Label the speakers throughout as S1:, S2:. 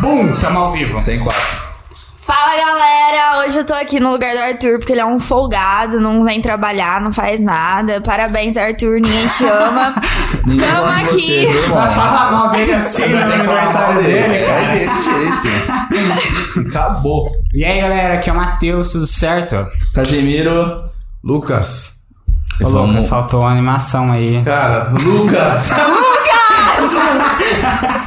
S1: Bum! Tamo ao vivo.
S2: Tem quatro.
S3: Fala galera, hoje eu tô aqui no lugar do Arthur porque ele é um folgado, não vem trabalhar, não faz nada. Parabéns, Arthur, ninguém te ama.
S2: Ninguém
S3: Tamo
S2: gosta de
S3: aqui.
S2: Você, viu, tá
S1: Vai
S2: mano?
S1: falar mal dele assim no aniversário dele, cara.
S2: É desse jeito. Acabou.
S1: E aí, galera, aqui é o Matheus, tudo certo?
S2: Casimiro.
S4: Lucas.
S1: Ô,
S2: Vamos-
S1: Lucas, faltou uma animação aí.
S4: Cara, Lucas! Lucas!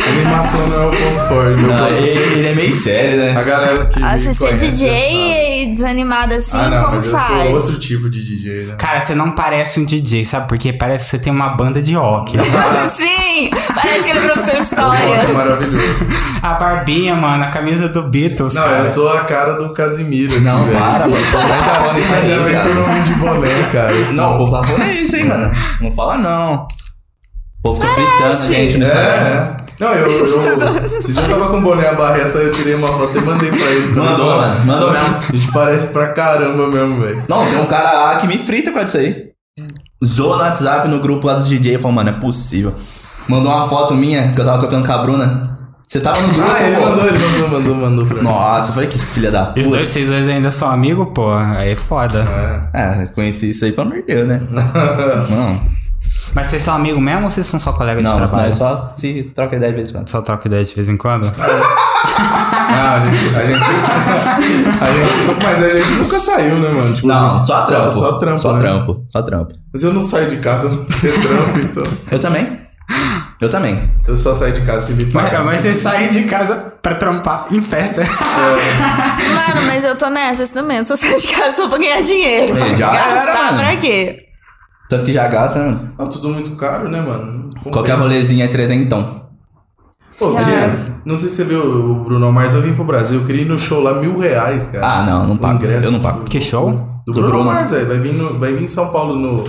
S4: Animação não é o ponto forte, meu
S2: Não,
S4: ponto.
S2: ele, ele é meio sério, né?
S4: A galera que.
S3: Ah,
S4: me
S3: Você ser
S4: conhece já sabe.
S3: DJ e desanimado assim,
S4: Ah, não,
S3: como
S4: mas eu
S3: faz?
S4: sou outro tipo de DJ, né?
S1: Cara, você não parece um DJ, sabe por quê? Parece que você tem uma banda de rock.
S3: Sim, parece que ele é professor de
S4: Ponto
S3: história.
S4: tipo maravilhoso.
S1: A barbinha, mano, a camisa do Beatles,
S4: Não,
S1: cara.
S4: eu tô a cara do Casimiro.
S2: Não,
S4: aqui, velho.
S2: para, mano. Tô muito falando isso aí,
S4: Ainda bem que eu não
S2: cara.
S4: vim de boné, cara. Isso
S2: Não, o povo tá falando isso, hein, mano. Não fala, não. O povo fica fritando a gente no Instagram.
S4: É. Não, eu. eu esse dia eu tava com boné a barreta, eu tirei uma foto e mandei pra ele.
S2: Mandou, mano, mandou mesmo.
S4: A gente parece pra caramba mesmo, velho.
S2: Não, tem um cara lá que me frita com isso aí. Zoa no WhatsApp no grupo lá dos DJ e falou, mano, é possível. Mandou uma foto minha que eu tava tocando com a Bruna. Você tava no grupo?
S4: Ah, ele
S2: pô.
S4: mandou, ele mandou, mandou, mandou. pra mim.
S2: Nossa, eu falei que filha da
S1: E os
S2: puta.
S1: dois, vocês dois ainda são amigos, pô. Aí é foda.
S4: É.
S2: Ah, eu conheci isso aí, pelo amor de Deus, né? Não,
S1: Mas vocês são amigos mesmo ou vocês são só colegas de
S2: não, mas
S1: trabalho?
S2: nós só se troca ideia de vez em quando.
S1: Só troca ideia de vez em quando?
S4: Ah, a gente. A gente, a gente- mas a gente nunca saiu, né, mano? Tipo,
S2: Não, só trampo.
S4: Só, só trampo.
S2: Só
S4: né?
S2: trampo, só trampo.
S4: Mas eu não saio de casa não ser trampo, então.
S2: Eu também. Eu também.
S4: Eu só saio de casa se me
S1: Mas,
S4: pagar.
S1: mas vocês saem de casa pra trampar em festa.
S3: Mano, mas eu tô nessa isso também, eu só saio de casa só pra ganhar dinheiro.
S2: É, já
S3: Gastar
S2: era, mano.
S3: pra quê?
S2: Tanto que já gasta, né, mano?
S4: Ah, tudo muito caro, né, mano? Não
S2: Qualquer
S4: compensa.
S2: rolezinha é trezentão.
S4: Pô,
S3: Já.
S4: queria- não sei se você viu o Bruno, mas eu vim pro Brasil, eu queria ir no show lá mil reais, cara.
S2: Ah, não, não
S4: O
S2: pago.
S4: ingresso,
S2: Eu não pago.
S4: tipo,
S1: Que show?
S4: Do,
S2: Do
S4: Bruno,
S2: Bruno.
S4: Mars, velho. Vai vir, no, vai vir em São Paulo no,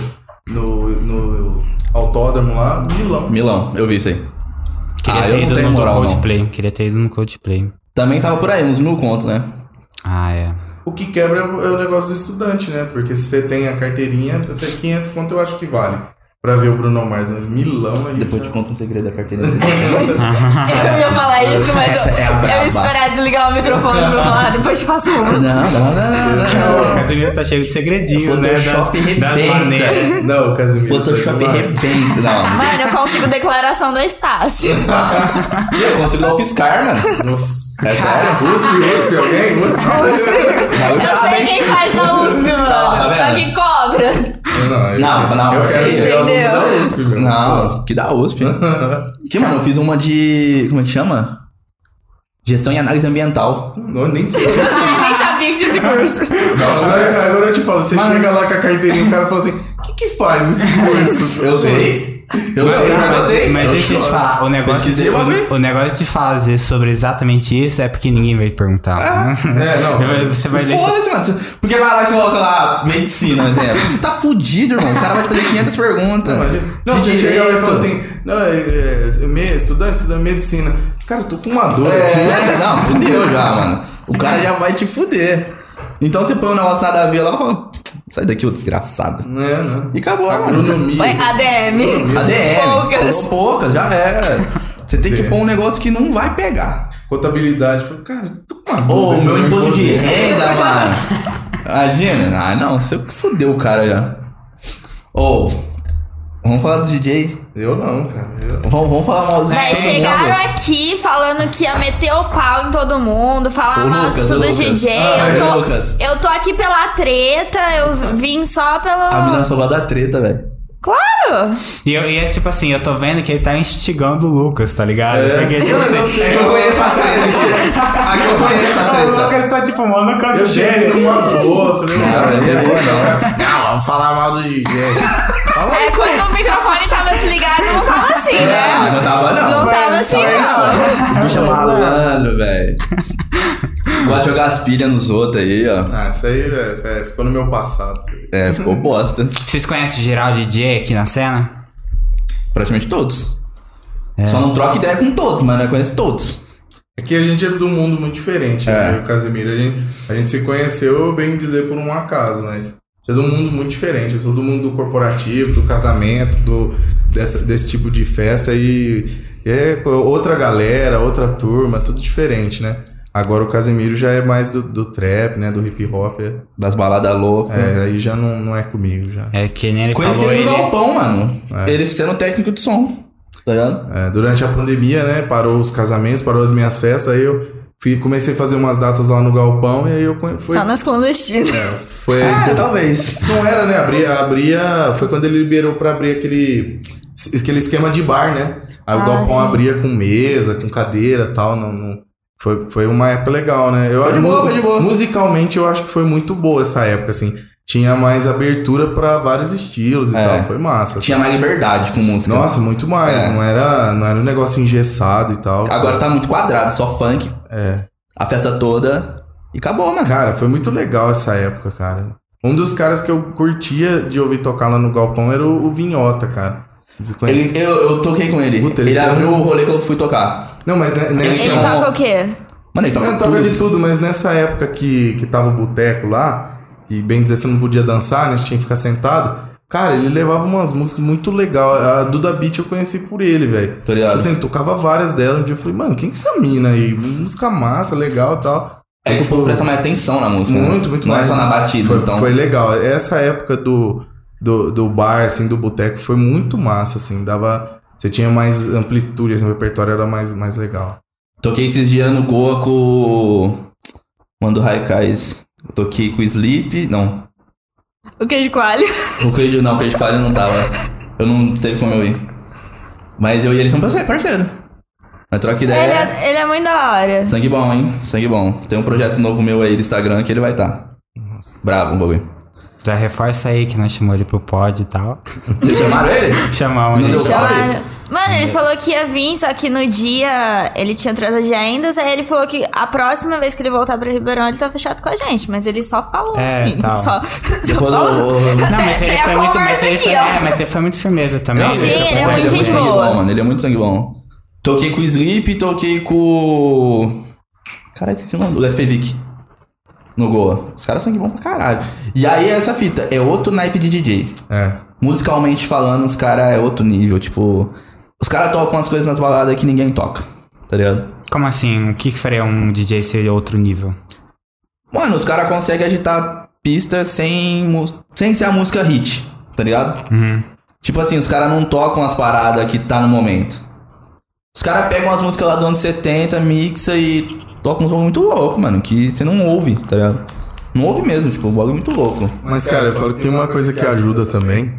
S4: no, no autódromo lá, Milão.
S2: Milão, eu vi isso aí.
S1: Queria
S2: ah, eu
S1: ter
S2: não
S1: ido
S2: tenho
S1: no
S2: moral, não.
S1: Coldplay. Queria ter ido no Coldplay.
S2: Também tava por aí, uns mil conto, né?
S1: Ah, é.
S4: O que quebra é o é o negócio do estudante, né? Porque se você tem a carteirinha, até 500 quanto eu acho que vale. Pra ver o Bruno Mars, mas milão aí.
S2: Depois
S4: já-
S2: te conto um segredo da carteira.
S3: Eu ia falar isso, mas
S2: Essa
S3: eu,
S2: é a
S3: eu
S2: braba.
S3: ia esperar desligar o microfone pra eu falar, depois te passo uma.
S2: não, não, não, não.
S1: O Casimiro tá cheio de segredinhos, né? Das,
S2: Photoshop
S1: das
S2: arrebenta.
S1: maneiras.
S4: É. Não, o Casimiro.
S2: Photoshop
S4: tá demais.
S2: arrebenta. Não.
S3: Mano, eu consigo declaração da Estácio.
S2: Eu consigo dar ofiscar, mano.
S4: Nossa.
S2: É sério?
S4: USP, USP, alguém? USP.
S2: Bagulho
S3: Eu
S2: brabo,
S3: sei
S2: hein?
S3: quem faz na USP,
S2: Tá, tá
S3: mano. Só
S2: vendo?
S3: que cobra.
S4: Não, eu-
S2: Não, não,
S4: Eu
S2: você
S4: quero ser aluno
S3: entendeu?
S4: da USP, meu.
S2: Não, que da USP. que, mano, eu fiz uma de. Como é que chama? Gestão e análise ambiental.
S4: Não, nem sei. disso.
S3: Eu nem sabia que tinha esse curso.
S4: Agora, agora eu te falo, você chega lá com a carteirinha e o cara fala assim: o que, que faz esse curso?
S2: Eu sei. Eu
S4: Mas-
S2: sei, mas eu
S4: mas-
S2: sei.
S1: Mas
S2: Eu
S1: deixa eu te
S2: choro.
S1: falar, o negócio, de,
S2: Pesquisei o bagulho.
S1: o, o negócio de fazer sobre exatamente isso é porque ninguém vai perguntar. né?
S4: É, não.
S1: Você vai deixar.
S2: Foda-se, mano. Porque vai lá e você coloca lá medicina, por exemplo. Você tá fudido, irmão. O cara vai te fazer 500 perguntas.
S4: Imagina. Não,
S2: De
S4: você chega lá e fala
S2: direito.
S4: assim: não, é, é, é, me- estudar, estudar medicina. Cara, eu tô com uma dor aqui.
S2: É, não, fudeu já, mano. O cara já vai te fuder. Então você põe um negócio nada a ver lá e fala, sai daqui, ô desgraçado.
S4: É, né?
S2: E acabou, mano.
S4: Agronomia.
S3: Vai, ADM.
S2: ADM,
S3: Poucas.
S2: foram poucas, já era. Você tem que
S4: É.
S2: pôr um negócio que não vai pegar.
S4: Contabilidade. Falei, cara, eu tô com uma dor.
S2: Ô,
S4: velho,
S2: meu imposto de
S4: imposto
S2: renda, mano. Imagina. Ah, não, você fudeu o cara já. Ô, vamos falar dos DJ.
S4: Eu não, cara. Eu...
S2: Vamos, vamos falar malzinho.
S3: Véi,
S2: de todo
S3: chegaram
S2: mundo.
S3: aqui falando que ia meter o pau em todo mundo, falar
S2: Ô,
S3: mal de
S2: Lucas, ô,
S3: tudo
S2: Lucas.
S3: DJ.
S2: Ah,
S3: eu,
S2: é,
S3: tô,
S2: Lucas.
S3: eu tô aqui pela treta, eu vim só pelo.
S2: A menina só gosta da treta, velho.
S3: Claro!
S1: E, eu- e é tipo assim, eu tô vendo que ele tá instigando o Lucas, tá ligado?
S4: É.
S1: Porque tipo
S4: Eu não
S1: assim.
S4: sei.
S2: É que eu conheço a treta, Chico. É que eu conheço a
S1: O
S2: treta.
S1: Lucas tá tipo, mano, no canto
S4: Eu cheguei
S1: dele.
S4: numa boa. Falei,
S2: Não,
S4: não,
S2: não é boa, não.
S4: Não, vamos falar mal do DJ.
S3: É quando o microfone tava desligado, não tava assim,
S2: Ah,
S3: né?
S2: não tava, não.
S3: Não tava assim, não.
S2: O bicho é malandro, velho. Gosta de jogar as pilhas nos outros aí, ó.
S4: Ah, isso aí velho, é, ficou no meu passado.
S2: É, ficou bosta.
S1: Vocês conhecem geral DJ aqui na cena?
S2: Praticamente todos. Só não troca ideia com todos, mas né? Conheço todos.
S4: É que a gente é de um mundo muito diferente,
S2: É.
S4: né? Eu e o Casimiro, a gente, a gente se conheceu, bem dizer, por um acaso, mas é de um mundo muito diferente. Eu sou do mundo corporativo, do casamento, do, dessa- desse tipo de festa e É co- outra galera, outra turma, tudo diferente, né? Agora o Casemiro já é mais do, do trap, né? Do hip hop. É,
S2: Das baladas loucas.
S4: é, aí já não, não é comigo já.
S1: É que nem ele
S2: Conheci
S1: falou,
S2: ele
S1: ele...
S2: no
S4: né?
S2: Galpão, mano. Ele sendo técnico de som. Tá ligado?
S4: É, durante a pandemia, né? Parou os casamentos, parou as minhas festas, aí eu fui- comecei a fazer umas datas lá no Galpão e aí eu conhe- foi,
S3: Só nas clandestinas.
S4: foi,
S2: Ah,
S4: foi-
S2: talvez.
S4: Não era, né? Abria, abria. Foi quando ele liberou pra abrir aquele. Aquele esquema de bar, né? Aí o
S3: Ah,
S4: galpão
S3: sim.
S4: abria com mesa, com cadeira e tal. Não, não- Foi, foi uma época legal, né? Eu,
S2: Foi de boa, foi de boa.
S4: Musicalmente eu acho que foi muito boa essa época, assim. Tinha mais abertura pra vários estilos e
S2: É.
S4: tal. Foi massa. assim.
S2: Tinha mais liberdade com música.
S4: Nossa, muito mais.
S2: É.
S4: Não, era, não era um negócio engessado e tal.
S2: Agora tá muito quadrado, só funk.
S4: É.
S2: A festa toda. E acabou, mano.
S4: Cara, foi muito legal essa época, cara. Um dos caras que eu curtia de ouvir tocar lá no galpão era o, o Vinhota, cara. Você conhece?
S2: Ele, eu, eu toquei com ele.
S4: Puta,
S2: ele
S4: ele tem
S2: abriu o rolê que eu fui tocar.
S4: Não, mas ne- nessa.
S3: Ele
S2: Não.
S3: toca o quê?
S2: Mano, ele toca
S4: Não,
S2: tudo.
S4: toca de tudo, mas nessa época que, que tava o boteco lá, e bem dizer, você não podia dançar, né? Você tinha que ficar sentado. Cara, ele levava umas músicas muito legal. A Duda Beat eu conheci por ele, velho.
S2: Tá ligado?
S4: Assim, ele tocava várias delas. Um dia eu falei, mano, quem que é essa mina aí? Música massa, legal e tal.
S2: É que o povo presta mais atenção na música. né?
S4: Muito, muito
S2: Não
S4: mais.
S2: é só na batida,
S4: foi,
S2: então.
S4: foi legal. Essa época do, do, do bar, assim, do boteco, foi muito massa, assim. Dava. Você tinha mais amplitude, assim, o repertório era mais, mais legal.
S2: Toquei esses dias no Goa com. Mando Raikais. Toquei com o Sleep. Não.
S3: O queijo coalho.
S2: O Queijo não, o Queijo Palha não tava. Eu não teve como eu ir. Mas eu e ele são parceiros. parceiro. Mas troca ideia.
S3: Ele é, ele é muito da hora.
S2: Sangue bom, hein? Sangue bom. Tem um projeto novo meu aí do Instagram que ele vai estar. Tá. Bravo, o bagulho.
S1: Já reforça aí que nós chamou ele pro pod e tal.
S2: Vocês chamaram ele?
S1: Chamamos
S2: Não
S1: ele.
S2: deu.
S3: Chamaram. Mano, ele falou que ia vir, só que no dia ele tinha outras agendas. Aí ele falou que a próxima vez que ele voltar pra Ribeirão, ele tá fechado com a gente. Mas ele só falou
S1: É,
S3: assim.
S1: tal.
S3: Só, só
S2: Depois
S3: falou.
S2: eu- eu-
S1: Não, mas ele
S3: Tem a
S1: foi muito. Mas
S3: conversa
S1: ele foi,
S3: aqui, ó.
S1: é, mas ele foi muito firmeza também.
S2: Não,
S3: Sim,
S2: tá
S3: ele é
S2: bom,
S3: muito gente
S2: sangue
S3: boa.
S2: bom, mano. Ele é muito sangue bom. Toquei com o Sleep, toquei com. Caralho, esqueci o nome. O SPVIC. No Goa. Os caras são sangue bom pra caralho. E aí, essa fita é outro naipe de DJ.
S4: É.
S2: Musicalmente falando, os caras é outro nível. Tipo, os caras tocam as coisas nas baladas que ninguém toca. Tá ligado?
S1: Como assim? O que que faria um DJ ser outro nível?
S2: Mano, os caras conseguem agitar pista sem, mu- sem ser a música hit, tá ligado?
S1: Uhum.
S2: Tipo assim, os caras não tocam as paradas que tá no momento. Os caras pegam as músicas lá do ano 70, mixa e tocam uns bagulho muito louco, mano, que você não ouve, tá ligado? Não ouve mesmo, tipo, um bagulho muito louco.
S4: Mas, cara, eu falo que tem uma coisa que ajuda também.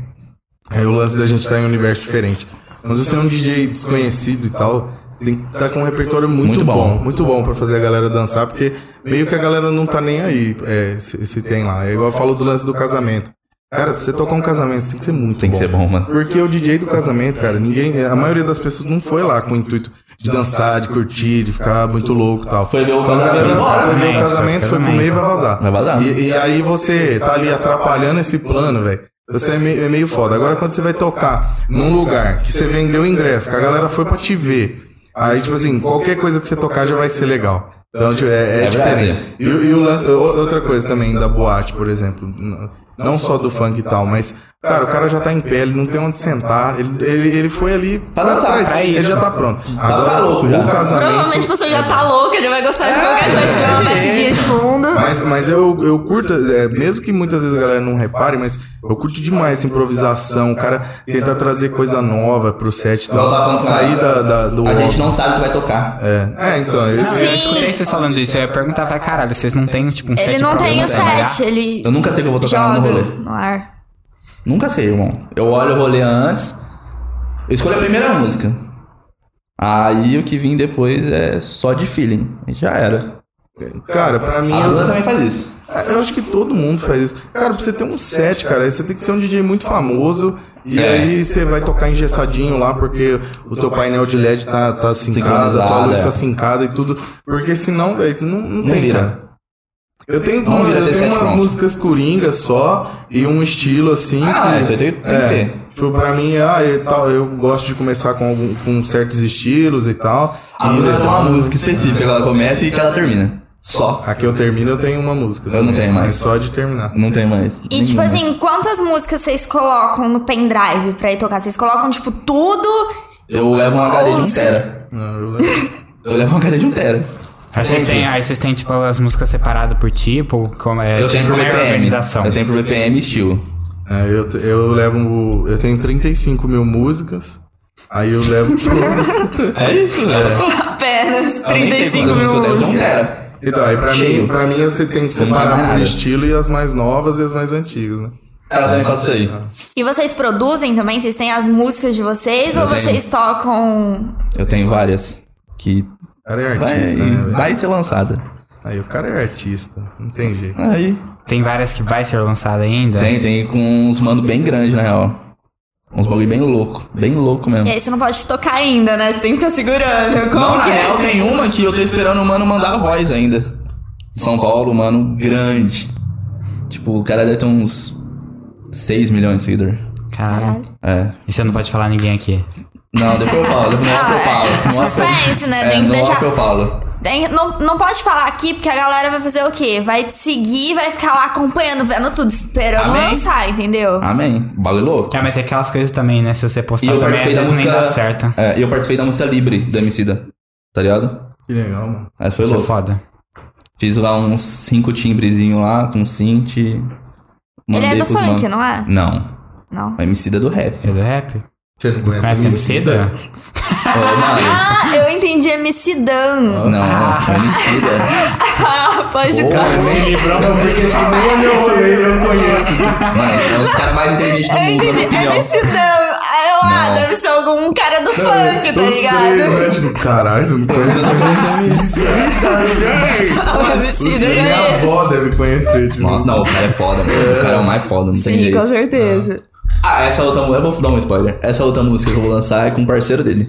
S4: É o lance da gente estar em um universo diferente. Quando você é um DJ desconhecido e tal, você tem que estar com um repertório muito,
S2: Muito bom.
S4: bom. Muito bom pra fazer a galera dançar, porque meio que a galera não tá nem aí é, se, se tem lá. É igual eu falo do lance do casamento. Cara, pra você tocar um casamento, você tem que ser muito
S2: Tem que
S4: bom.
S2: ser bom, mano.
S4: Porque o DJ do casamento, cara, ninguém. A maioria das pessoas não foi lá com o intuito de dançar, de curtir, de ficar muito louco e tal.
S2: Foi ver o
S4: Quando a
S2: casamento,
S4: galera
S2: embora,
S4: vai ver
S1: né?
S4: o casamento, foi comer e vai vazar.
S2: Vai vazar.
S4: E, e aí você tá ali atrapalhando esse plano, velho. Você é meio, é meio foda. Agora, quando você vai tocar num lugar que você vendeu o ingresso, que a galera foi pra te ver, aí, tipo assim, qualquer coisa que você tocar já vai ser legal. Então, tipo, é, é
S2: É verdade.
S4: diferente. E, o- e o lance, o- outra coisa também da boate, por exemplo, n- não só do funk e tal, mas, cara, o cara já tá em pé, ele não tem onde sentar, ele, ele, ele foi ali
S2: Pra dançar,
S4: atrás,
S1: é
S4: ele
S1: isso.
S4: já tá pronto.
S2: louco já.
S4: o
S3: Provavelmente a
S4: casamento... é
S3: pessoa já
S2: é,
S3: tá louca, já vai gostar de qualquer coisa, que ela mete dia de tipo, fundo.
S4: Mas, mas eu, eu curto, é, mesmo que muitas vezes a galera não repare, mas eu curto demais essa improvisação, o cara tentar trazer coisa nova pro set,
S2: Igual eu tava
S4: então,
S2: falando com
S4: sair
S2: ela.
S4: da, da- do
S2: A gente
S4: óbvio.
S2: não sabe o que vai tocar.
S4: É, é, então, eu-
S1: Não,
S3: Sim.
S1: eu escutei vocês falando isso. Eu ia perguntar, vai, caralho, vocês não têm, tipo, um set
S3: Ele não
S1: pra
S3: tem o
S1: trabalhar?
S3: set, ele
S2: é, Eu nunca sei o que eu vou tocar no
S3: joga
S2: rolê.
S3: no ar.
S2: Nunca sei, irmão. Eu olho o rolê antes. Eu escolho a primeira música. Aí o que vim depois é só de feeling. E Já era.
S4: cara, pra mim,
S2: A
S4: eu,
S2: Luna também faz isso.
S4: eu acho que todo mundo faz isso. Cara, pra você ter um set, cara, aí você tem que ser um DJ muito famoso, e
S2: É.
S4: aí você vai tocar engessadinho lá, porque o teu painel de LED tá, tá sincado, a tua
S2: Sincronizado,
S4: luz
S2: é.
S4: tá sincada e tudo, porque senão, velho, não, não,
S2: Não
S4: tem,
S2: vira.
S4: cara. Eu tenho,
S2: Não vira
S4: eu
S2: ter
S4: tenho
S2: sete
S4: umas
S2: pronto.
S4: músicas coringa só e um estilo assim.
S2: Ah,
S4: que-
S2: isso aí tem, tem que
S4: é,
S2: ter.
S4: Tipo, pra mim, ah, eu, tal, eu gosto de começar com, algum- com certos estilos e tal.
S2: A
S4: e
S2: Luna tem uma
S4: então,
S2: música específica que ela começa e que ela termina. Só.
S4: A que eu termino, eu tenho uma música.
S2: Eu não tenho mais.
S4: É só de terminar.
S2: Não tem mais.
S3: E tipo
S2: Nenhuma.
S3: assim, quantas músicas vocês colocam no pendrive pra ir tocar? Vocês colocam, tipo, tudo
S2: Eu levo um HD de 1 tera.
S4: Não, eu levo.
S2: Eu levo um HD de 1 tera.
S1: Aí vocês têm, aí vocês têm, tipo, as músicas separadas por tipo? Como é,
S2: Eu tenho pro
S1: como é a
S2: BPM.
S1: organização?
S2: Eu tenho pro BPM e estilo.
S4: É, eu, te- eu levo. Eu tenho 35 mil músicas. Aí eu levo todas.
S2: É isso, velho.
S3: Apenas
S2: Eu nem sei
S3: 35
S2: quantas músicas
S3: mil
S2: eu tenho de 1
S3: músicas.
S2: tera.
S4: Então, aí pra mim,
S2: Cheio.
S4: pra mim você tem
S2: Não
S4: que
S2: tem mais
S4: separar por
S2: nada.
S4: estilo e as mais novas e as mais antigas, né?
S2: Ela também faz isso aí.
S3: E vocês produzem também? Vocês têm as músicas de vocês
S2: Eu
S3: ou
S2: tenho.
S3: vocês tocam.
S2: Eu tenho várias. Que
S4: O cara é
S2: vai,
S4: artista, né? velho?
S2: vai ser lançada.
S4: Aí o cara é artista, não tem jeito.
S2: Aí.
S1: Tem várias que vai ser lançada ainda?
S2: Tem, tem com uns mano bem grande, na real. Uns bagulho bem louco. Bem louco mesmo.
S3: E aí você não pode tocar ainda, né? Você tem que ficar segurando. É, Como
S2: Não, na
S3: que é?
S2: real tem uma que eu tô esperando o mano mandar a voz ainda. São Paulo, mano, grande. Tipo, o cara deve ter uns 6 milhões de seguidores.
S3: Ah,
S1: Caralho.
S2: É.
S1: E você não pode falar ninguém aqui.
S2: Não, depois eu falo, depois no off eu
S3: Ah, é.
S2: falo. No off eu-
S3: Suspense, né?
S2: É,
S3: Tem que
S2: no off
S3: deixar-
S2: eu falo.
S3: Tem- não, não pode falar aqui, porque a galera vai fazer o quê? Vai te seguir, vai ficar lá acompanhando, vendo tudo, esperando
S2: Amém. Ah,
S3: lançar, entendeu?
S2: Amém. Bagulho louco.
S1: É, mas tem aquelas coisas também, né? Se você
S2: E
S1: postar
S2: eu
S1: também, às
S2: participei da
S1: vezes nem dá
S2: música.
S1: certo.
S2: É, e eu participei da música Libre do Emicida. Tá ligado?
S4: Que legal, mano.
S2: Mas foi
S1: Isso é
S2: louco.
S1: foda.
S2: Fiz lá uns cinco timbrezinhos lá, com synth.
S3: Ele é
S2: mandei
S3: do
S2: pros
S3: funk,
S2: mano.
S3: não é?
S2: Não.
S3: Não.
S2: O Emicida é do rap.
S1: É do rap? é
S4: Você não conhece,
S1: Conhece
S4: o
S1: Emicida?
S2: Ô, mano.
S3: Ah, eu entendi MC Dan.
S2: Não, o Emicida.
S3: Ah, pode
S2: Ô,
S3: crer.
S1: Se livrou
S2: Então,
S1: porque
S4: Nem o meu rolê eu conheço.
S2: Mas é um dos caras mais inteligentes do
S3: Eu
S2: mundo, na minha
S3: entendi.
S2: opinião.
S3: MC Dan. Aí eu, ah,
S2: é Não.
S3: deve ser algum cara do funk, tá
S4: Os três,
S3: ligado?
S4: né? Tipo, caralho, você não conhece o
S3: Ah, o MC Dan.
S4: é Minha
S3: né?
S4: avó deve conhecer, tipo.
S2: Não, não, o cara é foda, mano. O cara é o mais foda, não tem
S3: Sim, com
S2: jeito.
S3: certeza.
S2: Ah, essa outra música. Eu vou dar um spoiler. Essa outra música que eu vou lançar é com um parceiro dele.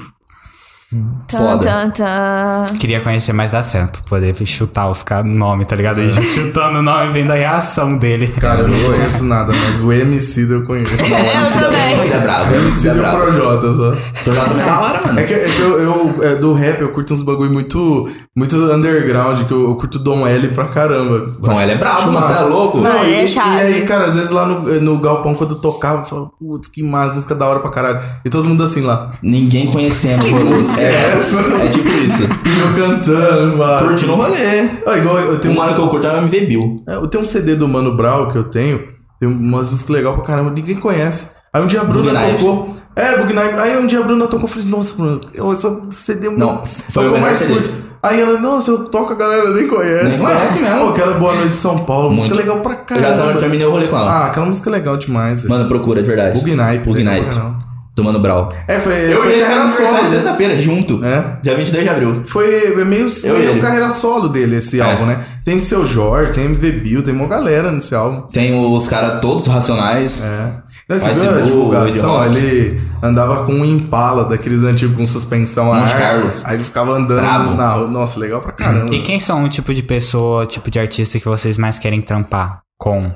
S3: Tan,
S2: Ah, Foda.
S3: tan, tan.
S1: Queria conhecer mais da cena, pra poder chutar os caras nome, tá ligado? E chutando o nome, vendo a reação dele.
S4: Cara, eu não conheço nada, mas o MC eu conheço.
S2: Não, o MC da-
S3: também.
S2: o MC é brabo. O MC
S4: MC
S2: é
S4: e o
S2: brabo.
S4: Projota só.
S2: Projota também é da hora, mano.
S4: É que, é que eu, eu- é, do rap eu curto uns bagulho muito, muito underground, que eu, eu curto Dom L pra caramba.
S2: Dom L é brabo,
S4: Acho
S2: mano,
S4: massa.
S2: cê é louco?
S4: Não,
S3: Não,
S4: e,
S3: ele é
S4: e
S3: chave.
S4: aí, cara, às vezes lá no, no galpão, quando eu tocava, eu falava, putz, que massa, música da hora pra caralho. E todo mundo assim lá.
S2: Ninguém conhecendo. mano. É, é tipo isso.
S4: E eu cantando, mano.
S2: Tá Curtindo o rolê.
S4: Ah, igual eu
S2: Tem
S4: tenho
S2: um mano que eu curto é o MV Bill.
S4: É, Eu tenho um CD do Mano Brown que eu tenho, tem umas músicas legais pra caramba, ninguém conhece. Aí um dia a Bruna
S2: Bug Night.
S4: tocou. É, Bug Night. Aí um dia a Bruna tocou, eu falei, nossa, Bruna, eu- esse CD é muito-
S2: Não, foi
S4: tocou
S2: o melhor
S4: mais
S2: CD.
S4: curto. Aí ela, nossa, eu toco, a galera nem conhece.
S2: Nem conhece mesmo.
S4: Pô, aquela Boa Noite de São Paulo, música
S2: Muito.
S4: legal pra
S2: Eu já tava,
S4: caramba.
S2: terminei o rolê com ela.
S4: Ah, aquela música é legal demais. velho.
S2: Mano, procura, de verdade.
S4: Bug Night.
S2: Bug
S4: legal
S2: Night.
S4: pra caramba.
S2: Do Mano Brau.
S4: É, foi,
S2: Eu
S4: foi
S2: e ele
S4: carreira
S2: aniversário
S4: solo. né?
S2: sexta-feira, junto.
S4: É.
S2: Dia 22 de abril.
S4: Foi é meio,
S2: Eu e
S4: meio
S2: ele.
S4: carreira solo dele, esse
S2: É.
S4: álbum, né? Tem Seu Jorge, tem MV Bill, tem uma galera nesse álbum.
S2: Tem os caras todos racionais.
S4: É. Não, você
S2: Faz
S4: viu a
S2: gol,
S4: divulgação?
S2: Ed Rock.
S4: Ele andava com um Impala daqueles antigos com suspensão a
S2: Monte
S4: ar.
S2: Carlo.
S4: Aí ele ficava andando
S2: Bravo.
S4: na rua. Nossa, legal pra caramba.
S1: E quem são o tipo de pessoa, tipo de artista que vocês mais querem trampar com?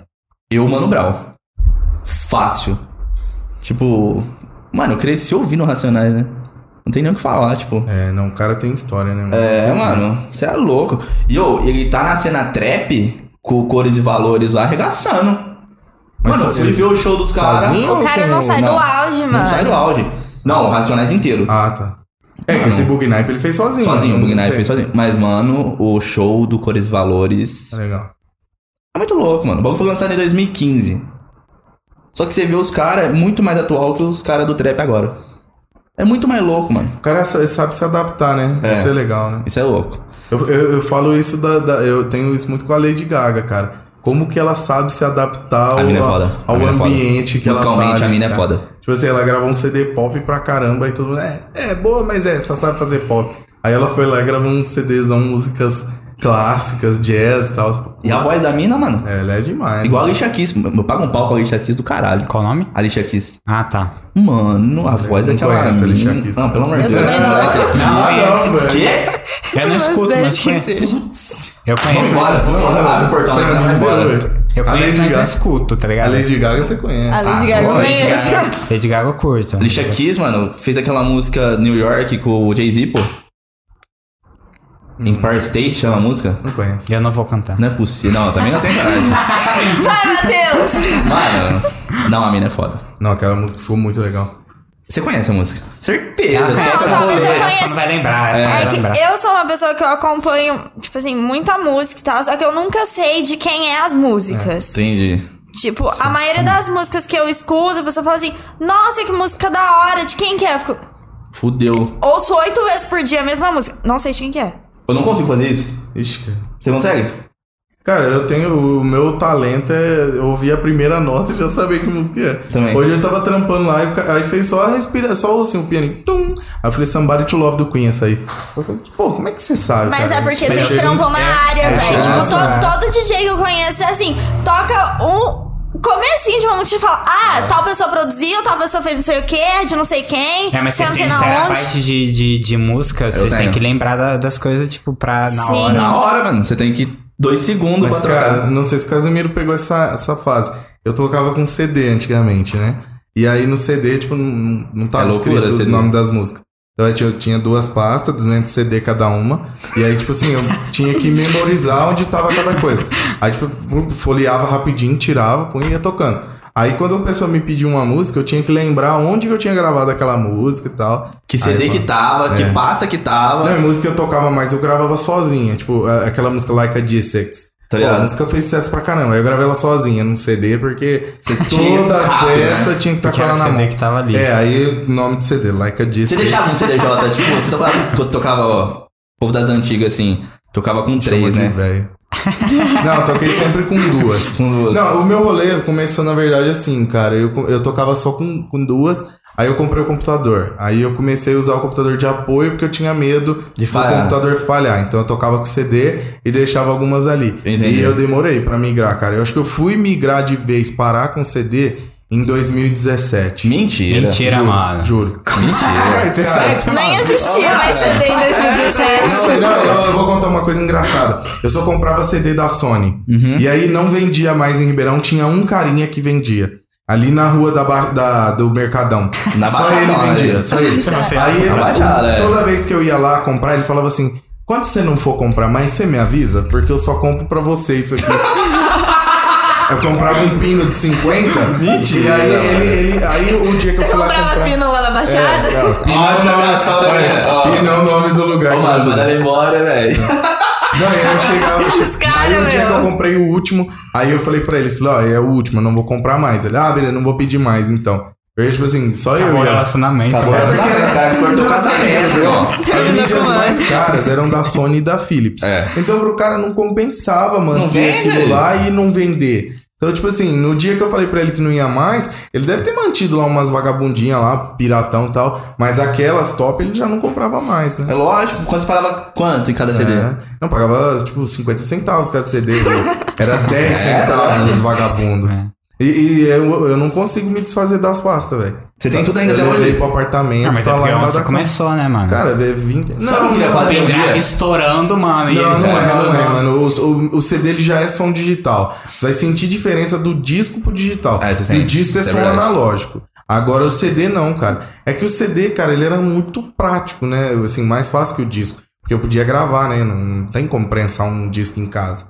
S2: Eu, Mano Brau. Fácil. Tipo. Mano, eu cresci ouvindo Racionais, né? Não tem nem o que falar, tipo.
S4: É, não, o cara tem história, né, mano?
S2: É, mano, você é louco. E ô, ele tá na cena trap com cores e valores lá arregaçando.
S4: Mas
S2: mano, eu fui
S4: ele-
S2: ver o show dos caras.
S4: Sozinho?
S3: O cara não sai do
S2: né? Não.
S3: auge,
S2: Não sai
S3: mano.
S2: do auge. Não, o Racionais inteiro.
S4: Ah, tá. É que esse Bug Nipe ele fez sozinho.
S2: sozinho, o
S4: né?
S2: Bug Night fez sozinho. Mas, mano, o show do Cores e Valores.
S4: Tá Legal.
S2: É muito louco, mano. O bagulho foi lançado em 2015. Só que você vê os caras, é muito mais atual que os caras do trap agora. É muito mais louco, mano.
S4: O cara sa- sabe se adaptar, né?
S2: É.
S4: Isso é legal, né?
S2: Isso é louco.
S4: Eu, eu, eu falo isso da, da- Eu tenho isso muito com a Lady Gaga, cara. Como que ela sabe se adaptar
S2: A
S4: ao,
S2: mina é foda. A
S4: ao
S2: mina é foda.
S4: ambiente que ela tá.
S2: Musicalmente, a
S4: ali,
S2: mina é
S4: cara.
S2: foda.
S4: Tipo assim, ela gravou um CD pop pra caramba e todo mundo, é, é boa, mas é, só sabe fazer pop. Aí ela foi lá e gravou um CDzão, músicas clássicas, jazz e tal.
S2: E a voz da mina, mano?
S4: É, ela é demais.
S2: Igual a Alicia Keys. Eu pago um pau pra Alicia Keys do caralho.
S1: Qual o nome?
S2: Alicia Keys.
S1: Ah, tá.
S2: Mano, a voz
S4: não
S2: daquela
S4: conheço a Alicia
S2: mina...
S4: Keys.
S2: Não, pelo amor de
S3: Eu
S2: Deus.
S3: também não.
S4: Ah, não, velho.
S2: Quê?
S1: Eu não
S3: Mas
S1: escuto,
S3: deve
S1: mas
S3: que
S1: conheço.
S3: seja.
S1: Eu
S2: Vamos
S1: conheço, mas,
S2: embora. Vamos embora. Abre o portão.
S4: Pra
S2: Vamos
S4: mim,
S2: né? embora.
S4: velho.
S1: eu
S4: A
S1: conheço,
S4: Lady
S1: mas não
S4: Gaga-
S1: escuto, tá
S4: A
S1: ligado?
S4: Lady Gaga você conhece.
S3: A Lady Gaga
S2: bom, Lady
S3: conhece.
S2: Gaga.
S1: Lady Gaga eu curto.
S2: Alicia Keys, mano, fez aquela música New York com o Jay-Z, pô. Empire State chama a música.
S4: Não conheço.
S1: Eu não vou cantar.
S2: Não é possível. Não, também não tem coragem.
S3: Vai, Matheus!
S2: Mano, não, a mina é foda.
S4: Não, aquela música ficou muito legal.
S2: Você conhece a música? Certeza.
S1: Ah,
S2: toca
S1: conhece
S3: talvez eu
S1: a música,
S3: conheça.
S1: só não vai lembrar. só não vai
S3: É
S1: lembrar.
S3: que eu sou uma pessoa que eu acompanho, tipo assim, muita música e tal, só que eu nunca sei de quem é as músicas.
S2: Entendi.
S3: Tipo, a maioria das músicas que eu escuto, a pessoa fala assim, nossa, que música da hora, de quem que é? Eu fico,
S2: Fudeu.
S3: ouço oito vezes por dia a mesma música. Não sei de quem que é.
S2: Eu não consigo fazer isso.
S4: Ixi, cara.
S2: Você consegue?
S4: Cara, eu tenho. O meu talento é ouvir a primeira nota e já saber que música é.
S2: Também.
S4: Hoje eu tava trampando lá e o ca- aí fez só a respira, só assim, o pianinho. Tum! Aí eu falei, Somebody to Love do Queen, essa aí. Eu falei, Pô, como é que você sabe?
S3: Mas
S4: cara?
S3: é porque
S4: Mas
S3: vocês
S4: chega um-
S3: trampam na área,
S4: é,
S3: velho.
S4: é,
S3: Tipo,
S4: é, é.
S3: to- todo DJ que eu conheço é assim, toca um comecinho de uma música e fala, ah, tal pessoa produziu, tal pessoa fez não sei o quê, é de não sei quem,
S1: É, mas
S3: sei não sei
S1: vocês têm que
S3: na
S1: ter a
S3: onde.
S1: parte de, de, de música, vocês têm
S2: tenho.
S1: que lembrar da- das coisas, tipo, pra na
S3: Sim.
S1: hora.
S2: Na hora, mano. Você tem que. Dois segundos
S4: Mas,
S2: pra trocar.
S4: cara, não sei se o Casimiro pegou essa, essa fase. Eu tocava com CD antigamente, né? E aí no CD, tipo, não, não tava
S2: É loucura,
S4: escrito os
S2: CD.
S4: nomes das músicas. Então eu tinha, eu tinha duas pastas, 200 CD cada uma. E aí, tipo assim, eu tinha que memorizar onde tava cada coisa. Aí, tipo, folheava rapidinho, tirava, punha e ia tocando. Aí quando a pessoa me pediu uma música, eu tinha que lembrar onde que eu tinha gravado aquela música e tal.
S2: Que CD
S4: Aí,
S2: que
S4: mano.
S2: tava, que
S4: É.
S2: pasta que tava.
S4: Não, é música que eu tocava mais, eu gravava sozinha. Tipo, a- aquela música Like a D6.
S2: Tá
S4: Pô, a
S2: ligado?
S4: música fez sucesso pra caramba. Aí eu gravei ela sozinha num CD, porque
S2: tinha
S4: toda
S2: que- né?
S4: festa tinha que estar
S1: Porque
S4: com
S1: era
S4: ela
S1: o
S4: tá na
S1: CD
S4: mão.
S1: que tava ali.
S4: É, aí o nome do CD, Like a
S2: Você
S4: Disc.
S2: deixava um CDJ, tipo, você tocava, quando tocava, ó, povo das antigas, assim, tocava com três, né?
S4: velho. Não, eu toquei sempre com duas.
S2: Com duas.
S4: Não, o meu rolê começou, na verdade, assim, cara. Eu, co- eu tocava só com, com duas, aí eu comprei o computador. Aí eu comecei a usar o computador de apoio porque eu tinha medo
S2: De
S4: do
S2: falhar.
S4: computador falhar. Então eu tocava com CD e deixava algumas ali.
S2: Entendi.
S4: E eu demorei pra migrar, cara. Eu acho que eu fui migrar de vez, parar com CD em 2017.
S2: Mentira.
S1: Mentira,
S4: Juro,
S1: mano.
S4: Juro. É,
S2: Mentira.
S4: Cara,
S3: Nem assistia mais CD em 2017.
S4: Não, não, eu, eu vou contar uma coisa engraçada. Eu só comprava CD da Sony.
S2: Uhum.
S4: E aí não vendia mais em Ribeirão, tinha um carinha que vendia. Ali na rua da, Ba- da- do Mercadão.
S2: Na
S4: só
S2: Baixada,
S4: ele
S2: olha.
S4: vendia, só ele. Aí
S2: Na
S4: ele-
S2: Baixada, é.
S4: toda vez que eu ia lá comprar, ele falava assim: quando você não for comprar mais, você me avisa, porque eu só compro pra você isso aqui. Eu comprava um pino de 50. e aí, ele, ele- aí o dia que eu
S3: Você
S4: fui lá
S3: comprava
S4: comprar.
S3: pino lá na Baixada?
S4: Pino
S2: Ó,
S4: é o nome-
S2: jogação da minha- ó.
S4: Pino é o nome do lugar.
S2: Ô,
S4: que
S2: mano, é
S4: eu
S2: manda ela embora, velho.
S4: não, e aí eu chegava.
S3: Os caras,
S4: aí o dia
S3: meu.
S4: que eu comprei o último, aí eu falei pra ele, falei, ó, é o último, eu não vou comprar mais. Ele, ah, beleza, não vou pedir mais, então. Eu, tipo assim, só eu
S1: Acabou o
S4: e ela.
S1: relacionamento. né?
S2: Acabou o
S1: mano.
S4: Tá
S2: relacionamento. Ah, cara, cortou o casamento, ó.
S4: As mídias mais caras eram da Sony e da Philips.
S2: É.
S4: Então pro cara não compensava, mano,
S2: Não
S4: ter
S2: vende.
S4: aquilo lá e não vender. Então, tipo assim, no dia que eu falei pra ele que não ia mais, ele deve ter mantido lá umas vagabundinhas lá, piratão e tal. Mas aquelas top ele já não comprava mais, né?
S2: É lógico, quando você pagava quanto em cada CD?
S4: É. Não, pagava tipo 50 centavos cada CD. viu? Era 10
S2: É.
S4: centavos, vagabundo.
S1: É.
S4: E, e eu, eu não consigo me desfazer das pastas, velho. Tá.
S2: Você tem tudo ainda
S4: Eu
S2: até
S4: levei
S2: hoje.
S4: pro apartamento,
S1: Ah, mas
S4: tá
S1: é
S4: lá
S1: porque
S4: em
S1: você
S4: Badacão.
S1: começou, né, mano?
S4: Cara, é 20.
S2: Sabe o que eu ia fazer?
S1: Tem
S2: um
S1: grave
S2: dia.
S1: estourando, mano. e
S4: Não,
S1: ele
S4: não,
S1: já
S4: é,
S1: tá
S4: não é,
S1: rodando.
S4: mano. O, o, o CD ele já é som digital. Você vai sentir diferença do disco pro digital.
S2: É, você
S4: do
S2: sente.
S4: disco é
S2: Isso é
S4: som
S2: verdade.
S4: analógico. Agora o CD não, cara. É que o CD, cara, ele era muito prático, né? Assim, mais fácil que o disco. Porque eu podia gravar, né? Não, não tem como prensar um disco em casa.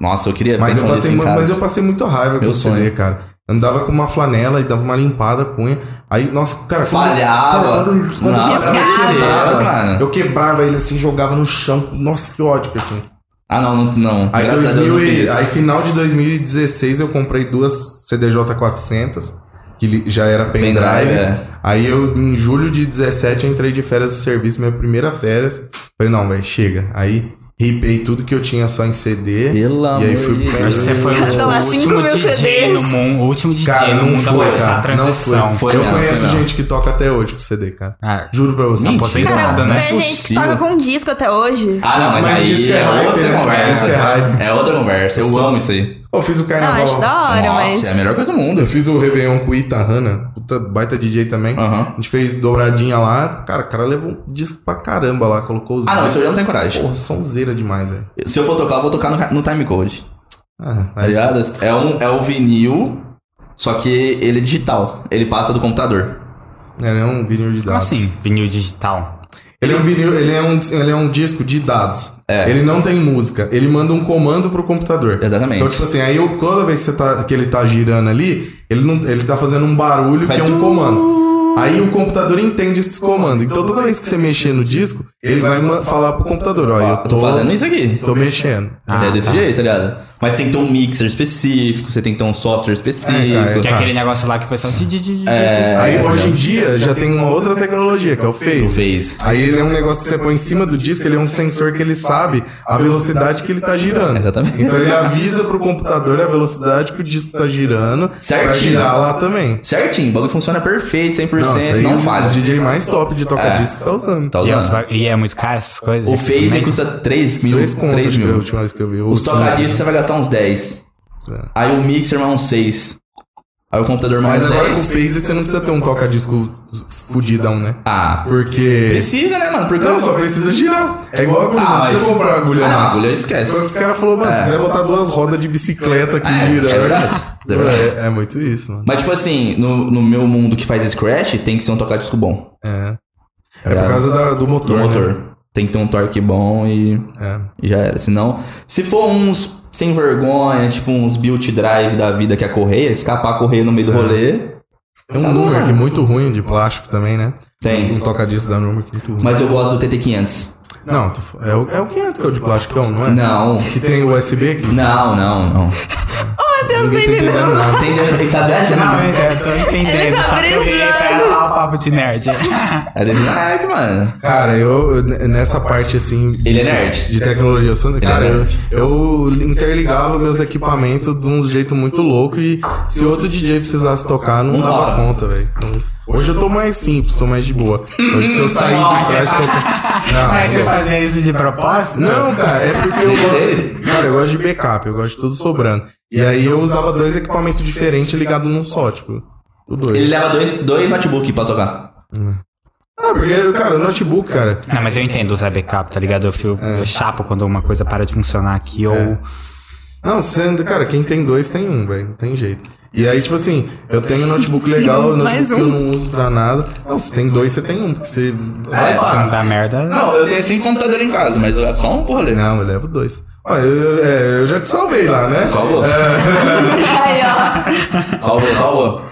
S2: Nossa, eu queria
S4: Mas
S2: pensar
S4: eu,
S2: nisso
S4: passei,
S2: um em
S4: mu-
S2: casa.
S4: mas eu passei muito raiva com
S2: Meu
S4: o CD, cara. Andava com uma flanela e dava uma limpada, punha. Aí, nossa, cara, quando-
S2: Falhava.
S4: cara, quando- quando
S2: Não,
S4: falhava,
S2: cara,
S4: eu quebrava,
S2: mano.
S4: Eu quebrava ele assim, jogava no chão. Nossa, que ódio que eu tinha.
S2: Ah, não, não. não.
S4: Aí,
S2: Graças a Deus,
S4: 2000
S2: não fiz
S4: e,
S2: isso.
S4: aí final de 2016 eu comprei duas CDJ 400, que li- já era pendrive.
S2: Pendrive, é.
S4: Aí eu, em julho de 17, eu entrei de férias do serviço, minha primeira férias. Falei, não, velho, chega. Aí ripei tudo que eu tinha só em CD.
S2: Pelo
S4: e aí
S2: amor
S4: fui
S2: de
S4: pra-
S1: Eu Acho que você foi
S3: Tá lá,
S1: o
S3: cinco
S1: último
S3: mil
S1: DJ
S3: CDs.
S1: no mundo, o último DJ
S4: Cara,
S1: no
S4: não
S1: mundo a
S4: foi,
S1: passar a
S4: cara. Não foi.
S1: transição.
S2: Foi
S4: eu
S2: não, foi
S4: conheço
S2: não.
S4: gente que toca até hoje pro CD, cara.
S1: Ah,
S4: Juro pra você.
S1: Não,
S4: Mentira.
S1: aposentada,
S3: Cara,
S1: né?
S3: tem gente que
S2: Possível.
S3: toca com disco até hoje.
S2: Ah, não, mas,
S4: Mas
S2: aí
S4: diz que é hype,
S2: outra
S4: né? Diz
S2: conversa.
S4: que é hype.
S2: É outra conversa. Eu amo isso aí.
S4: Eu fiz o
S3: Não,
S4: carnaval.
S3: acho da hora,
S2: Nossa,
S3: mas.
S2: é a melhor coisa do
S4: Eu
S2: mundo.
S4: fiz o Réveillon com o Ita Hanna, puta baita DJ também.
S2: Aham.
S4: A gente fez dobradinha lá. Cara, o cara levou um disco pra caramba lá, colocou os.
S2: Ah, não,
S4: dois.
S2: isso eu já não tenho coragem.
S4: Porra, sonzeira demais, velho.
S2: Se eu for tocar, eu vou tocar no, ca- no time code.
S4: Ah,
S2: Tá
S4: mas-
S2: ligado? É, um, é o vinil, só que ele é digital. Ele passa do computador.
S4: Ele é um vinil de
S1: Como
S4: dados.
S1: assim? Vinil digital.
S4: Ele é um vinil, ele é um, ele é um disco de dados.
S2: É.
S4: Ele não tem música. Ele manda um comando pro computador.
S2: Exatamente.
S4: Então, tipo assim, aí eu, toda vez que, você tá- que ele tá girando ali, ele, não, ele tá fazendo um barulho
S2: Vai
S4: que é um
S2: tu-
S4: comando. Aí o computador entende esses comandos. Então toda vez que você mexer no disco, ele vai ma- falar pro computador, ó, eu
S2: Tô
S4: tô,
S2: fazendo isso aqui.
S4: tô mexendo.
S1: Ah,
S2: é desse
S1: tá.
S2: jeito, tá ligado? Mas tem que ter um mixer específico, você tem que ter um software
S4: É,
S2: específico.
S4: cara,
S1: Que é aquele negócio lá que faz um... ti, ti, ti, ti, ti,
S2: É,
S4: Aí hoje em dia já tem uma outra tecnologia, que é o
S2: o
S4: Face.
S2: Face.
S4: Aí ele é um negócio que você põe em cima do disco, ele é um sensor que ele sabe a velocidade que ele tá girando.
S2: Exatamente.
S4: Então ele avisa pro computador a velocidade que o disco tá girando pra
S2: Certinho.
S4: girar lá também.
S2: Certinho, o bagulho funciona perfeito, 100%,
S4: Nossa,
S2: não
S4: aí
S2: falha.
S4: Os DJ mais top de tocar
S2: É.
S4: disco que tá usando.
S2: Tá
S1: ti. E, é uns
S2: usando.
S1: ba- e é muito caro essas coisas?
S2: O
S1: Tipo,
S2: Face
S1: né?
S2: custa 3 mil.
S4: Três contos,
S2: 3
S4: acho que é a
S2: mil.
S4: última vez que eu vi.
S2: Os
S4: Sim.
S2: tocadiscos você vai gastar uns 10.
S4: É.
S2: Aí o mixer mais uns 6. Aí o computador mais
S4: Mas
S2: uns
S4: agora com o
S2: 10.
S4: Face você não precisa ter um toca-disco fudidão, né?
S2: Ah,
S4: Porque.
S2: precisa, né, mano? Porque
S4: Não, só precisa girar. É igual a agulha.
S2: Ah,
S4: não precisa
S2: mas-
S4: comprar uma agulha
S2: Ah, não,
S4: massa.
S2: agulha esquece.
S4: Só que os caras falaram, mano, se quiser botar duas rodas de bicicleta aqui
S2: É,
S4: girando.
S2: é verdade. É verdade.
S4: né? É, é muito isso, mano.
S2: Mas, tipo assim, no, no meu mundo que faz scratch, tem que ser um tocadisco bom.
S4: É.
S2: Tá
S4: É por
S2: ligado?
S4: causa da- do
S2: do
S4: motor. né?
S2: motor. Tem que ter um torque bom e
S4: É.
S2: e já era. Senão, se for uns sem vergonha, tipo uns built drive da vida que é a correia, escapar a correia no meio do
S4: É.
S2: rolê,
S4: Tem um
S2: Tá bom,
S4: número aqui
S2: mano.
S4: muito ruim de plástico também, né?
S2: Tem.
S4: Um toca-disco da número muito ruim.
S2: mas eu gosto do TT500.
S4: Não, tu f- é o, é o 500 que é o de plasticão, não é?
S2: Não,
S4: Que tem USB aqui.
S2: não, não, não.
S3: Deus, entendeu?
S4: Ninguém tá entendendo nada.
S2: Entendeu? Ele tá
S4: é,
S1: Não, é,
S2: viajando.
S1: eu tô entendendo.
S3: Ele tá
S1: só que eu vim pra
S3: brisando.
S1: falar o papo de nerd.
S2: É desse naipe, mano.
S4: Cara, eu eu- n- nessa parte assim.
S2: Ele é nerd.
S4: De tecnologia. Eu sou, cara,
S2: é
S4: eu,
S2: nerd.
S4: eu interligava meus equipamentos de um jeito muito louco e se outro DJ precisasse tocar, não
S2: Não
S4: dava
S2: dava.
S4: conta, velho. Então, hoje eu tô mais simples, tô mais de boa. Hoje se eu sair de
S1: Nossa.
S4: trás, tocar. Não,
S1: Mas você
S4: eu-
S1: fazia isso de propósito?
S4: Não, cara, é porque eu gosto. Cara, eu gosto de backup, eu gosto de tudo sobrando. E aí eu usava dois equipamentos diferentes ligados num só, tipo. O
S2: Ele
S4: dois.
S2: leva dois, dois notebook pra tocar.
S4: Ah, porque, cara, o notebook, cara.
S1: Não, mas eu entendo usar backup, tá ligado? Eu, fio,
S4: É.
S1: eu chapo quando uma coisa para de funcionar aqui ou...
S4: Não, sendo, cara, quem tem dois tem um, velho. Não tem jeito. E aí, tipo assim, eu tenho um notebook legal, um notebook
S3: Mais
S4: que eu não uso pra nada. Não, se tem dois, você tem um. porque Você.
S2: É,
S1: Se não
S2: ah,
S1: dá merda...
S2: não, eu tenho cinco computadores em casa, mas eu levo só um pro rolê.
S4: Não, né, eu levo dois. Ó, eu, eu- é, eu já te salvei lá, né?
S2: Salvou.
S3: Aí, ó.
S2: Salvou, salvou.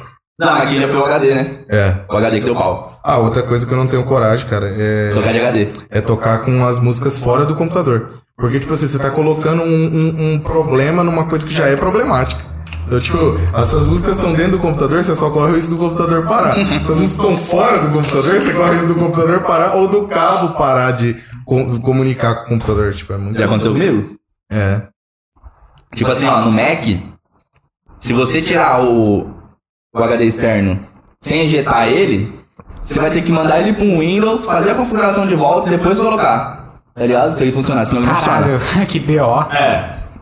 S2: Não, aqui já foi o HD, né?
S4: É.
S2: Foi o HD que deu pau.
S4: Ah, outra coisa que eu não tenho coragem, cara, é.
S2: Tocar de HD.
S4: É tocar com as músicas fora do computador. Porque, tipo assim, você tá colocando um, um- um problema numa coisa que já é problemática. Então, tipo, essas músicas estão dentro do computador, você só corre o risco do computador parar. Essas músicas estão fora do computador, você corre o risco do computador parar ou do cabo parar de com- comunicar com o computador. Tipo, é muito.
S2: Já aconteceu comigo?
S4: É.
S2: Tipo assim, ó, no Mac, se você tirar o, o HD externo sem ejetar ele, você vai ter que mandar ele pro Windows, fazer a configuração de volta e depois colocar. Tá ligado? Pra ele funcionar, senão ele não funciona.
S1: Caralho, que B.O.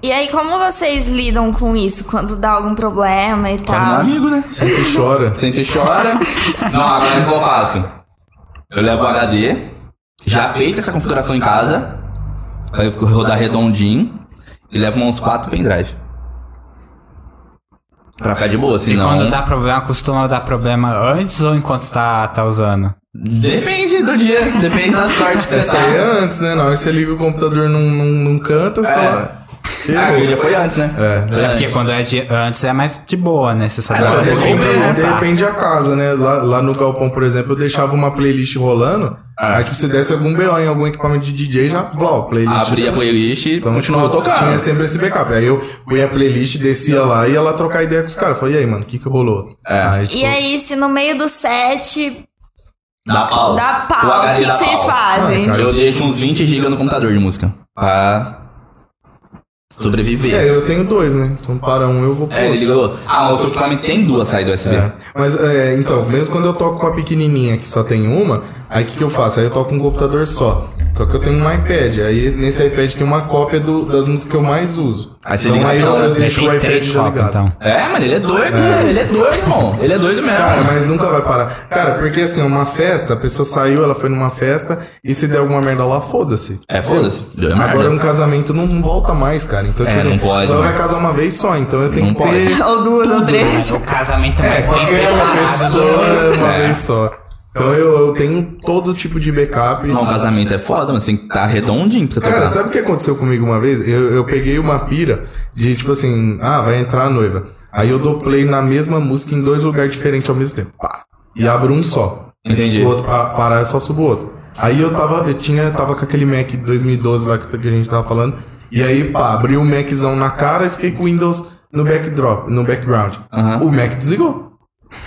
S3: E aí, como vocês lidam com isso quando dá algum problema e tal?
S2: né?
S4: Sente e chora.
S2: Sente e chora. não, agora o que eu faço? Eu levo o HD, já feita essa configuração em casa, pra ele rodar redondinho, e levo uns 4 pendrive. Pra ficar de boa,
S1: E
S2: senão...
S1: quando dá problema, costuma dar problema antes ou enquanto tá, tá usando?
S2: Depende do dia, depende da sorte que
S4: Essa aí é
S2: você tá.
S4: antes, né? Na hora que você liga o computador num, num, num canto, você
S2: É.
S4: fala.
S2: tá. Aquele dia foi antes, né?
S4: É.
S1: É
S2: Antes.
S1: porque quando é de antes é mais de boa, né? Você só
S2: não,
S1: dá pra
S4: Cara,
S2: Vamos
S4: É, depende,
S2: voltar.
S4: depende a casa, né? Lá, lá no galpão, por exemplo, eu deixava uma playlist rolando.
S2: É.
S4: Aí, tipo, se desse algum BO em algum equipamento de DJ, já, blá, playlist.
S2: Abri a playlist e
S4: Então,
S2: continuava
S4: tipo,
S2: tocando.
S4: Tinha sempre esse backup. Aí eu punha a playlist, descia lá e ia lá trocar ideia com os caras. Falei, e aí, mano, o que que rolou?
S2: É.
S4: Aí, tipo,
S3: E aí, se no meio do set
S2: Dá pau.
S3: dá pau, o que, que
S2: dá
S3: vocês
S2: pau.
S3: fazem?
S4: Ah, cara.
S2: Eu deixo uns 20 GB no computador de música. Pra sobreviver.
S4: É, eu tenho dois, né? Então, para um, eu vou pro
S2: É, ele
S4: outro.
S2: ligou. Ah, mas o seu equipamento tem duas saídas USB.
S4: É. Mas, é, então, mesmo quando eu toco com a pequenininha, que só tem uma, aí o que, que eu faço? Aí eu toco com um computador só. Só que eu tenho um iPad. Aí nesse iPad tem uma cópia do- das músicas que eu mais uso.
S2: Aí você
S4: então
S2: liga
S4: aí
S2: na
S4: eu,
S2: hora.
S4: eu deixo o
S1: Tem
S4: iPad
S1: três
S4: já
S1: copos,
S4: tá ligado.
S1: então.
S2: É, mano, ele é doido, né? ele é doido, irmão. Ele é doido mesmo.
S4: Cara, mas nunca vai parar. Cara, porque assim, uma festa, a pessoa saiu, ela foi numa festa, e se der alguma merda lá, foda-se.
S2: é, foda-se. né? Deu merda.
S4: Agora um casamento não volta mais, cara. Então, tipo
S2: É,
S4: assim,
S2: não pode,
S4: só
S2: né?
S4: vai casar uma vez só, então eu tenho
S2: Não
S4: que ter.
S3: Ou duas, ou três?
S1: Mas o casamento
S4: É,
S1: mais bem
S4: qualquer uma pessoa né? uma
S2: É.
S4: vez só. Então eu, eu tenho todo tipo de backup.
S2: Não, casamento é foda, mas tem que estar redondinho pra você
S4: Cara,
S2: tocar.
S4: sabe o que aconteceu comigo uma vez? Eu, eu peguei uma pira de tipo assim, ah, vai entrar a noiva. Aí eu dou play na mesma música em dois lugares diferentes ao mesmo tempo. Pá, e abro um só.
S2: Entendi.
S4: Se o outro pa- parar, eu só subo o outro. Aí eu tava, eu tinha, tava com aquele Mac 2012 lá que, que a gente tava falando. E aí, pá, abri o Maczão na cara e fiquei com o Windows no backdrop, no background.
S2: Aham.
S4: O Mac desligou.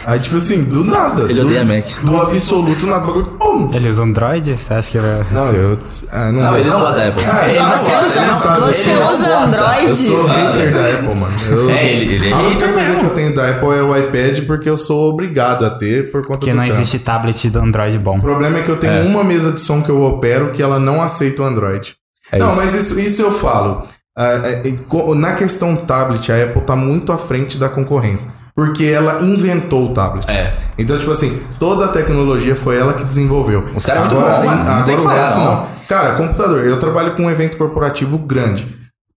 S4: Aí, tipo assim, do nada.
S2: Ah. Ele
S4: do,
S2: odeia Mac.
S4: Do absoluto nada, bagulho. Pum!
S1: Ele usa Android? Você acha que é vai.
S4: Não, eu. ah, não,
S2: Não,
S4: vou-
S2: ele não gosta da Apple. Ele
S4: é
S2: não
S3: Você
S2: gosta, ele não-
S3: usa,
S4: sabe,
S3: você
S2: ele não
S3: usa
S2: gosta.
S3: Android?
S4: Eu sou
S2: Ah,
S4: hater da Apple, mano. Eu-
S2: É, ele- ele é
S4: a única
S2: hater
S4: coisa
S2: mesmo.
S4: que eu tenho da Apple é o iPad, porque eu sou obrigado a ter por conta
S1: Porque
S4: do
S1: não
S4: trampo.
S1: existe tablet do Android bom.
S4: O problema é que eu tenho uma mesa de som que eu opero que ela não aceita o Android.
S2: É
S4: não,
S2: isso.
S4: mas isso, isso eu falo. Ah, é, é, co- na questão tablet, a Apple tá muito à frente da concorrência. Porque ela inventou o tablet.
S2: É.
S4: Então, tipo assim, toda a tecnologia foi ela que desenvolveu.
S2: Os caras é muito
S4: agora,
S2: bom, mano. Não
S4: em-
S2: tem
S4: agora
S2: que
S4: o
S2: falar,
S4: resto
S2: não.
S4: não. Cara, computador. Eu trabalho com um evento corporativo grande.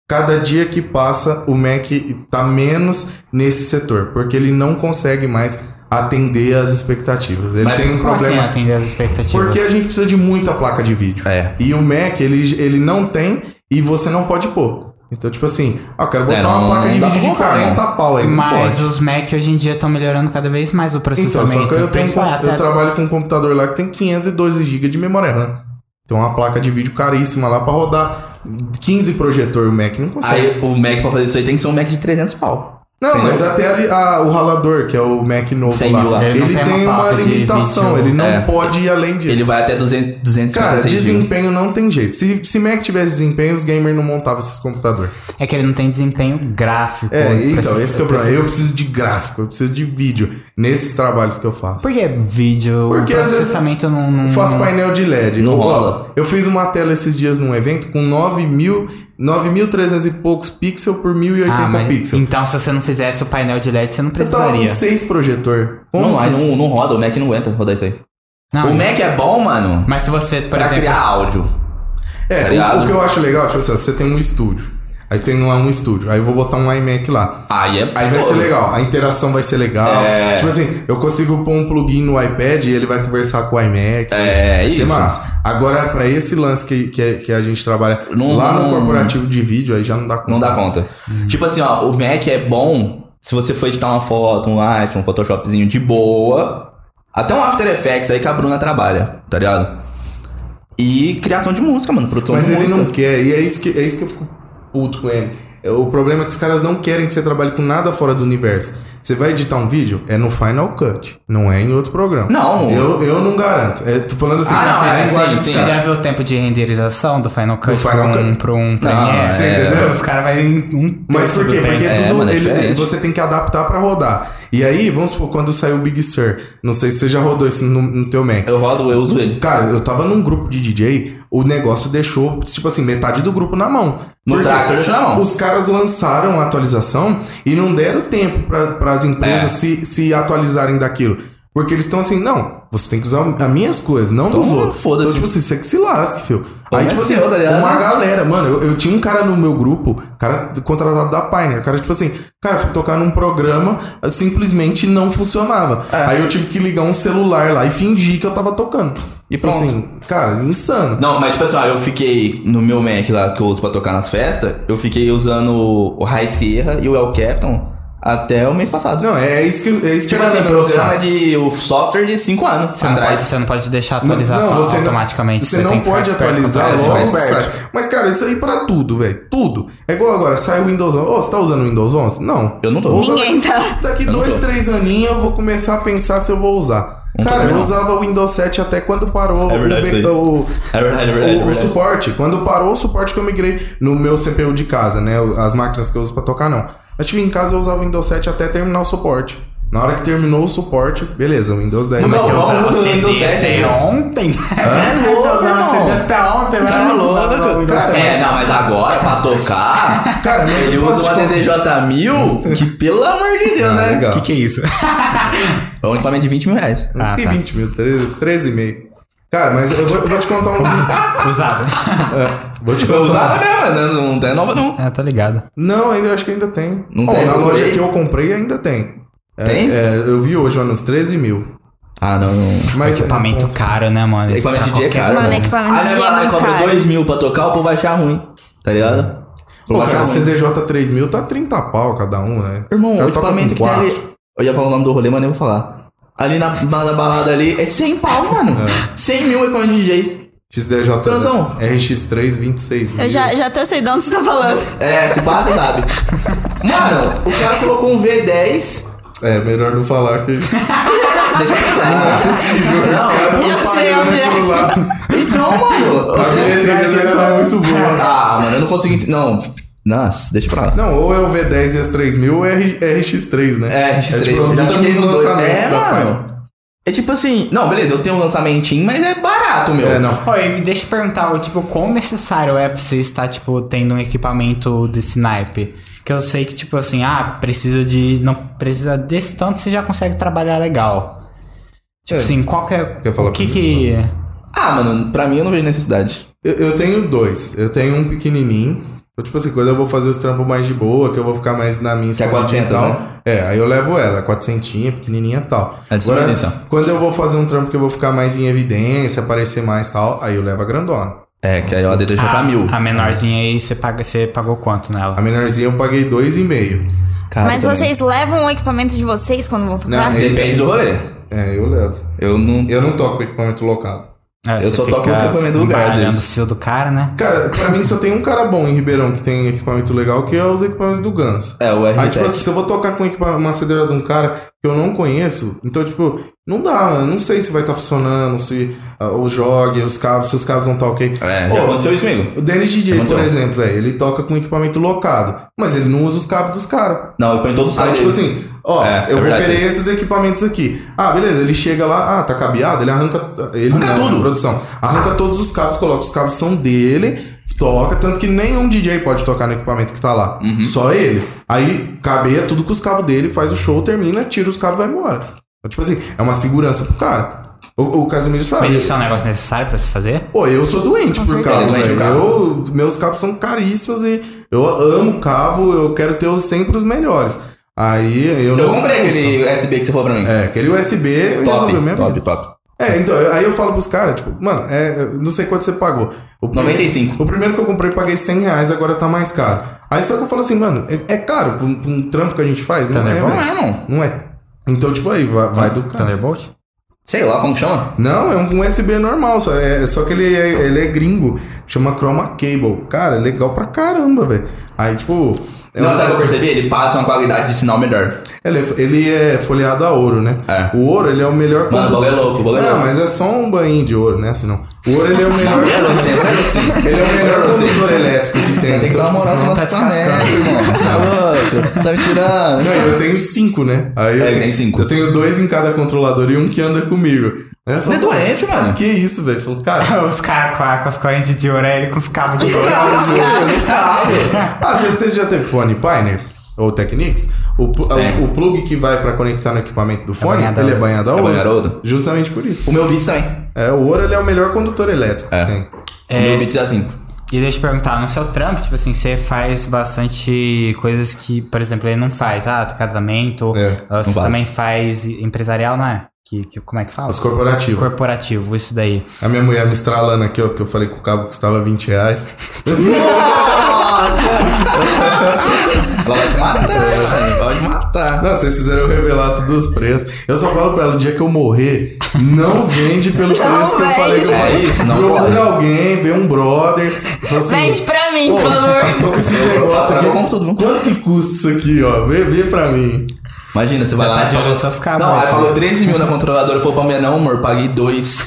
S4: Cada dia que passa, o Mac tá menos nesse setor, porque ele não consegue mais atender às expectativas. Ele
S2: Mas
S4: tem um
S1: Como assim
S4: problema.
S1: atender as expectativas?
S4: Porque a gente precisa de muita placa de vídeo.
S2: É.
S4: E o Mac, ele, ele não tem e você não pode pôr. Então, tipo assim, ó, eu quero botar
S2: É, não-
S4: uma placa de
S2: não dá pra
S4: vídeo de
S2: colocar,
S4: 40 pau aí. não
S1: Mas
S4: pode.
S1: os Mac hoje em dia estão melhorando cada vez mais o
S4: Então,
S1: processamento.
S4: só que eu, tenho,
S1: Principalmente até-
S4: eu trabalho com um computador lá que tem 512 GB de memória RAM. Tem uma placa de vídeo caríssima lá pra rodar 15 projetor o Mac. Não consegue.
S2: Aí o Mac pra fazer isso aí tem que ser um Mac de 300 pau.
S4: Não,
S2: Entendeu?
S4: mas até ali, a- o ralador, que é o Mac novo
S2: 100 mil
S4: lá,
S2: lá.
S4: ele,
S1: Ele não tem
S4: tem
S1: uma
S4: uma,
S1: placa de
S4: limitação.
S1: 20,
S4: Ele não
S2: é.
S4: pode ir além disso.
S2: Ele vai até 200, 200
S4: Cara, desempenho não tem jeito. Se, se Mac tivesse desempenho, os gamers não montavam esses computadores.
S1: É que ele não tem desempenho gráfico.
S4: É, então,
S1: processa-
S4: esse que é o problema. Eu preciso de gráfico, eu preciso de vídeo nesses trabalhos que eu faço.
S1: Por que vídeo?
S4: Porque
S1: o
S4: às vezes
S1: processamento não. não-
S4: Eu faço painel de LED.
S2: Hum. Não
S4: Ó,
S2: rola.
S4: Eu fiz uma tela esses dias num evento com 9.000 9.300 e poucos pixels por 1.080
S1: Ah, mas
S4: pixels.
S1: então se você não fizesse o painel de LED, você não
S4: Eu tava com
S1: precisaria.
S4: 6 projetor.
S2: Não,
S4: Como
S2: mas
S4: que-
S2: não, não roda, o Mac não aguenta rodar isso aí.
S1: Não, né?
S2: o Mac é bom, mano,
S1: Mas se você, Ah, por
S2: pra
S1: exemplo.
S2: criar áudio. tá
S4: É, o- o,
S2: ligado?
S4: que eu acho legal, tipo assim, ó, você tem um estúdio. Aí tem lá um estúdio. Aí eu vou botar um iMac lá.
S2: Aí é
S4: Aí vai
S2: pô,
S4: ser legal, a interação vai ser legal.
S2: É.
S4: Tipo assim, eu consigo pôr um plugin no iPad e ele vai conversar com o iMac.
S2: É,
S4: vai ser
S2: isso.
S4: massa. Agora, pra esse lance que, que, que a gente trabalha
S2: Não-
S4: lá
S2: não-
S4: no corporativo de vídeo, aí já não dá conta.
S2: Não dá conta. Tipo assim, ó, o Mac é bom se você for editar uma foto, um Light, um Photoshopzinho de boa. Até um After Effects aí que a Bruna trabalha, tá ligado? E criação de música, mano, produção
S4: Mas
S2: de
S4: ele
S2: música.
S4: não quer, e é isso que, é isso que eu fico puto com ele. É, O problema é que os caras não querem que você trabalhe com nada fora do universo. Você vai editar um vídeo, é no Final Cut, não é em outro programa.
S2: Não.
S4: Eu, eu não garanto. É, tô falando assim,
S2: Ah,
S4: pra
S2: não,
S4: vocês,
S2: é,
S4: linguagem
S2: sim,
S1: Você
S2: sim.
S4: cara.
S1: já viu o tempo de renderização do Final Cut
S4: Final
S1: pra
S4: Cut.
S1: um,
S4: Ah,
S1: pra um Premiere?
S2: você
S4: entendeu?
S1: Os caras vão em um
S4: Mas por
S1: terço do
S4: quê?
S1: tempo.
S4: Porque
S2: É,
S4: tudo
S2: mano, é
S4: ele-
S2: diferente.
S4: você tem que adaptar pra rodar. E aí, vamos supor, quando saiu o Big Sur, não sei se você já rodou isso no, no teu Mac.
S2: Eu rodo, eu uso ele.
S4: Cara, eu tava num grupo de DJ, o negócio deixou, tipo assim, metade do grupo na mão.
S2: No
S4: Por quê?
S2: tracker deixou na mão.
S4: Os caras lançaram a atualização e não deram tempo para as empresas
S2: É.
S4: se, se atualizarem daquilo. Porque eles estão assim, não, você tem que usar as minhas coisas, não
S2: Então,
S4: dos outros.
S2: foda-se.
S4: Então, tipo assim, você que se lasque, filho.
S2: Pô,
S4: Aí,
S2: mas
S4: tipo assim,
S2: seu, tá ligado?
S4: uma galera, mano, eu, eu tinha um cara no meu grupo, cara contratado da Pioneer, cara, tipo assim, cara, fui tocar num programa, eu simplesmente não funcionava.
S2: É.
S4: Aí eu tive que ligar um celular lá e fingir que eu tava tocando.
S2: E
S4: Tipo
S2: pronto.
S4: assim, cara, insano.
S2: Não, mas pessoal, eu fiquei no meu Mac lá que eu uso pra tocar nas festas, eu fiquei usando o High Sierra e o El Captain até o mês passado.
S4: Não, é isso que é isso que
S2: tipo
S4: eu
S2: assim,
S4: tô
S2: programa
S4: pensando.
S2: de o software de 5 anos
S4: Ah,
S1: Você não, pode,
S2: atrás.
S1: você não pode deixar a
S2: é
S1: atualização
S4: Não, você não-
S1: automaticamente.
S4: Você, não
S1: tem que
S4: pode
S1: ficar esperto
S4: atualizar
S1: com
S2: atualização.
S4: logo que
S2: Você faz
S4: sai. Mas, cara, isso aí pra tudo, velho. Tudo. É igual agora, sai o Windows 11. Ô, você tá usando o Windows 11? Não.
S2: Eu não tô.
S4: Vou usar
S3: Ninguém
S4: daqui-
S3: tá.
S4: Daqui
S2: Eu não
S4: dois,
S2: tô.
S4: três aninhos eu vou começar a pensar se eu vou usar.
S2: Não tô
S4: Cara,
S2: também
S4: eu
S2: não.
S4: usava o Windows 7 até quando parou
S2: É verdade
S4: o,
S2: isso aí.
S4: o-
S2: É verdade, é
S4: o-
S2: verdade, é
S4: o
S2: verdade.
S4: suporte. Quando parou o suporte que eu migrei no meu CPU de casa, né? As máquinas que eu uso pra tocar, não. Mas tive em casa eu usava o Windows 7 até terminar o suporte. Na hora que terminou o suporte, beleza, o Windows 10
S2: Não,
S4: vai
S1: Mas
S4: ser
S1: você
S2: não,
S1: usava
S2: usa o
S1: CD
S2: Windows 7
S1: até
S2: aí.
S1: ontem. Você usava
S2: não.
S1: CD até ontem, mas
S2: Tá
S1: não usava
S2: louco,
S1: o Windows
S4: cara.
S1: 7.
S2: É, não, mas agora pra tocar.
S4: Cara, mas
S2: Ele
S4: eu tá posso
S2: usa uma
S4: te contar- Ah,
S2: DDJ1000, que pelo amor de Deus, né?
S4: legal.
S2: Que que
S1: é isso?
S2: é um equipamento de 20 mil reais.
S1: Ah,
S4: que
S1: tá.
S4: 20 mil, 13, 13 e meio. Cara, mas eu vou, eu vou te contar um.
S1: Usava.
S4: É, vou te
S2: Foi usada
S4: contar.
S2: mesmo, né? não, não tem nova não.
S1: É, tá ligado.
S4: Não, ainda, eu acho que ainda tem.
S2: Não
S4: Ó,
S2: tem,
S4: na
S2: não
S4: loja
S2: tem.
S4: que eu comprei ainda tem. É,
S2: Tem?
S4: é, eu vi hoje, mano, uns 13 mil.
S2: Ah, não, não.
S4: Mas,
S1: Equipamento caro, né, mano?
S2: é Equipamento de
S1: Pra
S2: DJ é
S1: qualquer-
S2: caro.
S3: Mano,
S2: né?
S3: equipamento de
S2: Aí vai
S3: DJ
S2: lá e
S3: é muito
S2: cobra
S3: caro.
S2: 2 mil pra tocar, o povo vai achar ruim. Tá ligado? O povo
S4: Pô,
S2: vai achar
S4: cara,
S2: ruim.
S4: CDJ 3 mil tá 30 pau cada um, né?
S2: Irmão,
S4: Os um
S2: o
S4: caras tocam
S2: equipamento que
S4: com
S2: tem ali.
S4: quatro.
S2: Eu ia falar o nome do rolê, mas nem vou falar. ali na, na, na balada ali, é 100 pau, mano. 100 mil é pra DJ.
S4: XDJ.
S2: Transão.
S4: RX3, 26 mil.
S3: Eu já, já até sei de onde você tá falando.
S2: É, se passa, sabe? Mano, o cara colocou um V10.
S4: É, melhor não falar que...
S2: Deixa eu
S4: Não
S2: pensar.
S4: é possível, esse cara
S3: eu
S4: não
S3: sei
S4: pariu
S3: onde é.
S4: naquilo lá.
S2: Então, mano.
S4: A minha entrevista tá muito boa.
S2: Ah, mano, eu não consigo. ent- Não. Nossa, deixa pra lá.
S4: Não, ou é o V10 e as 3000 ou é R- RX3, né?
S2: É,
S4: É
S2: X3.
S4: tipo os
S2: já troquei
S4: últimos
S2: os dois.
S4: lançamentos
S2: É,
S4: da
S2: mano. É tipo assim, não, beleza, eu tenho um lançamentinho, mas é barato, meu.
S4: É, não.
S1: Oi, deixa eu perguntar, ô, tipo, quão necessário é pra você estar, tipo, tendo um equipamento desse naipe? Que eu sei que, tipo assim, ah, precisa de. Não precisa desse tanto, você já consegue trabalhar legal. Tipo
S4: É.
S1: assim, qual que é.
S4: Quer falar
S1: o que
S4: primeiro?
S1: que.
S2: Ah, mano, pra mim eu não vejo necessidade.
S4: Eu, eu tenho dois. Eu tenho um pequenininho. Eu, tipo assim, quando eu vou fazer os trampos mais de boa, que eu vou ficar mais na minha
S2: Que é
S4: escondidinha e
S2: 400,
S4: tal. É, aí eu levo ela, 400, pequenininha e tal.
S2: É de sua
S4: Agora,
S2: evidência.
S4: quando eu vou fazer um trampo que eu vou ficar mais em evidência, aparecer mais e tal, aí eu levo a grandona.
S2: É, que aí ela deixa
S1: a,
S3: Ah,
S2: pra mil. É.
S1: a menorzinha aí, você, paga, você pagou quanto nela?
S4: A menorzinha eu paguei 2,5.
S2: Cara,
S3: Mas
S2: também.
S3: vocês levam o equipamento de vocês quando vão tocar?
S4: Não,
S2: Depende do rolê.
S4: É, eu levo.
S2: Eu não.
S4: Eu não toco com equipamento local.
S1: É,
S2: eu
S1: você
S2: só toco
S1: fica
S2: o equipamento do lugar, às
S1: baralhando o
S2: vezes.
S1: seu do cara, né?
S4: Cara, pra mim só tem um cara bom em Ribeirão que tem equipamento legal, que é os equipamentos do Ganso.
S2: É, o
S4: Aí,
S2: RT.
S4: tipo assim, se eu vou tocar com equipa- uma cedeira de um cara que eu não conheço, então, tipo, não dá, mano. Não sei se vai estar funcionando, se ah, o jogue, os cabos, se os cabos vão estar ok.
S2: É,
S4: Ô,
S2: já aconteceu isso comigo.
S4: O Dennis DJ, por
S2: Aconteceu.
S4: exemplo, é, ele toca com equipamento locado, mas ele não usa os cabos dos caras.
S2: Não, eu ponho todos os
S4: Aí,
S2: caras.
S4: tipo
S2: dele.
S4: assim, ó,
S2: É, é
S4: eu vou
S2: verdade.
S4: querer esses equipamentos aqui. Ah, beleza, ele chega lá, ah, tá cabeado, ele arranca. Ele
S2: Arranca
S4: não,
S2: tudo.
S4: produção. Arranca todos os cabos, coloca os cabos são dele, toca, tanto que nenhum DJ pode tocar no equipamento que tá lá.
S2: Uhum.
S4: Só ele. Aí cabeia tudo com os cabos dele, faz o show, termina, tira os cabos e vai embora. Então, tipo assim, é uma segurança pro cara. O, o Casimiro sabe.
S1: Mas isso é um negócio necessário pra se fazer?
S4: Pô, eu sou doente por
S3: certeza.
S4: cabo,
S2: Ele é doente
S4: velho.
S2: por cabo.
S4: Eu, meus cabos são caríssimos e eu amo cabo, eu quero ter os sempre os melhores. Aí assim, eu não.
S2: Eu comprei aquele USB que você falou pra mim.
S4: É, aquele USB
S2: top,
S4: resolveu minha
S2: top,
S4: vida.
S2: top.
S4: É, então, eu- aí eu falo pros caras, tipo, mano, é, eu não sei quanto você pagou. O primeiro-
S2: 95.
S4: O primeiro que eu comprei, paguei 100 reais, agora tá mais caro. Aí só que eu falo assim, mano, é, é caro pra um, pra um trampo que a gente faz, não é,
S1: Thunderbolt?
S2: Não
S4: velho?
S2: é, não.
S4: Não é. Então, tipo, aí, vai, vai do cara.
S1: Thunderbolt?
S2: Sei lá como que chama.
S4: Não, é um USB normal, só, é, só que ele é, ele é gringo. Chama Chroma Cable. Cara, é legal pra caramba, velho. Aí, tipo. é
S2: não,
S4: um-
S2: sabe o que eu percebi? Ele passa uma qualidade de sinal melhor.
S4: ele, é, ele é folheado a ouro, né?
S2: É.
S4: O ouro, ele é o melhor.
S2: Mano, o bagulho é louco, o bagulho é
S4: Não,
S2: louco.
S4: mas é só um banho de ouro, né? Senão. O ouro, ele é o melhor. ele é o melhor condutor elétrico que
S2: Tem
S4: tem.
S2: que
S4: Então,
S2: dar uma
S4: tipo,
S2: moral pro
S4: senão tá
S2: nosso planeta,
S4: descascando.
S2: irmão. Tá louco? Tá me tirando.
S4: Não, eu tenho cinco, né? Aí eu
S2: É, ele
S4: tenho,
S2: tem cinco.
S4: Eu tenho dois em cada controlador e um que anda comigo. Aí eu
S2: Você é
S4: falo,
S2: doente, mano.
S4: Que isso, velho? Falou, cara,
S1: Os caras com, a- com as correntes de ouro, aí ele com os cabos de ouro.
S4: Ah, você, você já teve fone Pioneer? Ou Technics? O, pl- é,
S2: Tem.
S4: o, o plug que vai pra conectar no equipamento do fone,
S1: banhado a
S4: ele é
S1: ouro.
S4: banhado a
S2: É
S4: ouro.
S2: banhado a ouro.
S4: Justamente por isso.
S2: O meu Beats também.
S4: É, o ouro ele é o melhor condutor elétrico
S2: É.
S4: que tem.
S2: O meu Beats é assim.
S1: E deixa eu perguntar, no seu trampo, tipo assim, você faz bastante coisas que, por exemplo, ele não faz. Ah, casamento.
S4: É,
S1: ah, você
S2: não faz.
S1: também faz empresarial, não é? Que, que, como é que fala?
S4: Ah, Os corporativos.
S1: Corporativo, isso daí.
S4: A minha mulher me estralando aqui, ó, porque eu falei que o cabo custava 20 reais.
S2: Ela vai te matar, mano. É, Ela vai te matar.
S4: Não, vocês fizeram eu revelar todos os preços. Eu só falo pra ela, o dia que eu morrer, não vende pelo preço que eu falei que eu
S2: vende.
S4: falei.
S2: É isso, não pode.
S4: Procura alguém, vê um brother. fala assim,
S3: Vende pra mim, por favor.
S4: Tô com esses
S2: Eu- eu faço,
S4: negócios aqui.
S2: eu compro tudo, viu?
S4: Quanto que custa isso aqui, ó? Vê, vê pra mim.
S2: Imagina, você vai
S1: Já
S2: lá
S1: tá
S2: e
S1: de olho
S2: fala...
S1: nos seus cabos.
S2: Ah, é Não, é
S1: né,
S2: aí
S1: cara?
S2: falou 13 mil na controladora. Falou pra mim, não, amor, paguei 2.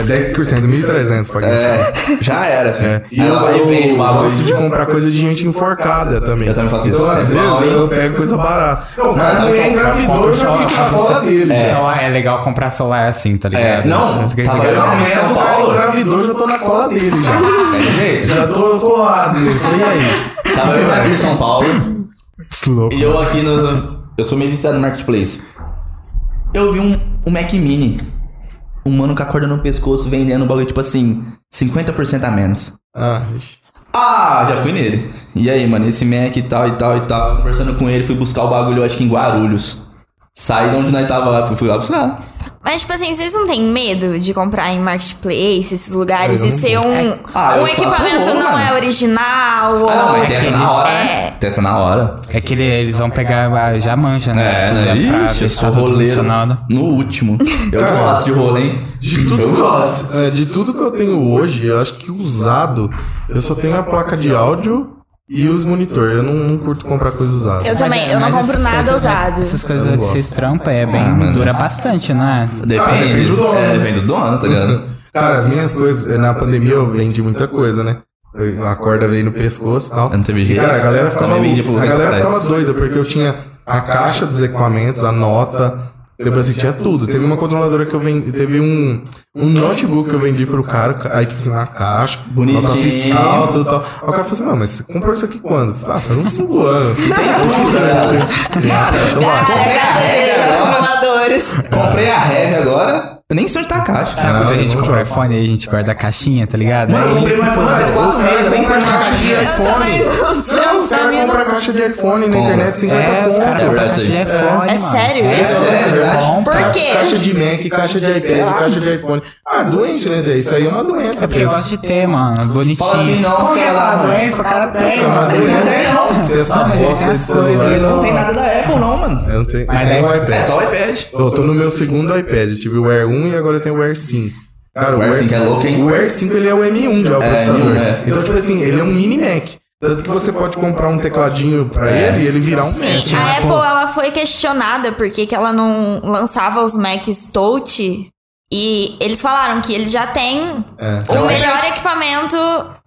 S4: É 10%, 1.300 pra quem sabe.
S2: É, já era, filho.
S4: E
S2: Aí
S4: eu,
S2: ela vai e vende
S4: eu
S2: o bagulho.
S4: gosto de comprar coisa de gente enforcada também.
S2: Eu também faço
S4: então,
S2: isso.
S4: às
S2: É bom,
S4: vezes, eu
S2: hein?
S4: pego coisa barata. Não, é o
S2: cara
S4: cara
S2: tá
S4: me engravidou e já
S1: Só-
S4: fica a bola dele.
S1: É. Celular, é legal comprar celular assim, tá ligado?
S2: não,
S1: fica
S2: tá
S1: ligado.
S4: Eu
S2: legal.
S4: na merda,
S2: São
S4: o cara
S2: Paulo?
S4: engravidou, já tô na cola dele já.
S2: É de jeito.
S4: Já tô colado nele. Falei, E aí?
S2: Tava eu aqui em São Paulo.
S1: Isso louco.
S2: E eu aqui no. Eu sou meio viciado no marketplace. Eu vi um, um Mac Mini. Um mano com a corda no pescoço vendendo um bagulho tipo assim, 50% a menos.
S4: Ah,
S2: Ah, já fui nele. E aí, mano, esse Mac e tal e tal e tal. Conversando com ele, fui buscar o bagulho, eu acho que em Guarulhos. Saí de onde nós tava lá, fui, fui lá buscar.
S3: Mas, tipo assim, vocês não têm medo de comprar em marketplace, esses lugares,
S4: Ah, eu
S3: e
S4: não
S3: ser um,
S2: Ah, eu faço
S3: um equipamento
S2: louco,
S3: não
S2: mano.
S3: é original?
S2: Ah, não,
S3: ou
S2: mas tem essa na
S3: aqueles-
S2: hora,
S3: É.
S2: Testa na hora.
S1: É que ele- eles vão pegar a já manja, né?
S2: É,
S1: Tipo,
S2: né?
S1: já pra
S2: Ixi,
S1: ver
S2: eu
S1: se
S2: sou
S1: tá tudo
S2: roleiro
S1: funcionando.
S2: no último. Eu
S4: Cara,
S2: gosto de rolê, hein?
S4: De tudo,
S2: eu gosto.
S4: é, de tudo que eu tenho hoje, eu acho que usado, eu só tenho a placa de áudio e os monitor. Eu não, não curto comprar coisa usada.
S3: Eu também,
S1: Mas é,
S3: eu não
S1: mas
S3: compro
S1: essas
S3: nada
S1: coisas- mas
S3: usado.
S1: Essas
S4: Eu
S1: coisas
S4: não
S1: de vocês trampa é bem.
S2: mano.
S1: dura bastante, né?
S2: Depende.
S4: Ah, depende do dono.
S2: É, depende do dono, tá ligado?
S4: Cara, as minhas coisas, eh, na pandemia eu vendi muita coisa, né? Eu- A corda veio no pescoço e tal.
S2: Eu não teve
S4: E,
S2: jeito.
S4: cara, a galera ficava,
S2: Também vendi pro
S4: a galera
S2: caralho.
S4: ficava doida, porque eu tinha a caixa dos equipamentos, a nota, depois assim, tinha tudo. Teve uma controladora que eu vendi, teve um, um notebook que eu vendi pro cara, aí tipo assim, na caixa,
S2: Bonitinho.
S4: nota fiscal, tudo e tal. Aí o cara falou assim, mano, mas você comprou isso aqui quando? Eu falei, Ah, faz uns 5 anos. Não tem tudo, né? Deixa eu lá.
S3: Cara, graças a Deus, acumuladores.
S2: Comprei a Heavy agora. Eu nem sei onde tá a caixa.
S1: Sabe quando a
S4: não,
S1: gente
S4: não
S1: compra
S4: joga.
S1: iPhone e a gente guarda a caixinha, tá ligado?
S2: Mano, eu comprei um iPhone faz quatro meses, eu nem sei onde tá a caixinha.
S3: Eu também não um
S4: Não, os
S3: sei.
S4: caras compram caixa de iPhone na internet, 50
S1: É, os
S4: conto.
S1: caras
S2: É,
S1: compram
S2: é,
S1: caixa de
S2: é.
S1: iPhone,
S3: É
S1: mano.
S3: sério?
S1: É,
S3: É Tá,
S2: sério, verdade.
S1: compra.
S3: Por quê?
S4: Caixa de Mac, caixa de iPad, caixa de iPhone. Ah, doente, né, Dê? Isso aí é uma doença.
S1: É porque eu gosto de ter, mano. Bonitinho.
S2: Fala assim, não,
S1: Qual que é
S2: fala,
S1: a
S2: mano.
S1: doença? O cara tem,
S4: Isso é uma
S1: mano.
S4: doença. Tem essa
S1: Não, mas
S4: bosta
S1: é
S4: de
S1: as coisas,
S4: celular.
S1: ele
S2: Não tem nada da Apple, não, mano.
S4: Eu não tenho.
S1: Mas
S4: eu tenho
S1: é-
S4: o
S2: É só
S4: iPad.
S2: o iPad.
S4: Eu tô no meu segundo iPad. Eu Tive o Air 1 e agora eu tenho o Air 5. Cara,
S2: O Air 5 é louco, hein?
S4: O Air 5 ele é o M1 já, o
S2: É,
S4: processador.
S2: M1, é.
S4: Então, tipo assim, ele é um mini Mac. Tanto que você pode comprar um tecladinho pra
S2: É.
S4: ele e ele virar um Mac.
S3: Sim, a Apple ela foi questionada por que que ela não lançava os Macs Touch. E eles falaram que eles já têm
S2: É
S3: o
S2: o
S3: melhor equipamento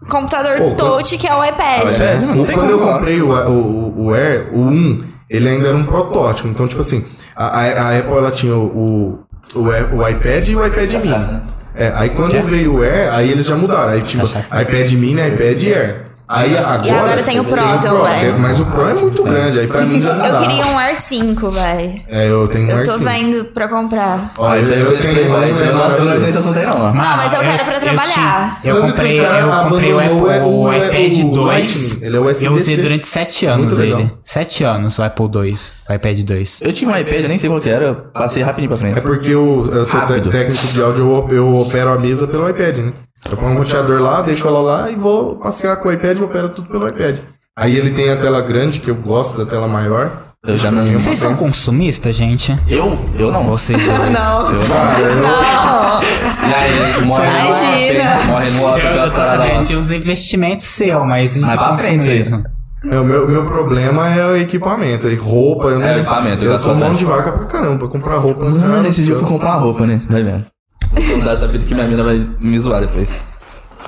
S3: computador
S4: Pô,
S3: touch, que é o iPad.
S2: É o iPad. Não tem
S4: né? Quando eu
S2: como,
S4: comprei o, o, o Air, o 1, ele ainda era um protótipo. Então, tipo assim, a, a- a Apple ela tinha o, o, o, Air- o iPad e o iPad Mini. É, aí quando veio o Air, aí eles já mudaram. Aí tipo, iPad Mini, iPad Air. Aí agora,
S3: agora tem o Pro também.
S4: é, Mas o Pro é muito grande, aí pra mim já não
S3: Eu
S4: dá.
S3: queria um Air 5, véi.
S4: É, eu tenho é um
S3: Eu
S4: Air
S3: tô
S4: 5.
S3: vendo pra comprar.
S4: Ó,
S2: Isso aí
S4: eu, eu tenho um,
S2: Isso aí né? não
S4: é
S2: tem
S4: maravilhoso.
S2: organização, tem não, mano.
S1: Mano,
S3: mas eu quero pra trabalhar.
S1: Eu,
S4: Tanto que
S1: comprei,
S4: os caras
S1: eu comprei o,
S4: abandonou
S1: Apple,
S4: o-
S1: o
S4: o-
S1: iPad
S4: o
S1: 2.
S4: Lightning, ele é o USB-C.
S1: eu usei durante 7 anos
S4: Muito legal.
S1: ele. 7 anos o Apple 2. O iPad 2.
S2: Eu tive um iPad, eu nem sei qual que era, eu passei rapidinho pra
S4: É
S2: frente.
S4: porque eu, eu sou te-
S2: Rápido.
S4: técnico de áudio, eu, op- eu opero a mesa pelo iPad, né? Eu ponho um roteador lá, deixo ela lá e vou passear com o iPad, eu opero tudo pelo iPad. Aí ele tem a tela grande, que eu gosto da tela maior.
S2: Eu já não.
S1: Vocês são consumistas, gente?
S2: Eu? Eu não.
S1: Vocês dois.
S3: Não.
S2: Eu não.
S3: Não.
S2: E aí, morre no
S3: Imagina.
S2: Apple, morre no Apple,
S1: Eu, eu
S2: aquela parada
S1: tô
S2: Tá lá.
S1: sabendo de uns investimentos seus, mas de
S2: Mas pra frente,
S1: consumismo.
S4: É, o meu, o meu problema é o equipamento, e roupa. Eu não,
S2: É, o equipamento,
S4: Eu
S2: eu
S4: sou
S2: gosto
S4: mão
S2: bastante.
S4: de vaca pra caramba, pra comprar roupa. não dá,
S2: Mano, esse dia eu
S4: eu-
S2: fui comprar uma roupa, né? Vai vendo. Vou contar essa fita que minha mina vai me zoar depois.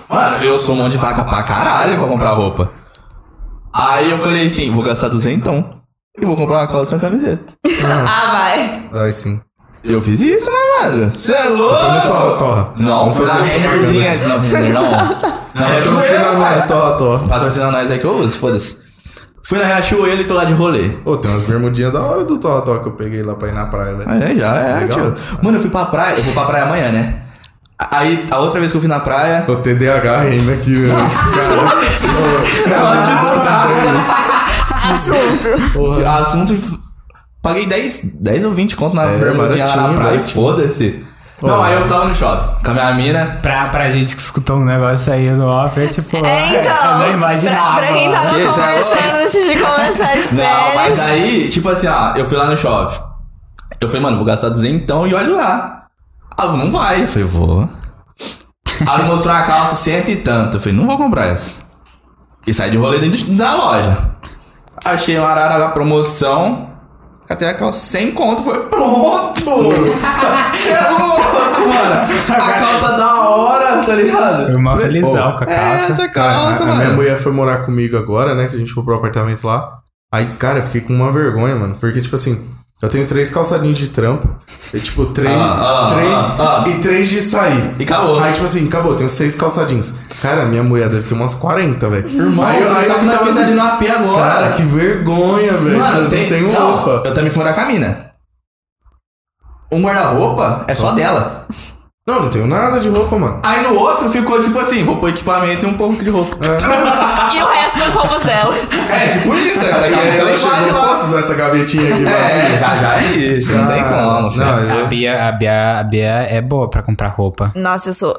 S2: Mano, eu sou mão de vaca pra caralho pra comprar roupa. Aí eu falei assim, vou gastar duzentão e vou comprar uma calça e uma camiseta.
S3: Ah, vai.
S4: Vai sim.
S2: Eu fiz isso, né, malandro. Você é louco?
S4: Foi no Torra, Torra.
S2: Não,
S4: Vamos
S2: foi na
S4: fazer essa propaganda.
S2: Rennerzinha. Não, Renner não. Na
S4: Patrocina nós, Torra, Torra.
S2: Patrocina nós aí que eu uso, foda-se. Fui na Riachuelo e tô lá de rolê.
S4: Ô, tem umas bermudinhas da hora do Torra, Torra que eu peguei lá pra ir na praia, velho.
S2: É, já era,
S4: Legal.
S2: tio. Mano, eu fui pra praia, eu vou pra praia amanhã, né? Aí, a outra vez que eu fui na praia,
S4: O TDAH ainda aqui, né? Cara,
S3: Assunto.
S2: Porra. Assunto. Paguei 10, 10 ou 20 conto na
S4: É,
S2: bermudinha lá
S4: baratinho,
S2: na praia.
S4: baratinho.
S2: Foda-se. Não, aí eu tava no shopping com a minha mina.
S1: Pra, pra gente que escutou um negócio aí no off, é tipo.
S3: É, então.
S1: Eu não imaginava.
S3: Pra, pra quem tá- tava
S2: Que isso, é
S3: conversando antes de começar as
S2: Não,
S4: É
S2: mas
S3: séries.
S2: aí, tipo assim, ó, eu fui lá no shopping. Eu falei, mano, vou gastar 200 então e olha lá. Ah, não vai. Eu falei, vou. Aí me mostrou uma calça cento e tanto. Eu falei, não vou comprar essa. E saí de rolê dentro da loja. Achei uma arara na promoção. Até a calça sem conto. Foi pronto. Você é louco, mano. A calça da hora, tá ligado?
S1: Foi uma felizão
S2: pô,
S1: com a
S2: é
S1: calça.
S2: Essa
S4: Cara,
S2: calça,
S4: a- a, minha
S2: mano.
S4: mulher foi morar comigo agora, né? Que a gente comprou um apartamento lá. Aí, cara, eu fiquei com uma vergonha, mano. Porque, tipo assim, eu tenho três calçadinhos de trampo. E, tipo, três,
S2: Ah, ah,
S4: três
S2: ah, ah.
S4: e três de sair.
S2: E acabou.
S4: Aí, tipo assim, acabou, eu tenho seis calçadinhos. Cara, minha mulher deve ter umas 40, velho. Irmão, aí, eu- aí
S2: tipo, só
S4: eu
S2: que nós
S4: ficava
S2: fizemos
S4: assim,
S2: ali no AP agora.
S4: Cara, que vergonha, velho.
S2: Mano,
S4: eu
S2: tem,
S4: não tenho
S2: não,
S4: roupa.
S2: Eu também fui morar com a mina. Um guarda-roupa é só dela.
S4: Não, não tenho nada de roupa, mano.
S2: Aí no outro ficou tipo assim: vou pôr equipamento e um pouco de roupa.
S3: E o resto das roupas dela.
S2: É, tipo isso, né?
S4: Aí ela chegou, posso usar essa gavetinha aqui vazia?
S2: É, já, já é isso, não tem
S4: Ah,
S2: como.
S4: Não,
S2: filho.
S4: eu-
S1: A Bia, a, Bia, a Bia é boa pra comprar roupa.
S3: Nossa, eu sou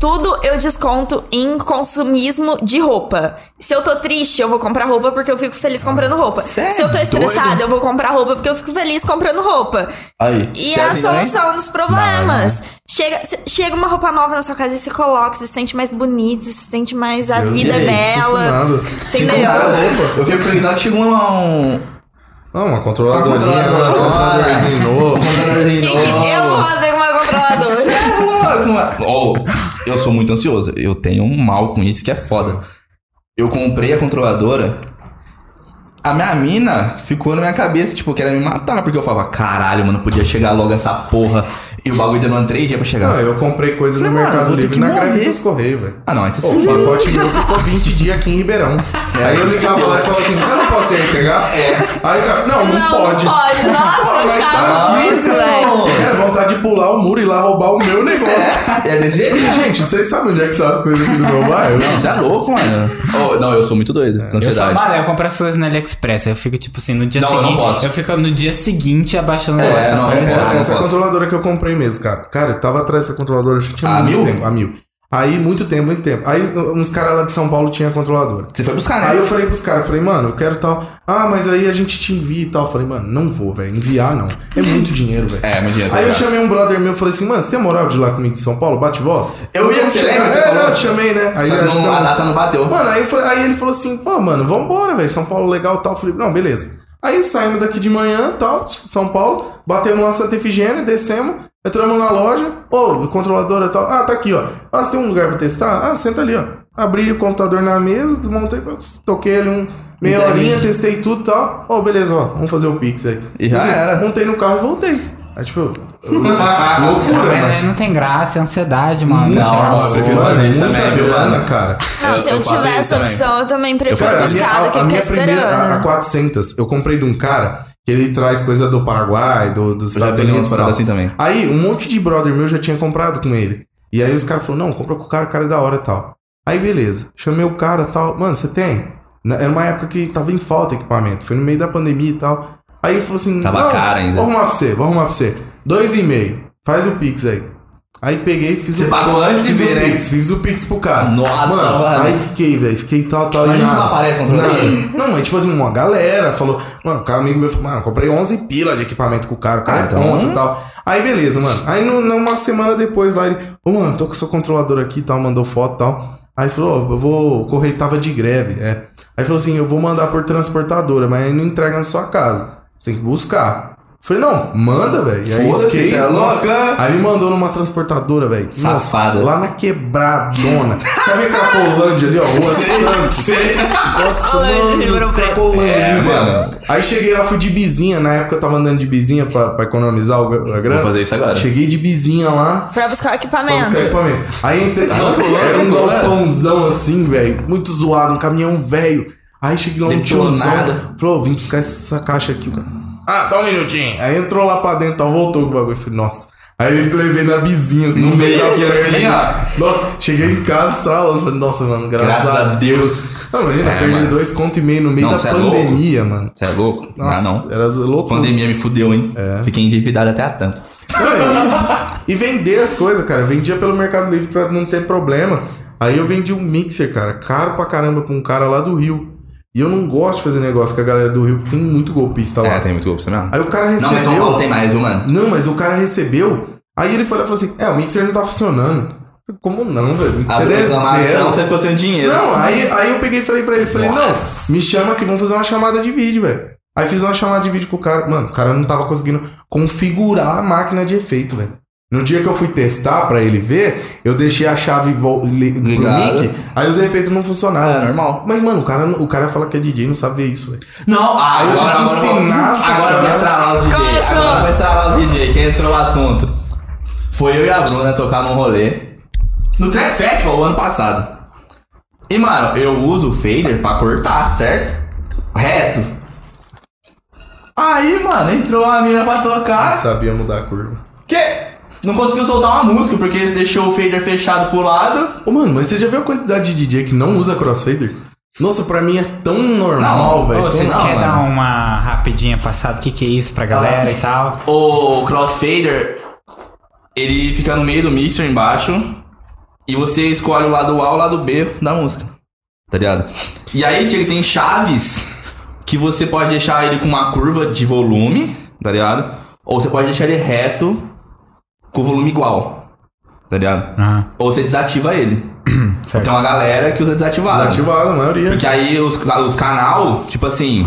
S3: Tudo eu desconto em consumismo de roupa. Se eu tô triste, eu vou comprar roupa porque eu fico feliz
S4: Ah,
S3: comprando roupa.
S2: Cê
S3: Se eu tô
S2: é
S3: estressada,
S2: doido?
S3: eu vou comprar roupa porque eu fico feliz comprando roupa.
S2: Aí.
S3: E
S2: Cê
S3: é a
S4: né?
S2: assim também?
S3: solução dos problemas. Chega, cê- chega uma roupa nova na sua casa e você coloca, você se sente mais bonito, você se sente mais. A vida é
S2: Deus,
S3: bela.
S4: Nada.
S2: Não
S3: Entendeu?
S2: dá roupa. Eu fico perguntando que chegou uma- um.
S4: Não, uma
S2: Uma
S4: controladorinha,
S2: controladora.
S4: um controladorzinho
S2: um
S4: novo.
S2: computadorzinho
S3: Que, que eu
S2: novo.
S3: vou fazer com uma
S2: Você
S3: controladora?
S2: é louco, mano. Ó, eu sou muito ansioso. Eu tenho um mal com isso que é foda. Eu comprei a controladora. A minha mina ficou na minha cabeça, tipo, queria me matar, porque eu falava, caralho, mano, podia chegar logo essa porra. E o bagulho demorando três dias pra
S4: Não,
S2: chegar.
S4: eu comprei coisa no
S2: Falei, mano,
S4: Mercado
S2: vou ter
S4: Livre
S2: que
S4: na
S2: morrer.
S4: greve dos Correios, velho.
S2: Ah, não, aí você se
S4: Pô, o
S2: fudeu.
S4: pacote meu ficou 20 dias aqui em Ribeirão.
S2: É,
S4: aí eu ligava lá e falava assim, eu não posso ir aí pegar? É. Aí o cara, não, não,
S3: Não
S4: pode.
S3: pode. Nossa, eu
S4: Mas
S3: ficava
S4: tá
S3: com
S4: aqui,
S3: isso, velho.
S2: não.
S4: É vontade de pular o muro e ir lá roubar o meu negócio.
S2: É desse
S4: E,
S2: jeito?
S4: gente, vocês sabem onde é que tá as coisas aqui do meu bairro?
S2: Não, você é louco, mano. Ô, não, eu sou muito doido. com
S1: Eu sou
S2: ansiedade.
S1: amarelo, eu compro as coisas na AliExpress. aí Eu fico, tipo assim, no dia
S2: Não, eu não
S1: seguinte.
S2: posso.
S1: eu fico no dia seguinte abaixando o
S2: É,
S1: negócio pra
S2: não,
S1: atualizar.
S4: Essa,
S2: não
S4: essa é a
S2: posso.
S4: controladora que eu comprei mesmo, cara. Cara, eu tava atrás dessa controladora, já tinha
S2: A
S4: muito
S2: mil?
S4: tempo. A mil. Aí, muito tempo, muito tempo. Aí, uns caras lá de São Paulo tinham a controladora.
S2: Você foi buscar, né?
S4: Aí eu falei pros caras, eu falei, mano, eu quero tal. Ah, mas aí a gente te envia e tal. Eu falei, mano, não vou, velho. Enviar não. É muito dinheiro, velho.
S2: É, muito dinheiro,
S4: Aí
S2: tá
S4: eu
S2: ligado.
S4: chamei um brother meu e falei assim, mano, você tem moral de ir lá comigo de São Paulo? Bate e volta?
S2: Eu
S4: Nós
S2: ia,
S4: vamos
S2: você
S4: chegar-
S2: lembra que você
S4: É,
S2: falou? assim.
S4: não, eu te chamei, né? Aí
S2: Só que
S4: a gente
S2: não-
S4: tava-
S2: a data não bateu.
S4: Mano, aí, eu falei- aí ele falou assim, pô, mano, vambora, velho. São Paulo legal e tal. Eu falei, não, beleza. Aí saímos daqui de manhã tal, São Paulo, batemos lá em Santa Efigênia, descemos, entramos na loja, ô, controladora e tal. Ah, tá aqui, ó. Ah, você tem um lugar pra testar? Ah, senta ali, ó. Abri o computador na mesa, desmontei, putz, toquei ali um meia
S2: Entendi.
S4: horinha, testei tudo e tal. Ô, beleza, ó, vamos fazer o Pix aí.
S2: E já era.
S4: Montei no carro e voltei. Aí, tipo,
S1: Mas
S4: loucura,
S1: aí não tem graça, é ansiedade, mano.
S2: Não,
S1: Chega-
S2: eu prefiro fazer isso
S4: muita
S2: também, viu,
S4: grana,
S2: mano?
S4: cara.
S3: Não,
S2: Eu-
S3: se
S2: eu
S3: eu,
S2: faço
S3: tivesse
S2: isso
S3: a
S2: também.
S3: opção, eu também prefiro
S4: Cara, a minha,
S3: ficar do que
S4: a
S3: ficar
S4: minha primeira, a, a
S3: esperando.
S4: 400, eu comprei de um cara que ele traz coisa do Paraguai, do, dos
S2: Eu já
S4: Estados
S2: peguei
S4: Unidos
S2: umas
S4: e tal.
S2: paradas assim também.
S4: Aí um monte de brother meu já tinha comprado com ele. E aí os caras falaram, não, compra com o cara, o cara é da hora e tal. Aí beleza, chamei o cara e tal. Mano, você tem? Na- Era uma época que tava em falta equipamento, foi no meio da pandemia e tal. Aí ele falou assim,
S2: Tava
S4: não,
S2: caro ainda."
S4: vou arrumar pra você, vou arrumar pra você. Dois e meio, faz o Pix aí. Aí peguei e fiz
S2: Você
S4: o
S2: pagou antes de
S4: fiz
S2: ver,
S4: o
S2: né?
S4: Pix, fiz o Pix pro cara.
S2: Nossa,
S4: mano.
S2: mano.
S4: Aí fiquei, velho, fiquei tal, tal
S2: Mas
S4: e
S2: isso
S4: nada.
S2: não aparece no
S4: Nada.
S2: controle?
S4: Não, mas tipo assim, uma galera falou, mano, o cara amigo meu falou, mano, eu comprei 11 pila de equipamento com o cara, o cara
S2: Ah,
S4: é
S2: então-
S4: ponta e tal. Aí beleza, mano. Aí no- numa semana depois lá ele, ô mano, tô com o seu controlador aqui e tal, mandou foto e tal. Aí falou, ó, eu vou, o correio tava de greve, é. Aí falou assim, eu vou mandar por transportadora, mas aí não entrega na sua casa. Você tem que buscar. Falei, não, manda, velho. E aí
S2: Foda-se,
S4: fiquei,
S2: você é
S4: nossa,
S2: louca?
S4: Aí me mandou numa transportadora, velho.
S2: Safada.
S4: Nossa, Lá na quebradona. Sabe aquela Colândia ali, ó? Rua Santos. Nossa,
S3: Colândia de
S4: mano.
S3: Ribeirão Preto.
S4: Cracolândia
S2: É,
S4: de Ribeirão.
S2: mano.
S4: Aí cheguei lá, fui de bizinha. Na época eu tava andando de bizinha pra, pra economizar o, a grana.
S2: Vou fazer isso agora.
S4: Cheguei de bizinha lá.
S3: Pra buscar o
S4: pra buscar
S3: equipamento.
S4: equipamento. Aí entrei.
S2: colando,
S4: Era um
S2: colando.
S4: galpãozão assim, velho. Muito zoado, um caminhão velho. Aí cheguei lá, não tinha
S2: Detonado.
S4: nada. Falou, vim buscar essa, essa caixa aqui. o cara, Ah, só um minutinho. Aí entrou lá pra dentro, ó, voltou com o bagulho. Falei, nossa. Aí eu levei na bizinha, assim,
S2: No
S4: no meio da
S2: meio aqui, assim,
S4: perna. Nossa, cheguei em casa estralando. Falei, nossa, mano, graças,
S2: Graças a Deus.
S4: Não, imagina,
S2: É,
S4: perder
S2: mano.
S4: dois conto e meio no meio
S2: Não,
S4: da
S2: cê é louco.
S4: pandemia, mano.
S2: Você é louco?
S4: Nossa,
S2: ah, não.
S4: era
S2: A
S4: louco. É.
S2: pandemia me fudeu, hein? Fiquei endividado até a tampa.
S4: Tá Cara, e e vender as coisas, cara. Eu vendia pelo Mercado Livre pra não ter problema. Aí eu vendi um mixer, cara, caro pra caramba pra um cara lá do Rio. E eu não gosto de fazer negócio com a galera do Rio, porque tem muito golpista lá.
S2: É, tem muito golpe, você mesmo?
S4: Aí o cara recebeu.
S2: Não, mas São Paulo tem mais, viu, mano?
S4: Não, mas o cara recebeu. Aí ele foi lá e falou assim: É, o mixer não tá funcionando. Eu falei, Como não, velho? Mixer
S2: Abriu
S4: é
S2: reclamação,
S4: zero.
S2: você ficou sem dinheiro.
S4: Não, aí, aí eu peguei e falei pra ele, falei,
S2: Nossa.
S4: não, me chama que vamos fazer uma chamada de vídeo, velho. Aí fiz uma chamada de vídeo com o cara. Mano, o cara não tava conseguindo configurar a máquina de efeito, velho. No dia que eu fui testar pra ele ver, eu deixei a chave vol- li- pro
S2: Ligada.
S4: link, aí os efeitos não funcionaram.
S2: Ah, é normal.
S4: Mas, mano, o cara, o cara fala que é DJ e não sabe ver isso, velho.
S2: Não, ah,
S4: Aí eu
S2: agora,
S4: tive que
S2: agora, vou-
S4: ensinar né? essa
S2: agora vai
S4: galera.
S2: estralar os DJ.
S3: Começou.
S2: Agora vai estralar os DJ, que entrou no assunto. Foi eu e a Bruna tocar num rolê. No Track Festival, o ano passado. E, mano, eu uso o fader pra cortar, certo? Reto. Aí, mano, entrou a mina pra tocar.
S4: Sabia mudar a curva.
S2: Que? Não conseguiu soltar uma música porque ele deixou o fader fechado pro lado.
S4: Ô, mano, mas você já viu a quantidade de DJ que não usa crossfader? Nossa, pra mim é tão normal,
S2: Não,
S4: velho.
S1: Ô, vocês
S2: Então Não,
S1: querem
S2: mano. Tá.
S1: dar uma rapidinha passada? O que, que é isso pra galera e tal?
S2: O crossfader ele fica no meio do mixer embaixo. E você escolhe o lado A ou o lado B da música. Tá ligado? E aí tio, ele tem chaves que você pode deixar ele com uma curva de volume, tá ligado? Ou você pode deixar ele reto com o volume igual. Tá ligado?
S1: Aham,
S2: Ou você desativa ele.
S1: Ah, certo.
S2: Tem uma galera que usa desativado.
S4: Desativado, a maioria.
S2: Porque aí os, os canal, tipo assim,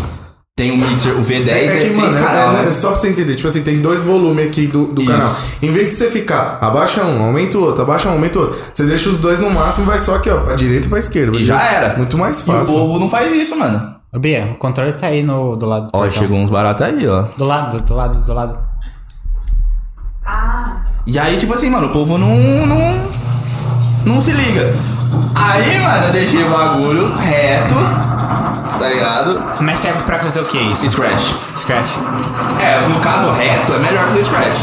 S2: tem o mixer, o V10 é,
S4: É que,
S2: seis
S4: mano, é-
S2: canal,
S4: é-
S2: né?
S4: é só pra você entender, tipo assim, tem dois volumes aqui do, do
S2: Isso.
S4: canal. Em vez de você ficar, abaixa um, aumenta o outro, abaixa um, aumenta o outro, você deixa os dois no máximo e vai só aqui, ó, pra direita e pra esquerda.
S2: E
S4: Vai
S2: já
S4: direita.
S2: era.
S4: Muito mais
S2: E o
S4: fácil.
S2: povo não faz isso, mano.
S1: Ô, Bia, o controle tá aí no, do lado do
S2: Ó,
S1: portão.
S2: chegou uns baratos aí, ó.
S1: Do lado, do lado, do lado.
S2: E aí, tipo assim, mano, o povo não. não, não se liga. Aí, mano, eu deixei o bagulho reto, tá ligado?
S1: Mas serve pra fazer o é que isso?
S2: Scratch.
S1: Scratch.
S2: É, no caso reto é melhor que o Scratch,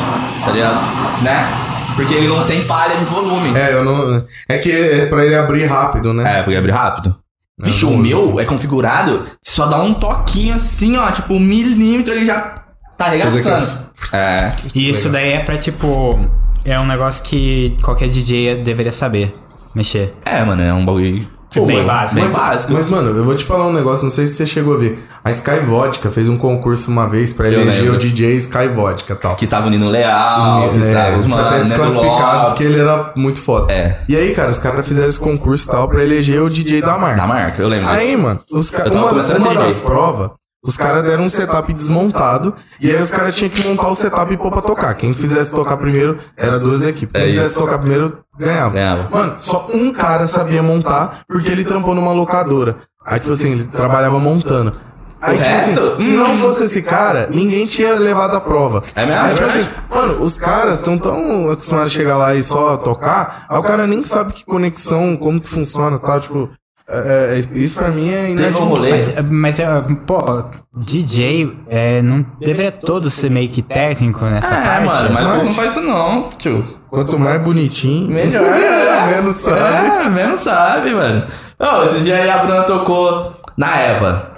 S2: tá ligado? Né? Porque ele não tem falha de volume.
S4: É, eu não. É que é pra ele abrir rápido, né?
S2: É, porque abre rápido. Vixe, o meu é configurado, só dá um toquinho assim, ó, tipo um milímetro ele já tá arregaçando. É.
S1: E isso daí é pra, tipo... É um negócio que qualquer DJ deveria saber mexer.
S2: É, mano, é um bagulho.
S1: Pô, bem básico.
S2: Bem
S1: Mas-
S2: básico.
S4: Mas, mano, eu vou te falar um negócio, não sei se você chegou a ver. A Sky Vodka fez um concurso uma vez pra
S2: Eu
S4: eleger
S2: lembro.
S4: o DJ Sky Vodka e tal. É,
S2: Que tava o Nino Leal, que tava os
S4: foi
S2: mano,
S4: até
S2: né, do
S4: desclassificado,
S2: Lopes,
S4: porque ele era muito foda.
S2: É.
S4: E aí, cara, os caras fizeram esse concurso e tal pra eleger o DJ da marca.
S2: Da marca, eu lembro.
S4: Aí,
S2: disso.
S4: mano, os ca...
S2: Eu tava
S4: uma,
S2: começando a
S4: uma
S2: ser
S4: das
S2: DJ.
S4: provas, os caras deram um setup desmontado, e aí os caras tinham que montar o setup e pôr pra tocar. Quem fizesse tocar primeiro, era duas equipes. Quem
S2: É
S4: fizesse
S2: isso.
S4: tocar primeiro, ganhava.
S2: Ganhava.
S4: Mano, só um cara sabia montar, porque ele trampou numa locadora. Aí, tipo assim, ele trabalhava montando. Aí,
S2: O
S4: tipo assim,
S2: resto?
S4: se não
S2: Hum.
S4: fosse esse cara, ninguém tinha levado a prova.
S2: É mesmo?
S4: Aí, tipo
S2: É
S4: assim,
S2: verdade?
S4: mano, os caras estão tão acostumados a chegar lá e só tocar, aí o cara nem sabe que conexão, como que funciona e tal, tipo. é, é, isso pra mim é
S2: Teve um rolê.
S4: inadmissível.
S1: Mas, mas é, pô, DJ é, não deveria todo ser meio que técnico nessa
S2: É,
S1: parte.
S2: mano, mas o povo não faz isso não, tio.
S4: Quanto mais bonitinho,
S2: Melhor.
S4: menos sabe.
S2: É, menos sabe, mano. Não, esse dia aí a Bruna tocou na Eva.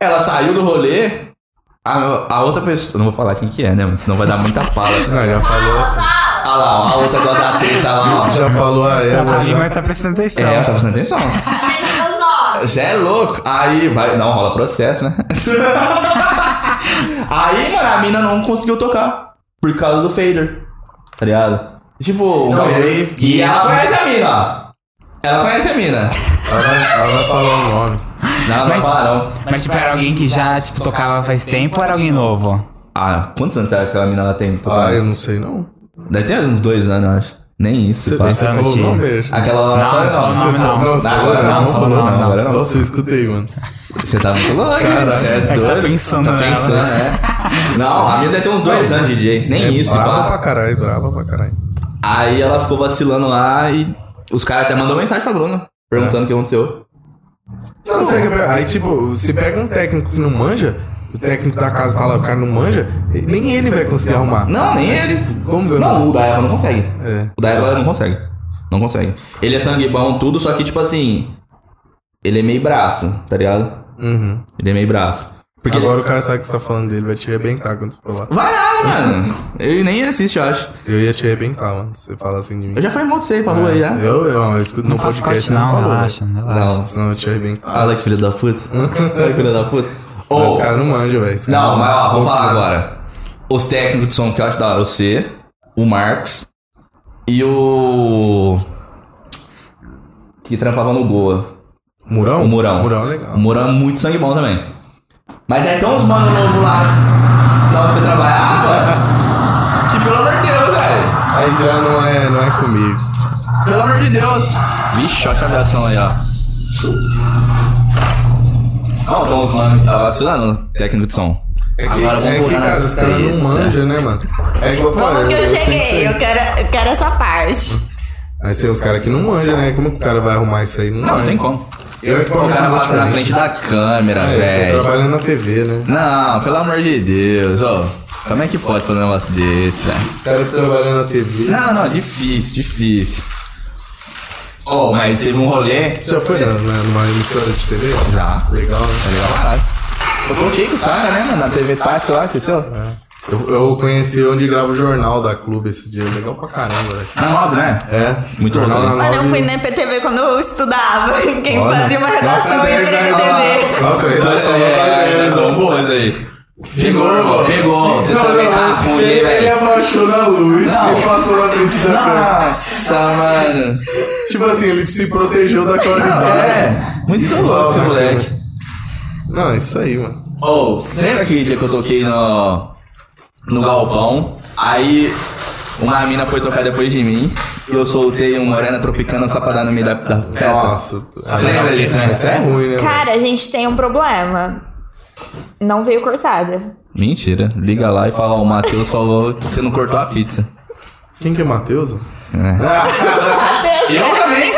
S2: Ela saiu do rolê. A, a outra pessoa. Não vou falar quem que é, né? mano? Senão vai dar muita fala.
S4: Não, já falou,
S2: Olha lá, ó, a outra da da treta lá, ó.
S4: já falou a Eva.
S1: A
S4: já.
S1: língua tá prestando atenção.
S2: É, ela tá prestando atenção.
S3: Meus nomes.
S2: Você é louco. Aí vai. Não, rola processo, né? aí, mano, a mina não conseguiu tocar. Por causa do fader. Tá ligado? Tipo,
S4: Não, e aí?
S2: e ela conhece a mina. Ela conhece a mina.
S4: Ela vai, ela vai falar o nome.
S2: Não, não vai
S1: Mas-
S2: falar, não.
S1: Mas, tipo, era alguém que já, tipo, tocava faz tempo ou era alguém novo?
S2: Ah, quantos anos será que aquela mina ela tem?
S4: Ah, eu
S2: tocando?
S4: não sei não.
S2: Deve ter uns dois anos, eu acho. Nem isso.
S4: Você,
S2: pá. tá
S4: você falou o
S1: Tinha.
S4: nome? Beijo.
S2: Aquela lá
S1: Não,
S2: fora,
S1: não falou
S2: Você-
S1: nome, não.
S4: Nossa, agora
S2: agora
S4: não,
S2: não,
S4: falou
S2: falou
S4: nome.
S2: não, agora não.
S4: Nossa, eu escutei, mano.
S2: Você tá muito louco, hein?
S4: Caralho.
S2: Você é
S1: que
S2: doido.
S1: tá pensando
S2: Tá
S1: nela,
S2: pensando, é. Não, a mina deve ter uns dois anos de DJ. Nem isso,
S4: É brava
S2: pá.
S4: pra caralho, brava pra caralho.
S2: Aí ela ficou vacilando lá e os caras até mandou mensagem pra Bruna, perguntando o que aconteceu.
S4: Não, você quer pegar- aí, tipo, se pega um técnico que não manja, o técnico da casa tá lá, o cara não manja, nem ele vai conseguir arrumar.
S2: Não, nem ele.
S4: Como que eu
S2: Não, o da Eva não consegue.
S4: É.
S2: O da Eva não consegue. Não consegue. Ele é sangue bom, tudo, só que, tipo assim. Ele é meio braço, tá ligado?
S4: Uhum.
S2: Ele é meio braço. Porque ele-
S4: Agora o cara sabe que você tá falando dele, vai te arrebentar quando você for lá.
S2: Vai nada, mano. Ele nem assiste, eu acho.
S4: Eu ia te arrebentar, mano, se você falar assim de mim.
S2: Eu já falei mal de você aí pra
S4: É.
S2: rua aí, né?
S4: Eu, eu, não, eu escuto no
S1: Não faz
S4: podcast,
S1: corte,
S4: você não,
S1: não,
S4: falou.
S1: relaxa,
S4: velho.
S1: relaxa.
S2: Não.
S4: Senão eu te arrebentar.
S2: Olha que filho da puta. Olha que filho da puta. Ô,
S4: Mas o cara não manja, velho. esse cara
S2: Não, mas ó,
S4: manja.
S2: vamos falar agora. Os técnicos de som que eu acho da hora, o C, o Marcos e o. Que trampava no Goa.
S4: Murão?
S2: O Murão.
S4: Murão é
S2: O
S4: legal.
S2: Murão é muito sangue bom também. Mas é tão os mano novo lá, lá onde você trabalhava, que pelo amor de Deus, velho.
S4: Aí já não é, não é comigo.
S2: Pelo amor de Deus. Vixe, olha a aviação aí, ó. Ó, então os mano que tava vacilando, técnico de som.
S4: É que,
S2: Agora vamos
S4: é que
S2: voltar
S4: cara,
S2: nas
S4: os caras não
S2: treta.
S4: manjam, né, mano? É igual eu falei.
S3: Como que eu
S4: tenho ser-
S3: cheguei? Eu quero, eu quero essa parte.
S4: Aí tem os caras que não manjam, né? Como que o cara vai arrumar isso aí? Não,
S2: Não,
S4: manja.
S2: não tem como.
S4: Eu é que
S2: O cara
S4: trabalho
S2: passa na frente da câmera,
S4: É, eu tô
S2: velho.
S4: trabalhando na TV, né?
S2: Não, pelo amor de Deus, ô. Como é que pode fazer um negócio desse, velho?
S4: O cara que trabalha na TV.
S2: Não, não, difícil, difícil. Ô, mas teve um rolê.
S4: Você já foi na, na- numa emissora de TV?
S2: Já.
S4: Legal, né?
S2: Legal, caralho. Eu toquei com os caras, né, mano? Na TV Tátil lá, esqueceu?
S4: Eu, eu conheci onde grava o jornal da clube esses dias. Legal pra caramba, velho.
S2: Na nove, né?
S4: É.
S2: Muito
S4: jornal
S2: louco,
S4: na
S3: Mano, eu
S4: nove.
S3: fui na EPTV quando eu estudava. Quem
S2: Olha.
S3: fazia uma redação
S4: Nossa,
S3: ia pra
S4: dez anos.
S3: EPTV.
S4: Não, três anos, Então, só não dá dez, ó.
S2: É, são boas aí.
S4: Pegou,
S2: Pegou, você
S4: Não,
S2: também
S4: não,
S2: tá ruim,
S4: ele, ele é
S2: velho.
S4: abaixou na luz
S2: Não.
S4: e passou na frente da câmera.
S2: Nossa, mano.
S4: Tipo assim, ele se protegeu da qualidade.
S2: É, muito louco esse
S4: Não,
S2: moleque.
S4: Não, é isso aí, mano.
S2: Ô, você lembra aquele dia que eu toquei no, no galpão? Aí uma mina foi tocar depois de mim e eu soltei um morena tropicana só pra dar no meio da, da festa.
S4: É, Nossa.
S2: Você lembra disso, né?
S4: Isso é ruim, né? mano?
S3: Cara, a gente tem um problema. Não veio cortada.
S2: Mentira. Liga lá e fala, ó, o Matheus falou que você não cortou a pizza.
S4: Quem que é Matheus? mano?
S2: Eu também?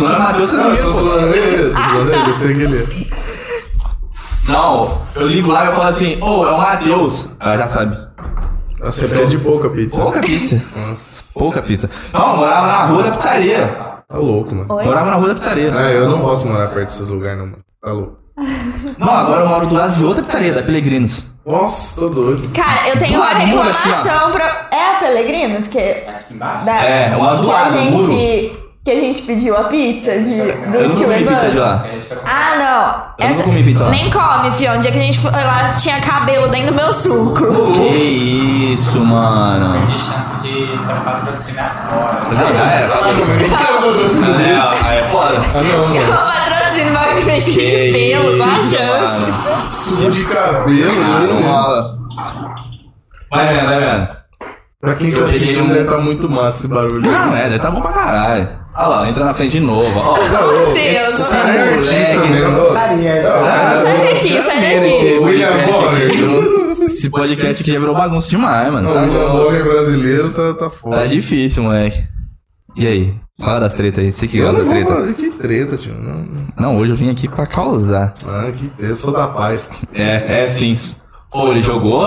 S2: Não, é o Matheus
S4: Não, eu
S2: conseguiu.
S4: tô
S2: pô.
S4: zoando ele, eu tô zoando ele, eu sei que ele é.
S2: Não, eu ligo lá e eu falo assim, ô, é o Matheus. Ela já sabe.
S4: Você pede pouca pizza.
S2: Pouca pizza.
S4: Nossa,
S2: Pouca pizza. Não, eu morava na rua da pizzaria.
S4: tá louco, mano.
S2: Eu morava na rua da pizzaria.
S4: É, eu não posso morar perto desses lugares, não, mano. Tá louco.
S2: Não, agora eu moro do lado de outra pizzaria, da Pelegrinos.
S4: Nossa, tô doido.
S3: Cara, eu tenho
S2: Do
S3: uma
S2: lado, muda assim, ó.
S3: reclamação pra. É a Pelegrinos? Que...
S1: Aqui embaixo?
S3: Da...
S2: É, uma do
S3: que
S2: lado,
S3: a gente...
S2: muro.
S3: Que a gente pediu a pizza de, do
S2: Eu não
S3: tio
S2: comi
S3: Evandro.
S2: pizza de lá.
S3: Ah, não.
S2: Eu nunca comi pizza lá.
S3: Nem come, fio. Um dia que a gente foi lá, tinha cabelo dentro do meu suco.
S2: Que isso, mano.
S1: Tem chance de ter patrocinar fora.
S2: Já era. tá né? É, é foda.
S4: Tá Ah, não,
S3: Eu
S4: mano.
S3: patrocínio uma vez de pelo, com a chance.
S4: Suco de cabelo, né?
S2: Vai vendo, vai vendo.
S4: Pra quem tá assistindo, deve tá muito massa esse barulho.
S2: Não, é, deve tá bom pra caralho. Olha lá, entra na frente de novo. Ó,
S3: Deus.
S4: Meu Tá Esse cara é artista
S2: Moleque,
S4: mesmo. ó.
S1: Daria.
S4: Tá,
S3: Sai daqui, sai
S2: Tá esse
S3: daqui.
S4: William
S2: podcast
S4: Bonner. então.
S2: aqui- Esse podcast aqui já virou bagunça demais, mano.
S4: O
S2: Tá,
S4: Lamborghini brasileiro tá, tá
S2: tá
S4: foda.
S2: difícil, moleque. E aí? Fala das tretas aí. Você que
S4: Eu
S2: gosta
S4: não
S2: da
S4: vou
S2: treta.
S4: fazer- Que treta, tio. Não, não.
S2: Não, hoje eu vim aqui pra causar.
S4: Ah, que treta. Eu sou da paz.
S2: É, é sim. Ou ele jogou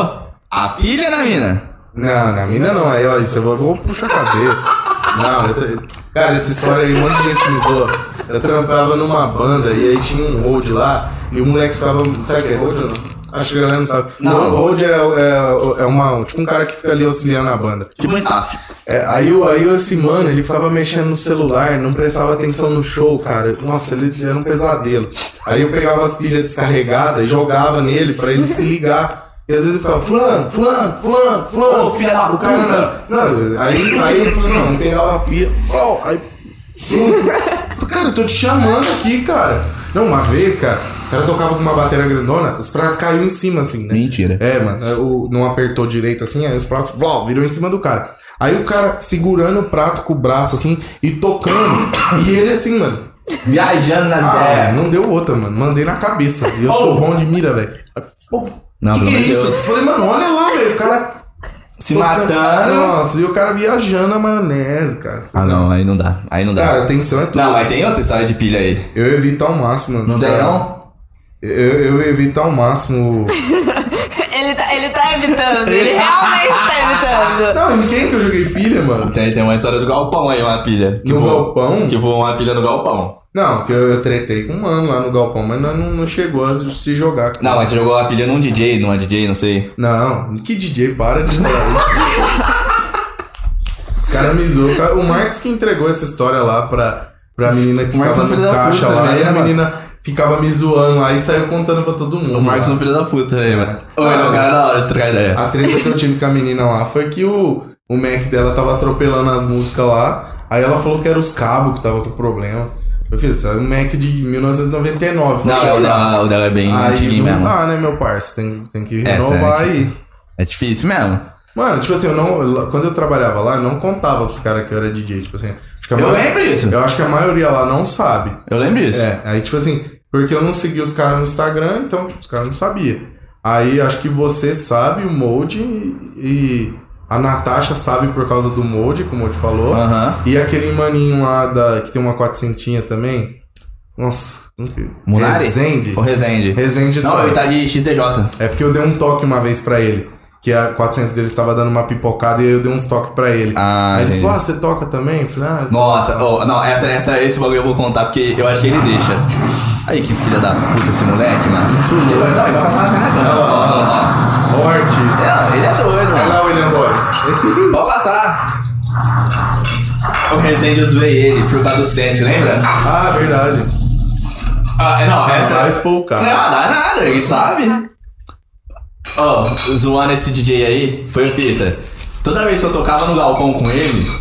S2: a pilha na mina.
S4: Não, na mina não. Aí, ó, isso eu vou, vou puxar a cadeira. Não, eu tô- cara, essa história aí, um monte de gente me zoa. Eu trampava numa banda e aí tinha um road lá e o moleque ficava. Sabe o que é road ou não? Acho que a galera não sabe.
S2: Não.
S4: O Road é, é, é uma, tipo um cara que fica ali auxiliando a banda.
S2: Tipo um staff.
S4: É, aí, o- aí esse mano, ele ficava mexendo no celular, não prestava atenção no show, cara. Nossa, ele era um pesadelo. Aí eu pegava as pilhas descarregadas e jogava nele pra ele se ligar. E às vezes eu ficava, fulano, fulano, fulano, fulano.
S2: Ô, filha da
S4: O cara andava- Não, aí, aí eu falei, não, não pegava a pilha. Ó, aí... Cara, eu tô te chamando aqui, cara. Não, uma vez, cara, o cara tocava com uma bateria grandona, os pratos caíam em cima, assim, né?
S2: Mentira.
S4: É, mano, é, o- não apertou direito assim, aí os pratos vlau, virou em cima do cara. Aí o cara segurando o prato com o braço assim e tocando. e ele assim, mano.
S2: Viajando nas
S4: Ah,
S2: ideias.
S4: não deu outra, mano. Mandei na cabeça. E eu sou bom de mira, velho. Pô,
S2: Não,
S4: que,
S2: pelo
S4: que é
S2: amor de
S4: isso? Eu
S2: Deus.
S4: falei, mano, olha lá, velho. O cara.
S2: Se matando.
S4: Nossa, e o cara viajando a maionese, cara.
S2: Ah, não, aí não dá. Aí não dá.
S4: Cara, atenção é tudo.
S2: não, mas tem outra história de pilha aí.
S4: Eu evito ao máximo, mano.
S2: Não tem,
S4: cara.
S2: não?
S4: Eu, eu evito ao máximo.
S3: Ele tá, ele tá evitando, ele realmente tá evitando.
S4: não, em quem que eu joguei pilha, mano?
S2: Tem, tem uma história do galpão aí, uma pilha.
S4: No galpão?
S2: Que voou uma pilha no galpão.
S4: Não, que eu, eu tretei com um mano lá no galpão, mas não, não não chegou a se jogar. com
S2: Não, mas você jogou a pilha num DJ, numa DJ, não sei.
S4: Não, que DJ, para de falar isso. Os caras me zoam. cara. O Marx que entregou essa história lá pra, pra menina que
S2: O Marx
S4: ficava
S2: é um
S4: no
S2: filho da
S4: caixa
S2: puta,
S4: lá.
S2: né,
S4: e a
S2: mano?
S4: menina ficava me zoando lá e saiu contando pra todo mundo.
S2: O Marcos é um filho da puta aí, mano. Ah, Ô, ele é um cara da hora de trocar ideia.
S4: A treta que eu tive com a menina lá foi que o, o Mac dela tava atropelando as músicas lá. Aí ela falou que era os cabos que tava com problema. Eu fiz, isso é um Mac de 1999.
S2: Não,
S4: sei
S2: o
S4: lá.
S2: dela, o dela é bem
S4: né?" Aí
S2: antiguinho
S4: não
S2: mesmo.
S4: dá, né, meu parça? Tem, tem que
S2: É,
S4: renovar
S2: tem que-
S4: aí.
S2: É difícil mesmo.
S4: Mano, tipo assim, eu não, lá- quando eu trabalhava lá, eu não contava pros caras que eu era DJ. Tipo assim, acho que a
S2: Eu
S4: maioria-
S2: lembro disso.
S4: Eu acho que a maioria lá não sabe.
S2: Eu lembro disso.
S4: É, aí tipo assim, porque eu não seguia os caras no Instagram, então tipo, os caras não sabiam. Aí acho que você sabe o molde e a Natasha sabe por causa do molde, como o molde falou.
S2: Aham.
S4: E aquele maninho lá da, que tem uma quatrocentinha também. Nossa, como que...
S2: Munari?
S4: Rezende.
S2: O Rezende.
S4: Rezende
S2: Não,
S4: sabe.
S2: ele tá de XDJ.
S4: É porque eu dei um toque uma vez pra ele. Que a 400 dele estava dando uma pipocada e aí eu dei uns toques pra ele.
S2: Ah,
S4: aí ele
S2: entendi.
S4: falou, ah, você toca também? Eu falei, ah, eu
S2: Nossa, ô, não, essa, essa, esse bagulho eu vou contar porque eu acho que ele deixa. Aí que filha da puta esse moleque, mano. Ele vai- não, ele vai passar na minha cara. Ó, ó, ó, ó.
S4: Morte.
S2: Não, ele é doido,
S4: Vai
S2: mano.
S4: lá, William Boy.
S2: Pode passar. O Rezende eu zoei ele por causa do set, lembra?
S4: Ah, verdade.
S2: Ah, é, não, essa.
S4: Vai expulcar.
S2: Não, não é nada, ele sabe. Ó, zoando esse DJ aí, foi o Pita. Toda vez que eu tocava no galpão com ele,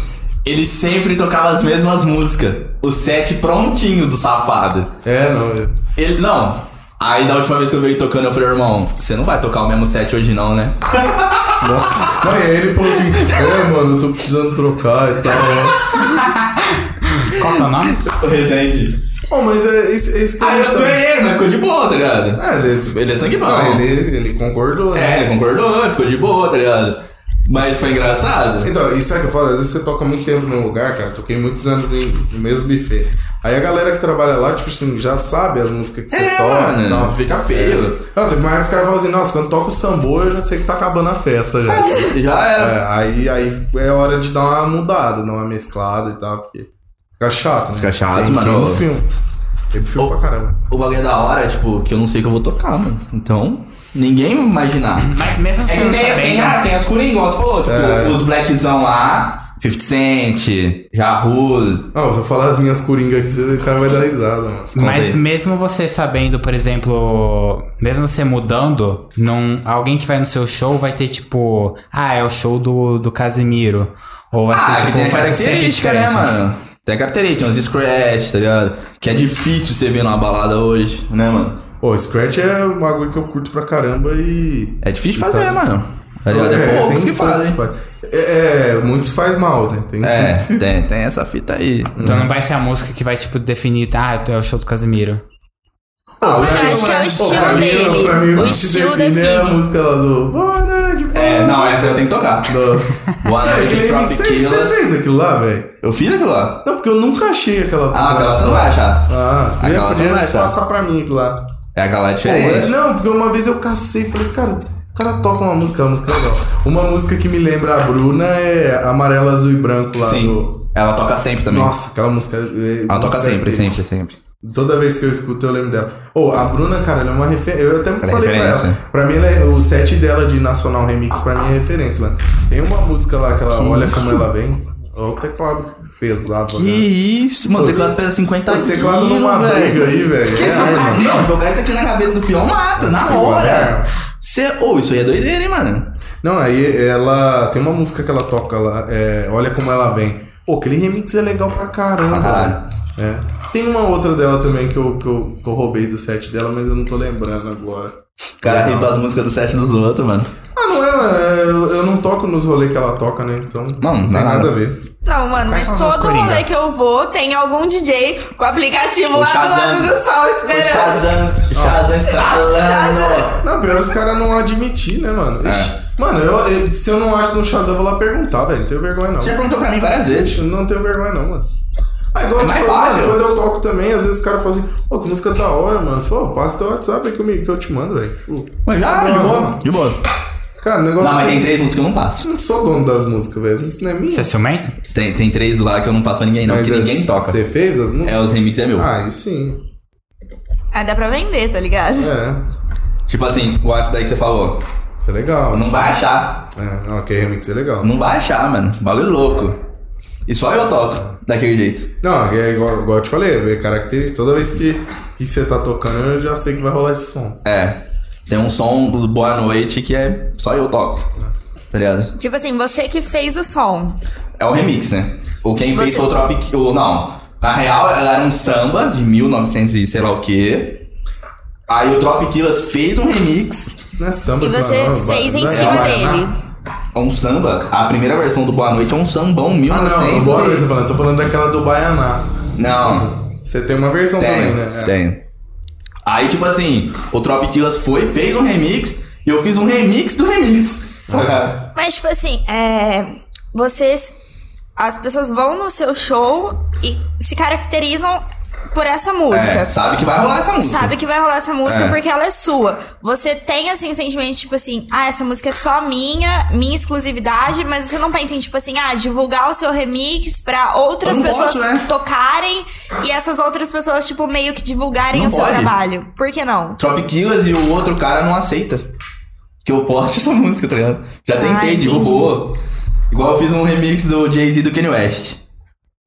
S2: ele sempre tocava as mesmas músicas. O set prontinho do safado.
S4: É, não.
S2: Ele, não. Aí da última vez que eu veio tocando, eu falei, irmão, você não vai tocar o mesmo set hoje não, né?
S4: Nossa. Não, e aí ele falou assim: É, mano, eu tô precisando trocar e tal. né?"
S1: Qual que é o nome?
S2: O Rezende.
S4: Bom, mas é esse, é esse que
S2: Aí eu
S4: eu também.
S2: zoei ele, mas ficou de boa, tá ligado?
S4: É, ele,
S2: Ele é sangue bom.
S4: ah, ele, ele concordou, né?
S2: É, ele concordou, ficou de boa, tá ligado? Mas foi engraçado.
S4: Então, isso é que eu falo, às vezes você toca muito tempo num lugar, cara. Toquei muitos anos em, no mesmo buffet. Aí a galera que trabalha lá, tipo assim, já sabe as músicas que você
S2: É,
S4: toca.
S2: mano,
S4: tal.
S2: fica feio.
S4: Não, teve uma época que os caras falavam assim, nossa, quando toca o sambô, eu já sei que tá acabando a festa já.
S2: Já era.
S4: É, aí, aí é hora de dar uma mudada, dar uma mesclada e tal, porque fica chato, né?
S2: Fica chato,
S4: Tem-
S2: mano.
S4: Tem no filme. Tem no filme pra caramba.
S2: O bagulho é da hora, tipo, que eu não sei o que eu vou tocar, mano. Então, ninguém vai imaginar.
S1: Mas mesmo
S2: É
S1: assim,
S2: que
S1: não
S2: tem, tem,
S1: sabendo.
S2: ah, tem as coringas, igual você falou, tipo, os blackzão lá, 50 Cent, Jahul.
S4: Não, eu vou falar as minhas coringas aqui, você- o cara vai dar risada, mano.
S1: Mas
S2: aí.
S1: mesmo você sabendo, por exemplo, mesmo você mudando, não, alguém que vai no seu show vai ter tipo, ah, é o show do, do Casimiro. Ou assim,
S2: Ah, que
S1: tipo,
S2: tem a
S1: vai ser sempre
S2: característica, né,
S1: diferente,
S2: mano? Tem a característica, uns scratch, tá ligado? Que é difícil você ver numa balada hoje, né, mano?
S4: Pô, Scratch é um bagulho que eu curto pra caramba e.
S2: É difícil fazer,
S4: Então,
S2: mano. Tá ligado? É, poucos que
S4: poucos
S2: fazem.
S4: faz. É, é, muitos faz mal, né? Tem
S2: É, tem, tem essa fita aí.
S1: Então não vai ser a música que vai, tipo, definir, ah, é o show do Casimiro.
S4: Ah,
S3: Mas eu acho que é o
S4: Pô,
S3: estilo
S4: pra mim,
S3: dele.
S4: pra mim,
S3: o
S4: que
S3: estilo
S4: define é a
S3: define.
S4: música lá do Boa Noite, boa
S2: É, não, essa eu tenho que tocar.
S4: Nossa.
S2: Boa noite,
S4: Aquele
S2: Drop
S4: remix, Você você
S2: Killers.
S4: fez aquilo lá, velho?
S2: Eu fiz aquilo lá.
S4: Não, porque eu nunca achei aquela.
S2: Ah, aquela você não vai achar.
S4: Ah, você podia,
S2: Aquela você
S4: podia
S2: não vai achar.
S4: passar pra mim aquilo lá.
S2: É aquela lá
S4: Pô, mas-
S2: diferente.
S4: não, porque uma vez eu cacei e falei, cara, o cara toca uma música, uma música é legal. Uma música que me lembra a Bruna é Amarelo, Azul e Branco lá do.
S2: Sim. Ela toca sempre também.
S4: Nossa, aquela música. é,
S2: Ela toca sempre, sempre, sempre.
S4: Toda vez que eu escuto, eu lembro dela. Ô, a Bruna, cara, ela é uma referência. Eu até me
S2: é
S4: falei pra ela.
S2: referência.
S4: Pra mim, ela é- o set dela de Nacional Remix, pra mim, é referência, mano. Tem uma música lá que ela olha como ela vem. Olha o teclado pesado, né?
S2: isso, mano.
S4: Pô,
S2: O teclado
S4: esse-
S2: pesa 50
S4: Esse teclado
S2: quilos,
S4: numa
S2: velho.
S4: briga aí, velho.
S2: Que isso,
S4: É,
S2: cara?
S4: mano.
S2: Não, jogar isso aqui na cabeça do peão mata, na
S4: Sim,
S2: hora.
S4: mano. é.
S2: Cê, ô, isso aí é doideira, hein, mano?
S4: Não, aí ela. Tem uma música que ela toca lá, é, Olha Como Ela Vem. Pô, aquele remix é legal pra caramba.
S2: Pra caralho.
S4: né? É. Tem uma outra dela também que eu, que, eu, que eu roubei do set dela, mas eu não tô lembrando agora.
S2: O cara ripa as músicas do set dos outros, mano.
S4: Ah, não é, mano. é, Eu, eu não toco nos rolês que ela toca, né? Então
S2: Não,
S4: tem
S2: não é
S4: nada,
S2: nada.
S4: a ver.
S3: Não, mano,
S1: Quais
S3: mas
S1: são as
S3: todo
S1: coringas?
S3: rolê que eu vou tem algum DJ com o aplicativo
S2: O
S3: lá do lado
S2: Shazam.
S3: do sol esperando.
S2: Shazam, Shazam estralando.
S4: Não, pior é os caras não admitir, né,
S2: É.
S4: mano? Ixi, Mano, eu, eu- se eu não acho no Shazam, eu vou lá perguntar, velho. Não tenho vergonha, não.
S2: Você já perguntou pra mim várias vezes.
S4: Eu Não tenho vergonha, não, mano. Ah, igual,
S2: É mais
S4: tipo,
S2: fácil.
S4: mano, quando eu toco também, às vezes o cara fala assim, pô, que música da hora, mano. Pô, passa teu WhatsApp aí que eu, me- que eu te mando, velho. Tipo,
S2: Mas já,
S4: tá
S2: de
S4: bom,
S2: boa.
S4: mano.
S2: De boa.
S4: Cara, o negócio
S2: Não, mas
S4: é que
S2: tem três músicas que eu não passo.
S4: eu não sou dono das músicas, velho. Isso não é minha.
S1: Você é ciumento?
S2: Tem, tem três lá que eu não passo pra ninguém, não, porque
S4: as-
S2: ninguém toca.
S4: Você fez as
S2: É,
S4: músicas?
S2: os remix é meu.
S4: é Ah, aí sim.
S3: Aí dá pra vender, tá ligado?
S4: É.
S2: Tipo assim, igual essa daí que você falou.
S4: Isso é legal.
S2: Não vai achar.
S4: É, não, aquele remix é legal.
S2: Não vai achar, mano. Bagulho louco. E só eu toco daquele jeito.
S4: Não, é igual, igual eu te falei, é característica. Toda vez que, que você tá tocando, eu já sei que vai rolar esse som.
S2: É. Tem um som do Boa Noite que é só eu toco. Tá ligado?
S3: Tipo assim, você que fez o som.
S2: É o remix, né? Ou quem fez
S3: Você-
S2: foi o Tropic. Ou não. Na real, ela era um samba de 1900 e sei lá o quê. Aí o Drop Killers fez um remix.
S4: Não é samba
S3: E
S4: que
S3: você
S4: vai, não,
S3: fez
S4: vai-
S3: em
S4: vai-
S3: cima
S4: vai-
S3: dele.
S2: É um samba. A primeira versão do Boa Noite é um sambão
S4: Ah,
S2: 1900.
S4: não,
S2: e-
S4: boa noite, você falando. Tô falando daquela do Baianá.
S2: Não.
S4: Você tem uma versão também,
S2: Tem,
S4: né? É.
S2: tem. Aí, tipo assim, o Trop Killers foi, fez um remix, e eu fiz um remix do remix.
S3: Mas, tipo assim, é, vocês. As pessoas vão no seu show e se caracterizam por essa música.
S2: É, sabe que vai rolar essa música.
S3: Sabe que vai rolar essa música
S2: É.
S3: porque ela é sua. Você tem, assim, o sentimento, tipo assim, ah, essa música é só minha, minha exclusividade, mas você não pensa em, tipo assim, ah, divulgar o seu remix pra outras
S2: Eu não
S3: pessoas
S2: posso, né?
S3: tocarem e essas outras pessoas, tipo, meio que divulgarem
S2: Não
S3: o seu
S2: pode.
S3: trabalho. Por que não?
S2: um Trop Killers e o outro cara não aceita. que eu poste essa música, tá ligado? Já tentei,
S3: Ah,
S2: derrubou. Igual eu fiz um remix do Jay-Z e do Kanye West.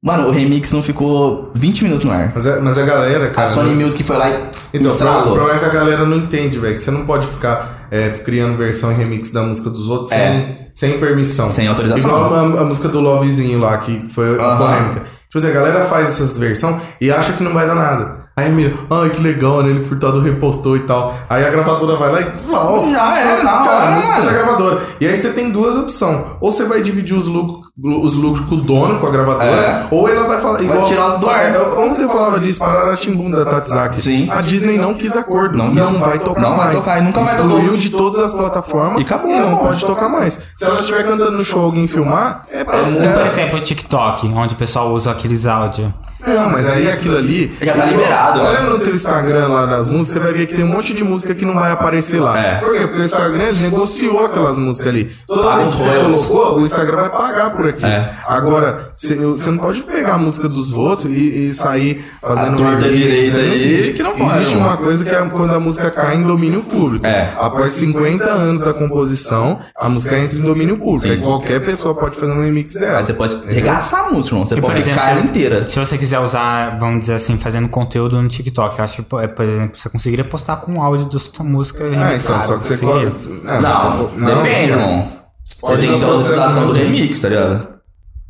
S2: Mano, o remix não ficou 20 minutos no ar.
S4: Mas, é- mas a galera,
S2: A
S4: cara. né?
S2: Sony
S4: não-
S2: Music foi lá e
S4: Então, o problema- o
S2: estralou.
S4: problema é que a galera não entende, velho. Que você não pode ficar é, criando versão e remix da música dos outros
S2: É.
S4: sem, sem permissão.
S2: Sem autorização.
S4: Igual a, a música do Lovezinho lá, que foi a
S2: Aham.
S4: polêmica. Tipo assim, a galera faz essas versões e acha que não vai dar nada. Aí mira, ai que legal, né? Ele furtado repostou e tal. Aí a gravadora vai lá e. Uau,
S2: Já era, tá, na
S4: cara,
S2: hora,
S4: a música é
S2: mano.
S4: da gravadora. E aí você tem duas opções. Ou você vai dividir os lucros, os lucros com o dono, com a gravadora,
S2: É.
S4: ou ela vai falar. Igual,
S2: tirar os do ar.
S4: É, Ontem eu falava disso, pararam a Timbum da Tatsaki.
S2: Sim.
S4: A Disney não quis acordo.
S2: Não
S4: Não,
S2: quis.
S4: vai tocar
S2: Não vai
S4: mais.
S2: tocar, e nunca vai
S4: Excluiu
S2: tocar.
S4: de todas as plataformas
S2: E acabou,
S4: não
S2: acabou.
S4: pode tocar mais. Se ela estiver cantando no show alguém filmar, é pra
S1: Por
S4: é,
S1: exemplo, o TikTok, onde o pessoal usa aqueles áudios.
S4: Não, mas aí aquilo ali.
S2: É, Já tá liberado,
S4: Olha
S2: né?
S4: no teu Instagram lá nas músicas, você vai ver que tem um monte de música que não vai aparecer lá.
S2: É.
S4: Por quê? Porque o Instagram ele negociou aquelas músicas ali. Toda
S2: Paga
S4: vez
S2: os
S4: que você
S2: royalties.
S4: colocou, o Instagram vai pagar por aqui.
S2: É.
S4: Agora, você você não pode pegar a música dos outros e, e sair fazendo
S2: torta
S4: remix,
S2: direita
S4: né?
S2: aí, que não pode,
S4: Existe
S2: não.
S4: uma coisa que é quando a música cai em domínio público.
S2: É.
S4: Após 50 anos da composição, a música entra em domínio público.
S2: Sim.
S4: Aí qualquer pessoa pode fazer um remix dela.
S2: Aí você pode regaçar a música, irmão. Você
S1: Que,
S2: pode ficar ela
S1: se-
S2: inteira.
S1: Se você quiser usar, vamos dizer assim, fazendo conteúdo no TikTok, eu acho que, por por exemplo, você conseguiria postar com áudio da sua música.
S4: Ah, então,
S1: remixada,
S4: só que você
S1: conseguiria.
S4: corta.
S2: Não, depende, irmão. Você
S4: Pode
S2: tem que ter
S4: dar processo
S2: autorização do
S4: mesmo.
S2: remix, tá ligado?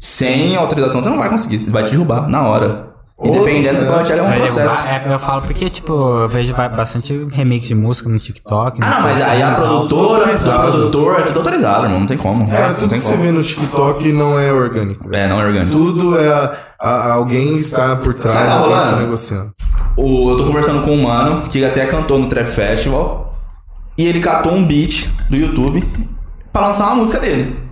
S2: Sem autorização você não vai conseguir, vai te derrubar na hora. E
S4: Ou-
S2: dependendo, você pode
S4: É
S2: levar um
S1: Vai
S2: processo.
S1: derrubar? É, eu falo porque, tipo, eu vejo vai bastante remix de música no TikTok. né? Então,
S2: Ah,
S1: no
S2: não, mas aí a
S1: Instagram e tal.
S2: produtora, o
S4: Autorizado.
S2: produtor, é tudo autorizado, irmão. Não tem como.
S4: Cara,
S2: não
S4: É, tudo
S2: tem
S4: que você
S2: como.
S4: vê no TikTok não é orgânico.
S2: É, não é orgânico.
S4: Tudo é. a- a- alguém está por trás,
S2: Sabe,
S4: alguém
S2: mano?
S4: está negociando.
S2: O- eu tô conversando com um mano que até cantou no Trap Festival. E ele catou um beat do YouTube pra lançar uma música dele.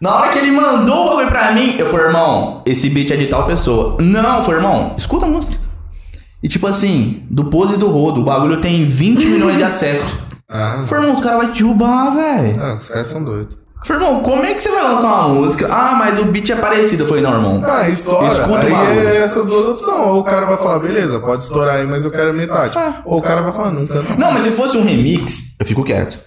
S2: Na hora que ele mandou o bagulho pra mim, eu falei, irmão, esse beat é de tal pessoa. Não, eu falei, irmão, escuta a música. E tipo assim, do pose do rodo, o bagulho tem 20 milhões de acessos.
S4: Ah,
S2: Eu falei, irmão, os caras vão te derrubar, velho.
S4: não, os caras são doidos.
S2: Falei, irmão, como é que você vai lançar uma música? Ah, mas o beat é parecido. Eu falei, não, irmão.
S4: Ah, estoura.
S2: Escuta o
S4: aí
S2: bagulho.
S4: é essas duas opções. Ou o cara vai falar, beleza, pode estourar aí, mas eu quero metade.
S2: Ah.
S4: Ou o cara vai falar, não canta.
S2: Não, mas se fosse um remix, eu fico quieto.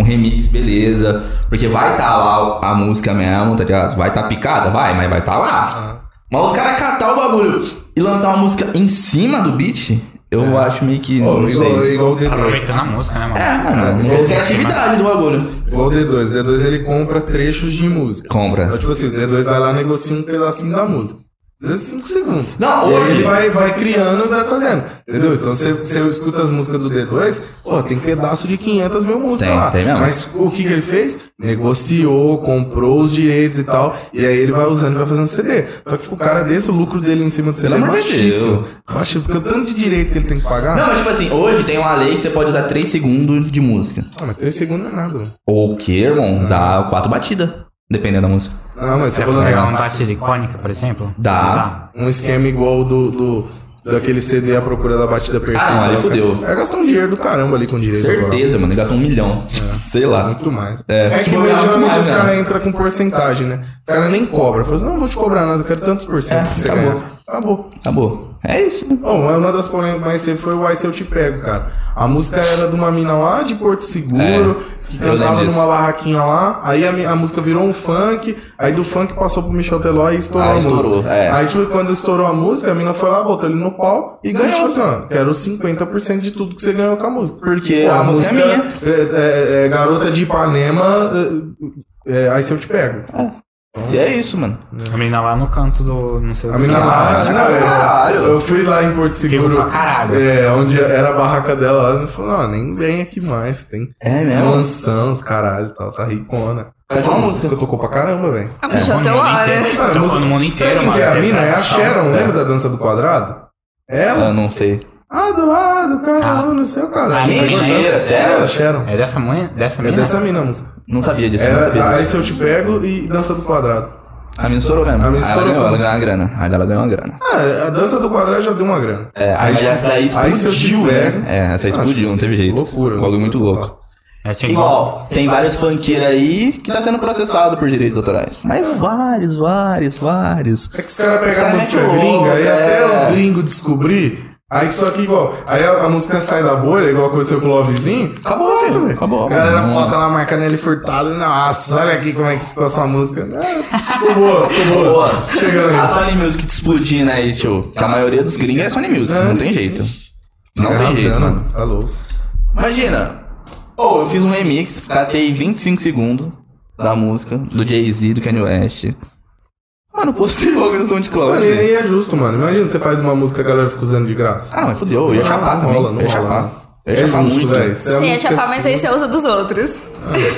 S2: Um remix, beleza. Porque vai tá lá a música mesmo, tá ligado? Vai tá picada? Vai, mas vai tá lá. Mas os caras catar o bagulho e lançar uma música em cima do beat, eu acho meio que.
S4: Ô,
S2: não
S4: igual,
S2: sei.
S4: igual o D2.
S1: Aproveitando a música, né, mano?
S2: É, mano,
S4: igual
S2: não
S4: em
S2: tem atividade do bagulho.
S4: Igual o D2. O D2 ele compra trechos de música. Então,
S2: Compra.
S4: tipo assim, o D2 vai lá e negocia um pedacinho da música. Às vezes 5 segundos.
S2: Não,
S4: E aí
S2: hoje-
S4: ele vai, vai criando e vai fazendo. Entendeu? Então você, você escuta as músicas do D2, pô, tem pedaço de 500 mil músicas
S2: Tem,
S4: lá.
S2: tem mesmo.
S4: Mas o que, que ele fez? Negociou, comprou os direitos e tal. E aí ele vai usando e vai fazendo CD. Só que tipo, o cara desse, o lucro dele em cima do CD
S2: Pelo
S4: é
S2: amor de
S4: baixíssimo.
S2: Deus.
S4: Baixíssimo, porque o tanto de direito que ele tem que pagar.
S2: Não, mas tipo assim, hoje tem uma lei que você pode usar 3 segundos de música.
S4: Ah, mas 3 segundos não é nada, mano.
S2: O que, irmão? Dá 4 batidas. Dependendo da música.
S4: Não, mas
S1: Você
S2: É
S4: você
S1: vai
S4: falando
S1: pegar uma batida icônica, por exemplo?
S2: Dá.
S1: Usar?
S4: um esquema igual do, do daquele CD à procura da batida perfeita.
S2: Ah, não, ali
S4: Ela-
S2: fodeu.
S4: Ela gastou um dinheiro do caramba ali com direito. autoral.
S2: Certeza, mano. Ele gastou um milhão. Sei lá.
S4: Muito mais.
S2: É.
S4: É,
S2: Se
S4: que
S2: bobear, muito
S4: geralmente
S2: mais,
S4: os caras
S2: né?
S4: entram com porcentagem, né? Os caras nem cobram. Falam assim, não, não vou te cobrar nada, eu quero tantos por cento
S2: É,
S4: que você
S2: acabou.
S4: ganhar. Acabou.
S2: Acabou. É isso.
S4: Bom, uma das polêmicas mais cedo foi o Ai Se Eu Te Pego, cara. A música era de uma mina lá de Porto Seguro,
S2: É,
S4: que
S2: eu lembro
S4: cantava
S2: disso.
S4: numa barraquinha lá. Aí a, mi- a música virou um funk, aí do funk passou pro Michel Teló e estourou
S2: Ah,
S4: a
S2: estourou,
S4: música.
S2: é.
S4: Aí, tipo, quando estourou a música, a mina foi lá, botou ele no pau e ganhou. Tipo assim, ó, quero 50% de tudo que você ganhou com a música.
S2: Porque
S4: Pô,
S2: a música é minha.
S4: é- é- é Garota de Ipanema, é, é, Aí Se Eu Te Pego.
S2: E é isso, mano.
S1: A menina lá no canto do. Não sei o
S4: A
S1: que.
S4: mina lá,
S2: Ah,
S4: não, eu-
S2: caralho.
S4: eu, fui lá em Porto Seguro.
S1: pra caralho.
S4: É, onde era a barraca dela, ela me falou, não, nem vem aqui mais, tem
S2: É
S4: mansão, os caralho, e tal, tá ricona.
S2: Mas
S4: Uma
S2: uma
S4: música que eu tocou pra caramba, velho.
S3: A Michel
S1: Tocou no mundo inteiro.
S3: Teló,
S1: Tocou no mundo inteiro,
S4: Ah, Sabe quem
S1: mano. Então,
S4: que é a
S1: Teve
S4: mina? É a
S1: tradução.
S4: Sharon,
S2: É.
S4: lembra da dança do quadrado? Ela?
S2: Eu não sei.
S4: Ah, do ah, do cara, no seu quadrado.
S1: Ah,
S4: Você
S1: isso
S4: gosta?
S1: aí era
S2: sério?
S4: É, Sharon.
S1: É dessa mulher? Dessa
S4: É
S1: mina?
S4: dessa mina a música.
S2: Não sabia disso. não
S4: Era
S2: sabia
S4: da- Aí
S2: disso.
S4: Se Eu Te Pego e Dança do Quadrado.
S2: A minha estourou mesmo.
S4: A minha
S2: Aí Ela
S4: estourou
S2: ganhou, ela
S4: mesmo.
S2: ganhou uma grana. Aí ela ganhou uma grana.
S4: Ah, a Dança do Quadrado já deu uma grana.
S2: É, aí,
S4: tipo,
S2: essa daí
S4: aí Se Eu Te
S2: explodiu,
S4: Pego-
S2: né? É, essa aí
S4: Ah,
S2: explodiu,
S4: tipo,
S2: não teve jeito.
S4: Loucura.
S2: Um bagulho muito
S4: loucura
S2: louco.
S1: É, tinha que-
S2: Igual, tem vários funkeiros aí que tá sendo processado por direitos autorais. Mas vários, vários, vários.
S4: É que os caras
S2: Os
S4: pegam
S2: cara
S4: a
S2: é
S4: música
S2: muito louco,
S4: gringa e
S2: é.
S4: até os gringos descobrir Aí só que igual, aí a, a música sai da bolha, igual aconteceu com o Lovezinho.
S2: Acabou,
S4: Acabou,
S2: velho.
S4: velho.
S2: Acabou.
S4: A galera
S2: Não.
S4: bota lá marcando ele furtado. Nossa, olha aqui como é que ficou essa música. Ah, Ficou boa, ficou boa. Chegando Ah.
S2: A
S4: nisso.
S2: Sony Ah, Music te explodindo aí, tio. Que a maioria dos gringos é Sony Music, não tem jeito. Não tem
S4: Rasgando,
S2: jeito, mano.
S4: Tá louco.
S2: Imagina. Ou eu fiz um remix, catei 25 segundos da música, do Jay-Z, do Kanye West. Mano, postei logo no SoundCloud.
S4: Mano, e aí é justo, mano. Imagina você faz uma música e a galera fica usando de graça.
S2: Ah, não, mas fudeu, eu ia
S4: Não,
S2: chapar
S4: não
S2: também.
S4: rola, não
S2: eu ia
S4: rola,
S2: chapar.
S4: mano.
S2: Eu ia
S4: É
S2: chapar
S4: justo,
S2: muito.
S4: velho. Se a
S3: Você ia
S4: música
S3: chapar, mas aí você usa dos outros.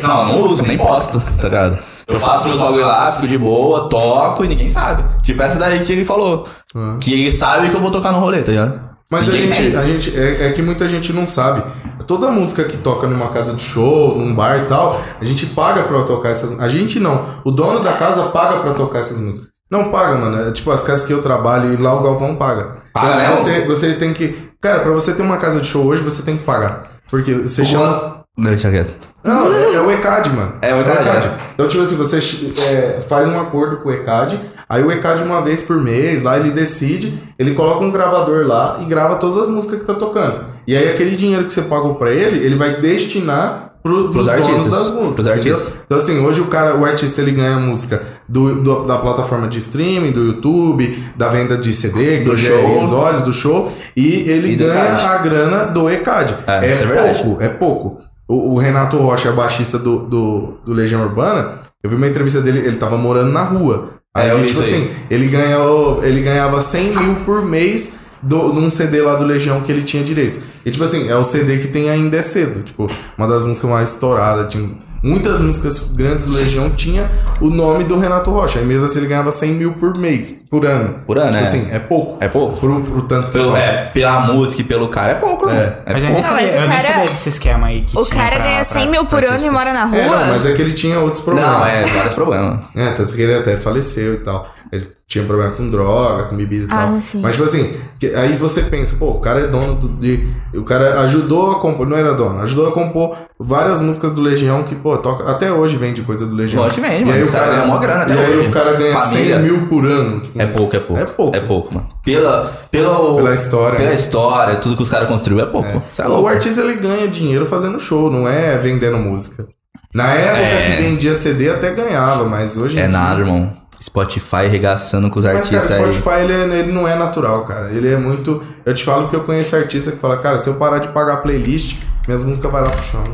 S2: Não, eu não uso, nem posto, tá ligado? Eu faço meus bagulho lá, fico de boa, toco e ninguém sabe. Tipo essa daí que ele falou.
S4: Ah.
S2: Que ele sabe que eu vou tocar no rolê, tá ligado?
S4: Mas a
S2: Ninguém
S4: gente,
S2: tem.
S4: a gente é, é que muita gente não sabe. Toda música que toca numa casa de show, num bar e tal, a gente paga pra tocar essas. A gente não. O dono da casa paga pra tocar essas músicas. Não paga, mano. É, tipo, as casas que eu trabalho e lá o galpão paga. Então,
S2: Paga mesmo?
S4: você, você tem que. Cara, pra você ter uma casa de show hoje, você tem que pagar. Porque você chama.
S2: Deixa quieto.
S4: Não, é, é o ECAD, mano.
S2: É o ECAD, é.
S4: Então, tipo assim, você é, faz um acordo com o ECAD, aí o ECAD uma vez por mês, lá ele decide, ele coloca um gravador lá e grava todas as músicas que tá tocando. E aí aquele dinheiro que você pagou pra ele, ele vai destinar pro, pros,
S2: Pros
S4: donos
S2: artistas,
S4: das músicas.
S2: pros
S4: entendeu?
S2: artistas.
S4: Então assim, hoje o cara, o artista, ele ganha música do, do- da plataforma de streaming, do YouTube, da venda de CD, que
S2: Do
S4: hoje
S2: show.
S4: é Exólios, do show, e ele
S2: E do
S4: ganha
S2: ECAD.
S4: a grana do ECAD.
S2: É, isso é verdade.
S4: pouco, é pouco. O, o Renato Rocha, baixista do, do, do Legião Urbana, eu vi uma entrevista dele, ele tava morando na rua. Aí,
S2: É, eu vi
S4: tipo
S2: isso aí.
S4: assim, ele ganhou. Ele ganhava 100 mil por mês do, num CD lá do Legião que ele tinha direito. E tipo assim, é o CD que tem ainda é cedo. Tipo, uma das músicas mais estouradas. Tinha muitas músicas grandes do Legião tinha o nome do Renato Rocha. Aí mesmo assim ele ganhava 100 mil por mês, por ano.
S2: Por ano,
S4: tipo
S2: é.
S4: assim, é pouco.
S2: É pouco?
S4: Pro, pro tanto que
S2: Pelo,
S4: toca.
S2: é, pela música e pelo cara é pouco, né? É,
S1: Mas
S2: pouco.
S1: eu nem
S3: Não, mas
S1: sabia,
S3: o
S1: eu nem
S3: cara-
S1: sabia desse esquema aí que
S3: O
S1: tinha
S3: cara
S1: pra-
S3: ganha
S1: pra-
S3: 100 mil por
S1: pra
S3: ano e
S1: artista.
S3: mora na rua.
S4: É, não, mas é que ele tinha outros problemas.
S2: Não, é vários problemas.
S4: É, tanto que ele até faleceu e tal. Ele tinha problema com droga, com bebida e
S3: Ah,
S4: tal.
S3: sim.
S4: Mas, tipo assim, que- aí você pensa, pô, o cara é dono do- de. O cara ajudou a compor, não era dono, ajudou a compor várias músicas do Legião que, pô, toca. Até hoje vende coisa do Legião.
S2: Lógico que vende,
S4: E
S2: mano.
S4: aí
S2: Os
S4: o
S2: caras
S4: cara,
S2: ganham mó grana até
S4: E aí
S2: hoje.
S4: o cara ganha
S2: Família.
S4: 100 mil por ano. tipo,
S2: É pouco, é pouco.
S4: É pouco.
S2: É pouco, mano. Pela, pela,
S4: Pela história,
S2: Pela
S4: né?
S2: história, tudo que os caras construíram é pouco. Cê É.
S4: o
S2: louco.
S4: artista ele ganha dinheiro fazendo show, não é vendendo música. Na época
S2: É.
S4: que vendia CD até ganhava, mas hoje. em
S2: É
S4: dia-
S2: nada, irmão. Spotify regaçando com os
S4: Mas, cara,
S2: artistas
S4: o
S2: aí.
S4: Spotify, ele, é- ele não é natural, cara. Ele é muito... Eu te falo que eu conheço artista que fala, cara, se eu parar de pagar a playlist, minhas músicas vai lá pro chão.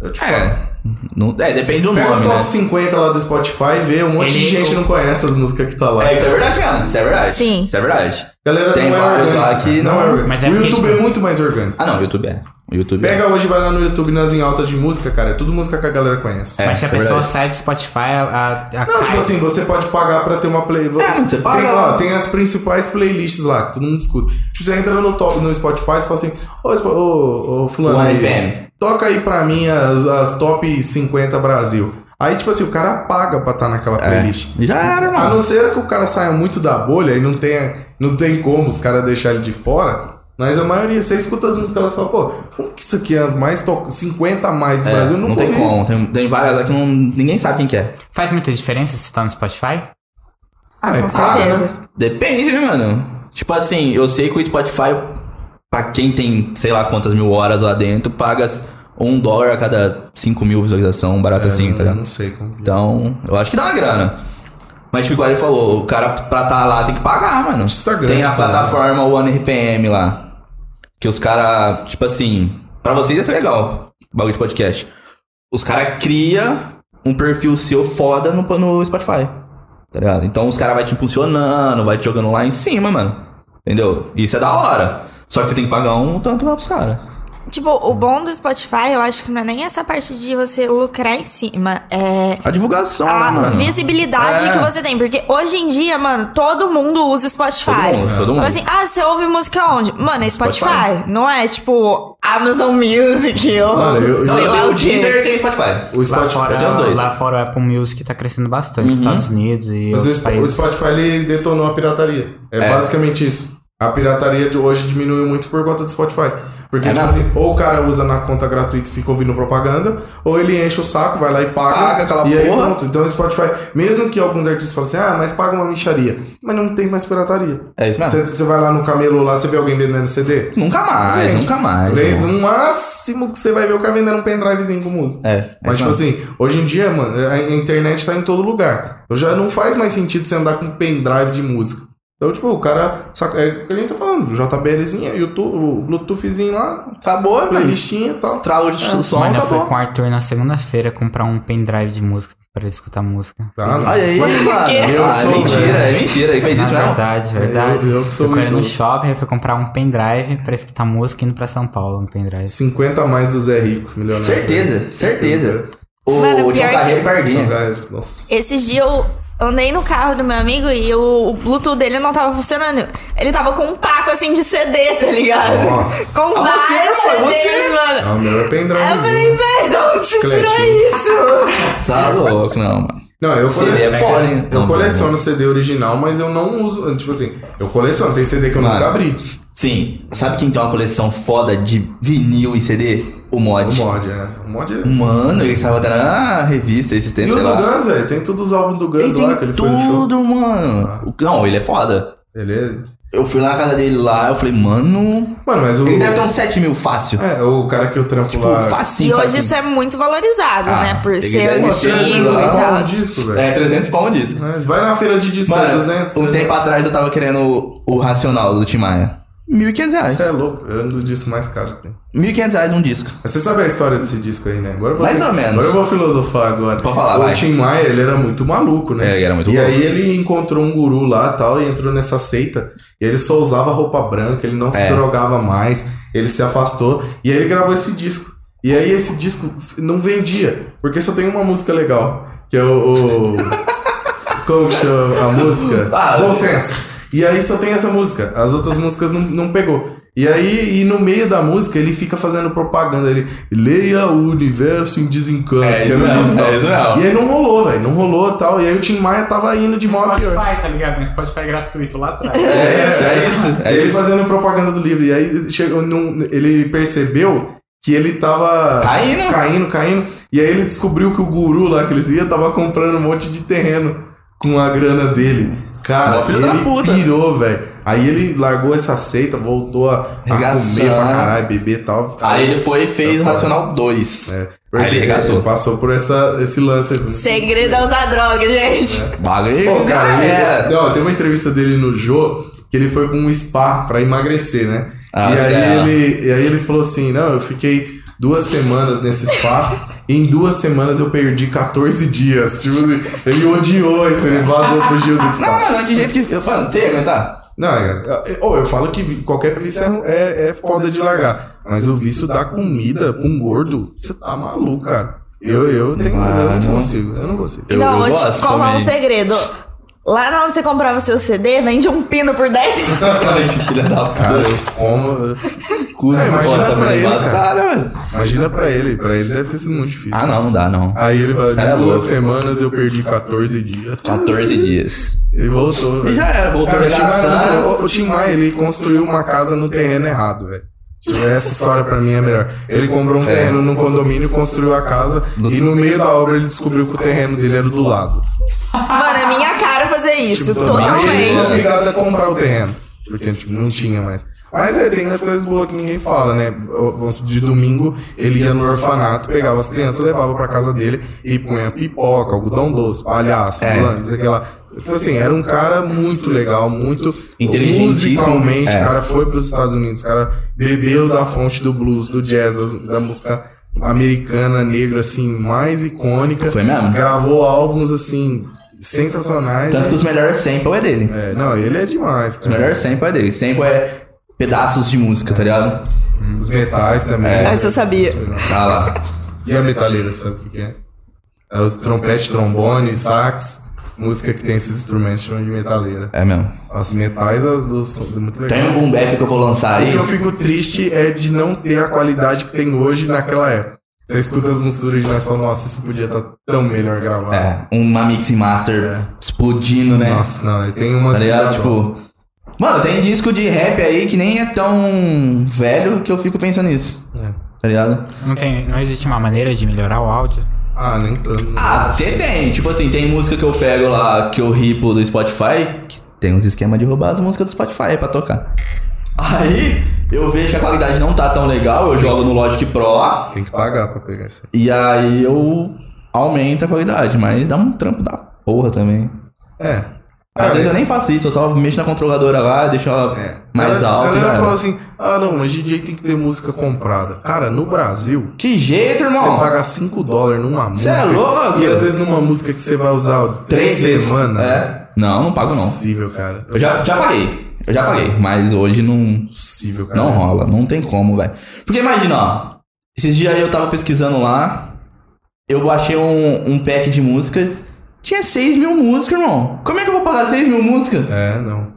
S4: Eu te falo.
S2: É, não, é, depende do
S4: Pega o
S2: nome,
S4: top
S2: né?
S4: 50 lá do Spotify e vê um monte de
S1: Ele-
S4: gente não conhece as músicas que tá lá.
S2: É, isso é verdade mesmo. Isso é verdade.
S3: Sim.
S2: Isso é verdade.
S4: Galera,
S2: Tem
S4: não é
S2: vários
S4: orgânico,
S2: lá
S4: cara.
S2: que
S4: não é
S2: não-
S4: orgânico.
S1: Mas é
S4: o
S1: porque,
S4: YouTube
S1: tipo-
S4: é muito mais orgânico.
S2: Ah, não, YouTube é. O YouTube é.
S4: Pega hoje, vai lá no YouTube, nas em altas de música, cara. É tudo música que a galera conhece.
S2: É,
S1: Mas se a
S2: isso é
S1: pessoa
S2: verdade.
S1: sai do Spotify, a, a, a
S4: Não, tipo
S1: cai-
S4: assim, você pode pagar pra ter uma play.
S2: É, você paga
S4: Tem,
S2: lá.
S4: ó, tem as principais playlists lá, que todo mundo escuta. Tipo, você entra no, top, no Spotify e fala assim: Ô, Spo- ô, ô Fulano,
S2: O
S4: aí,
S2: RPM.
S4: toca aí pra mim as, as top 50 Brasil. Aí, tipo assim, o cara paga pra estar
S2: É.
S4: naquela playlist.
S2: Já era,
S4: A
S2: mano.
S4: não ser que o cara saia muito da bolha e não tenha, não tem como os caras deixar ele de fora. Mas a maioria, você escuta as músicas, elas falam, pô, como que isso aqui é as mais to- 50 a mais do
S2: É,
S4: Brasil? Eu
S2: não
S4: nunca
S2: tem
S4: ouvi.
S2: como. Tem, tem várias lá que não, ninguém sabe quem que é.
S1: Faz muita diferença se tá no Spotify?
S4: Ah, é
S3: Com
S4: claro,
S3: certeza.
S4: né?
S2: Depende, né, mano? Tipo assim, eu sei que o Spotify, pra quem tem sei lá quantas mil horas lá dentro, paga um dólar a cada 5 mil visualização, barato assim, tá
S4: Eu
S2: ligado?
S4: não sei como.
S2: Então, eu acho que dá uma grana. Mas, tipo, igual ele falou, o cara pra tá lá tem que pagar, mano.
S4: Instagram,
S2: tem a
S4: Instagram.
S2: plataforma OneRPM lá. Que os caras, tipo assim, pra vocês ia ser legal, bagulho de podcast. Os caras cria um perfil seu foda no, no Spotify. Tá ligado? Então os caras vai te impulsionando, vai te jogando lá em cima, mano. Entendeu? Isso é da hora. Só que você tem que pagar um tanto lá pros caras.
S3: Tipo, o bom do Spotify, eu acho que não é nem essa parte de você lucrar em cima. É
S2: A divulgação, né,
S3: a
S2: mano?
S3: visibilidade
S2: É.
S3: que você tem. Porque hoje em dia, mano, todo mundo usa Spotify.
S2: Todo mundo, todo
S3: Então,
S2: mundo.
S3: assim, ah, você ouve música onde? Mano, é Spotify.
S2: Spotify.
S3: Não é tipo Amazon Music ou
S4: Mano, eu- eu-
S2: Não,
S3: sei
S2: eu
S3: lá
S2: tenho
S3: o
S2: o
S3: quê.
S2: Deezer e tem o Spotify.
S4: O
S1: Lá
S4: Spotify,
S2: tenho os
S1: fora,
S2: dois.
S1: lá fora o Apple Music tá crescendo bastante, Estados Unidos e
S4: Uhum. Mas o,
S1: outros
S4: Sp- o
S1: países.
S4: Spotify ele detonou a pirataria. É,
S2: É.
S4: basicamente isso. A pirataria de hoje diminuiu muito por conta do Spotify. Porque,
S2: É
S4: tipo
S2: nada.
S4: assim, ou o cara usa na conta gratuita e fica ouvindo propaganda, ou ele enche o saco, vai lá e paga.
S2: Paga aquela
S4: e aí
S2: porra.
S4: pronto. Então o Spotify, mesmo que alguns artistas falem assim, ah, mas paga uma micharia. Mas não tem mais pirataria.
S2: É isso mesmo.
S4: Você você vai lá no camelo lá, você vê alguém vendendo CD?
S2: Nunca mais,
S4: Gente,
S2: nunca mais.
S4: Vem-
S2: mano.
S4: No máximo que você vai ver o cara vendendo um pendrivezinho com música.
S2: É, é
S4: Mas, tipo
S2: isso
S4: assim, hoje em dia, mano, a a internet tá em todo lugar. Eu já não faz mais sentido você andar com um pendrive de música. Então, tipo, o cara. Saca, é o que a gente tá falando, JBLzinha, YouTube, o Bluetoothzinho lá,
S2: Acabou, né? mano.
S4: playlistinha e tal.
S2: Estralo de som,
S1: Mano, eu fui
S2: acabou.
S1: com o Arthur na segunda-feira comprar um pendrive de música pra ele escutar música.
S4: Tá,
S2: Olha aí,
S4: Mas-
S2: mano.
S4: Eu
S2: Ah,
S4: sou,
S2: mentira,
S4: né?
S2: é mentira. Ele fez
S1: Na
S2: isso mesmo?
S1: verdade, verdade.
S4: Eu- eu que sou um
S1: fui no
S4: idoso.
S1: shopping, ele foi comprar um pendrive pra escutar música indo pra São Paulo no pendrive.
S4: 50 a mais do Zé Rico, milionário.
S2: Certeza, certeza.
S3: Mano,
S2: O é João
S3: pior
S2: Carreiro
S3: que-
S2: Pardinha.
S4: Jogar- Nossa.
S3: Esses dias eu andei no carro do meu amigo e o, o Bluetooth dele não tava funcionando. Ele tava com um paco assim de CD, tá ligado?
S4: Nossa.
S3: Com
S2: Ah, você
S3: vários
S2: não,
S3: CDs,
S2: você-
S4: É
S3: mano.
S4: o melhor
S3: Aí eu
S4: pendrivezinho.
S3: falei, velho, de onde você tirou
S4: Chicletinho.
S3: isso?
S2: Tá louco, não, mano.
S4: Não, eu
S2: CD
S4: cole-
S2: é foda, hein?
S4: Eu
S2: Não,
S4: coleciono CD original, mas eu não uso. Tipo assim, eu coleciono, tem CD que eu
S2: Mano.
S4: nunca abri.
S2: Sim, sabe quem tem uma coleção foda de vinil e CD? O
S4: O
S2: Mod.
S4: mod, é. O mod é.
S2: Mano, ele saiu até na revista esses
S4: E
S2: tempos,
S4: o
S2: sei
S4: do
S2: lá.
S4: Guns, velho, tem todos os álbuns do
S2: Ele
S4: Guns lá que
S2: tem
S4: ele foi no show. Ah.
S2: tudo, mano. O- Não, ele é foda.
S4: Ele é-
S2: Eu fui lá na casa dele lá, eu falei, mano.
S4: Mano, mas o.
S2: Ele deve ter uns 7 mil fácil.
S4: É, o cara que eu trampo
S2: Tipo,
S4: lá.
S2: facinho.
S3: E hoje
S2: facinho.
S3: isso é muito valorizado,
S2: Ah,
S3: né? Por
S2: ele
S3: ser
S2: deve
S4: Pô,
S2: ter
S3: antigo
S2: sido
S3: e
S2: lá.
S4: pau um
S3: tal.
S4: disco, velho.
S2: tá É, 300 pau um disco.
S4: Mas Vai na feira de disco, é
S2: Mano,
S4: 200.
S2: um
S4: 300.
S2: tempo atrás eu tava querendo o, o Racional do Tim Maia. 1.500 reais.
S4: Você é louco, eu ando do disco mais caro que tem.
S2: 1.500 reais um disco.
S4: Mas você sabe a história desse disco aí, né? Agora eu vou
S2: Mais ou menos.
S4: Agora eu vou filosofar agora.
S2: Pode falar,
S4: o
S2: vai.
S4: Tim Maia, ele era muito maluco, né?
S2: É, ele era muito
S4: E
S2: louco.
S4: aí ele encontrou um guru lá tal, e entrou nessa seita. E ele só usava roupa branca, ele não se
S2: É.
S4: drogava mais, ele se afastou. E aí ele gravou esse disco. E aí esse disco f- não vendia, porque só tem uma música legal, que é o. o- Como que chama a música?
S2: Ah,
S4: Bom senso. E aí só tem essa música. As outras músicas não, não pegou. E aí, e no meio da música, ele fica fazendo propaganda. Ele leia o universo em desencanto.
S2: É,
S4: que
S2: isso
S4: era o
S2: mesmo,
S4: livro e tal.
S2: é isso mesmo.
S4: E aí não rolou, velho. Não rolou tal. E aí o Tim Maia tava indo de mal a pior.
S1: tá ligado? Um Spotify gratuito lá atrás.
S2: É isso, é isso. É
S4: ele
S2: isso.
S4: fazendo propaganda do livro. E aí chegou num, ele percebeu que ele tava
S2: Caindo.
S4: caindo, caindo. E aí ele descobriu que o guru lá que eles iam tava comprando um monte de terreno com a grana dele. Cara,
S2: Mó filho
S4: ele
S2: da puta.
S4: pirou, velho. Aí ele largou essa seita, voltou a, a
S2: Arregaçando.
S4: comer pra caralho, beber e tal.
S2: né? Aí ele foi e fez o Racional 2.
S4: É,
S2: Aí ele
S4: porque ele
S2: arregaçou.
S4: passou por essa, esse lance.
S3: Segredo é usar droga, gente.
S2: Bagulho.
S4: Pô, cara, ele-
S2: é.
S4: não, tem uma entrevista dele no Jô que ele foi pra um spa pra emagrecer, né?
S2: Ah,
S4: e, aí
S2: é.
S4: ele, e aí ele falou assim: não, eu fiquei duas semanas nesse spa. e Em duas semanas eu perdi 14 dias. Tipo, assim, ele odiou isso, ele vazou, fugiu do
S2: Não,
S4: spa.
S2: mano, de jeito que. eu- Mano, você ia aguentar?
S4: Não, cara, ou eu falo que vi- qualquer vício é, é foda de largar. Mas o vício da comida pra um gordo, você tá maluco, cara. Eu, eu, tenho, eu não consigo, eu não consigo.
S2: Eu,
S3: não,
S2: eu
S3: vou te
S2: gosto
S3: contar um
S2: também.
S3: segredo. Lá na onde você comprava seu CD, vende um pino por 10
S2: Ai, que filha da
S4: Cara,
S2: puta.
S4: eu como.
S2: Cusa
S4: É, imagina
S2: essa
S4: pra
S2: mulher
S4: ele,
S2: embaçada, mano.
S4: Imagina pra ele, pra ele deve ter sido muito difícil.
S2: Ah, não, não dá, não.
S4: Aí ele fala,
S2: Cê é
S4: em duas
S2: louco.
S4: semanas eu perdi 14 dias.
S2: 14 dias.
S4: E voltou,
S2: E
S4: velho.
S2: já era, voltou
S4: Cara, o Tim Maia
S2: arregaçando.
S4: não- o- o Tim Maia, ele construiu uma casa no terreno errado, velho. Tipo, Essa história pra mim é melhor. Ele comprou um
S2: É.
S4: terreno num condomínio, construiu a casa e no meio da obra ele descobriu que o terreno dele era do lado.
S3: Mano, é minha cara fazer
S4: Tipo,
S3: isso.
S2: Tipo,
S4: Ele foi
S3: totalmente.
S4: obrigado é a comprar o terreno. Porque tipo, não tinha mais. Mas é, tem as coisas boas que ninguém fala, né? O- o- De domingo, ele ia no orfanato, pegava as crianças, levava pra casa dele e punha pipoca, algodão doce, palhaço,
S2: É.
S4: é. aquela. Então, assim, era um cara muito legal, muito
S2: Inteligentíssimo,
S4: musicalmente.
S2: é.
S4: O cara foi pros Estados Unidos, o cara bebeu da fonte do blues, do jazz, das- da música americana, negra, assim, mais icônica.
S2: Foi mesmo?
S4: Gravou álbuns, assim, sensacionais.
S2: Tanto que os melhores sample é dele.
S4: É, não, ele é demais,
S2: Os
S4: cara.
S2: melhores sample é dele. Sample é pedaços de música, tá ligado?
S4: Os metais também.
S2: É.
S3: Mas eu sabia.
S2: Tá lá.
S4: E a metaleira, sabe o que que é? É os trompete, trombone, sax. Música que tem esses instrumentos chama de metaleira.
S2: É mesmo.
S4: As metais, as duas são muito
S2: Tem
S4: legais.
S2: um boom bap que eu vou lançar
S4: O
S2: aí.
S4: que eu fico triste é de não ter a qualidade que tem hoje naquela época. Você escuta as músicas originais e fala, nossa, isso podia estar tão melhor gravado.
S2: É, uma mixing master explodindo, É, né?
S4: Nossa, não, tem umas
S2: Tá
S4: que dá
S2: ligado?
S4: dó.
S2: Tipo, Mano, tem disco de rap aí que nem é tão velho que eu fico pensando nisso.
S4: É.
S2: Tá ligado?
S1: Não, tem, não existe uma maneira de melhorar o áudio.
S4: Ah, nem tanto.
S2: Até tem. Tipo assim, tem música que eu pego lá, que eu ripo do Spotify, que tem uns esquemas de roubar as músicas do Spotify pra tocar. Aí eu vejo que a qualidade não tá tão legal, eu jogo no Logic Pro lá,
S4: Tem que pagar pra pegar isso aí.
S2: e aí eu aumento a qualidade, mas dá um trampo da porra também.
S4: É.
S2: Às
S4: Ah,
S2: vezes
S4: é.
S2: eu nem faço isso, eu só mexo na controladora lá, deixo ela É, mais
S4: Galera-
S2: alta.
S4: A
S2: e já
S4: galera
S2: era.
S4: fala assim: ah, não, mas DJ tem que ter música comprada. Cara, no Brasil,
S2: Que jeito, irmão?
S4: Você paga 5 dólares numa música.
S2: é louco?
S4: E às vezes numa música que você vai usar
S2: Três
S4: 3
S2: vezes.
S4: semanas.
S2: É. Não, não pago não.
S4: Impossível, cara.
S2: Eu já, já paguei. Eu já paguei. Mas hoje não,
S4: Impossível, cara.
S2: não rola. Não tem como, velho. Porque imagina, ó. Esses dias aí eu tava pesquisando lá. Eu baixei um, um pack de música. Tinha 6 mil músicas, irmão. Como é que eu vou pagar 6 mil músicas?
S4: É, não.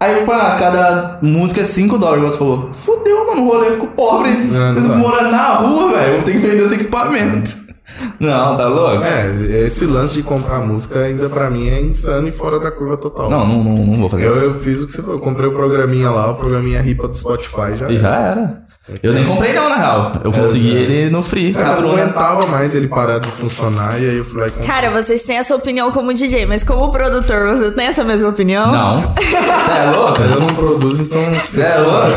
S2: Aí, pá, cada música é 5 dólares, igual você falou. Fudeu, mano, o rolê ficou pobre.
S4: É, Não, não
S2: eu tô
S4: vai.
S2: morando na rua, velho. Eu tenho que vender esse equipamento. Não, tá louco?
S4: É, esse lance de comprar música ainda pra mim é insano e fora da curva total.
S2: Não, não, não, não vou fazer
S4: Eu,
S2: isso.
S4: eu fiz o que você falou. Eu comprei o programinha lá, o programinha ripa do Spotify já.
S2: E já era. Eu nem comprei não, na real. Eu consegui
S4: já.
S2: ele no free. né?
S4: Cara, É, eu não
S2: cabrona.
S4: aguentava mais ele parar de funcionar e aí eu fui lá e comprei.
S3: Cara, vocês têm essa opinião como DJ, mas como produtor, você tem essa mesma opinião?
S2: Não. Você é
S4: Mas eu
S2: louca?
S4: não produzo, então.
S2: Você é louca?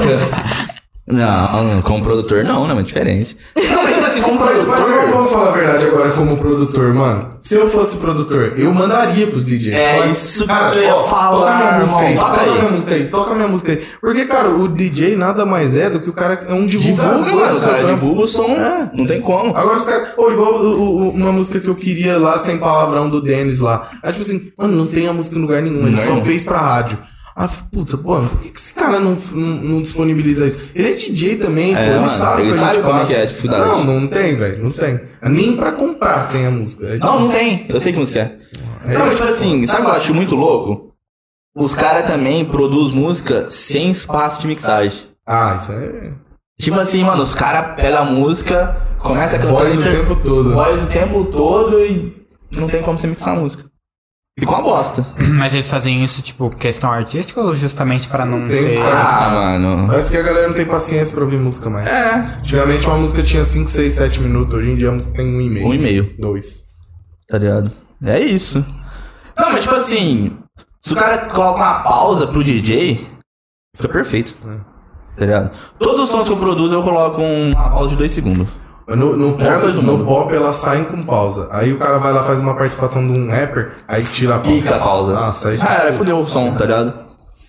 S2: Não, como produtor não, não, é diferente. Não, mas tipo assim, como
S4: Mas, mas vamos-
S2: produtor...
S4: vamos falar a verdade agora como produtor, mano. Se eu fosse produtor, eu mandaria pros DJs.
S2: É
S4: Mas,
S2: isso que
S4: assim, cara,
S2: eu ia
S4: ó, Toca
S2: falar,
S4: minha música aí,
S2: irmão.
S4: toca
S2: Toca aí.
S4: minha música aí, toca minha música aí. Porque, cara, o DJ nada mais é do que o cara que é um divulgador.
S2: Divulga, mano,
S4: do seu
S2: cara.
S4: trampo.
S2: Divulga o som, né? Não tem como.
S4: Agora os caras. Ou igual o- o- uma música que eu queria lá, sem palavrão do Denis lá. Aí, tipo assim, mano, não tem a música em lugar nenhum, ele
S2: Não.
S4: só fez pra rádio. Ah, f- puta, pô, por que, que esse cara não, não, não disponibiliza isso? Ele é DJ também, pô,
S2: É,
S4: ele
S2: mano,
S4: sabe
S2: ele
S4: o que a
S2: sabe
S4: gente
S2: como é
S4: passa.
S2: que é a dificuldade.
S4: Não, não tem, velho, não tem. Nem pra comprar tem a música. É-
S2: Não, não tem. Eu sei que música é. Não, mas, tipo assim, sabe o que eu acho muito louco? Os caras também produzem música sem espaço de mixagem.
S4: Ah, isso é.
S2: Tipo assim, mano, os caras pegam a música, começa a cantar
S4: Voz o
S2: inter-
S4: tempo todo.
S2: voz o tempo todo e não tem como você mixar a música. Ficou uma bosta.
S1: Mas eles fazem isso, tipo, questão artística ou justamente pra não
S4: Tem
S1: ser.
S4: cara.
S2: Ah, mano.
S4: Parece que a galera não tem paciência pra ouvir música mais.
S2: É.
S4: Antigamente uma música tinha 5, 6, 7 minutos, hoje em dia a música tem 1,5.
S2: Um e meio.
S4: 2.
S2: Tá ligado? É isso. Não, mas tipo assim, se o cara coloca uma pausa pro DJ, fica perfeito. Tá ligado? Todos os sons que eu produzo, eu coloco um- uma pausa de dois segundos.
S4: No, no,
S2: Melhor coisa
S4: pop,
S2: do
S4: no
S2: mundo.
S4: pop elas saem com pausa. Aí o cara vai lá, faz uma participação de um rapper, aí tira a pausa.
S2: Fica a pausa.
S4: Nossa, aí já-
S2: Cara, fudeu o som, tá ligado?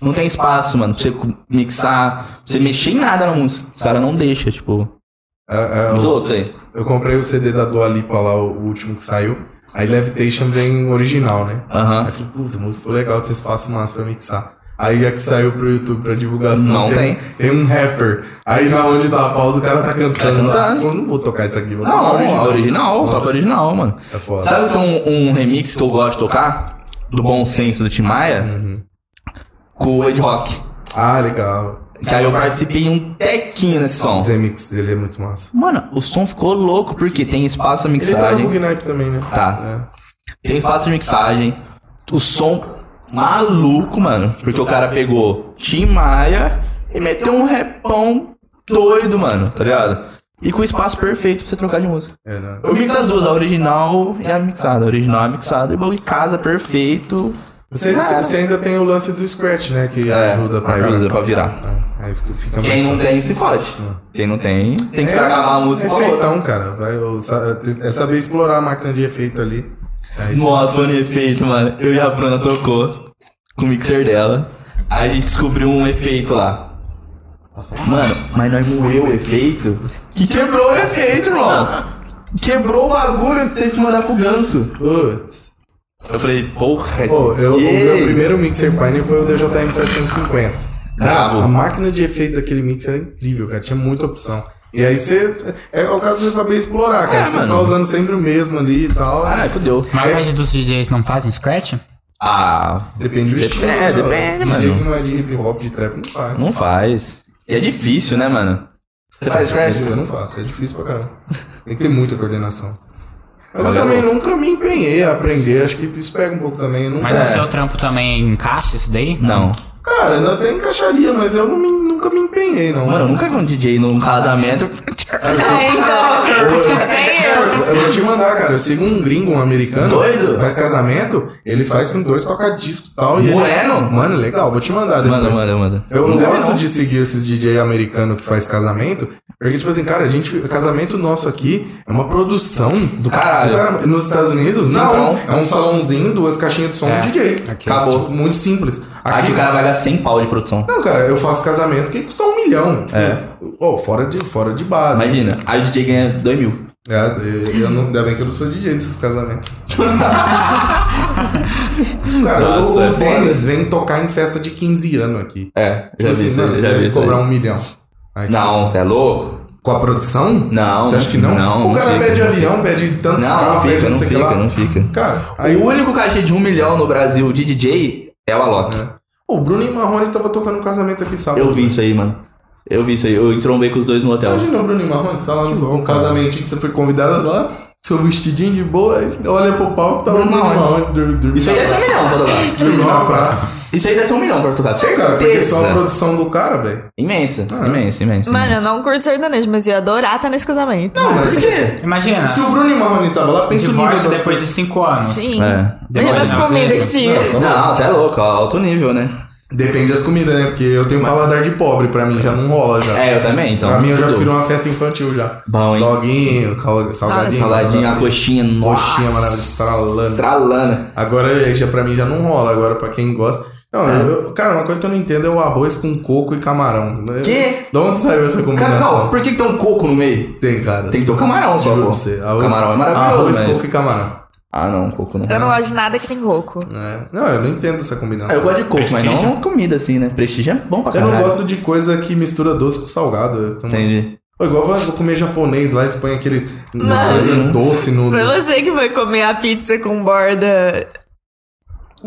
S2: Não tem espaço, mano, pra você mixar, pra você mexer em nada na música. Os caras não deixam, tipo.
S4: É, é,
S2: Muito
S4: eu,
S2: louco isso aí.
S4: eu comprei o CD da Dua Lipa lá, o último que saiu. Aí Levitation vem original, né?
S2: Aham.
S4: Aí eu falei, puta, muito foi legal ter espaço massa pra mixar. Aí a que saiu pro YouTube pra divulgação.
S2: Não
S4: Tem um rapper. Aí na onde tá a pausa, o cara tá cantando.
S2: Tá
S4: lá.
S2: cantando.
S4: Falou, não vou tocar isso aqui, vou
S2: Não,
S4: tocar É o original.
S2: original, original o
S4: Nossa.
S2: próprio original, mano.
S4: É foda.
S2: Sabe que um, um remix que eu gosto de tocar? Do Bom Senso do Tim Maia? Com o Ed Rock.
S4: Uhum. Ah, legal.
S2: Que aí eu participei um tequinho nesse som.
S4: Os remix dele é muito massa.
S2: Mano, o som ficou louco porque tem espaço de
S4: Ele tá no
S2: mixagem.
S4: Bugnipe também, né?
S2: Tá. Tem espaço de mixagem. O som maluco, mano. Porque o cara pegou Tim Maia e meteu um repão doido, mano. Tá ligado? E com o espaço perfeito pra você trocar de música.
S4: É, é né?
S2: Eu mixo as duas, a original e a mixada. A original e a mixada. E o bagulho casa perfeito.
S4: Você,
S2: Cara.
S4: você ainda tem o lance do Scratch, né? Que ajuda
S2: É,
S4: pra
S2: ajuda
S4: caramba.
S2: pra virar.
S4: É, Aí fica, fica mais
S2: Quem não
S4: fácil.
S2: tem, se fode. Quem não tem, tem que descarregar a música
S4: é
S2: com a outra.
S4: efeitão, cara. Vai, eu sa- é saber explorar a máquina de efeito ali. É isso.
S2: Nossa, foi um efeito, mano. Eu e a Bruna tocou com o mixer dela. Aí a gente descobriu um efeito lá. Mano, mas nós moeu o efeito que quebrou o efeito, irmão. Quebrou o bagulho, teve que mandar pro ganso.
S4: Putz.
S2: Eu falei, porra. é
S4: Pô, eu, o
S2: que-
S4: meu primeiro mixer Pioneer foi o DJM 750. Cara,
S2: Bravo.
S4: a máquina de efeito daquele mixer era incrível, cara. Tinha muita opção. E aí você. É, o caso de você saber explorar, cara.
S2: É,
S4: você
S2: mano.
S4: ficar usando sempre o mesmo ali e tal. né?
S2: Caralho, fudeu.
S1: A maior parte dos DJs não fazem scratch?
S2: Ah,
S4: Depende do
S2: Depende,
S4: estilo.
S2: depende,
S4: né? DJ
S2: mano.
S4: que não é de hip hop, de trap, não faz.
S2: não faz. E é difícil, né, mano? Você faz scratch?
S4: Eu não faço, é difícil pra caramba. Tem que ter muita coordenação. Mas eu
S2: Olha,
S4: também nunca me empenhei a aprender, acho que isso pega um pouco também. eu nunca-
S1: Mas o seu trampo também encaixa isso daí?
S2: Não.
S4: Cara, ainda até encaixaria, mas eu não me- nunca me empenhei, não.
S2: Mano, eu nunca vi um DJ num casamento.
S3: É, então. Nem eu.
S4: Eu vou te mandar, cara. Eu sigo um gringo, um americano.
S2: Doido?
S4: Faz casamento, ele faz com dois toca-disco e tal. E ele-
S2: Bueno?
S4: Mano, legal, vou te mandar depois.
S2: Manda, manda, manda.
S4: Eu não
S2: Nunca vi,
S4: gosto
S2: não.
S4: de seguir esses DJ americano que faz casamento, porque, tipo assim, cara, a gente, o casamento nosso aqui é uma produção do
S2: Caralho.
S4: do cara- Nos Estados Unidos, não.
S2: Então.
S4: É um salãozinho, duas caixinhas de som
S2: É.
S4: e um DJ.
S1: Aqui.
S4: Acabou. Tipo, muito simples.
S2: Aqui, o cara vai gastar 100 pau de produção.
S4: Não, cara, eu faço casamento que custa um milhão. Tipo,
S2: É.
S4: oh, fora, de, fora de base.
S2: Imagina, aí o DJ ganha 2 mil.
S4: É, eu- eu não, ainda bem que eu não sou DJ desses casamentos. Cara, o-
S2: Nossa, é
S4: o Denis vem tocar em festa de 15 anos aqui.
S2: É, já
S4: Tipo
S2: vi
S4: assim,
S2: isso,
S4: mano,
S2: aí, já
S4: deve
S2: vi isso.
S4: cobrar
S2: aí.
S4: um milhão. Aí,
S2: Não,
S4: tipo,
S2: você é louco?
S4: Com a produção?
S2: Não,
S4: Você acha que não?
S2: não,
S4: o cara
S2: não fica,
S4: pede
S2: não
S4: avião, pede tantos
S2: Não, não
S4: carros, pede
S2: fica,
S4: não
S2: não
S4: sei o que lá.
S2: fica, não fica.
S4: Cara, aí
S2: o
S4: o...
S2: único cachê de um milhão no Brasil de DJ é o Alok.
S4: o Bruno e Marrone tava tocando um casamento aqui sábado.
S2: Eu então. vi isso aí, mano. Eu vi isso aí. Eu entrombei com os dois no hotel.
S4: Imagina o Bruno e Marrone, você tá lá no um casamento que você foi convidada lá, seu vestidinho de boa, aí olha pro palco, tá o
S2: Bruno
S4: Bruno e
S2: Marrone.
S4: Marrone dur- dormindo
S2: Isso aí deve ser um milhão pra tocar.
S4: dormindo na praça.
S2: Isso aí deve ser um milhão pra tocar.
S4: Cara, porque é só a
S2: Certeza.
S4: produção do cara, velho.
S2: Imensa,
S4: Ah.
S2: imensa, imensa.
S3: Mano, eu
S2: imensa.
S3: não curto sertanejo, mas eu ia adorar estar nesse casamento.
S4: Não, mas
S2: Por quê?
S1: Imagina,
S4: se o Bruno e Marrone tava lá, pensa o nível
S1: divórcio
S4: das
S1: depois de
S4: coisas.
S1: 5 anos.
S3: Sim.
S2: É.
S3: Imagina
S1: Não,
S3: as comidas
S1: não,
S3: que tinha.
S4: não,
S2: Não, você é louco, ó, alto nível, né?
S4: Depende das comidas, né? Porque eu tenho um paladar de pobre, pra mim já não rola já.
S2: É, eu também, então.
S4: pra mim eu já
S2: fudeu.
S4: prefiro uma festa infantil já.
S2: Bom, hein? Ah,
S4: Doguinho, cal- salgadinho.
S2: Saladinha, a coxinha, nossa.
S4: Coxinha maravilhosa, estralando.
S2: Estralando.
S4: Agora já pra mim já não rola, agora pra quem gosta. Não,
S2: É.
S4: eu- cara, uma coisa que eu não entendo é o arroz com coco e camarão.
S2: Quê?
S4: De onde saiu essa
S2: Cara, não,
S4: combinação?
S2: por que que tem um coco no meio?
S4: Tem, cara.
S2: Tem que ter o camarão, só,
S4: Juro
S2: pô.
S4: pra você. Arroz-
S2: Camarão é maravilhoso,
S4: Arroz,
S2: mas-
S4: coco e camarão.
S2: Ah, não, coco não.
S3: Eu não gosto de nada que tem coco.
S4: É. Não, eu não entendo essa
S2: Ah,
S4: combinação.
S2: eu gosto de coco, mas
S1: Prestígio.
S2: não comida assim, né? Prestígio é bom pra
S4: Eu
S2: caralho.
S4: não gosto de coisa que mistura doce com salgado. Eu tô-
S2: Entendi.
S4: Pô, igual eu vou comer japonês lá, eles põem aqueles
S3: Mano.
S4: coisa doce no.
S2: Uhum.
S3: Foi você que foi comer a pizza com borda.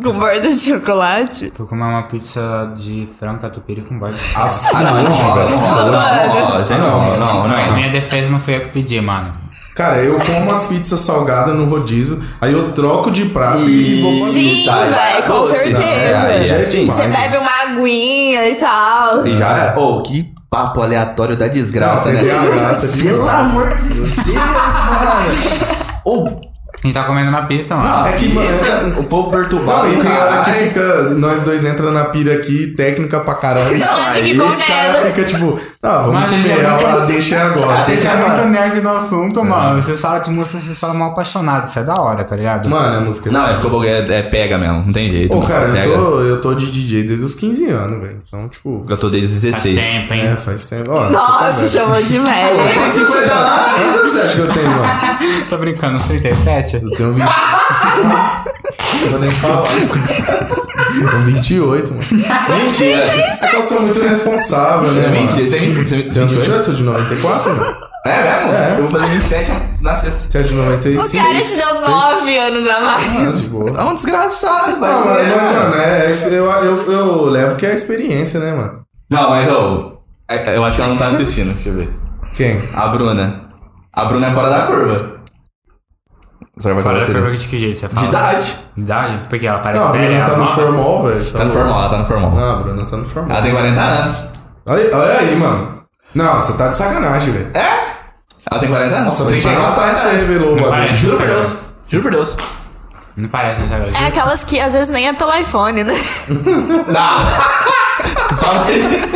S3: Com borda de chocolate?
S1: Vou comer uma pizza de frango catupiry com bode.
S4: As-
S2: Ah, não, não rola, não rola, não rola. gente, Não, não,
S1: Na
S2: não.
S1: minha defesa não fui eu que pedi, mano.
S4: Cara, eu como as pizzas salgadas no rodízio, aí eu troco de prato e, vou pra
S3: Sim,
S4: pizza.
S3: véi, com certeza.
S4: Já é
S2: sim.
S4: demais.
S3: Você bebe uma aguinha e tal.
S2: E
S4: é.
S2: Já, ô, que papo aleatório da desgraça,
S4: Nossa,
S2: né?
S4: ele é uma lata de-
S2: Pelo amor de Deus, mano. Ô,
S1: A gente tá comendo uma pizza, mano.
S4: É que, mano,
S2: o povo perturbado.
S4: Não, e tem hora que
S2: caralho.
S4: fica. Nós dois entra na pira aqui, técnica pra caralho.
S3: Não,
S4: aí
S3: tem que
S4: esse cara
S3: comer.
S4: fica tipo, ah, vamos
S1: Mas a gente
S4: comer
S1: é muito-
S4: ela, deixa agora. É.
S1: Você já é muito nerd no assunto, mano. Você fala de música, você fala mal apaixonado. Isso é da hora, tá ligado?
S4: Mano, a música.
S2: Não, é porque o bagulho é, é pega mesmo, não tem jeito.
S4: Ô,
S2: mano,
S4: cara, eu
S2: pega.
S4: tô, eu tô de DJ desde os 15 anos, velho. Então, tipo.
S2: Eu tô desde os
S1: Faz
S2: 16.
S1: tempo, hein?
S4: É, faz tempo.
S2: tá
S4: Ó,
S3: Nossa, chamou de velho.
S4: Tem 50 anos? Quantos anos você acha que eu tenho, mano?
S1: Tô tá brincando, uns 37?
S4: Eu tenho 20. Eu nem falo. Eu tenho 28, mano.
S2: Mentira!
S4: É que eu sou muito responsável, né? mano?
S2: Mentira, você é 27. Você é
S4: Você é
S2: 28?
S4: 28? Sou de 94, mano.
S2: É mesmo?
S4: É.
S2: Eu vou fazer 27 na sexta.
S4: Você é de 95?
S3: O cara te deu nove anos a mais.
S4: Ah, de boa.
S2: É um desgraçado,
S4: Ah,
S2: mano.
S4: mano, mas, mano, é, é- eu, eu, eu levo que é a experiência, né, mano?
S2: Não, mas ô. é- Eu acho que ela não tá assistindo, deixa eu ver.
S4: Quem?
S2: A Bruna. A Bruna é fora da curva. Só vai
S1: Fala
S2: falar
S1: da
S2: tudo.
S1: pergunta de que jeito você
S2: De
S1: fala.
S2: idade.
S1: Idade? Porque ela parece
S4: Não, a
S1: velha.
S4: Bruna tá
S1: ela
S4: no
S1: mora-
S4: formal, velho.
S2: Tá no formal, ela tá no formal.
S4: Não, a Bruna tá no formal.
S2: Ela tem 40 anos.
S4: Olha, olha aí, mano. Não, você tá de sacanagem, velho.
S2: É? Ela tem 40 anos.
S4: Nossa,
S2: tem né?
S4: vou te anotar essa
S2: anos.
S4: revelou o
S1: Não
S4: bagulho.
S1: parece.
S2: Juro por Deus. Juro por Deus.
S1: Não parece, não sabe?
S2: Uhum.
S3: É aquelas que às vezes nem é pelo iPhone, né?
S2: Tá. Não! Fala aí.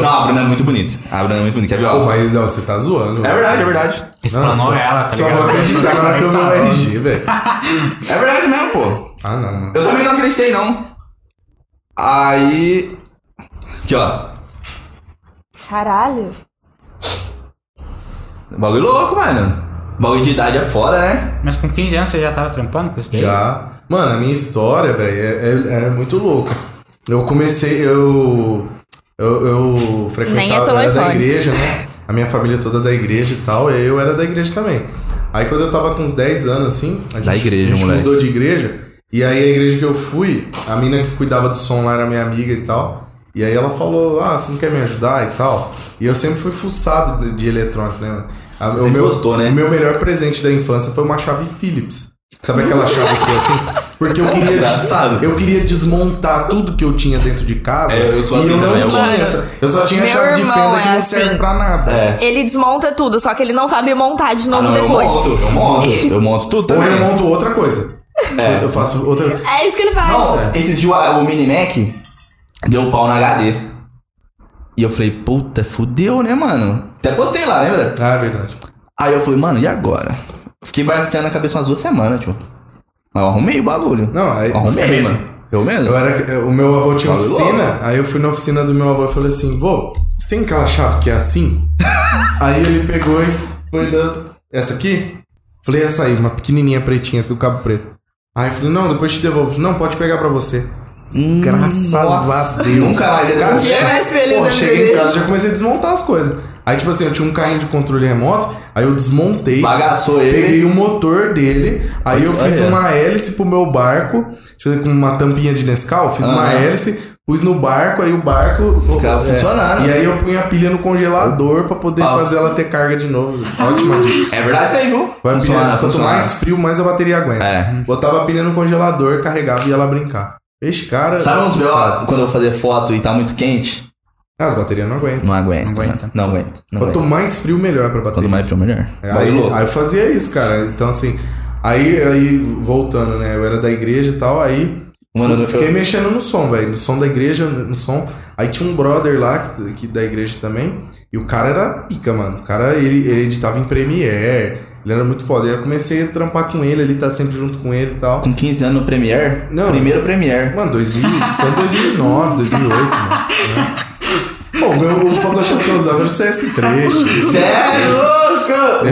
S2: Não, a Bruna é muito bonita. A Bruna é muito bonita. Quer ver,
S4: Pô,
S2: ó?
S4: mas não, você tá zoando.
S2: É verdade, é verdade.
S1: Explanou ela, tá
S4: Só
S1: ligado?
S4: vou acreditar na hora que eu
S2: Tá
S4: ver o RG, velho.
S2: É verdade mesmo, pô.
S4: Ah, não, mano.
S2: Eu também não acreditei, não. Aí. Aqui, ó.
S3: Caralho.
S2: Bagulho louco, mano. Bagulho de idade é foda, né?
S1: Mas com 15 anos você já tava trampando com isso daí?
S4: Já. Mano, a minha história, velho, é, é- é muito louca. Eu comecei, eu. Eu, eu
S3: Nem é
S4: frequentava,
S3: pelo
S4: era da
S3: iPhone.
S4: igreja, né? A minha família toda da igreja e tal, e eu era da igreja também. Aí quando eu tava com uns 10 anos, assim, a gente,
S2: Da igreja,
S4: a gente
S2: moleque.
S4: mudou de igreja. E aí a igreja que eu fui, a mina que cuidava do som lá era minha amiga e tal. E aí ela falou, ah, você não quer me ajudar e tal. E eu sempre fui fuçado de, de eletrônico, né? mano? A-
S2: Você sempre gostou, né?
S4: o meu melhor presente da infância foi uma chave Philips. Sabe aquela chave que é assim? Porque eu queria, des-
S2: Engraçado.
S4: eu queria desmontar tudo que eu tinha dentro de casa.
S2: É, eu sou
S4: e
S2: assim
S4: eu
S2: também,
S4: não
S2: eu
S4: tinha
S2: gosto.
S4: essa. Eu só tinha
S3: Meu
S4: chave de
S3: irmão
S4: fenda
S3: é
S4: que não
S3: assim.
S4: serve pra nada.
S2: É.
S3: Ele desmonta tudo, só que ele não sabe montar de
S2: Ah,
S3: novo
S2: não, eu
S3: depois.
S2: monto, eu monto. Eu monto tudo
S4: Ou eu
S2: também.
S4: monto outra coisa.
S2: É.
S4: Eu faço outra.
S3: É isso que ele faz.
S2: Não, esses dias o Mini Mac deu um pau na HD. E eu falei, puta, fudeu, né, mano? Até postei lá, lembra?
S4: Ah, é verdade.
S2: Aí eu falei, mano, e agora? Fiquei batendo na cabeça umas duas semanas, tio. Mas eu arrumei o bagulho.
S4: Não, aí-
S2: Eu arrumei,
S4: você mesmo.
S2: mano. Eu mesmo?
S4: Eu era, eu- o meu avô tinha
S2: Falou.
S4: oficina, aí eu fui na oficina do meu avô e falei assim, vô, você tem aquela chave que é assim? aí ele pegou e foi dando. Essa aqui? Falei, essa aí, uma pequenininha pretinha, essa do Cabo Preto. Aí eu falei, não, depois te devolvo. Falei, Não, pode pegar pra você.
S2: Hum,
S4: Graças
S2: nossa.
S4: a Deus.
S2: Nunca mais ele
S4: Cara,
S2: comprou.
S3: Dia mais feliz
S4: Porra,
S3: da minha
S4: cheguei em
S3: vida.
S4: casa já comecei a desmontar as coisas. Aí, tipo assim, eu tinha um carrinho de controle remoto, aí eu desmontei.
S2: Bagaçou ele.
S4: Peguei o motor dele, aí eu fiz
S2: Olha.
S4: uma hélice pro meu barco, deixa eu ver, com uma tampinha de Nescau, fiz uma
S2: Aham.
S4: hélice, pus no barco, aí o barco.
S2: Ficava
S4: é,
S2: funcionando.
S4: E aí eu punho a pilha no congelador pra poder
S2: Ah.
S4: fazer ela ter carga de novo. Ótima dica.
S2: É verdade isso aí, viu?
S4: Vai a pilha,
S2: Funciona,
S4: quanto
S2: funciona.
S4: mais frio, mais a bateria aguenta.
S2: É.
S4: Botava a pilha no congelador, carregava e ia lá brincar. Esse cara.
S2: Sabe uns
S4: sabe.
S2: B.O. quando eu vou fazer foto e tá muito quente?
S4: As baterias não aguentam.
S2: Não aguenta.
S1: Não aguenta.
S2: né? Não aguenta. Não
S4: Quanto
S2: aguenta.
S4: mais frio, melhor pra
S2: Quanto
S4: bateria.
S2: mais frio, melhor.
S4: Aí,
S2: Bagulho louco.
S4: aí eu fazia isso, cara. Então, assim, aí, aí voltando, né? Eu era da igreja e tal, aí
S2: Mano,
S4: eu
S2: eu-
S4: fiquei mexendo no som, velho. No som da igreja, no som. Aí tinha um brother lá, que, que da igreja também, e o cara era pica, mano. O cara, ele, ele editava em Premiere, ele era muito foda. Aí eu comecei a trampar com ele, ele tá sempre junto com ele e tal.
S2: Com 15 anos no Premiere?
S4: Não.
S2: Primeiro Premiere.
S4: Mano, 2000, foi em 2009, 2008, mano. né? Bom, meu, o Photoshop que eu usava era o CS3.
S2: Cê é louco! Mano,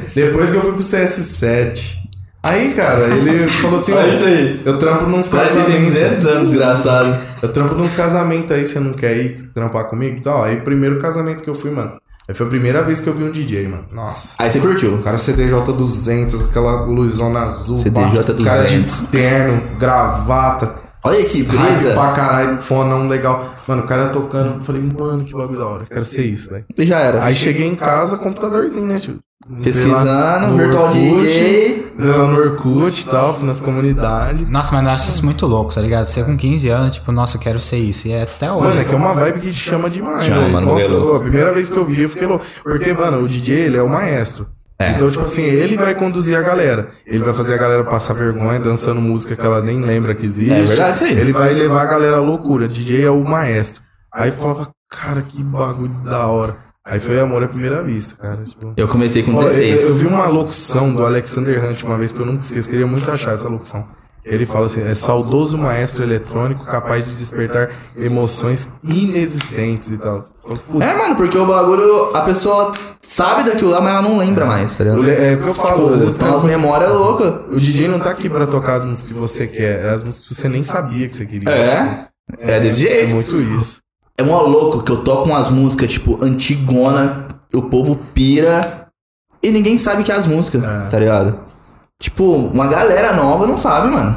S4: Depois, depois que eu fui pro CS7. Aí, cara, ele falou assim, ó,
S2: olha é isso aí.
S4: eu trampo nos
S2: Parece que tem 200
S4: casamentos.
S2: anos, desgraçado.
S4: Eu trampo nos casamentos aí, você não quer ir trampar comigo? Então, ó, aí primeiro casamento que eu fui, mano. Aí foi a primeira vez que eu vi um DJ, mano. Nossa.
S2: Aí você curtiu.
S4: O cara CDJ 200, aquela luzona azul.
S2: CDJ
S4: pá. O Cara
S2: 200.
S4: de terno, gravata.
S2: Olha que
S4: hype
S2: brisa.
S4: pra caralho, fonão legal. Mano, o cara tocando. Eu falei, mano, que bagulho da hora. eu Quero ser isso, velho.
S2: E já era.
S4: Aí cheguei em casa, computadorzinho, né, tio? Lá
S2: Pesquisando,
S4: no
S2: virtual
S4: Orkut,
S2: DJ.
S4: Lá no Orkut e tal, nas comunidades.
S1: Nossa, mas eu acho isso muito louco, tá ligado? Você com 15 anos, tipo, nossa, eu quero ser isso. E é até hoje.
S4: Mano, é que é uma vibe que te chama demais.
S2: Chama,
S4: velho.
S2: mano,
S4: Nossa,
S2: é louco.
S4: pô, a primeira vez que eu vi, eu fiquei louco. Porque, mano, o DJ, ele é o maestro.
S2: É.
S4: Então, tipo assim, ele vai conduzir a galera. Ele vai fazer a galera passar vergonha dançando música que ela nem lembra que existe.
S2: É verdade, isso aí.
S4: Ele vai levar a galera à loucura. DJ é o maestro. Aí eu falava, cara, que bagulho da hora. Aí foi amor à primeira vista, cara. Tipo,
S2: Eu comecei com
S4: Ó, Eu, eu
S2: 16.
S4: vi uma locução do Alexander Hunt uma vez que eu nunca esqueço, queria muito achar essa locução. Ele fala assim: é saudoso maestro eletrônico capaz de despertar emoções inexistentes e tal. Então, Putz,
S2: É, mano, porque o bagulho, a pessoa sabe daquilo lá, mas ela não lembra mais, tá ligado?
S4: o le- É o que eu falo, às vezes né? o
S2: Então
S4: cara
S2: as memórias loucas.
S4: O DJ não tá aqui pra tocar as músicas que você quer, é as músicas que você nem sabia que você queria.
S2: É. É desse
S4: É
S2: jeito.
S4: muito isso.
S2: É mó louco que eu toco umas músicas, tipo, antigona, o povo pira e ninguém sabe que é as músicas,
S4: É.
S2: tá ligado? Tipo, uma galera nova não sabe, mano.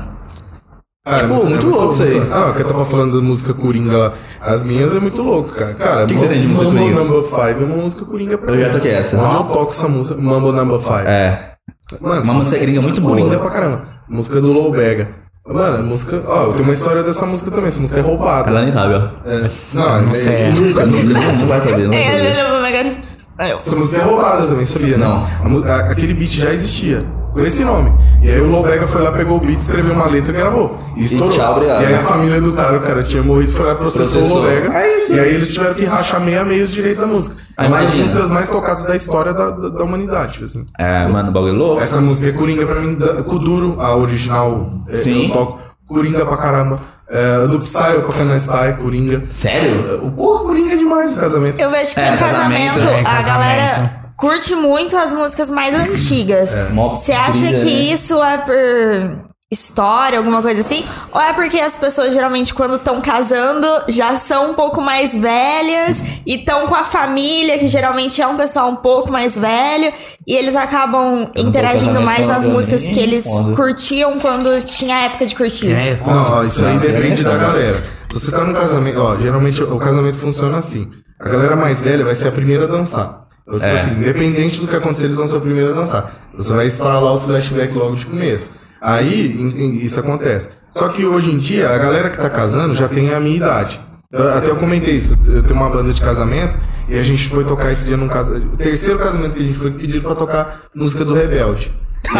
S4: Cara, é
S2: Tipo, muito louco isso aí.
S4: Ah, o que eu tava falando da música Coringa lá. As minhas é muito louco, cara. Cara,
S2: O que que você tem de música
S4: Mambo
S2: Coringa?
S4: Number 5 é uma música Coringa pra
S2: Eu
S4: mim.
S2: já toquei essa.
S4: Onde eu toco essa música, Mambo Number 5.
S2: É.
S4: Mano,
S2: Uma música gringa muito boa.
S4: é Coringa pra caramba. Música do Lowbega. Mano, a música. Ó, eu tenho uma história dessa música também. Essa música é roubada.
S2: Ela nem sabe, ó.
S4: Não,
S1: Não
S4: é-
S1: sei.
S4: Nunca, nunca.
S2: Não, Você vai saber, não. vai
S3: É, Ele
S2: saber.
S3: olhou pra minha cara e- Aí eu-
S4: Essa música é roubada também, sabia? né?
S2: Não.
S4: A mu- a- aquele beat já existia. Com esse nome. E aí o Lowbega foi lá, pegou o beat, escreveu uma letra e gravou. E estourou.
S2: tchau, obrigado.
S4: E aí a família do cara, o cara tinha morrido, foi lá e processou,
S2: Processou.
S4: o Lowbega. E aí eles tiveram que rachar meia meia os direitos da música.
S2: Ah,
S4: É uma das
S2: imagina.
S4: músicas mais tocadas da história da, da, da humanidade, tipo assim.
S2: É, mano, o bagulho é louco.
S4: Essa música é Coringa pra mim, da- Kuduro, a original. é,
S2: Sim.
S4: Eu toco Coringa pra caramba. É, do Psy, eu pra Canastai, Coringa.
S2: Sério?
S4: O porra, Coringa é demais no casamento.
S3: Eu vejo que
S2: É,
S3: em casamento,
S2: casamento,
S1: é,
S3: a
S1: casamento.
S3: galera curte muito as músicas mais antigas.
S2: Mó
S3: Você acha
S2: brisa,
S3: que
S2: né?
S3: isso é por história, alguma coisa assim? Ou é porque as pessoas geralmente, quando estão casando, já são um pouco mais velhas e estão com a família, que geralmente é um pessoal um pouco mais velho, e eles acabam
S2: no
S3: interagindo
S2: casamento,
S3: mais
S2: eu
S3: nas
S2: não
S3: músicas
S2: nem
S3: que eles
S2: respondo.
S3: curtiam quando tinha a época de curtir.
S1: É, pô,
S4: Não, ó, isso aí
S2: Não,
S4: depende
S2: não.
S4: da galera. Se você tá num casamento, ó, geralmente o casamento funciona assim. A galera mais velha vai ser a primeira a dançar. Então, tipo assim, independente do que acontecer, eles vão ser a primeira a dançar. Você vai estralar o flashback logo de começo. Aí em- em- isso acontece. Só que hoje em dia, a galera que tá casando já tem a minha idade. Eu- Até eu comentei isso. Eu tenho uma banda de casamento e a gente foi tocar esse dia num casamento. O terceiro casamento que a gente foi pedido pra tocar música do Rebelde. Né? E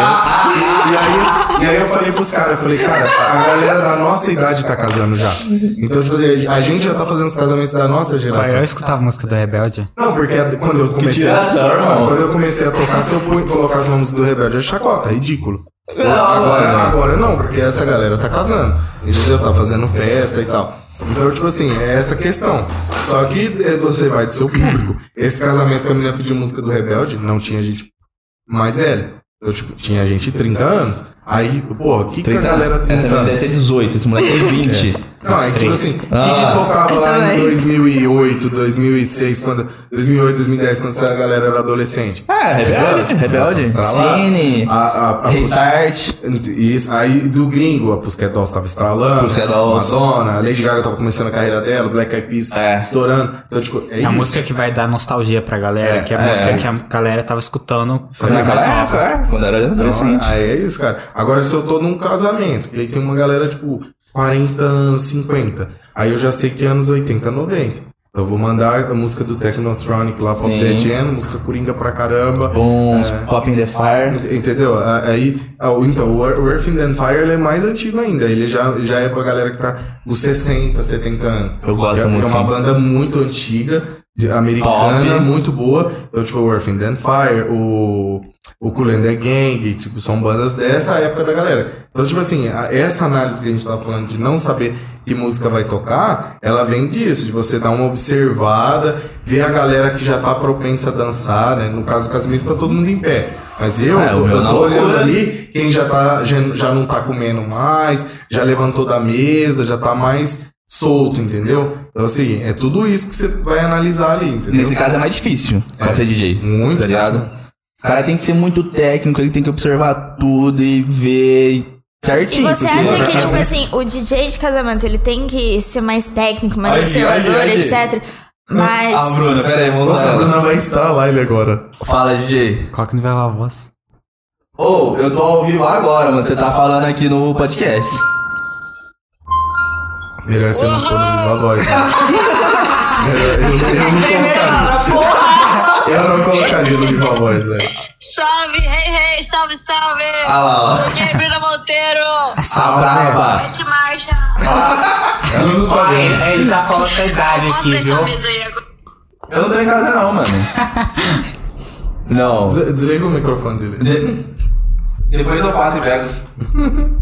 S4: aí, e aí eu falei pros caras, eu falei, cara, a galera da nossa idade tá casando já. Então, tipo assim, a gente já tá fazendo os casamentos da nossa
S1: Mas eu
S4: geração.
S1: escutava a música do Rebelde.
S4: Não, porque a- quando eu comecei. a-
S2: tiração, irmão.
S4: Mano, quando eu comecei a tocar, se eu pu- colocasse uma música do Rebelde, é chacota, é ridículo. agora, agora não, porque essa galera tá casando. Entendeu? Tá fazendo festa e tal. Então, tipo assim, é essa questão. Só que eh, você vai do seu público. Esse casamento que a menina pediu música do Rebelde, não tinha gente mais velha. Eu, tipo, tinha gente de 30 anos. Aí, porra, o que, que a
S2: 30 anos.
S4: galera 30
S2: Essa menina deve ter 18, esse moleque tem 20.
S4: não, é tipo assim, o que,
S2: Ah.
S4: que tocava
S3: Eu
S4: lá em
S3: também.
S4: 2008, 2006, quando, 2008, 2010, quando essa galera era adolescente?
S2: É, Rebelde, Rebelde. Tá Cine,
S4: A, a, a
S2: Restart.
S4: Isso, aí do gringo, a Pusquet Dolls tava estralando,
S2: Pussycat Dolls.
S4: Madonna, a Lady Gaga tava começando a carreira dela, o Black Eyed Peas
S2: É.
S4: estourando. Então, tipo, é
S1: É a
S4: isso.
S1: música que vai dar nostalgia pra galera,
S4: É,
S1: que é a
S4: é,
S1: música
S4: é
S1: que a
S4: isso.
S1: galera tava escutando quando era mais
S2: Naquela
S1: nova.
S2: época, é, quando era
S4: Então,
S2: adolescente.
S4: aí é isso, cara. Agora, se eu tô num casamento, que aí tem uma galera, tipo, 40 anos, 50. Aí eu já sei que é anos 80, 90. Eu vou mandar a música do Technotronic lá pro
S2: Sim.
S4: Dead Jam, música coringa pra caramba.
S2: Bons, é Pop in the Fire.
S4: Ent- Entendeu? A- Aí, ah, o- então, o Ear- o Earth and Fire ele é mais antigo ainda. Ele já, já é pra galera que tá dos 60, 70 anos.
S2: Eu gosto
S4: é,
S2: da música.
S4: É uma banda muito antiga, de- americana,
S2: Top.
S4: muito boa. Então, tipo, o Earth and Fire, o, o Cool and the Gang, tipo, são bandas dessa época da galera. Então, tipo assim, a- essa análise que a gente tá falando de não saber que música vai tocar, ela vem disso, de você dar uma observada, ver a galera que já tá propensa a dançar, né? No caso do Casimiro, tá todo mundo em pé. Mas eu,
S2: É, o
S4: tô-
S2: meu
S4: eu
S2: na
S4: tô
S2: loucura.
S4: olhando ali, quem já, tá, já, já não tá comendo mais, já levantou da mesa, já tá mais solto, entendeu? Então, assim, é tudo isso que você vai analisar ali, entendeu?
S2: Nesse caso é mais difícil pra ser DJ.
S4: Muito.
S2: tá ligado? O cara tem que ser muito técnico, ele tem que observar tudo e ver
S3: E
S2: certinho.
S3: você
S2: porque- tá
S3: acha que, tipo assim, o DJ de casamento, ele tem que ser mais técnico, mais
S2: Olha aqui,
S3: observador,
S2: olha aqui, olha aqui.
S3: etc. Mas.
S2: Ah, Bruno, pera aí, vamos
S4: Nossa, a
S2: lá.
S4: Bruna vai instalar ele agora.
S2: Fala, DJ.
S1: Coloca no Viva Voz.
S2: Ô, eu tô ao vivo agora, mano. Você tá falando aqui no podcast.
S4: Melhor você não pôr uma voz. né? Melhor- Eu, eu não colocaria. Eu não colocaria no Viva Voz, velho.
S5: Salve, rei, rei, salve, salve!
S2: Ah lá, ó.
S5: DJ Bruna
S1: Ah,
S5: Monteiro!
S2: A braba.
S5: Mete marcha!
S4: Ela não tá vendo.
S1: Ele já falou a idade
S5: Posso deixar a mesa aí agora?
S2: Eu não tô em casa não, mano. Não.
S4: Des- Desliga o microfone dele.
S2: De- Depois eu passo e pego.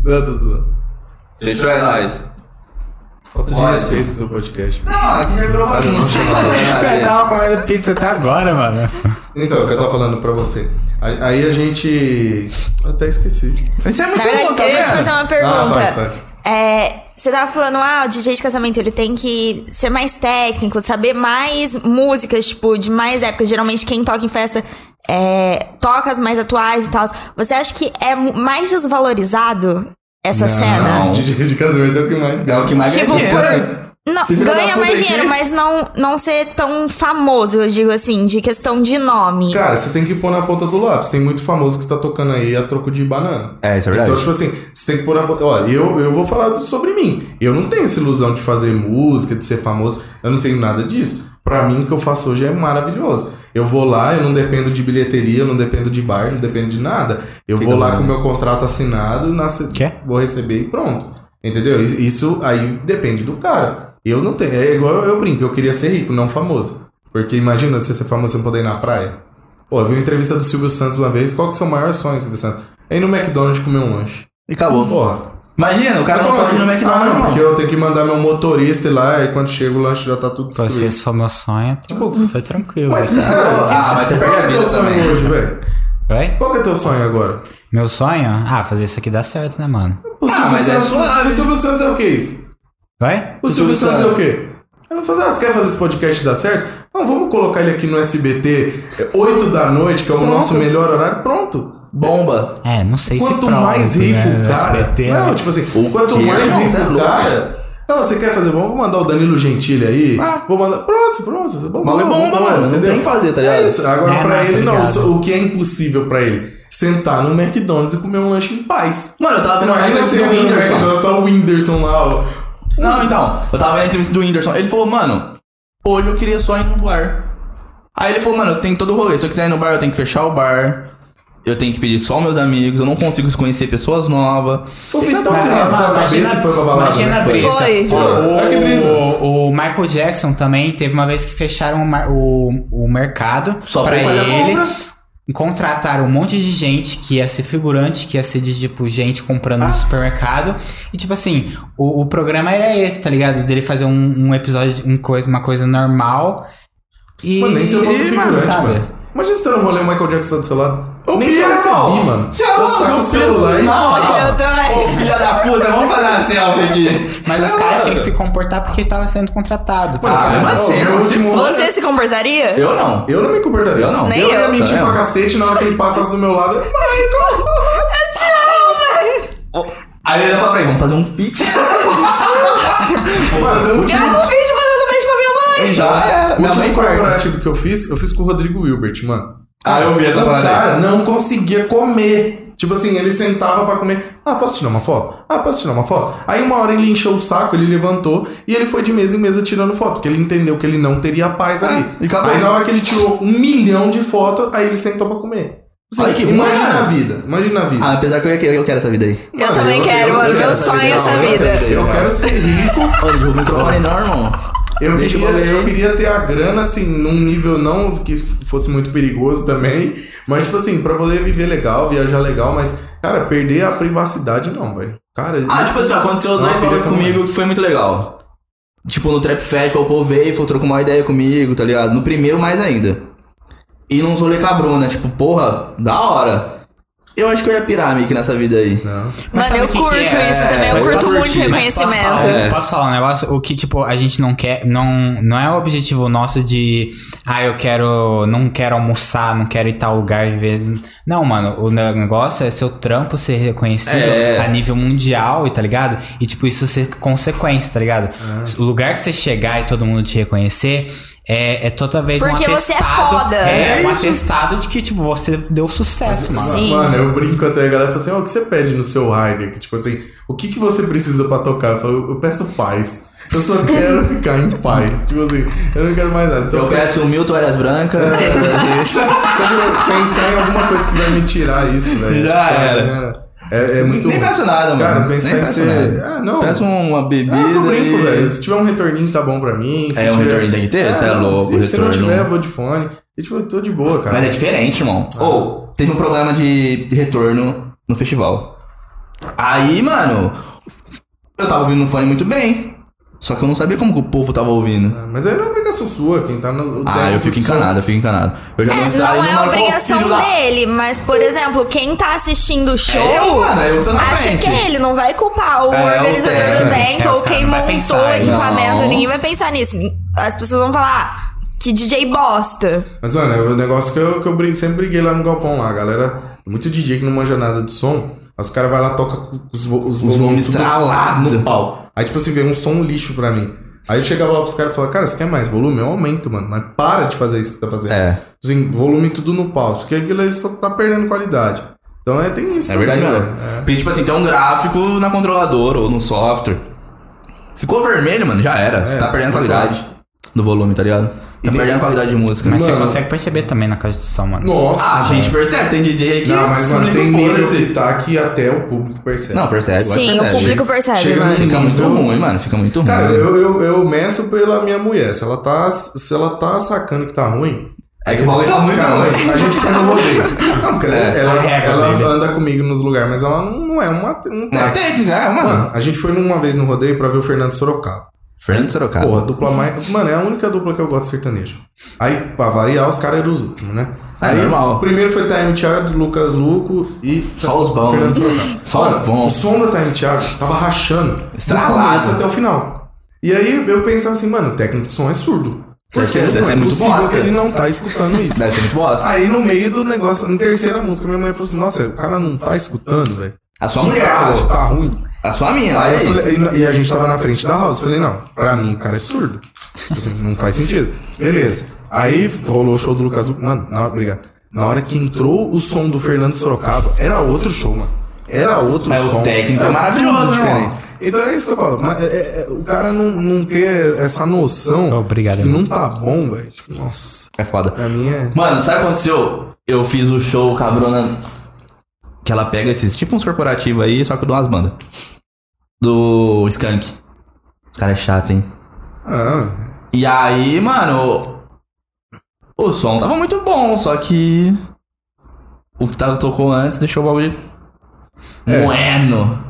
S4: Não, tô zoando.
S2: Fechou, é nóis.
S4: Falta de
S2: Pode.
S4: respeito com o seu podcast.
S2: Não, aqui já virou bagunça.
S4: né?
S1: Eu tava comendo pizza até agora, mano.
S4: Então, o que eu tava falando pra você. Aí, aí a gente. Eu até esqueci.
S2: Isso é
S3: Na
S2: muito
S3: verdade,
S2: bom, tá
S3: eu ia te fazer
S2: vendo?
S3: uma pergunta.
S4: faz, faz.
S3: É, você tava falando, ah, o DJ de casamento ele tem que ser mais técnico, saber mais músicas, tipo, de mais épocas. Geralmente quem toca em festa é, toca as mais atuais e tal. Você acha que é mu- mais desvalorizado essa cena?
S4: De, de- de casamento é o que mais
S2: né? É o que mais
S3: Tipo,
S2: ganha dinheiro,
S3: por-
S2: né?
S3: Não,
S2: Esse filho da
S3: ganha
S2: puta
S3: mais
S2: aqui-
S3: dinheiro, mas não, não ser tão famoso, eu digo assim, de questão de nome.
S4: Cara, você tem que pôr na ponta do lápis. Tem muito famoso que tá tocando aí a troco de banana.
S2: É, isso é verdade.
S4: Então, tipo assim, você tem que pôr na ponta. Olha, eu, eu vou falar sobre mim. Eu não tenho essa ilusão de fazer música, de ser famoso. Eu não tenho nada disso. Pra mim, o que eu faço hoje é maravilhoso. Eu vou lá, eu não dependo de bilheteria, eu não dependo de bar, não dependo de nada. Eu vou lá com o meu contrato assinado, nasce-
S1: Quê?
S4: vou receber e pronto. Entendeu? Is- Isso aí depende do cara. Eu não tenho. É igual eu brinco, eu queria ser rico, não famoso. Porque imagina se você é famoso e não poder ir na praia. Pô, eu vi uma entrevista do Silvio Santos uma vez. Qual que é o seu maior sonho, Silvio Santos? É ir no McDonald's comer um lanche.
S2: E acabou.
S4: Porra.
S2: Imagina, o cara não
S4: Como
S2: passa
S4: assim?
S2: no
S4: Ah, não,
S2: McDonald's,
S4: Porque
S2: não.
S4: eu tenho que mandar meu motorista ir lá e quando chega o lanche já tá tudo
S1: Pô, se
S4: destruído.
S1: esse for meu sonho, tô,
S4: Tipo,
S1: tô tranquilo.
S4: mas, é.
S1: velho.
S4: cara,
S2: Ah, mas você
S4: qual
S2: perde a
S4: que é
S2: vida
S4: teu sonho
S2: também.
S4: hoje, velho?
S1: Vai?
S4: Qual que é teu sonho agora?
S1: Meu sonho? Ah, fazer isso aqui dá certo, né, mano?
S4: O Silvio
S2: mas é
S4: Santos-
S2: suave.
S4: O Silvio Santos é o que isso?
S1: Vai?
S4: O Silvio Santos é o quê? Eu vou fazer, ah, você quer fazer esse podcast dar certo? Não, vamos colocar ele aqui no SBT, é, 8 da noite, que é o nosso melhor horário, pronto.
S2: Bomba.
S1: É, não sei se
S4: Quanto
S1: pronto,
S4: mais rico
S1: né,
S4: o cara.
S1: SBT,
S4: não,
S1: né?
S4: tipo assim, quanto
S2: quê?
S4: mais
S2: Não,
S4: rico
S2: você é
S4: o
S2: louco.
S4: cara, Não, você quer fazer bom? Vou mandar o Danilo Gentili aí.
S2: Ah.
S4: vou mandar. Pronto, pronto. Bom,
S2: Maluco é bomba, mano, não tem o que fazer, tá ligado?
S4: É isso. Agora,
S1: É,
S4: pra
S1: não,
S4: ele,
S1: tá
S4: não.
S1: ligado.
S4: Só- O que é impossível pra ele? Sentar no McDonald's e comer um lanche em paz.
S2: Mano, eu tava vendo
S4: Imagina
S2: entrevista
S4: você
S2: do
S4: indo no
S2: assim, Whindersson.
S4: McDonald's, tá o Whindersson lá, ó.
S2: Não, então, eu tava vendo a entrevista do Whindersson. Ele falou, mano, hoje eu queria só ir no bar. Aí ele falou, mano, eu tenho todo o rolê. Se eu quiser ir no bar, eu tenho que fechar o bar. Eu tenho que pedir só meus amigos. Eu não consigo conhecer pessoas novas.
S4: O Vitão que
S1: Mas,
S4: raspou a
S1: mano,
S4: cabeça
S1: imagina-
S4: e foi pra balada.
S1: Imagina a
S4: né?
S1: brisa.
S3: Foi.
S1: Pô,
S4: Olha que brisa.
S1: O, o Michael Jackson também teve uma vez que fecharam o, mar- o, o mercado
S2: Só pra
S1: pra
S2: ele fazer
S1: ele.
S2: compra.
S1: Contrataram um monte de gente que ia ser figurante, que ia ser de tipo gente comprando no supermercado. E tipo assim, o, o programa era esse, tá ligado? Dele fazer um, um episódio, de um coisa, uma coisa normal. E,
S4: Mano, nem se eu fosse
S1: e,
S4: figurante,
S1: sabe?
S4: mano. Imagina se tá no rolê o Michael Jackson do seu lado.
S2: Ô,
S4: nem
S2: Pedro,
S4: pra receber, mano.
S2: você é louco,
S4: Eu saco
S2: ô,
S4: o celular
S2: Pedro,
S4: e...
S2: na hora.
S3: Meu Deus.
S2: Filha da puta, vamos fazer uma selfie aqui.
S1: Mas os
S4: É,
S1: caras
S4: mano.
S1: tinham que se comportar porque tava sendo contratado.
S4: Mano,
S1: tá?
S2: Ah,
S4: cara,
S2: mas
S4: ô,
S2: sim,
S4: meu
S2: eu
S4: último
S2: te-
S4: rolê-
S3: Você se comportaria?
S2: Eu não.
S4: Eu não me comportaria.
S2: Eu não.
S4: Eu
S3: Nem
S4: ia
S3: eu.
S4: mentir
S2: Tá,
S4: pra
S2: eu.
S4: cacete na hora que ele passasse do meu lado.
S2: Aí ele falou pra ele, vamos fazer um fit.
S4: Mano, o último,
S3: Grava um vídeo mandando um beijo pra minha mãe.
S2: Já era.
S4: o
S2: Ah, é. Minha
S4: último
S2: mãe corta.
S4: corporativo que eu fiz, eu fiz com o Rodrigo Wilbert, mano.
S2: Ah, eu vi essa
S4: O
S2: parada aí.
S4: cara não conseguia comer. Tipo assim, ele sentava pra comer. Ah, posso tirar uma foto? Ah, posso tirar uma foto? Aí uma hora ele encheu o saco, ele levantou e ele foi de mesa em mesa tirando foto, porque ele entendeu que ele não teria paz ali.
S2: Ah, e acabou.
S4: Aí na hora que ele tirou um milhão de fotos, aí ele sentou pra comer. Assim,
S2: Olha que
S4: imagina
S2: bacana.
S4: a vida, imagina a vida.
S2: Ah, apesar que eu, quero- eu quero essa vida aí.
S3: Eu também quero, mano. Meu sonho é essa
S4: eu-
S3: vida.
S4: Eu quero ser rico.
S2: Olha, o microfone não, irmão.
S4: Eu
S2: Deixa
S4: queria,
S2: eu ver.
S4: eu queria ter a grana, assim, num nível não que f- fosse muito perigoso também. Mas, tipo assim, pra poder viver legal, viajar legal, mas, cara, perder a privacidade não, velho. Cara,
S2: Ah,
S4: isso-
S2: tipo assim, ó, aconteceu dois
S4: Não,
S2: bagulho
S4: piroca,
S2: comigo
S4: mano.
S2: que foi muito legal. Tipo, no Trap Festival, o povo veio, foi, trocou uma ideia comigo, tá ligado? No primeiro, mais ainda. E num rolê com a Bruna, tipo, porra, da hora. Eu acho que eu ia pirar, Mick, nessa vida aí.
S4: Não.
S1: Mas
S3: Mano,
S1: sabe
S3: eu
S1: o que que
S3: curto
S1: é?
S3: isso também. Eu
S1: Mas
S3: curto
S1: posso
S3: muito
S1: curtir, mas Posso
S3: reconhecimento.
S1: falar,
S2: É.
S1: posso falar um negócio? O que, tipo, a gente não quer. Não, não é o objetivo nosso de. Ah, eu quero. Não quero almoçar, não quero ir tal lugar viver. Não, mano. O negócio é seu trampo ser reconhecido
S2: É.
S1: a nível mundial, e tá ligado? E, tipo, isso ser consequência, tá ligado? O lugar que você chegar e todo mundo te reconhecer. É, é toda vez
S3: Porque
S1: um
S3: você é
S1: atestado.
S3: foda.
S1: É,
S4: É
S1: um
S4: isso.
S1: atestado de que, tipo, você deu sucesso, mano.
S3: Sim.
S4: é Mano, eu brinco até, a galera fala assim, ó, o que você pede no seu Heineken? Tipo assim, o que, que você precisa pra tocar? Eu falo, eu peço paz. Eu só quero ficar em paz. Tipo assim, eu não quero mais nada. Então,
S2: Eu peço o Milton Arias Brancas.
S4: É, pensar em alguma coisa que vai me tirar isso, velho.
S2: Já
S4: Tipo,
S2: era.
S4: É, é- é muito
S2: Nem
S4: ruim.
S2: peço nada,
S4: Cara,
S2: mano.
S4: pensar
S2: Nem
S4: em
S2: peço
S4: ser-
S2: nada.
S4: Ah, não.
S2: Peço uma bebida.
S4: Ah, eu brinco,
S2: e-
S4: velho. Se tiver um retorninho, tá bom pra mim. Se
S2: É, um
S4: tiver-
S2: retorninho tem que ter? Você é
S4: não,
S2: louco,
S4: e Se não
S2: retorno.
S4: tiver, eu vou de fone. E tipo, eu tô de boa, cara.
S2: Mas é diferente, irmão. Ou, teve um problema de retorno no festival. Aí, mano, eu tava ouvindo o fone muito bem. Só que eu não sabia como que o povo tava ouvindo.
S4: Ah, Mas aí não é obrigação sua, quem tá no. o
S2: Ah,
S4: técnico
S2: eu fico
S4: do som.
S2: encanado, eu fico encanado. Eu já
S3: É,
S2: mostrei
S3: não
S2: ali
S3: é
S2: numa hora,
S3: obrigação
S2: "Pô, filho da-"
S3: dele, mas, por exemplo, quem tá assistindo o show.
S2: É eu, mano, eu tô na
S3: Acha
S2: frente.
S3: que é ele, não vai culpar o
S2: É, o
S3: organizador
S2: técnico.
S3: do evento
S1: É, os
S3: ou
S1: caras
S3: quem
S1: não vai
S3: montou o
S1: pensar,
S3: equipamento,
S2: não.
S3: ninguém vai pensar nisso. As pessoas vão falar, "Ah, que DJ bosta.
S4: Mas, mano, é o negócio que eu, que eu brin- sempre briguei lá no galpão lá, a galera. Muito DJ que não manja nada de som. Aí os caras vão lá, toca com os, vo os,
S2: Os
S4: volumes
S2: homens
S4: tudo
S2: estralados.
S4: no pau. Aí, tipo assim, veio um som lixo pra mim. Aí eu chegava lá pros caras e falava, cara, você quer mais volume? Eu aumento, mano. Mas para de fazer isso que você tá fazendo.
S2: É.
S4: Assim, volume tudo no pau. Porque aquilo aí você tá perdendo qualidade. Então é, tem isso.
S2: É verdade,
S4: também, né?
S2: mano. Porque, tipo assim, tem um gráfico na controladora ou no software. Ficou vermelho, mano, já era. Você tá perdendo a qualidade do volume, tá ligado? Tá perdendo a qualidade de música.
S1: Mas você
S4: Mano.
S1: consegue perceber também na casa de som, mano.
S4: Nossa.
S2: Ah, a gente percebe, tem DJ aqui.
S4: Não, mas, mano, tem nível
S2: foda-se.
S4: que tá que até o público percebe.
S2: Não, percebe. eu acho que
S3: Sim, o
S2: percebe.
S3: público percebe,
S4: chega
S3: mano.
S4: no
S2: Fica muito
S4: nível-
S2: ruim, mano. Fica muito ruim.
S4: Cara, eu, eu, eu meço pela minha mulher. Se ela tá, se ela tá sacando que tá ruim.
S2: É que o bagulho tá muito
S4: Cara,
S2: ruim.
S4: mas a gente foi no rodeio. Não, cara,
S2: É,
S4: ela,
S1: a regra
S4: ela
S1: dele.
S4: anda comigo nos lugares, mas ela não, não é uma. Um
S2: Não é
S4: técnico.
S2: técnica, é, mano.
S4: Mano, a gente foi numa vez no rodeio pra ver o Fernando Sorocaba.
S2: Fernando Sorocaba.
S4: Porra, dupla mais. Mano, é a única dupla que eu gosto de sertanejo. Aí, pra variar, os caras eram os últimos, né?
S2: É
S4: Aí,
S2: normal.
S4: o primeiro foi Time Thiago, Lucas Luco e.
S2: Só os bons. né?
S4: Fernando Sorocaba.
S2: Só os
S4: Mano,
S2: bons.
S4: O som da Time Thiago tava rachando.
S2: Estralado.
S4: Do começo até o final. E aí, eu pensava assim, mano, o técnico de som é surdo.
S2: Deve
S4: Porque
S2: ser- deve
S4: não
S2: ser
S4: é
S2: muito
S4: possível
S2: bosta.
S4: que ele não tá escutando isso.
S2: Deve ser muito bosta.
S4: Aí no meio do negócio, na terceira música, minha mãe falou assim: Nossa, o cara não tá escutando, velho.
S2: A sua
S4: Que
S2: mulher
S4: tá,
S2: falou.
S4: tá ruim.
S2: A sua mina,
S4: Aí eu
S2: olha aí.
S4: falei- e n- e a gente tava na frente da house. Falei, não, pra mim o cara é surdo. Assim, não faz sentido. Beleza. Aí rolou o show do Lucas. Lu- Mano, na, obrigado. Na hora que entrou o som do Fernando Sorocaba, era outro show, mano. Era outro
S2: Mas o
S4: som.
S2: técnico
S4: era
S2: é maravilhoso,
S4: tudo
S2: irmão.
S4: Então é isso que eu falo. Mas, é- é- o cara não, não ter essa noção
S1: Obrigado,
S4: que não tá bom, velho. Tipo, nossa,
S2: É foda.
S4: pra mim é.
S2: Mano, sabe o que aconteceu? Eu fiz o show com a Bruna. Que ela pega esses, tipo uns corporativos aí, só que eu dou umas bandas. Do Skunk. Os caras é chato, hein?
S4: Ah,
S2: E aí, mano. O som tava muito bom, só que. O que tava tocou antes deixou o bagulho. Bueno.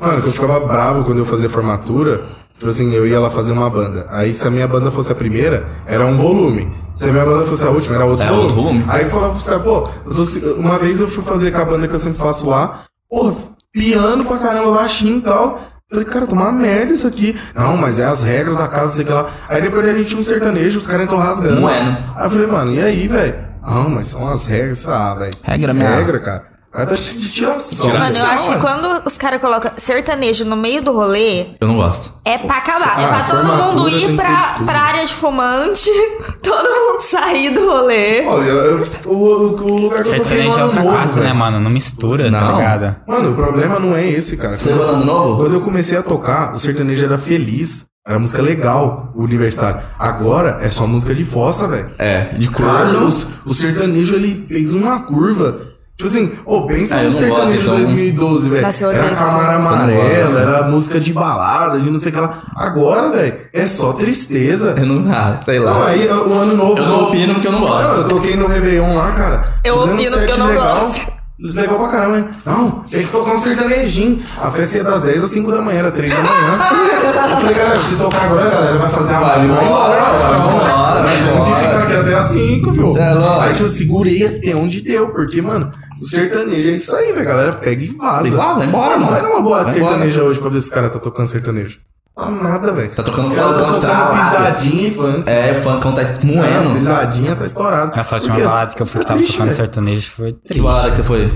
S4: Mano, que eu ficava bravo quando eu fazia formatura. Tipo assim, eu ia lá fazer uma banda. Aí se a minha banda fosse a primeira, era um volume. Se a minha banda fosse a última, era outro
S2: Era
S4: volume.
S2: outro volume.
S4: Aí eu falava pros caras, pô, eu tô se- uma vez eu fui fazer com a banda que eu sempre faço lá, porra, piano pra caramba, baixinho e tal. Falei, cara, tá uma merda isso aqui. Não, mas é as regras da casa, sei que lá. Aí depois a gente tinha um sertanejo, os caras entram rasgando.
S2: Bueno.
S4: Aí eu falei, mano, e aí, velho? Não, mas são as regras, ah, velho.
S2: Regra mesmo.
S4: Regra, cara. Aí tá de tiração.
S2: Tiração.
S3: Mano, eu acho que quando os caras colocam sertanejo no meio do rolê,
S2: Eu não gosto.
S3: é pra acabar. é
S4: Ah,
S3: pra todo mundo
S4: formatura tem
S3: ir
S4: que ter
S3: pra,
S4: de tudo.
S3: pra área de fumante, todo mundo sair do rolê.
S4: Olha, eu- o, o- o lugar que eu toquei no
S1: Sertanejo é
S4: ano
S1: outra
S4: novo,
S1: coisa, né,
S4: velho.
S1: mano? Não mistura, tá
S2: Não.
S1: ligado?
S4: Mano, o problema não é esse, cara.
S2: Você jogou ano novo?
S4: Quando eu comecei a tocar, o sertanejo era feliz. Era música legal, o universitário. Agora é só música de fossa, velho.
S2: É, de
S4: Cara,
S2: corno.
S4: os- o sertanejo ele fez uma curva. Tipo assim, ô, pensa
S2: Ah, eu
S4: no
S2: não
S4: sertanejo
S2: gosto, então.
S4: 2012, velho.
S3: Nossa, eu odeio
S4: Era
S3: esse
S4: Camara
S3: tipo de-
S2: Eu não
S4: Amarela,
S2: gosto.
S4: era música de balada, de não sei o que lá. Agora, velho, é só tristeza.
S2: Eu não. Ah, sei
S4: Não,
S2: lá.
S4: aí o ano novo.
S2: Eu não opino porque eu não
S4: Não,
S2: gosto.
S4: eu toquei no Réveillon lá, cara.
S3: Eu
S4: fazendo
S3: opino
S4: set
S3: porque eu não
S4: legal,
S3: gosto.
S4: Legal pra caramba, hein? Não, tem que tocar um sertanejinho. A festa ia das 10 às 5 da manhã, era 3 da manhã. Eu falei, galera, se tocar agora, a galera vai fazer a
S2: Vai
S4: malha e vai
S2: embora,
S4: embora.
S2: vai
S4: Não,
S2: embora, vai
S4: Nós temos que
S2: embora.
S4: ficar aqui até as 5, viu?
S2: Cê é louco.
S4: Aí tipo, eu segurei até onde deu, porque, mano, o sertanejo é isso aí, velho. A galera pega e vaza.
S2: E vaza, vai embora,
S4: Mano,
S2: mano.
S4: Vai numa boate
S2: Vai
S4: sertaneja hoje pra ver se o cara tá tocando sertanejo. Ah, nada, velho.
S2: Tá tocando
S4: Os caras
S2: funk,
S4: tá
S2: tá
S4: tocando
S2: lá.
S4: pisadinha e funk.
S2: É, funkão tá
S4: Mano,
S2: moendo.
S4: pisadinha tá estourado.
S1: Essa última
S4: Porque-
S1: balada que eu fui que
S4: tá
S1: tava
S4: triste,
S1: tocando
S4: velho.
S1: sertanejo foi
S2: Que
S1: triste.
S2: balada que você foi?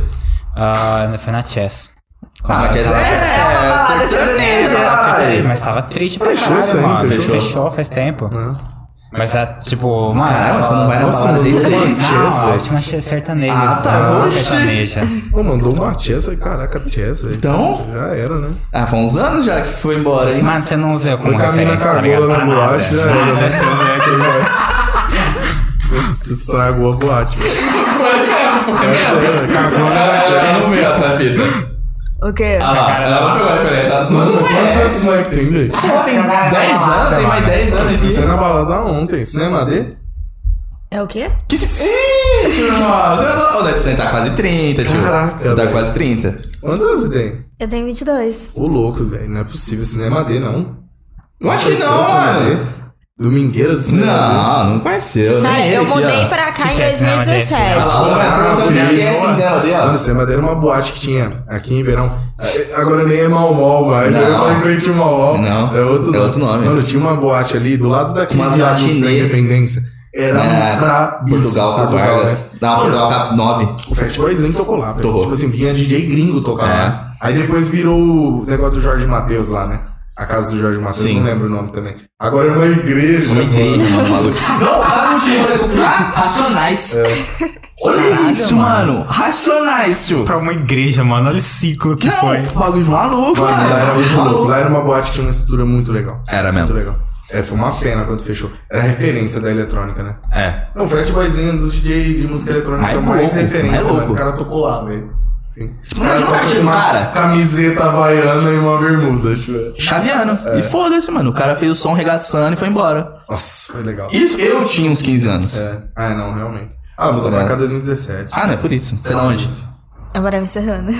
S1: Ah, foi na Chess.
S2: Ah, quer dizer,
S3: É, é uma balada sertaneja.
S1: Mas tava triste pra
S4: Fechou
S1: caralho,
S4: isso aí,
S1: mano.
S4: fechou?
S1: Fechou. faz tempo.
S4: Ah.
S1: Mas é tipo, mano.
S2: Caralho,
S1: tava-
S2: você não vai na
S4: Nossa,
S2: balada
S4: mano,
S2: desse
S4: mano.
S2: aí.
S1: Não,
S4: Chess,
S1: a
S4: velho.
S1: última Chess sertaneja.
S2: Ah, tá,
S1: Não,
S2: oxe.
S1: sertaneja.
S4: Pô, mandou uma Chessa, caraca, Chessa.
S2: Então?
S4: Já era, né?
S2: Ah, foi uns anos já que foi embora, hein?
S1: Mano, você não usa como
S4: O Camila
S1: referência, tá ligado?
S4: cagou na
S1: Pra nada.
S4: boate, já era, né? Estragou a boate. velho. Cagou né? na Chessa.
S2: não viu essa fita.
S3: O quê?
S2: Ah, lá, ela não pegou a referência. Mano,
S4: Quantos anos você vai
S2: É.
S4: tem, velho?
S2: tem
S3: é,
S2: 10 anos, tem mais 10 anos
S4: Você
S2: aqui.
S4: na balada ontem, cinema D?
S3: É o quê?
S2: Que sim! Deve tá quase 30, tio.
S4: Caraca,
S2: Deve tá
S4: velho.
S2: quase 30.
S4: Quantos anos você tem?
S3: Eu tenho 22.
S4: Ô, louco, velho. Não é possível cinema D, não.
S2: Eu acho que não, mano.
S4: Domingueira do cinema D.
S2: Não, não conheceu. nem
S3: Cara,
S2: ele
S3: eu
S2: aqui, ó.
S3: mudei pra cá
S1: Que
S3: em
S1: que é esse negócio desse?
S3: 2017.
S2: Ah, lá,
S4: Ah,
S2: outra
S4: por
S2: pergunta,
S4: isso.
S2: quem é esse dela ali, ó?
S4: Mano, você era é uma boate que tinha aqui em Ribeirão. É, Agora nem é Mal Mal, mas
S2: Não.
S4: eu falo em frente ao Mal Mal.
S2: Não.
S4: É outro,
S2: É outro nome.
S4: Mano, tinha uma boate ali do lado daqui
S2: Uma
S4: viaduto
S2: boate
S4: da
S2: chinesa.
S4: Independência. Era
S2: É,
S4: um brabíssimo.
S2: Portugal com a Vargas.
S4: né?
S2: Não, Portugal com a 9.
S4: O Fat Boys nem tocou lá, velho.
S2: Tocou.
S4: Tipo assim, vinha DJ gringo tocar
S2: É.
S4: lá. Aí depois virou o negócio do Jorge Matheus lá, né? A casa do Jorge Matheus,
S2: Sim.
S4: não lembro o nome também. Agora é uma igreja.
S2: Uma
S4: mano.
S2: igreja, mano, maluco. Não, sabe o que eu fui lá? Racionais. Olha isso, mano. Racionais, tio.
S1: Pra uma igreja, mano. Olha o ciclo que foi.
S2: Não, bagulho maluco,
S4: Mano, lá era muito
S2: Maluco.
S4: louco. Lá era uma boate que tinha uma estrutura muito legal.
S2: Era
S4: Muito
S2: mesmo.
S4: legal. É, foi uma pena quando fechou. Era referência da eletrônica, né?
S2: É.
S4: Não, foi a Boyzinha dos DJ de música eletrônica
S2: Mas é
S4: mais
S2: louco, mas é
S4: referência,
S2: louco.
S4: mano. O cara tocou lá, velho. Sim. O
S2: Mas não acha, cara?
S4: camiseta havaiana e uma bermuda. tipo.
S2: Chaviano. E foda-se, mano. O cara fez o som regaçando e foi embora.
S4: Nossa, foi legal.
S2: Isso eu tinha uns 15 anos.
S4: É. Ah, não, realmente. Ah, mudou pra
S2: É.
S4: cá 2017.
S2: Ah, não é por isso. Sei lá onde.
S3: Agora é me encerrando.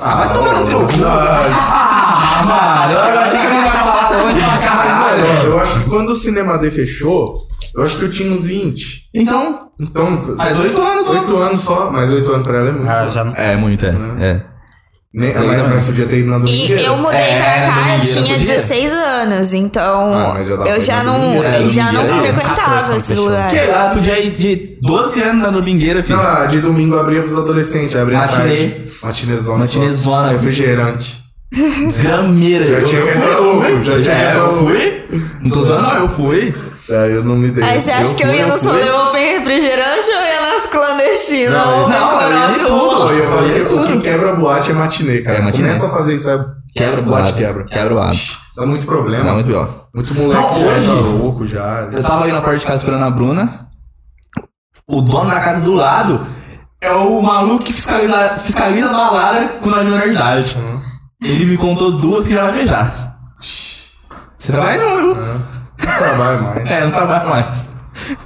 S4: Ah,
S2: vai tomar no teu cu.
S4: Ah,
S2: Ah, mano. Eu achei que ele ia falar onde pra
S4: mas,
S2: caralho.
S4: mano, eu acho que quando o Cinema D fechou, eu acho que eu tinha uns 20.
S2: Então...
S4: Então.
S2: Faz oito anos só.
S4: 8 anos só, mas 8 anos pra ela é muito.
S1: Ah, já não.
S2: É, muito, é. é.
S4: Nem, mas, mas podia ter ido na
S3: E
S4: domingueira.
S3: eu mudei
S2: É,
S3: pra cá, eu
S2: domingueira, podia?
S3: tinha 16 anos, então
S4: Ah, mas já dá pra
S3: eu
S4: ir
S3: já
S4: na
S3: não,
S4: domingueira.
S2: É,
S3: já não
S2: domingueira.
S3: frequentava
S1: 14 não
S3: esses
S1: fechou.
S2: Que
S3: lugares.
S2: lá, podia ir de 12 anos na domingueira, filho.
S4: Não, não, de domingo abria pros adolescentes, abria à
S2: Matinê.
S4: tarde. Matinezona. só.
S2: Matinezona.
S4: Refrigerante.
S2: Desgrameira.
S4: Já tinha que tá louco, já tinha que
S2: É,
S4: tá
S2: eu
S4: louco.
S2: fui? Não tô zoando, não, eu fui.
S4: Aí eu não me dei.
S3: Aí você acha que eu
S4: fui,
S3: ia no
S4: fui.
S3: rolê Open Refrigerante ou ia nas clandestinas?
S4: Não,
S3: Open
S2: não, eu ia em
S3: Corote?
S2: tudo.
S4: Pô, eu falei que o que
S2: tudo.
S4: quebra boate é matinê, cara.
S2: É matinê.
S4: Começa a fazer isso, sabe?
S2: Quebra o
S4: boate,
S2: boato.
S4: quebra.
S2: Quebra o boato.
S4: Dá muito
S2: Não, é
S4: problema.
S2: muito pior.
S4: Muito moleque
S2: Não,
S4: já
S2: hoje-
S4: tá louco já.
S2: Eu tava ali na porta de casa esperando a Bruna. O dono da casa do lado é o maluco que fiscaliza, fiscaliza a balada com nós de menor idade.
S4: Uhum.
S2: Ele me contou duas que já vai beijar. Você trabalha não, viu?
S4: Uhum. Não trabalho mais.
S2: É, não trabalho mais.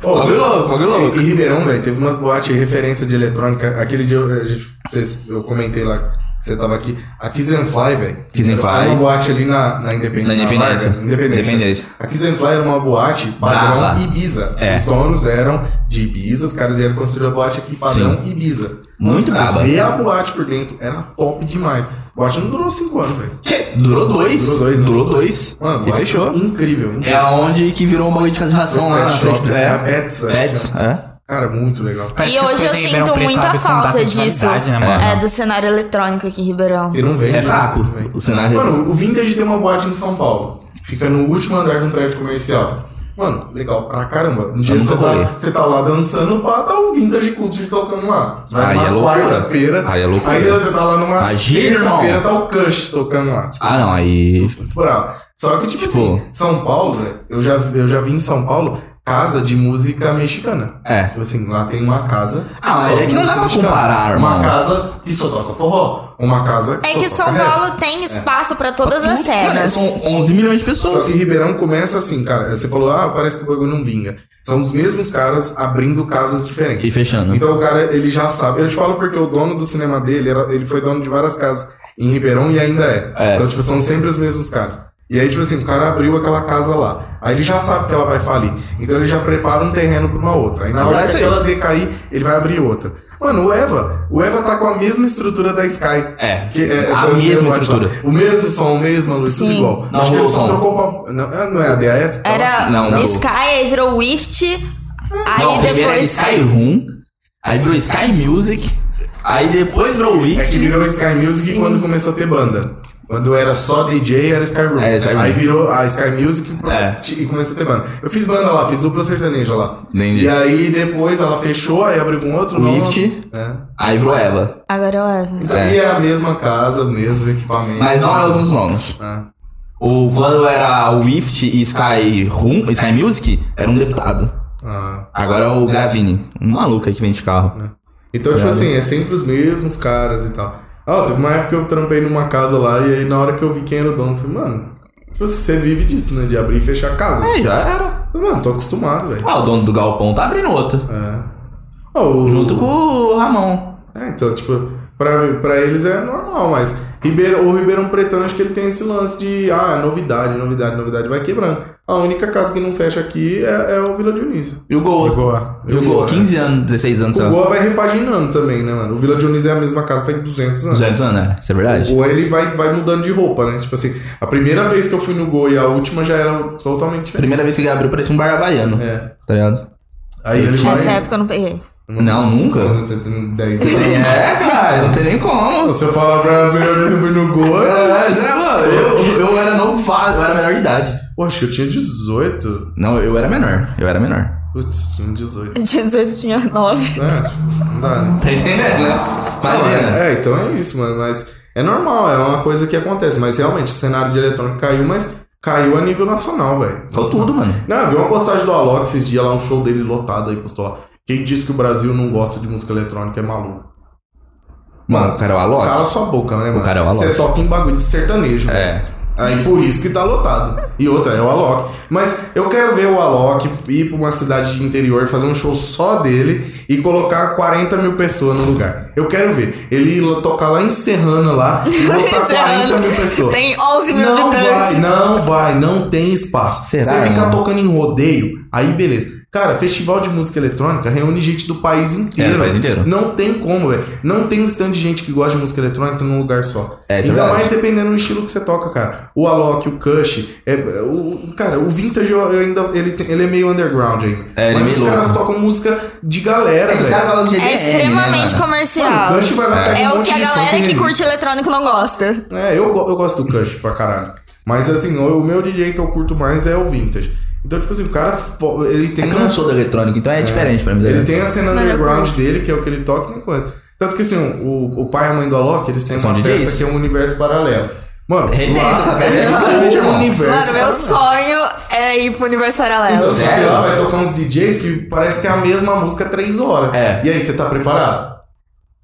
S4: Ô,
S2: Bagulho louco, bagulho
S4: E,
S2: louco.
S4: e Ribeirão, velho, teve umas boates de referência de eletrônica. Aquele dia eu, a gente- vocês- eu comentei lá que você tava aqui. A Kiss and Fly, velho.
S2: Kiss and
S4: Era
S2: Fly.
S4: uma boate ali na, na
S2: Na
S4: Independência.
S2: Independência.
S4: Vargas, Independência.
S2: Independência.
S4: A Kiss and Fly era uma boate padrão
S2: Brava.
S4: Ibiza.
S2: É.
S4: Os donos eram de Ibiza, os caras iam construir a boate aqui padrão Ibiza.
S2: Muito
S4: Mano,
S2: braba.
S4: Você vê a boate por dentro, era top demais. A boate não durou cinco anos, velho.
S2: Que? Durou dois.
S4: Durou dois, né?
S2: Durou dois.
S4: Mano,
S2: e
S4: boate
S2: fechou.
S4: Incrível,
S2: É
S4: incrível.
S2: aonde que virou um bagulho de casa de ração
S4: O
S2: lá
S4: pet
S2: na
S4: shop,
S2: frente.
S4: né? É a Pets, acho
S2: Pets, é.
S4: Cara, muito legal.
S1: Parece
S3: E
S1: que as
S3: hoje eu
S1: coisas em Ribeirão
S3: sinto
S1: Preto
S3: muita
S1: abrem com data
S3: falta
S1: de
S3: disso.
S1: validade, Né, mano?
S3: É, do cenário eletrônico aqui em Ribeirão.
S4: E não vende.
S2: É
S4: né?
S2: fraco.
S4: Não vende.
S2: O cenário-
S4: Mano, o Vintage tem uma boate em São Paulo. Fica no último andar de um prédio comercial. Mano, legal pra caramba. Um dia
S2: nunca
S4: você
S2: colei.
S4: tá, você tá lá dançando pra tá o Vintage Culture tocando lá.
S2: Aí
S4: numa
S2: é loucura.
S4: quarta-feira.
S2: Aí é loucura.
S4: Aí você tá lá numa
S2: Imagina,
S4: terça-feira, tá o Cush tocando lá. Tipo,
S2: Ah, não, aí.
S4: muito bravo. Só que, tipo,
S2: Tipo-
S4: assim, São Paulo, velho, eu já, eu já vi em São Paulo casa de música mexicana.
S2: É.
S4: Tipo assim, lá tem uma casa.
S2: Ah,
S4: só
S2: mas é
S4: de
S2: que não dá
S4: música
S2: pra
S4: mexicana.
S2: comparar,
S4: Uma
S2: mano.
S4: casa que só toca forró. Uma casa que
S3: É
S4: só
S3: que
S4: toca
S3: São
S4: rap.
S3: Paulo tem espaço pra todas as
S2: Puta, mano,
S3: cenas.
S2: São 11 milhões de
S4: Só que
S2: pessoas.
S4: Ribeirão começa assim, cara. Você falou, ah, parece que o bagulho não vinga. São os mesmos caras abrindo casas diferentes.
S2: E fechando.
S4: Então o cara, ele já sabe. Eu te falo porque o dono do cinema dele, era- ele foi dono de várias casas em Ribeirão e ainda é.
S2: É.
S4: Então, tipo, são sempre os mesmos caras. E aí, tipo assim, o cara abriu aquela casa lá. Aí ele já sabe que ela vai falir. Então ele já prepara um terreno pra uma outra. Aí na hora
S2: Verdade.
S4: que ela decair, ele vai abrir outra. Mano, o Eva, o Eva tá com a mesma estrutura da Sky.
S2: É.
S4: Que, é,
S2: a
S4: foi o mesmo
S2: mesma
S4: áudio
S2: estrutura.
S4: lá. O mesmo som, o mesmo, a luz, tudo
S3: Sim.
S4: igual.
S2: Não,
S4: Acho que ele
S2: o
S4: só
S2: som.
S4: trocou pra... Não, não é a DAS? que tá lá?
S3: Era
S2: Não, não.
S3: Sky, aí virou Wift, aí
S2: Não,
S1: é
S2: primeiro era
S3: depois...
S2: Sky Room, aí virou Sky Music, aí depois virou Wii.
S4: É que virou Sky Music quando começou a ter banda. Quando era só DJ, era Skyroom.
S2: É, Skyroom.
S4: Aí virou a Sky Music pro-
S2: É.
S4: e começou a ter banda. Eu fiz banda lá, fiz dupla sertaneja lá.
S2: Entendi.
S4: E aí depois ela fechou, aí abriu com outro nome.
S2: Wift.
S4: É.
S2: Aí virou Eva.
S3: Agora eu Eva.
S4: Então,
S2: É.
S4: E é a mesma casa, o mesmo equipamento.
S2: Mas não é os mesmos nomes.
S4: É.
S2: O, quando era o Wift e Sky Room, Sky Music, era um deputado.
S4: Ah.
S2: Agora é o Gravini, um maluco aí que vende carro.
S4: Então,
S2: Claro.
S4: tipo assim, é sempre os mesmos caras e tal. Ah, teve uma época que eu trampei numa casa lá e aí na hora que eu vi quem era o dono, eu falei, mano, tipo assim, você vive disso, né? De abrir e fechar a casa.
S2: Aí já era.
S4: Eu falei, Mano, tô acostumado, velho.
S2: Ah, o dono do galpão tá abrindo outra.
S4: É. Ah, o-
S2: Junto com o Ramon.
S4: É, então, tipo, pra, mim- pra eles é normal, mas Ribeirão, o Ribeirão Pretano acho que ele tem esse lance de, ah, novidade, novidade, novidade, vai quebrando. A única casa que não fecha aqui é, é o Vila Dionísio.
S2: E o
S4: O
S2: Goa.
S4: Goa.
S2: E o Goa. né? 15 anos, 16 anos, sei
S4: O
S2: lá.
S4: Goa vai repaginando também, né, mano? O Vila Dionísio é a mesma casa faz 200 anos.
S2: 200 anos, né? Isso é verdade?
S4: O Goa ele vai, vai mudando de roupa, né? Tipo assim, a primeira vez que eu fui no Goa e a última já era totalmente diferente.
S2: Primeira vez que ele abriu, parecia um bar havaiano.
S4: É.
S2: Tá ligado?
S4: Aí ele vai.
S2: é
S3: Nessa época eu não peguei.
S2: Não, nunca.
S4: Você tem 10 anos.
S2: É, cara, não tem nem como.
S4: Se eu falar pra primeira vez que eu fui no Goa,
S2: É, Zé, mano, eu, eu era novato, eu era menor de idade.
S4: Poxa, eu tinha 18.
S2: Não, eu era menor, eu era menor.
S4: Putz, tinha 18.
S3: De 18 tinha 9.
S4: É, não dá, né?
S2: Tá entendendo, né?
S4: Não,
S2: Imagina.
S4: é, é, então é isso, mano. Mas é normal, é uma coisa que acontece. Mas realmente, o cenário de eletrônico caiu, mas caiu a nível nacional, velho.
S2: Faz tudo, mano.
S4: Não, eu vi uma postagem do Alok esses dias lá, um show dele lotado aí, postou lá. Quem diz que o Brasil não gosta de música eletrônica é maluco.
S2: Mano, o cara é o Alok.
S4: Cala sua boca, né, mano?
S2: cara é o Alok.
S4: Você toca em bagulho de sertanejo, velho.
S2: É.
S4: Aí por isso que tá lotado. E outra, é o Alok. Mas eu quero ver o Alok ir pra uma cidade de interior, fazer um show só dele e colocar 40 mil pessoas no lugar. Eu quero ver. Ele ir lá tocar lá em Serrana lá e botar 40 mil pessoas.
S3: Tem 11 mil
S4: Não
S3: habitantes.
S4: vai, não vai, não tem espaço.
S2: Será,
S4: Você ficar
S2: mano?
S4: tocando em rodeio, aí beleza. Cara, festival de música eletrônica reúne gente do país inteiro.
S2: É, do país inteiro.
S4: Não tem como, velho. Não tem um stand de gente que gosta de música eletrônica num lugar só.
S2: É, isso é
S4: Ainda
S2: verdade.
S4: mais dependendo do estilo que você toca, cara. O Alok, o Kush. É, o, cara, o Vintage eu ainda, ele, tem- ele é meio underground ainda.
S2: É, ele é
S4: Mas
S2: meio
S4: os caras
S2: louco.
S4: tocam música de galera,
S2: É que os caras
S4: velho.
S2: falam do GDM,
S3: É extremamente
S2: né, mano?
S3: comercial.
S4: Mano, o Kush vai lá, pega
S3: é
S4: um
S3: o
S4: monte
S3: que a
S4: de funk
S3: galera que
S4: remix.
S3: curte eletrônico não gosta.
S4: É, eu, go- eu gosto do Kush pra caralho. Mas assim, o, o meu DJ que eu curto mais é o Vintage. Então, tipo assim, o cara, fo- ele tem
S2: É que eu
S4: uma-
S2: não sou da eletrônica, então é, diferente pra mim. da
S4: Ele
S2: eletrônica.
S4: tem a cena
S3: Não,
S4: underground
S3: eu
S4: dele, que é o que ele toca e nem coisa. Tanto que assim, o, o pai e a mãe do Alok, eles têm
S2: São
S4: uma
S2: DJs?
S4: festa que é um universo paralelo. Mano,
S2: Arrebenta
S4: lá,
S2: essa festa,
S4: é
S2: né?
S4: literalmente um universo
S3: Mano, meu
S4: paralelo.
S3: sonho é ir pro universo paralelo.
S4: Então, só que
S2: Sério?
S4: lá vai tocar uns DJs que parece que é a mesma música três horas.
S2: É.
S4: E aí, você tá preparado?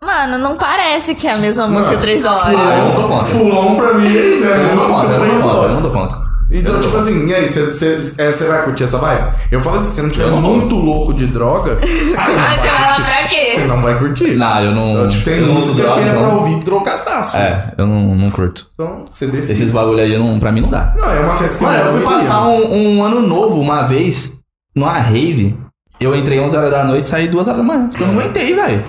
S3: Mano, não parece que é a mesma
S4: Mano,
S3: música três
S2: Ah, eu
S3: horas.
S2: não dou conta.
S4: Fulon pra mim, isso é a
S2: Eu não
S4: mesma
S2: dou conta,
S4: música
S2: eu não
S4: três
S2: dou conta, eu
S4: horas.
S2: não dou conta.
S4: Então, tipo assim, e aí, você vai curtir essa vibe? Eu falo assim, se você não tiver
S2: Eu não vou.
S4: muito louco de droga, você
S3: Mas você vai lá pra
S4: você
S3: quê?
S4: não vai curtir.
S2: Não, eu não.
S4: Então, tipo, tem
S2: eu não uso
S4: música
S2: droga,
S4: que é
S2: então-
S4: pra ouvir drogadaço.
S2: É, eu não, não curto.
S4: Então, você decide.
S2: Esses bagulho aí não, pra mim não dá.
S4: Não, é uma festa que
S2: Mano, eu fui
S4: iria.
S2: passar um, um ano novo uma vez numa rave. Eu entrei 11 horas da noite e saí 2 horas da manhã. porque Eu não aguentei, velho.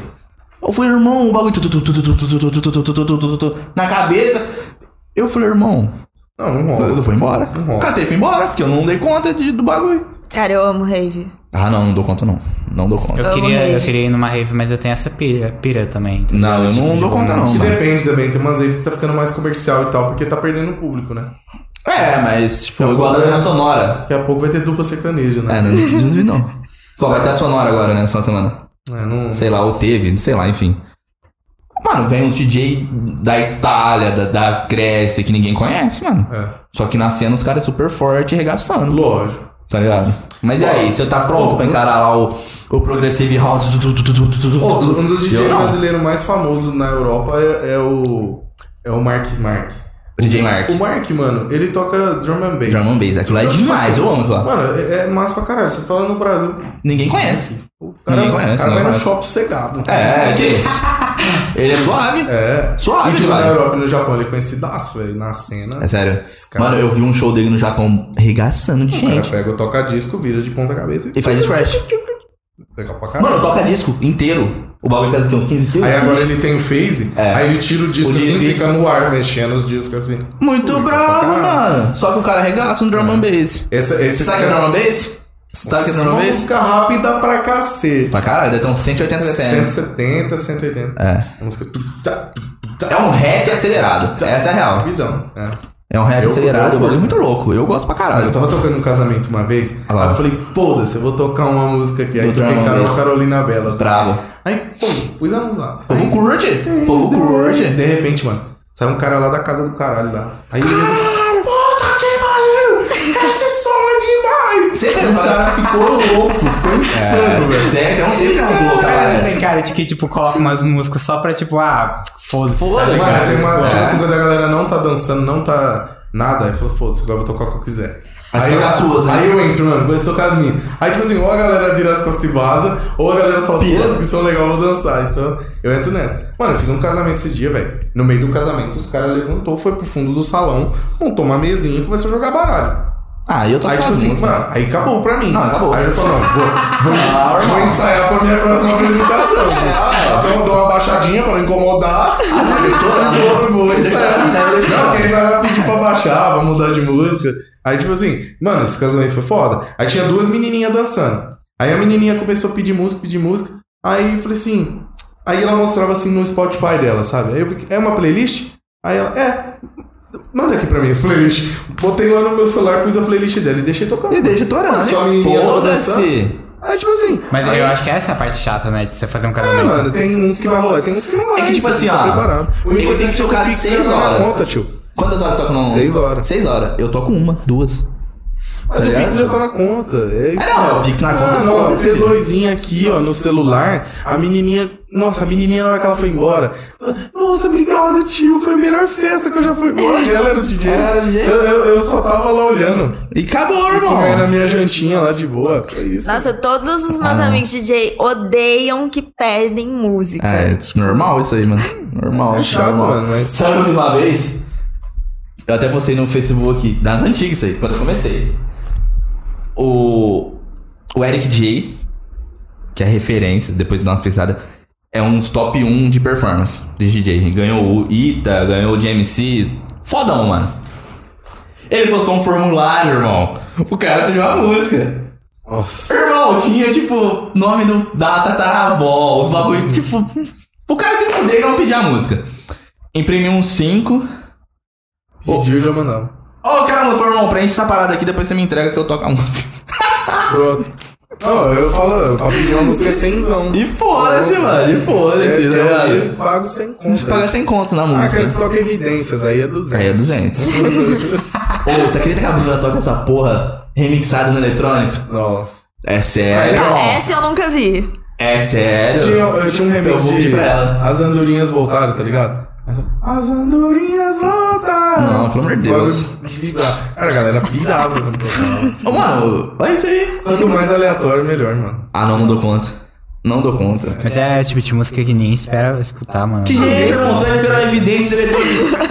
S2: Eu falei, irmão, o bagulho. tu, tu, tu, tu, tu, tu, tu, tu, tu, tu, tu, tu, tu, tu, tu, tu, Na cabeça. Eu falei, irmão,
S4: Não, não
S2: eu
S4: rola.
S2: eu fui embora.
S4: rola.
S2: Catei e fui embora, porque eu não dei conta de- do bagulho.
S3: Cara, eu amo rave.
S2: Ah, não, não dou conta, não. Não dou conta.
S1: Eu queria, eu
S3: rave.
S1: queria ir numa rave, mas eu tenho essa pira, pira também. entendeu? tipo,
S2: Não, eu não dou conta, não.
S4: Que
S2: mano.
S4: depende também, tem umas aí que tá ficando mais comercial e tal, porque tá perdendo o público, né?
S2: É, mas, tipo, igual a da Sonora.
S4: Daqui a pouco vai ter dupla sertaneja,
S2: É,
S4: né?
S2: não duvido, não. Qual vai ter a Sonora agora, né, no final de semana?
S4: É, não...
S2: sei lá, ou teve, sei lá, enfim. Mano, vem uns DJ da Itália, da, da Grécia, que ninguém conhece, mano.
S4: É.
S2: Só que na cena os caras super forte regaçando,
S4: Lógico.
S2: tá ligado? Mas e aí, você tá pronto pra encarar lá o, o Progressive House? Tu, tu, tu, tu, tu, tu, tu,
S4: Ô,
S2: tu?
S4: um dos DJs
S2: Eu não.
S4: brasileiros mais famosos na Europa é, é o... É o Mark Mark.
S2: DJ Mark.
S4: O Mark, mano, ele toca drum and bass.
S2: Drum and Bass, aquilo lá é
S4: Então, tipo
S2: demais,
S4: assim,
S2: eu amo aquilo lá.
S4: Mano, é, é massa pra caralho. Você fala no Brasil,
S2: Ninguém conhece.
S4: o cara,
S2: Ninguém conhece,
S4: o cara
S2: não
S4: vai no
S2: conhece.
S4: shopping sossegado.
S2: É, que... ele é suave.
S4: É.
S2: Suave,
S4: E tipo, na
S2: velho.
S4: Europa e no Japão ele é conhecidaço, velho, na cena.
S2: É sério.
S4: Esse cara-
S2: Mano, eu vi um show dele no Japão regaçando de
S4: O cara
S2: gente.
S4: pega o toca-disco, vira de ponta cabeça
S2: E faz scratch.
S4: Legal pra caralho.
S2: Mano, toca disco inteiro. O bagulho pesa aqui uns 15 quilos.
S4: Tá Aí agora ele tem o phase,
S2: É.
S4: aí ele tira o disco
S2: O
S4: assim
S2: disco-
S4: e fica no ar mexendo os discos assim.
S2: Muito
S4: Público pra
S2: bravo,
S4: caralho. É.
S2: mano. Só que o cara arregaça um drum and bass.
S4: Essa, esse
S2: Você sabe que é drum and bass? Você sabe que é drum and
S4: Uma
S2: bass?
S4: música rápida pra cacete.
S2: Pra caralho, deve ter uns 180 BPM.
S4: 170, 180.
S2: É.
S4: A música. tu, tá, tu, tu, tá,
S2: É um rap acelerado. Essa é a real.
S4: Rapidão. É.
S2: É um rap
S4: Eu-
S2: acelerado, é
S4: eu
S2: um bagulho muito
S4: curto.
S2: louco. Eu gosto pra
S4: Mano, eu
S2: caralho.
S4: tava tocando um casamento uma vez,
S2: Ah lá.
S4: aí eu falei, foda-se, eu vou tocar uma música aqui. Aí
S2: Vou
S4: toquei
S2: tocar uma
S4: Carol
S2: música. Tá.
S4: Carolina Bela.
S2: Bravo.
S4: Aí, pô, pus a música lá.
S2: Povo
S4: Aí,
S2: curte. Povo curte.
S4: de repente, mano, sai um cara lá da casa do caralho lá. Aí ele
S2: Puta que pariu! Esse som é demais! Você
S4: O cara ficou louco, ficou insano, velho.
S2: É,
S4: assim,
S2: Tem tem um sempre que é um louco,
S1: Cara,
S2: cara.
S1: tem cara de que, tipo, coloca umas músicas só pra, tipo, ah, foda-se.
S2: Foda-se.
S1: tá ligado?
S4: Mano, tem uma.
S1: Tipo,
S4: Tipo
S1: ah,
S4: assim, quando a galera não tá dançando, não tá nada, aí falou, foda-se, agora eu vou tocar o que eu quiser.
S2: Aí você toca
S4: eu,
S2: as suas, né?
S4: aí eu entro, mano, começo a tocar as minhas. Aí, tipo assim, ou a galera vira as costas e vaza, ou a galera fala,
S2: Pira.
S4: pô, que são legal, eu vou dançar. Então, eu entro nessa. Mano, eu fiz um casamento esses dias, velho. No meio do casamento, os caras levantou, foi pro fundo do salão, montou uma mesinha e começou a jogar baralho.
S2: Ah, eu tô
S4: Aí, tipo assim, mano, aí acabou pra mim.
S2: Não, acabou.
S4: Aí eu falo, não, vou, vou,
S2: Ah,
S4: vou ensaiar pra minha próxima apresentação.
S2: É,
S4: Então eu dou uma baixadinha pra não incomodar.
S2: tô-
S4: Eu vou, vou ensaiar.
S2: Você vai deixar.
S4: é. Não, porque aí vai pedir pra baixar, vai mudar de música. Aí, tipo assim, mano, esse casamento foi foda. Aí tinha duas menininhas dançando. Aí a menininha começou a pedir música, pedir música. Aí eu falei assim. Aí ela mostrava assim no Spotify dela, sabe? Aí eu vi que é uma playlist? Aí ela, é. Manda aqui pra mim essa playlist. Botei lá no meu celular, pus a playlist dela e deixei tocando.
S2: E deixa torando.
S4: Mano, só a menininha tava dançando.
S2: né? Foda-se.
S4: Aí, tipo assim.
S1: Mas
S4: aí,
S1: eu acho que essa é a parte chata, né? De você fazer um
S4: é,
S1: casamento.
S4: mano, tem uns que vai rolar, tem uns que não vai.
S2: É que, tipo
S4: você
S2: assim,
S4: tem que tá
S2: ó,
S4: preparado.
S2: eu tenho que
S4: importante é o
S2: tocar
S4: Pix
S2: seis
S4: entrar na
S2: horas.
S4: conta, tio.
S2: Quantas horas tá toca no
S4: Seis horas.
S2: Seis horas. Eu toco uma, duas.
S4: Mas
S2: Tá
S4: o Pix
S2: ligado?
S4: já tá na conta. É isso.
S2: É, não, é o Pix na conta,
S4: Ah, não,
S2: foda-se.
S4: esse doisinho aqui, ó, no celular. A menininha. Nossa, a menininha, na hora que ela foi embora. Nossa, obrigado, tio. Foi a melhor festa que eu já fui embora. Ela era o DJ.
S2: Ela era o DJ.
S4: Eu, eu- eu só tava lá olhando.
S2: E acabou,
S4: Comendo a minha jantinha lá de boa. Foi isso.
S3: Nossa, todos os meus
S2: Ah.
S3: amigos DJ odeiam que pedem música.
S2: É, é normal isso aí, mano. Normal.
S4: tipo, É chato,
S2: normal.
S4: mano, mas-
S2: Sabe o que eu fiz uma vez? Eu até postei no Facebook, das antigas isso aí, quando eu comecei. O... O Eric J, que é referência, depois de dar uma pesquisada, é uns top 1 de performance de DJ. Ganhou o Ita, ganhou o DMC. Fodão, mano. Ele postou um formulário, irmão. O cara pediu uma música.
S4: Nossa.
S2: Irmão, tinha, tipo, nome do, da tataravó, os
S4: Uhum.
S2: bagulho, tipo... O cara se fuder e não pedir a música. Imprimi um 5.
S4: O Gil já mandava.
S2: Ô, oh, cara, meu irmão, preenche essa parada aqui, depois você me entrega que eu toco a música.
S4: Pronto. Não, eu falo, pra pedir uma música é cenzão.
S2: E foda-se, mano, e foda-se, tá
S4: É, eu
S2: ligado?
S4: pago sem
S2: Você paga
S4: conta.
S2: sem conto na
S4: Ah, quero
S2: música.
S4: que toque evidências, aí é 200.
S2: né? Aí é 200. Ô, você acredita que a Bruna toca essa porra remixada no eletrônico?
S4: Nossa.
S2: É sério?
S3: Cara, essa eu nunca vi.
S2: É
S4: Eu
S2: sério?
S4: tinha, eu tinha um
S2: Então, Eu
S4: remix
S2: vou pedir
S4: de
S2: pra ela.
S4: As Andorinhas Voltaram, tá ligado? As andorinhas voltaram!
S2: Não, pelo amor de
S4: O bagulho
S2: Deus.
S4: vibra- Cara, a galera virava quando tocava.
S2: Ô, mano, olha isso aí.
S4: Quanto mais aleatório, melhor, mano.
S2: Ah, não, não dou conta. Não dou conta.
S1: Mas é tipo de música que nem espera escutar, mano.
S2: Que jeito, irmão? Você vai virar evidência eletrônica.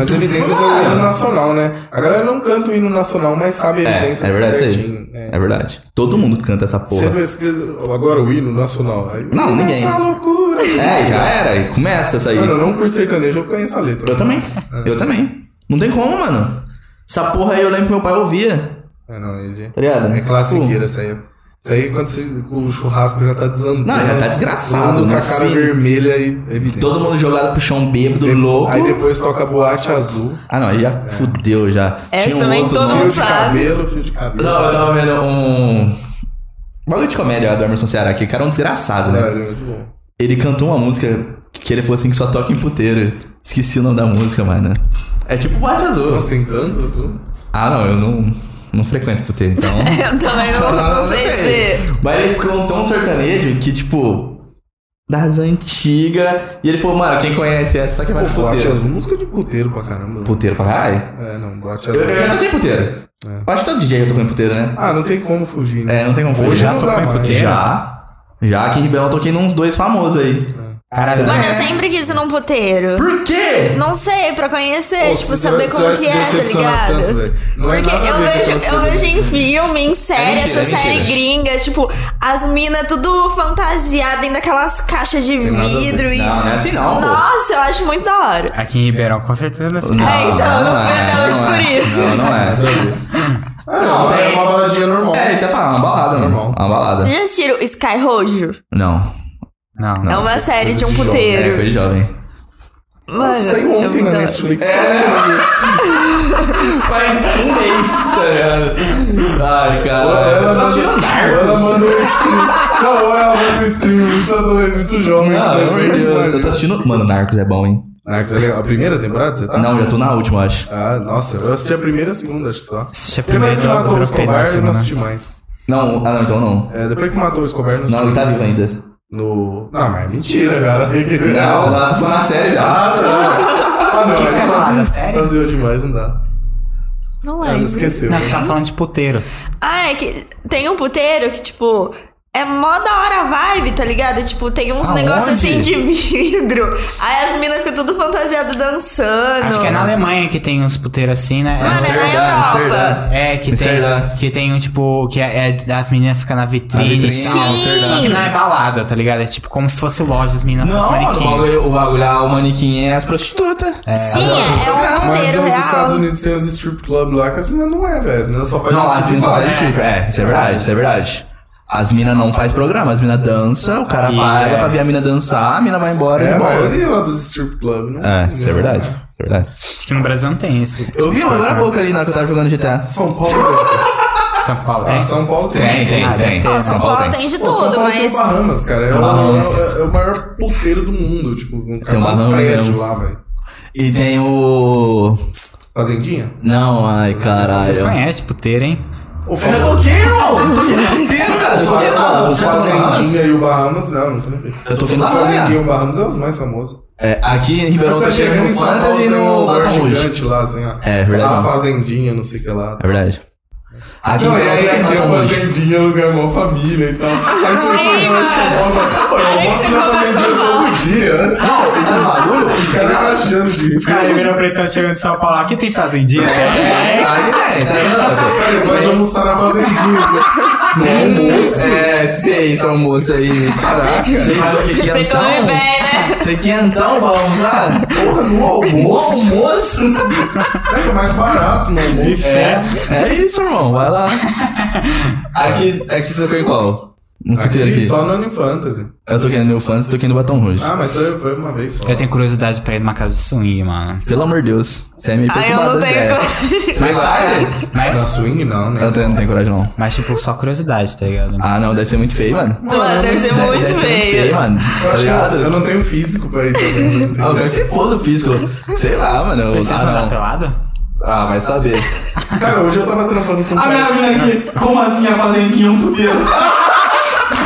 S4: As evidências é o hino nacional, né? A galera não canta o hino nacional, mas sabe a
S2: É,
S4: evidência
S2: é verdade isso aí.
S4: certinho. É.
S2: É verdade. Todo mundo canta essa
S4: Você
S2: porra.
S4: pesquisa agora o hino nacional. Aí,
S2: Não, ninguém.
S4: Essa loucura.
S2: É, já era. e Começa essa aí.
S4: Mano, É. eu não curto sertanejo, eu conheço a letra.
S2: Eu também. Eu também. Não tem como, mano. Essa porra aí eu lembro que meu pai ouvia.
S4: É, não, é, de...
S2: Tá ligado?
S4: é classiqueira essa aí. Isso aí, quando você- o churrasco já tá desandando.
S2: Não, já tá desgraçado,
S4: Todo mundo Com
S2: né,
S4: a cara
S2: filho?
S4: vermelha e evidente.
S2: Tipo, Todo mundo jogado pro chão bêbado, louco.
S4: Aí depois É. toca boate azul.
S2: Ah, não, aí já fudeu já.
S3: Essa
S2: Tinha um
S3: É, também
S2: outro
S3: todo
S2: nome.
S4: Fio de
S3: sabe.
S4: cabelo, fio de cabelo.
S2: Não, eu tava vendo um. Bagulho de comédia do Emerson Ceará aqui. O cara é um desgraçado,
S4: Não,
S2: né?
S4: ele é muito bom.
S2: Ele cantou uma música que ele falou assim que só toca em puteiro. Esqueci o nome da música, mano. É tipo Bate Azul.
S4: Nossa, tem tanto azul.
S2: Ah, não, eu não, não frequento puteiro, então.
S3: Eu também não, não sei dizer.
S2: Mas ele cantou um sertanejo que, tipo. Das antigas. E ele falou, mano, quem conhece essa que vai
S4: Pô,
S2: pro
S4: boate
S2: puteiro.
S4: azul, música de puteiro pra caramba.
S2: Puteiro pra caralho?
S4: É, não, boate
S2: Eu,
S4: azul.
S2: eu já toquei puteiro.
S4: É.
S2: Eu acho que todo DJ eu toquei em puteiro, né?
S4: Ah, não tem como fugir, né?
S2: É, não tem como
S4: Hoje
S2: fugir.
S4: não dá mais.
S2: Já. Já aqui em Ribeirão eu toquei nos dois famosos aí.
S4: É.
S1: Caralho,
S3: Mano, eu sempre quis ir num puteiro.
S2: Por quê?
S3: Não sei, pra conhecer,
S4: Nossa,
S3: tipo,
S4: você
S3: saber
S4: vai-
S3: como
S4: você
S3: que
S4: vai
S3: é,
S4: se
S3: tá
S4: decepcionar
S3: ligado?
S4: tanto, velho. Não é
S3: Porque
S4: nada a
S3: eu
S4: ver com é
S3: vejo,
S4: aquelas
S3: eu
S4: coisas.
S3: vejo em filme, em série,
S2: mentira,
S3: essa
S2: é
S3: série
S2: mentira.
S3: gringa, tipo, as minas tudo fantasiada dentro daquelas caixas de
S4: nada a ver.
S3: vidro e.
S2: Não, não é assim não, pô.
S3: Nossa, eu acho muito da hora.
S1: aqui em Ribeirão, com certeza assim.
S2: Não,
S3: É, então, não fui até hoje
S2: não
S3: por
S2: é.
S3: isso.
S2: Não, não é.
S4: Ah, não, é uma baladinha normal.
S2: É, isso é falar, uma balada, normal. Uma balada.
S3: Vocês já assistiram Sky Rojo?
S2: Não.
S1: Não, não.
S3: É uma série de um
S4: de jovem,
S2: É,
S3: puteiro.
S2: coisa de jovem.
S3: Mano,
S4: Saiu
S3: é
S4: ontem né?
S3: muito
S4: na
S3: da É. hora.
S4: Netflix.
S2: Faz um mês, tá ligado? Ai, cara. Eu tô assistindo
S4: é Ela
S2: Narcos.
S4: mandou um stream. Não, ela mandou um stream muito adolescente, muito jovem.
S2: Não,
S4: mas
S2: pelo amor de
S4: bem
S2: Deus, Ah, eu tô
S4: maneiro.
S2: assistindo. Mano, Narcos é bom, hein?
S4: Narcos é legal. A primeira temporada você tá?
S2: Não, já tô na última, eu acho.
S4: Ah, nossa, eu assisti a primeira e a segunda, acho só.
S2: é
S1: Assisti a
S4: Depois
S1: primeira
S4: que
S1: e eu
S4: matou o
S1: dropei na
S4: Escobar, eu não
S1: segunda.
S4: assisti mais.
S2: Não, ah, não, então não.
S4: É, depois que matou o Escobar, eu não assisti
S2: Não, tá ele tá
S4: mais.
S2: vivo ainda.
S4: No... Não, mas é mentira, cara.
S2: Não, lá tu foi na série já.
S4: Ah, tá. Ah, não.
S1: O que que você ia falar da série?
S4: Fazia demais, não dá.
S3: Não
S4: Ela
S3: lembro.
S4: esqueceu.
S1: Não, tu tá falando de puteiro.
S3: Ah, é que tem um puteiro que, tipo, é mó da hora a vibe, tá ligado? Tipo, tem uns
S2: Aonde?
S3: negócios assim de vidro. Aí as minas ficam tudo fantasiadas dançando.
S1: Acho que é na Alemanha que tem uns puteiros assim, né?
S3: Mano, é na
S4: Amsterdã,
S3: Europa.
S4: Amsterdã.
S1: É, que tem,
S2: Amsterdã.
S1: que tem um tipo. Que é, é- as meninas ficam na vitrine,
S2: Na vitrine,
S1: e tal.
S2: Amsterdã.
S1: Só que não é balada, tá ligado? É tipo como se fosse loja, as meninas
S2: Não, é
S1: fossem
S2: o
S1: manequim.
S2: bagulho, o bagulho lá, o manequim é as prostitutas.
S3: Sim, é, é um
S4: Mas
S3: puteiro
S4: nos Estados
S3: real.
S4: Unidos tem os strip club lá que as meninas não é, velho. As meninas só fazem
S2: Não, as minas fazem
S4: club.
S2: chifre. É, isso é verdade, isso é verdade. As minas não faz programa, as minas dança, o cara
S1: E
S2: paga
S1: é.
S2: pra ver a mina dançar, a mina vai embora e
S4: É,
S2: vai
S4: a
S2: embora.
S4: maioria lá dos strip club. Não
S2: É, isso é verdade. isso é verdade.
S1: Acho que no Brasil não tem isso. Tipo, assim,
S2: Eu vi é uma agora há pouco ali na hora que eu tava jogando GTA.
S4: São Paulo tem.
S1: São Paulo
S4: Ah,
S1: tem.
S4: São Paulo tem. né?
S1: tem,
S2: Ah,
S1: tem.
S3: Ó, São Paulo tem de
S4: Pô, São
S3: tudo,
S4: Paulo tem
S3: mas.
S4: o Bahamas, cara. É o,
S2: Bahamas.
S4: é- é o maior puteiro do mundo. Tipo, um cara
S2: Tem o
S4: tem um
S2: Bahamas né?
S4: prédio
S2: mesmo.
S4: lá, velho.
S2: E tem o.
S4: Fazendinha?
S2: Não, ai,
S1: Vocês
S2: caralho.
S1: conhecem puteiro, hein?
S4: O,
S2: Eu
S4: fa-
S2: já toquei, irmão! Eu toquei no inteiro, cara! Eu
S4: o fa-
S2: toquei
S4: o
S2: lá!
S4: Fazendinha e o Bahamas, não, não tô nem vendo.
S2: Eu tô
S4: O
S2: vendo
S4: Fazendinha e
S2: lá.
S4: o Bahamas é os mais famosos.
S2: É, aqui em Ribeirão
S4: Você
S2: tá
S4: tá chegando
S2: chegando
S4: em São
S2: Fantasy
S4: Paulo,
S2: e
S4: tem um
S2: no
S4: lugar
S2: Baton Rouge.
S4: gigante lá, assim, ó.
S2: É, verdade.
S4: A Fazendinha, não sei o que lá.
S2: É verdade. Aqui em
S4: Não, e
S2: Ribeirão
S4: aí
S2: tem
S4: aqui a
S2: Baton Rouge.
S4: fazendinha, o lugar mó família e tal. Aí você chega lá em São Paulo, pô, eu almoço na fazendinha todo dia. né?
S2: Não, esse bagulho,
S4: Os caras achando de
S1: Os caras viram pretão chegando em São Paulo. Aqui tem fazendinha, né? É,
S2: Aí é, tá vendo?
S4: Ele vai almoçar na fazendinha. né?
S2: No almoço. É, sei esse almoço aí. Caraca.
S3: Você come bem, né?
S2: Tem quentão pra almoçar? Porra, no almoço? No almoço?
S4: É mais barato, meu amor.
S2: É isso, irmão. Vai lá. Aqui, aqui você foi qual? Um futeiro
S4: Aqui,
S2: aqui.
S4: só no Anime Fantasy.
S2: Eu toquei no New Fans e toquei no Batom Rouge.
S4: Ah, mas só foi uma vez só.
S1: Eu tenho curiosidade pra ir numa casa de swing, mano.
S2: Pelo amor de Deus. Você é meio
S3: Aí eu
S2: preocupado
S3: não
S2: das
S3: tenho
S2: ideias. Mas vai.
S3: coragem.
S4: Na
S1: Mas,
S4: swing, não, né?
S2: Eu tenho- não tenho coragem, não.
S1: mas tipo, só curiosidade, tá ligado?
S2: Ah, não. Deve ser muito feio, mano.
S3: Mano, deve ser
S2: Deve-
S3: muito
S2: deve ser
S3: feio.
S2: feio, mano.
S4: Eu
S2: Tá
S4: acho que
S2: ligado?
S4: eu- eu não tenho físico pra ir também.
S2: Ah, eu quero que você foda o físico. Sei lá, mano. eu-
S1: Precisa
S2: ah,
S1: andar
S2: não.
S1: pelado?
S2: Ah, vai saber.
S4: Cara, hoje eu tava trampando com um
S2: A minha
S4: cara.
S2: mina aqui. Como assim a fazendinha é um futeiro?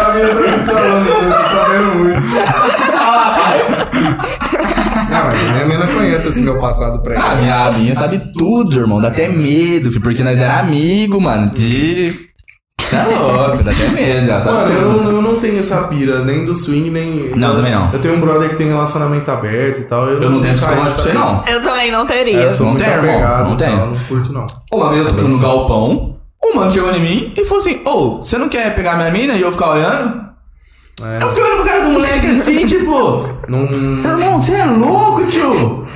S4: A minha tá me falando, eu tô sabendo muito. Não, Ah, mas a minha mina conhece esse meu passado pra
S2: A
S4: ela.
S2: Ah, minha, a minha sabe tudo, irmão. Dá até medo, filho, porque nós era amigo, mano. De. Tá louco, dá até medo, já sabe?
S4: Mano,
S2: tudo.
S4: eu, não- eu não tenho essa pira, nem do swing, nem.
S2: Não, também não.
S4: Eu tenho um brother que tem relacionamento aberto e tal. Eu,
S2: Eu não tenho
S4: nunca
S2: psicológico pra você,
S4: caí nessa-
S2: não.
S3: Eu também não
S4: É,
S3: teria.
S4: eu sou
S2: Não
S4: muito
S2: tem, irmão,
S4: apegado
S2: não
S4: e tal,
S2: tem.
S4: não curto, não.
S2: Uma vez eu tô no galpão, um mano chegou em mim e falou assim: Ô, você não quer pegar minha mina e eu ficar olhando?
S4: É.
S2: Eu fiquei olhando pro cara do moleque assim, tipo.
S4: Não.
S2: Irmão, você é louco, tio?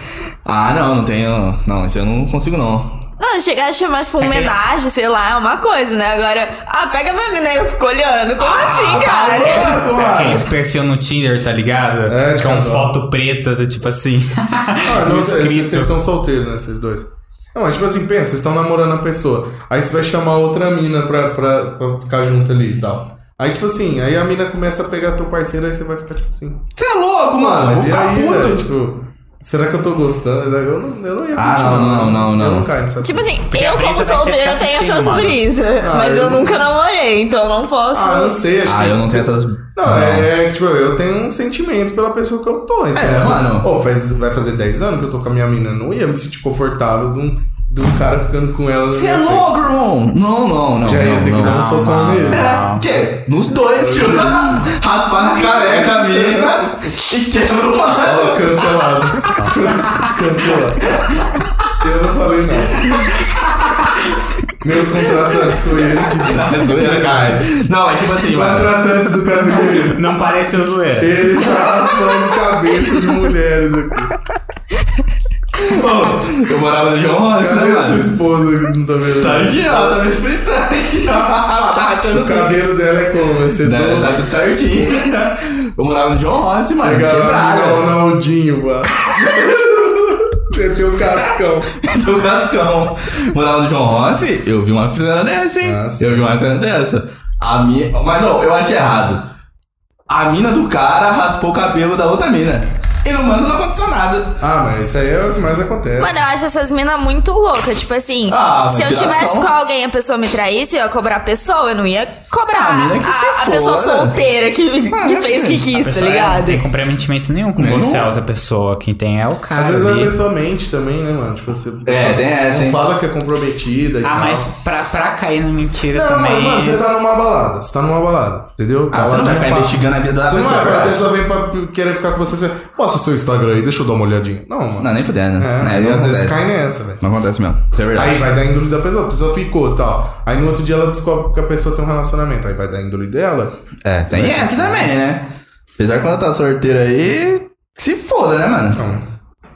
S2: Ah, não, não tenho. Não, isso eu não consigo, não.
S3: Não, chegar a chamar isso pra
S1: É
S3: uma homenagem, sei lá, é uma coisa, né? Agora, ah, pega minha mina aí, eu fico olhando. Como
S1: Ah,
S3: assim,
S1: tá
S3: cara?
S2: Louco,
S1: Aqueles perfil no Tinder, tá ligado?
S4: É, de
S1: Com
S4: casal.
S1: foto preta, do tipo assim.
S4: Ah, não sei,
S1: Escrito.
S4: vocês estão solteiros, né, vocês dois? Não, mas tipo assim, pensa, vocês estão namorando a pessoa. Aí você vai chamar outra mina pra, pra, pra ficar junto ali e tal. Aí, tipo assim, aí a mina começa a pegar teu parceiro, aí você vai ficar, tipo assim.
S2: Você é louco, mano.
S4: Ah, Mas
S2: vou
S4: e
S2: ficar
S4: aí,
S2: puto.
S4: velho? tipo, será que eu tô gostando? Eu não, eu não ia
S2: Ah,
S4: curtir,
S2: não, não, não,
S4: Eu
S2: não.
S4: não caio nessa.
S3: Tipo assim,
S1: a
S3: eu como
S1: brisa vai ser
S3: solteira
S1: ficar
S3: tenho
S1: assistindo,
S3: essas
S1: mano.
S3: brisas,
S4: Ah,
S3: mas
S4: eu
S3: eu
S4: não-
S3: nunca namorei, então não posso.
S4: ah, não sei, acho
S2: Ah,
S4: que.
S2: eu não tenho essas.
S4: Não, é, tipo, eu tenho um sentimento pela pessoa que eu tô, então.
S2: É, mano.
S4: Pô, faz, vai fazer 10 anos que eu tô com a minha mina. Eu não ia me sentir confortável de um, de um cara ficando com ela. na
S2: Você é
S4: minha frente.
S2: louco, irmão? Não, não, não.
S4: Já ia
S2: não,
S4: ter que
S2: não.
S4: dar um socão nele.
S2: É, quê? Nos dois, tio. Raspar na careca a mina e quebra o
S4: Ó,
S2: mano.
S4: cancelado. cancelado. Eu não falei nada. Meus contratantes, foi ele que disse.
S2: Não, é zoeira, cara. Não, é tipo assim, mano.
S4: Contratantes do Casimiro.
S1: Não pareceu zoeira.
S4: Ele está raspando cabeça de mulheres aqui.
S2: Ô, Eu morava no João Rossi, né,
S4: Cadê a sua
S2: mano?
S4: esposa que não tá vendo?
S2: Tá aqui, ó. Tá me espreitando aqui, ó. Ela tá rachando
S4: O
S2: o cabelo.
S4: cabelo dela é como? É
S2: Tá,
S4: sedoso.
S2: tá tudo certinho. Eu morava no João Rossi, mano.
S4: Pegaram a mina
S2: Quebrada.
S4: Ronaldinho, mano. Meteu o um cascão.
S2: do Cascão. Morava no João Rossi, eu vi uma cena dessa, hein?
S4: Ah, sim.
S2: eu vi uma cena dessa. A minha. Mas não, eu achei errado. A mina do cara raspou o cabelo da outra mina. E não manda não aconteceu nada.
S4: Ah, mas isso aí é o que mais acontece.
S3: Mano, eu acho essas minas muito loucas. Tipo assim,
S2: Ah, mas
S3: se eu
S2: tiração.
S3: tivesse com alguém e a pessoa me traísse, eu ia cobrar a pessoa, eu não ia cobrar
S2: Ah, mina que se
S3: a, a
S2: foda.
S3: pessoa solteira que, que fez o que
S1: A
S3: quis, tá
S1: pessoa é- não
S3: ligado?
S1: tem comprometimento nenhum com
S2: Nenhum.
S1: você, a outra pessoa. Quem tem é o cara.
S4: Às vezes a
S1: ali.
S4: pessoa mente também, né, mano? Tipo, você
S2: É, tem essa,
S4: não
S2: hein?
S4: fala que é comprometida e
S1: Ah,
S4: tal.
S1: mas pra, pra cair na mentira
S4: Não,
S1: também.
S4: mas, mano, você tá numa balada. Você tá numa balada, entendeu?
S2: Ah, você não vai ficar investigando a vida da
S4: Você não
S2: pessoa.
S4: vai, a
S2: cara.
S4: pessoa vem pra querer ficar com você você. Posta seu Instagram aí, deixa eu dar uma olhadinha. Não, mano.
S2: Não, nem fudendo.
S4: É,
S2: né?
S4: aí
S2: não
S4: às vezes
S2: acontece.
S4: cai nessa, velho.
S2: Não acontece mesmo. Isso é verdade.
S4: Aí vai da índole da pessoa, a pessoa ficou tal. Aí no outro dia ela descobre que a pessoa tem um relacionamento. Aí vai da índole dela.
S2: É, tem essa também, né? Apesar que quando tá sorteira aí. Se foda, né, mano?
S4: Então,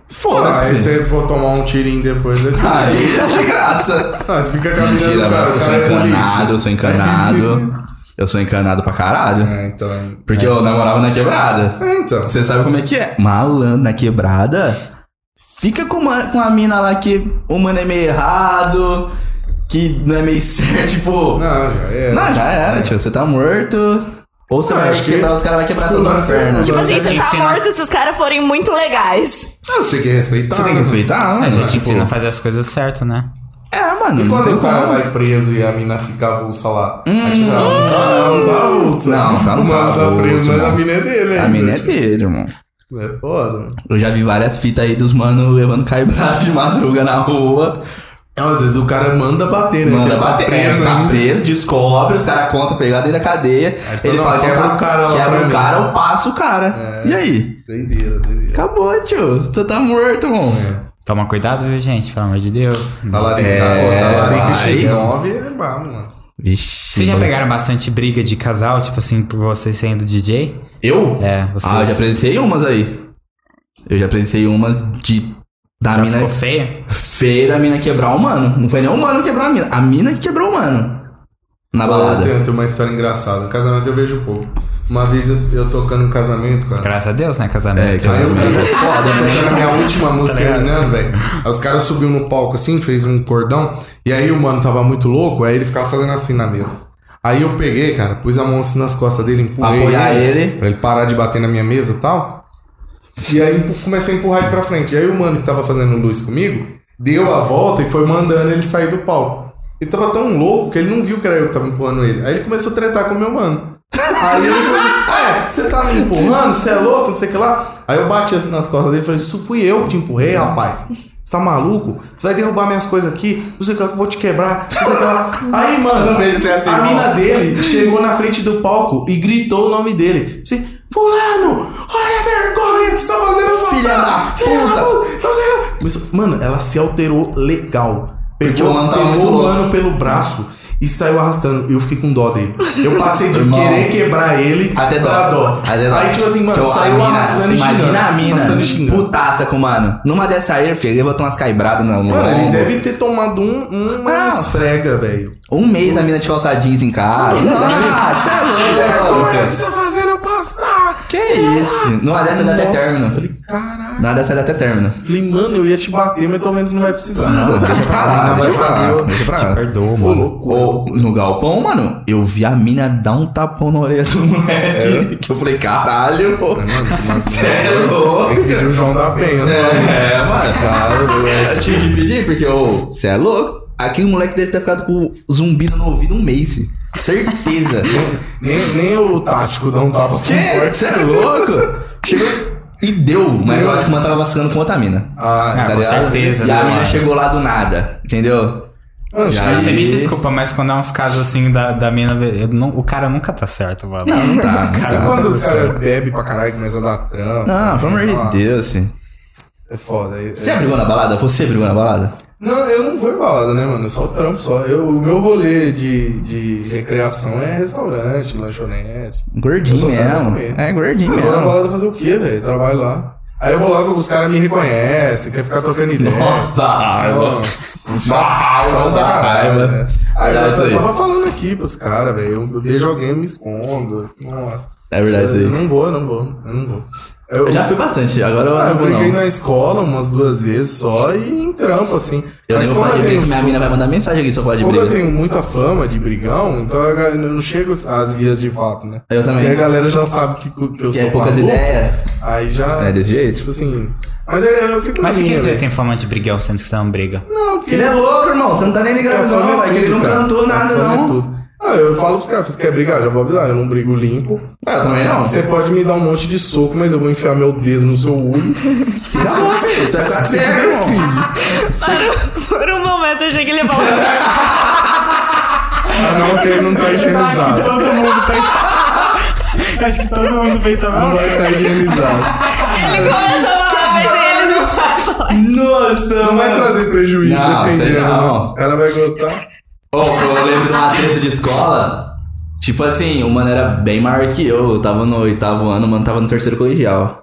S2: Foda-se.
S4: aí
S2: filho.
S4: você for tomar um tirinho depois. é tipo-
S2: Aí é de graça.
S4: Ah, você fica caminhando
S2: Mentira,
S4: o cara,
S2: mano,
S4: o
S2: eu sou
S4: cara é
S2: encanado,
S4: polícia.
S2: eu sou encanado. Eu sou encanado pra caralho.
S4: É, então.
S2: Porque eu namorava na quebrada.
S4: É, então.
S2: Você sabe como é que é? Malandro na quebrada. Fica com uma, com uma mina lá que o mano é meio errado, que não é meio certo, tipo. Não,
S4: Não, já é.
S2: já era, tio. Você tá morto. Ou você
S4: Não,
S2: vai
S4: acho que-
S2: quebrar, os caras vão quebrar suas duas
S4: Tipo
S2: pernas.
S3: Tipo assim,
S1: Mas
S3: você
S1: eu
S3: tá
S1: ensino-
S3: morto se os caras forem muito legais.
S4: Ah, você tem que respeitar.
S2: você tem que
S4: né?
S2: respeitar, mano.
S1: A gente
S2: tipo,
S1: ensina a fazer as coisas certas, né?
S2: É, mano.
S4: E
S2: não
S4: quando
S2: tem
S4: o cara
S2: como. Hum.
S4: vai preso e a mina fica avulsa lá? a gente fala, não tá, não tá avulsa.
S2: Não, tá, não
S4: O
S2: tá
S4: mano tá preso,
S2: avulso,
S4: mas a
S2: mano.
S4: mina é dele,
S2: A
S4: ainda,
S2: mina é
S4: tipo.
S2: dele, irmão.
S4: É foda, mano.
S2: Eu já vi várias fitas aí dos mano levando caibrado de madruga na rua
S4: É, às vezes o cara manda bater, né?
S2: Manda
S4: Ele tá
S2: bater,
S4: preso,
S2: preso, tá
S4: ainda.
S2: preso, descobre, os caras contam a pegada dele da cadeia.
S4: ele fala,
S2: Ele
S4: "Não,
S2: fala,
S4: quebra
S2: então tá,
S4: o cara lá
S2: Quebra
S4: pra
S2: o
S4: mim." É.
S2: cara, eu passo o cara. E aí?
S4: Doideira, doideira.
S2: Acabou, tio. Você tá morto, mano.
S4: É.
S1: Toma cuidado, viu, gente? Pelo amor de Deus.
S4: Talarica,
S2: É,
S4: é, talarica
S2: vai.
S4: X9 é brabo, mano.
S2: Vixe.
S1: Vocês já pegaram bastante briga de casal, tipo assim, por vocês sendo DJ?
S2: Eu?
S1: É, vocês.
S2: Ah, eu já presenciei umas aí. Eu já presenciei umas de. Da
S1: já
S2: mina
S1: ficou feia?
S2: feia da mina quebrar o mano. Não foi nem o mano quebrar a mina. A mina que quebrou o mano. Na
S4: Eu
S2: balada.
S4: tenho, tenho uma história engraçada. No casamento eu vejo pouco. Uma vez eu, eu tocando um casamento, cara.
S1: Graças a Deus, né? Casamento.
S2: Ah. É, né? Tá
S1: Vocês-
S4: Aí os
S2: casamento.
S4: caras foda, tocando a minha última música terminando, velho. Aí os caras subiu no palco assim, fez um cordão, e aí o mano tava muito louco, aí ele ficava fazendo assim na mesa. Aí eu peguei, cara, pus a mão assim nas costas dele,
S2: Pra
S4: empurrei
S2: apoiar ele.
S4: pra ele parar de bater na minha mesa e tal. E aí empu- comecei a empurrar ele pra frente. E aí o mano que tava fazendo luz comigo deu a volta e foi mandando ele sair do palco. Ele tava tão louco que ele não viu que era eu que tava empurrando ele. Aí ele começou a tretar com o meu mano. Aí ele falou assim: É, você tá me empurrando, você é louco, não sei o que lá. Aí eu bati assim nas costas dele e falei: Isso fui eu que te empurrei, rapaz. Você tá maluco? Você vai derrubar minhas coisas aqui, não sei o que lá, que eu vou te quebrar, não sei o que lá. Aí, mano,
S2: Ele tem assim,
S4: a
S2: irmão.
S4: mina dele chegou na frente do palco e gritou o nome dele. Assim, Fulano, olha a vergonha que você tá fazendo,
S2: Filha
S4: mano.
S2: da
S4: Filha
S2: puta."
S4: puta, não sei o que lá. Mas, Mano, ela se alterou legal.
S2: Porque
S4: Pegou,
S2: o mano tava
S4: pegou
S2: muito
S4: o
S2: louco.
S4: mano pelo braço e saiu arrastando. E eu fiquei com dó dele. Eu passei de
S2: Irmão.
S4: querer quebrar ele
S2: Até dó.
S4: pra dó.
S2: Até dó.
S4: Aí, tipo assim, mano,
S2: Então, a
S4: saiu
S2: mina-
S4: arrastando e xingando.
S2: Imagina a
S4: Arrastando e
S2: mina.
S4: xingando.
S2: Putaça com o mano. Numa dessa aí, filho, ele botou umas caibradas na mão.
S4: Mano, ele deve ter tomado um, uma
S2: Ah.
S4: esfrega, velho.
S2: Um mês a mina de calça jeans em casa. Ah, cê é louco.
S4: Vergonha que você tá fazendo eu passar?
S2: Que isso? Numa dessa dá até término.
S4: Falei, caralho.
S2: Numa dessa dá até término.
S4: Falei, mano, eu ia te bater, mas tô vendo que não vai precisar. Não,
S2: deixa pra lá, deixa pra lá, deixa pra lá.
S1: Te perdoa,
S4: Ô,
S1: mano.
S4: louco.
S2: Ô, no galpão, mano, eu vi a mina dar um tapão na orelha do
S4: É?
S2: moleque. Que eu falei, caralho, pô. Cê é louco.
S4: Tem que pedir o João da Penha, né?
S2: É, mano. Eu tive que pedir, porque eu. Você é louco? Aquele moleque deve ter ficado com zumbido no ouvido um mês. Certeza.
S4: Nem, nem o tático dá um tapa tão
S2: que?
S4: forte.
S2: Você é louco? Chegou e deu, mas eu acho que o mano tava vacilando com outra mina. Tá
S4: Ah,
S1: Ah, com certeza,
S2: E
S1: né,
S2: a mina
S1: mano?
S2: chegou lá do nada, entendeu?
S4: mano,
S2: Já-
S1: Ah, Você me
S2: Aí-
S1: desculpa, mas quando é uns casos assim da, da mina. eu não- o cara nunca tá certo, mano.
S2: Não, não tá, não
S1: Cara,
S2: tá.
S4: Quando os caras bebem pra caralho, começa a dar trampa.
S2: Não, pelo amor
S4: Nossa,
S2: de Deus, assim.
S4: É foda. é-
S2: Você já
S4: é-
S2: brigou na balada? Você brigou na balada?
S4: Não, eu não vou em balada, né, mano? Eu só trampo só. Eu, o meu rolê de, de recreação é restaurante, lanchonete. Eu
S2: Gordinho
S4: sou sério
S2: mesmo.
S4: comigo.
S2: É, gordinho
S4: Eu vou na
S2: mesmo.
S4: balada fazer o quê, velho? Trabalho lá. Aí eu vou lá, os caras me reconhecem, quer ficar trocando ideia. Nossa. Então dá caralho, né? Aí eu,
S2: Verdade,
S4: eu
S2: isso aí.
S4: tava falando aqui pros caras, velho. Eu vejo alguém, eu me escondo. Nossa.
S2: É verdade isso
S4: eu, eu
S2: aí.
S4: não vou, eu não vou. Eu não vou. Eu,
S2: Eu já fui bastante, agora eu
S4: Ah,
S2: não
S4: eu
S2: vou
S4: briguei
S2: não.
S4: na escola umas duas vezes só e em trampo, assim.
S2: Eu nem
S4: Mas
S2: vou
S4: como
S2: falar de
S4: eu
S2: briga,
S4: tenho
S2: porque minha mina vai mandar mensagem aqui se eu falar de
S4: Como assim? eu
S2: briga.
S4: tenho muita fama de brigão, então a galera- eu não chego às guias de fato, né?
S2: Eu também.
S4: Porque a galera já sabe que, que eu
S2: Que
S4: sou
S2: é poucas
S4: maluco,
S2: ideias.
S4: Aí já.
S2: É desse jeito.
S4: Tipo assim. Mas eu, eu fico
S1: Mas
S4: na
S1: por que
S4: minha,
S1: você
S4: velho.
S1: tem fama de brigão sendo que você não briga?
S4: Não, porque
S2: Ele é louco, irmão. Você não tá nem
S4: a
S2: ligado,
S4: fama
S2: não,
S4: é
S2: velho. Que ele
S4: tudo,
S2: não
S4: cara.
S2: cantou
S4: A
S2: nada,
S4: fama é
S2: não.
S4: tudo. Ah, eu falo pros caras, você quer brigar? Já vou avisar, eu não brigo limpo.
S2: Ah, eu também não.
S4: Você pode me dar um monte de soco, mas eu vou enfiar meu dedo no seu olho. é assim,
S2: Dá um cacete, Você vai ficar cego,
S4: né?
S2: irmão.
S3: Por um momento eu achei que ele ia falar.
S4: Ah, não, que ele não tá higienizado.
S1: todo mundo pensa. Acho que todo mundo pensa
S4: Não vai estar higienizado.
S3: Ele começa a falar, mas ele não vai falar.
S2: Nossa,
S4: Não vai
S2: mano.
S4: trazer prejuízo,
S2: Não, sei
S4: dependendo.
S2: não.
S4: O cara vai gostar.
S2: Ô, eu lembro de uma treta de escola. Tipo assim, o mano era bem maior que eu. Eu tava no oitavo ano, o mano tava no terceiro colegial.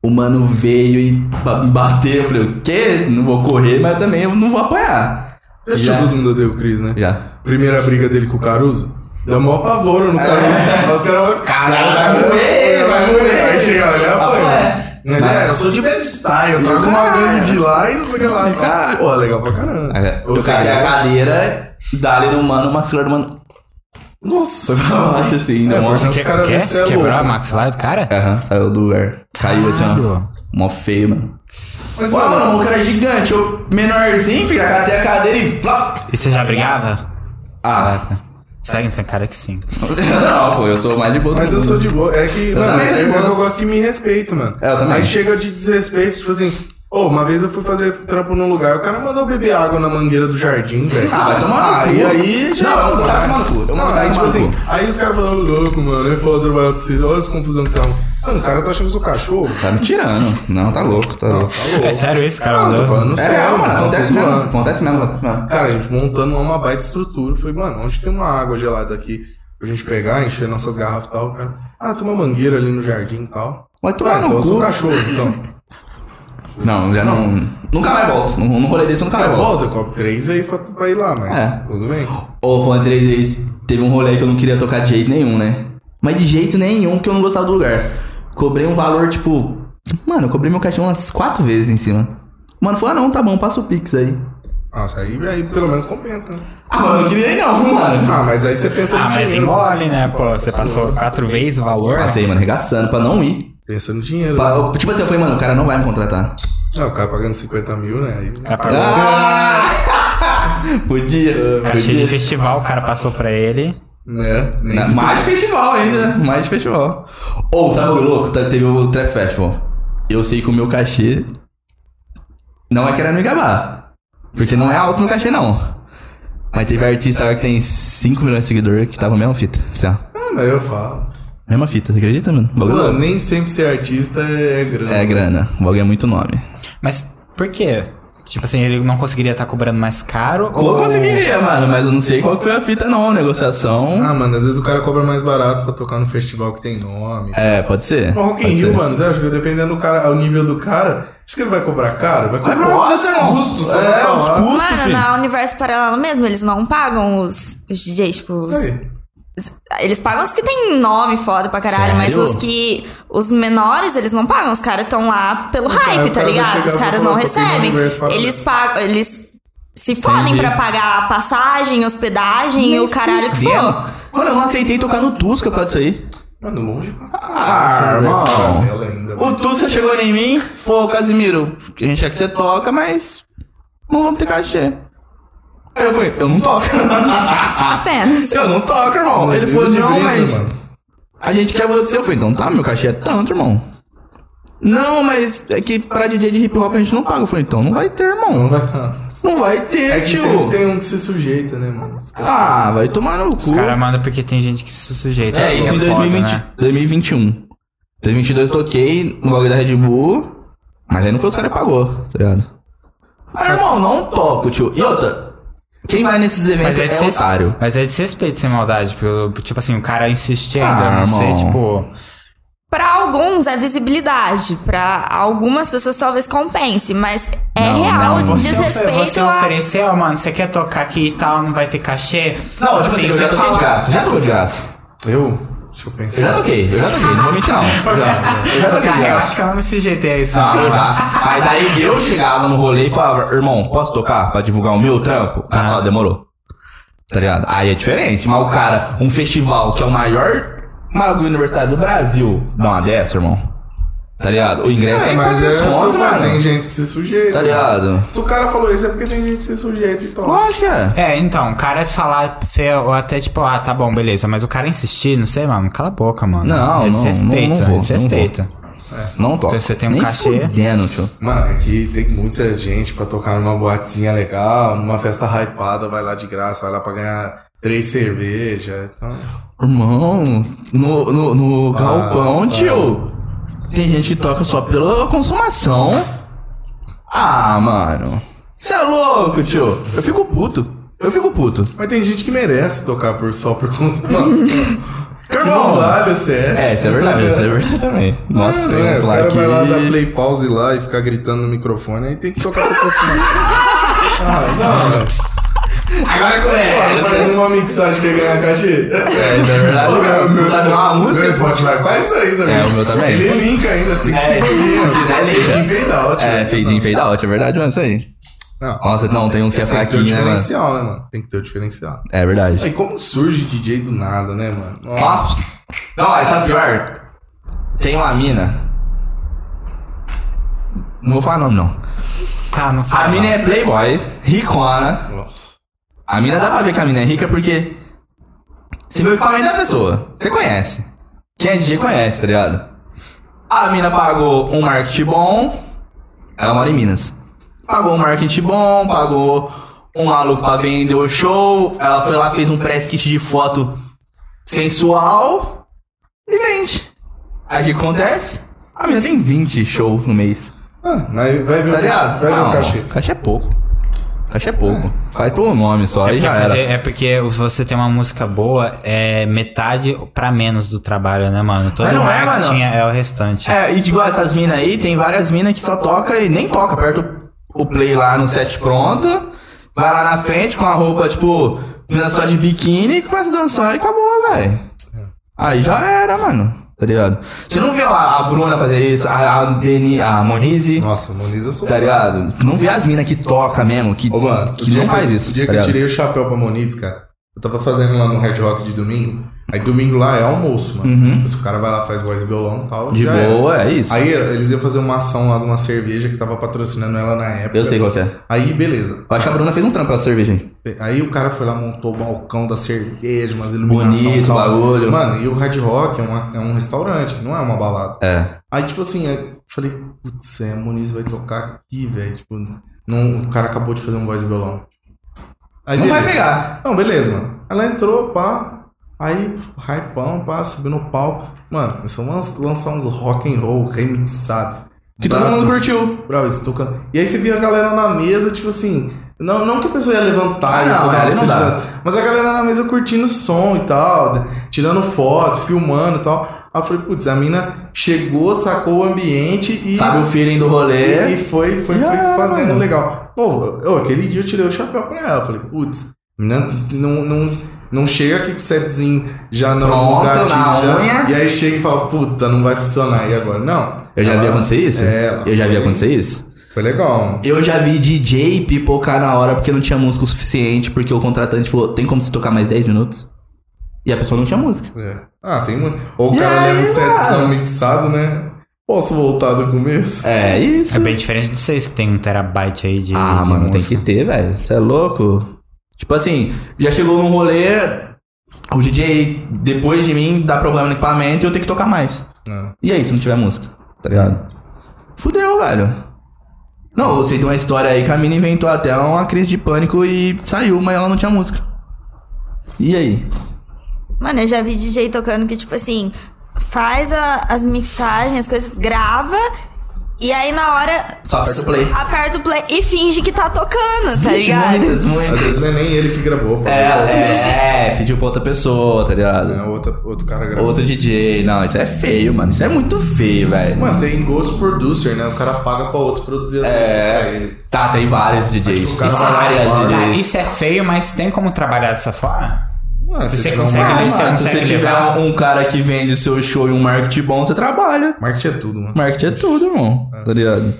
S2: O mano veio e ba- me bateu. Eu falei, o quê? Não vou correr, mas também eu não vou apanhar.
S4: Já assistiu Todo Mundo Odeia o Cris, né?
S2: Já.
S4: Primeira briga dele com o Caruso. Deu maior pavoro no Caruso. Os caras vão, caralho,
S2: Vai morrer, vai morrer.
S4: Aí chega lá, ele
S2: Apanha.
S4: apanha. Mas é, eu sou de bem-estar, eu trago uma
S2: Caralho.
S4: gangue de lá e não sei o que lá.
S2: Caralho. É,
S4: Pô, legal pra caramba.
S2: Eu
S4: Ou
S2: saquei a
S4: seja,
S2: cadeira, dali no mano, o maxilar do mano
S4: Nossa.
S2: foi pra baixo assim, não
S4: É,
S2: mano.
S4: Os
S1: Quer,
S4: caras
S1: quer
S4: vê se é
S1: quebrar
S4: louco.
S1: a maxilar do cara?
S2: Aham, saiu do lugar. Caiu assim, ó.
S1: Caralho.
S2: Mó feio, mano.
S4: Mas,
S2: Pô, mano, o
S4: mano,
S2: maluco era gigante. Eu menorzinho, fica, catei a cadeira e. flop.
S1: E você já brigava?
S2: Ah,
S1: Segue esse cara que sim.
S2: Não, pô, eu sou mais de boa. do
S4: mas eu
S2: mundo.
S4: sou de boa. É que, mano,
S2: também,
S4: é
S2: eu
S4: que eu
S2: também.
S4: gosto que me respeitam, mano.
S2: É, eu também.
S4: Aí chega de desrespeito, tipo assim, ô, Ô, uma vez eu fui fazer trampo num lugar, o cara mandou eu beber água na mangueira do jardim, velho.
S2: Ah, vai tomar no
S4: aí,
S2: cu.
S4: aí
S2: Não,
S4: já.
S2: eu vou
S4: vai.
S2: tomar no cu. Eu vou
S4: Não,
S2: tomar
S4: aí, tipo
S2: no cu.
S4: assim, aí os caras falaram, louco, mano, eu foda trabalhar com vocês, olha essa confusão que você arruma. Mano, o cara tá achando que eu sou cachorro.
S2: Tá me tirando. Não, tá louco, tá louco.
S1: É sério isso, cara?
S4: Não, um tô falando
S2: É
S4: sério,
S2: real, mano.
S4: não tô
S2: Acontece
S4: zoando.
S2: mesmo. Acontece mesmo. acontece mesmo.
S4: Cara, a gente montando lá uma baita estrutura. Eu falei, mano, onde tem uma água gelada aqui pra gente pegar, encher nossas garrafas e tal, cara. Ah, tem uma mangueira ali no jardim e tal.
S2: Vai tomar
S4: ah,
S2: no
S4: então eu sou
S2: cu.
S4: cachorro, então.
S2: Não, já não. Nunca mais volto. Num num rolê desse eu nunca
S4: Cara,
S2: mais volto.
S4: volta, eu cobro três vezes pra, pra ir lá, mas
S2: Tá É.
S4: tudo bem.
S2: Ô, falando três vezes, teve um rolê que eu não queria tocar de jeito nenhum, né? Mas de jeito nenhum, porque eu não gostava do lugar. Cobrei um valor, tipo. Mano, eu cobrei meu cartão umas quatro vezes em cima. Mano, falou, ah não, tá bom, passa o Pix aí.
S4: Nossa, Ah, aí, aí pelo menos compensa, né?
S2: Ah, mano, eu não queria ir não, viu, mano.
S4: Ah, mas aí você pensa
S1: Ah,
S4: no
S1: mas
S4: dinheiro.
S1: engole, né? Pô, você passou quatro vezes o valor. né?
S2: Passei, mano, arregaçando pra não ir.
S4: Pensa no dinheiro.
S2: Pra- eu- tipo assim, eu falei, mano, o cara não vai me contratar.
S4: Ah, o cara pagando 50 mil, né? Aí-
S1: Cara, pagou-
S2: Ah! Podia.
S1: Cachê de festival, o cara passou pra ele.
S4: Né? Nem
S2: Na-
S4: de-
S2: mais de festival ainda, né? mais de festival. Ou, sabe o louco? Tá- Teve o Trap Festival. Eu sei que o meu cachê não é querendo me gabar. Porque não é alto no cachê, não. Mas teve artista lá que tem 5 milhões de seguidores que tava a mesma fita. Assim, ó.
S4: Ah, mas eu falo.
S2: Mesma fita, você acredita, mano? O bagulho
S4: Mano, nem sempre ser artista é grana.
S2: é grana. O bagulho é muito nome.
S1: Mas por quê? Tipo assim, ele não conseguiria estar cobrando mais caro?
S2: Eu conseguiria, mano, mas eu não sei qual que foi a fita, não. Negociação.
S4: Ah, mano, às vezes o cara cobra mais barato pra tocar no festival que tem nome.
S2: É, pode ser.
S4: No Rock in
S2: Pode
S4: Rio,
S2: ser.
S4: mano, você acha que dependendo do cara, o nível do cara, acho que ele vai cobrar caro? Vai
S2: Vai
S4: cobrar um
S2: pra roça, irmão.
S4: custo, só pra
S2: É,
S4: tá
S2: os
S4: lá.
S2: custos,
S3: Mano,
S2: filho.
S3: na Universo Paralelo mesmo, eles não pagam os, os DJs, tipo. os-
S4: Aí.
S3: eles pagam os que tem nome foda pra caralho, mas
S2: Sério?
S3: os que. Os menores, eles não pagam. Os caras estão lá pelo
S4: aí
S3: hype,
S4: o
S3: tá
S4: cara vai
S3: ligado?
S4: chegar
S3: Os
S4: e vai
S3: caras
S4: falar,
S3: não
S4: "Tô aqui no
S3: recebem.
S4: Universo Paralelo."
S3: Eles pagam. Eles se fodem
S2: Entendi.
S3: pra pagar a passagem, hospedagem e o caralho que for.
S2: Mano, eu não aceitei tocar no Tusca por causa disso aí.
S4: Mano, longe pra caralho.
S2: Ah,
S4: esse
S2: irmão.
S4: caramelo ainda,
S2: O
S4: é mano.
S2: Tusca chegou em mim, falou, Casimiro, a gente quer que você toca, mas não vamos ter cachê. Aí eu falei, eu não toco. Ah.
S3: Apenas.
S2: eu não toco, irmão. Ele
S4: Nível
S2: falou,
S4: de
S2: não,
S4: brisa,
S2: mas
S4: mano.
S2: a gente quer você. Eu falei, então tá, meu cachê é tanto, irmão. Não, mas é que pra DJ de hip hop a gente não paga. Eu falei, então não vai ter,
S4: Não
S2: irmão.
S4: vai tá.
S2: Não vai ter,
S4: É que
S2: tio.
S4: sempre tem um que se sujeita, né, mano? Esse cara-
S2: Ah, vai tomar no
S1: Os
S2: cu.
S1: caras mandam porque tem gente que se sujeita.
S2: É, isso em
S1: foda,
S2: 2020,
S1: né?
S2: 2021. 2022 eu toquei no bagulho da Red Bull, mas aí não foi os caras que pagou, tá ligado? Mas, irmão, não toco, tio. E outra, quem vai nesses eventos
S1: Mas é,
S2: é,
S1: de res-
S2: otário.
S1: mas é desrespeito sem maldade. porque, Tipo assim, o cara insiste ainda,
S2: Ah,
S1: não sei,
S2: irmão.
S1: tipo.
S3: Pra alguns é visibilidade, pra algumas pessoas talvez compense, mas é
S2: Não,
S3: real
S2: não, um
S3: o
S1: Você, ofe-
S3: desrespeito
S2: é
S1: você
S3: a-
S1: ofereceu, mano, você quer tocar aqui e tal, não vai ter cachê?
S2: Não, tipo assim, eu já toquei de graça. Já toquei de graça.
S4: Eu? Deixa eu
S2: Eu já
S4: pensar.
S2: toquei, eu já toquei, não vou mentir não. Eu já, eu já toquei de
S1: Cara, eu
S2: graça.
S1: acho que eu não me sujeitei a isso.
S2: Ah, tá. Mas aí eu chegava no rolê e falava, irmão, posso tocar pra divulgar o meu trampo? O cara falava, demorou. Tá ligado? Aí é diferente. Mas o cara, um festival que é o maior bagulho universitário do Brasil, dá uma dessa, irmão. Tá ligado? O ingresso é,
S4: É,
S2: é
S4: mas
S2: quase
S4: é, eu
S2: desconto,
S4: tô falando, tem
S2: mano.
S4: gente que se sujeita.
S2: Tá ligado?
S4: Se o cara falou isso é porque tem gente que se sujeita e toma.
S2: Lógico, é.
S1: É, então, o cara falar, você- ou até tipo, ah, tá bom, beleza, mas o cara insistir, não sei, mano, cala a boca, mano.
S2: Não, não,
S1: Respeita,
S2: não- não vou,
S1: respeita.
S2: Não toca.
S1: Então você tem um
S2: Nem
S1: cachê.
S2: Fudendo, tio.
S4: Mano, aqui tem muita gente pra tocar numa boatezinha legal, numa festa hypada, vai lá de graça, vai lá pra ganhar três cervejas. Então,
S2: Irmão, no, no, no galpão,
S4: Ah,
S2: tio. Tem gente que toca só pela consumação. Ah, mano. Você é louco, tio. Eu fico puto. Eu fico puto.
S4: Mas tem gente que merece tocar por só por consumação. que
S2: Irmão.
S4: não vale, sério.
S2: É, isso é verdade, isso é verdade também. Nossa, tem
S4: É,
S2: uns
S4: o
S2: lá
S4: cara vai lá dar
S2: que.
S4: play pause lá e ficar gritando no microfone, aí tem que tocar por consumação. ah, não, mano.
S2: Agora
S4: Tá fazendo uma mixagem que ganhar cachê.
S2: É, isso é verdade.
S4: Ô, meu, meu-
S2: Sabe uma música?
S4: Meu Spotify faz isso aí também.
S2: É, o meu também.
S4: Ele linka ainda, assim,
S2: É,
S4: que
S2: se
S4: você
S2: quiser,
S4: De
S2: linka.
S4: fade out.
S2: É,
S4: né?
S2: fade in, fade out, é verdade, mano, isso aí.
S4: Não.
S2: Nossa, não, tem uns que é
S4: Tem que ter o
S2: fraquinho, né, mano?
S4: diferencial, né, mano? Tem que ter o diferencial.
S2: É verdade.
S4: E como surge DJ do nada, né, mano?
S2: Nossa. Não, mas sabe o pior? Tem uma mina. Não vou falar nome, não.
S1: Tá, não fala.
S2: A mina é playboy, ricona.
S4: Nossa.
S2: A mina dá pra ver que a mina é rica porque... Você vê o equipamento da pessoa. Você conhece. Quem é DJ conhece, tá ligado? A mina pagou um marketing bom. Ela mora em Minas. Pagou um marketing bom, pagou um maluco pra vender o show. Ela foi lá, fez um press kit de foto sensual e vende. Aí o que acontece? A menina tem 20 shows no mês.
S4: Ah, aí vai ver
S2: Tá
S4: o cachê.
S2: ligado?
S4: Vai ver o
S2: Não,
S4: cachê.
S2: Cachê é pouco. Cachê é pouco. Faz pelo nome só, aí
S1: porque
S2: já era.
S1: fazer- é porque se você tem uma música boa, é metade pra menos do trabalho, né, mano? Todo
S2: Mas não é,
S1: marketing é, o restante.
S2: É, e igual essas minas aí, tem várias minas que só toca e nem toca. Aperta o o play lá no set pronto, vai lá na frente com a roupa, tipo, mina só de biquíni e começa a dançar e acabou, velho.
S4: É.
S2: Aí já era, mano. Tá ligado? Você não viu a, a Bruna fazer isso, a, a, Deni, a Monize,
S4: Nossa, Moniz, eu sou.
S2: tá ligado? Você não vê as minas que toca mesmo, que,
S4: Ô, mano, o
S2: que
S4: dia
S2: não
S4: que
S2: faz
S4: eu,
S2: isso.
S4: O dia
S2: tá
S4: que eu
S2: ligado?
S4: tirei o chapéu pra Moniz, cara, eu tava fazendo lá no Red Rock de domingo. Aí domingo lá é almoço, mano.
S2: Uhum.
S4: Tipo, se o cara vai lá, faz voz e violão e tal.
S2: De
S4: já era.
S2: boa, é isso.
S4: Aí eles iam fazer uma ação lá de uma cerveja que tava patrocinando ela na época.
S2: eu sei qual que é.
S4: Aí, beleza.
S2: Eu acho que a Bruna fez um trampo pra cerveja aí.
S4: Aí o cara foi lá, montou o balcão da cerveja, umas iluminações.
S2: Bonito, bagulho.
S4: Mano, e o Hard Rock é, uma- é um restaurante, não é uma balada.
S2: É.
S4: Aí, tipo assim, eu falei, putz, é, a Moniz vai tocar aqui, velho. Tipo, não, o cara acabou de fazer um voz e violão. Aí,
S2: Não vai
S4: beleza.
S2: pegar.
S4: Não, beleza, mano. Ela entrou, pá. Aí, hypão, pá, subiu no palco. Mano, começou a lan- lançar uns rock and roll remixado.
S2: Que todo mundo
S4: Dados.
S2: curtiu.
S4: Bravo, isso tocando. E aí você via a galera na mesa, tipo assim. Não, não que a pessoa ia levantar
S2: Ah,
S4: e
S2: não,
S4: fazer
S2: é,
S4: uma
S2: ali
S4: lista
S2: não
S4: de
S2: dá.
S4: dança. Mas a galera na mesa curtindo o som e tal, de- tirando foto, filmando e tal. Aí eu falei, putz, a mina chegou, sacou o ambiente e.
S2: Sabe o feeling do rolê.
S4: E, e foi, foi,
S2: Já
S4: foi
S2: era,
S4: fazendo
S2: mano.
S4: legal. Pô, eu, aquele dia eu tirei o chapéu pra ela. Falei, putz, não, não, não, não chega aqui com o setzinho já não
S2: Pronto, na unha.
S4: já. E aí chega e fala, puta, não vai funcionar. E agora? Não.
S2: Eu já
S4: Ela-
S2: vi acontecer isso?
S4: É, ela
S2: Eu já vi
S4: foi-
S2: acontecer isso?
S4: Foi legal.
S2: Eu já vi DJ pipocar na hora porque não tinha música o suficiente, porque o contratante falou, tem como você tocar mais 10 minutos? E a pessoa não tinha música.
S4: É. Ah, tem muito. Ou o
S2: E
S4: cara
S2: aí,
S4: leva o
S2: mano?
S4: setção mixado, né? Posso voltar do começo?
S2: É isso.
S1: É bem diferente de vocês que tem um terabyte aí de.
S2: ah,
S1: de
S2: mano, tem
S1: música.
S2: que ter, velho. Você é louco? Tipo assim, já chegou num rolê, o DJ, depois de mim, dá problema no equipamento e eu tenho que tocar mais.
S4: É.
S2: E aí, se não tiver música? Tá ligado? Fudeu, velho. Não, eu sei de uma história aí que a mina inventou até uma crise de pânico e saiu, mas ela não tinha música. E aí?
S3: Mano, eu já vi DJ tocando que, tipo assim, faz a- as mixagens, as coisas, grava. E aí, na hora.
S2: Só aperta o play.
S3: Aperta o play e finge que tá tocando, tá
S2: Vixe,
S3: ligado?
S2: Muitas,
S4: Às vezes
S2: muitas.
S4: não é nem ele que gravou. pô.
S2: É, é, pediu pra outra pessoa, tá
S4: É,
S2: ligado?
S4: outra, outro cara gravou.
S2: Outro DJ. Não, isso é feio, mano. Isso é muito feio, velho.
S4: Mano, tem Ghost Producer, né? O cara paga pra outro
S2: É.
S4: produzir as músicas pra ele.
S2: Tá, tem vários DJs.
S4: o cara
S2: Isso,
S4: vai lá
S2: várias
S4: fora.
S1: Tá,
S2: DJs.
S1: isso é feio, mas tem como trabalhar dessa forma?
S4: Mano,
S1: Você
S4: tiver um
S1: consegue
S4: marketing-
S2: Ah,
S1: você
S2: mano, se você
S1: consegue
S2: tiver
S1: levar?
S2: um cara que vende o seu show e um marketing bom, você trabalha.
S4: Marketing é tudo, mano.
S2: Marketing é tudo, irmão. Tá ligado?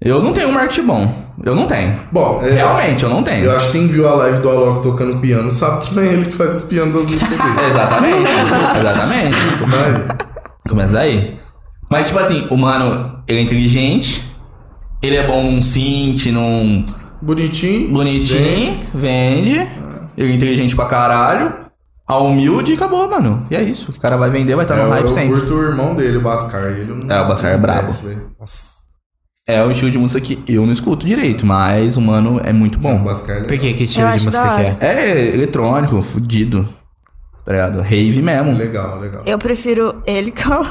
S2: Eu não tenho um marketing bom. Eu não tenho.
S4: Bom, é,
S2: Realmente, eu não tenho.
S4: Eu acho que quem viu a live do Alok tocando piano sabe que não é ele que faz os pianos das músicas dele.
S2: Exatamente. Exatamente.
S4: Você tá
S2: Começa daí. Mas, tipo assim, o mano, ele é inteligente, ele é bom num synth, num
S4: aí? Bonitinho.
S2: bonitinho, vende, ele é inteligente pra caralho, a humilde e acabou, mano. E é isso. O cara vai vender, vai estar
S4: É,
S2: tá no
S4: eu,
S2: hype
S4: eu
S2: sempre.
S4: curto o irmão dele, o Bascar. Ele não-
S2: É, o Bascar é
S4: não
S2: brabo.
S4: desce, velho. Nossa.
S2: É um estilo de música que eu não escuto direito, mas o mano é muito
S4: Bom, o
S2: bom.
S4: Bascar ele
S1: Por quê? Que estilo
S3: Eu
S1: de
S3: acho da
S1: música que é?
S2: É eletrônico, fudido. Tá ligado? Rave
S4: é
S2: mesmo.
S4: legal, legal.
S3: Eu prefiro ele que eu-
S2: um.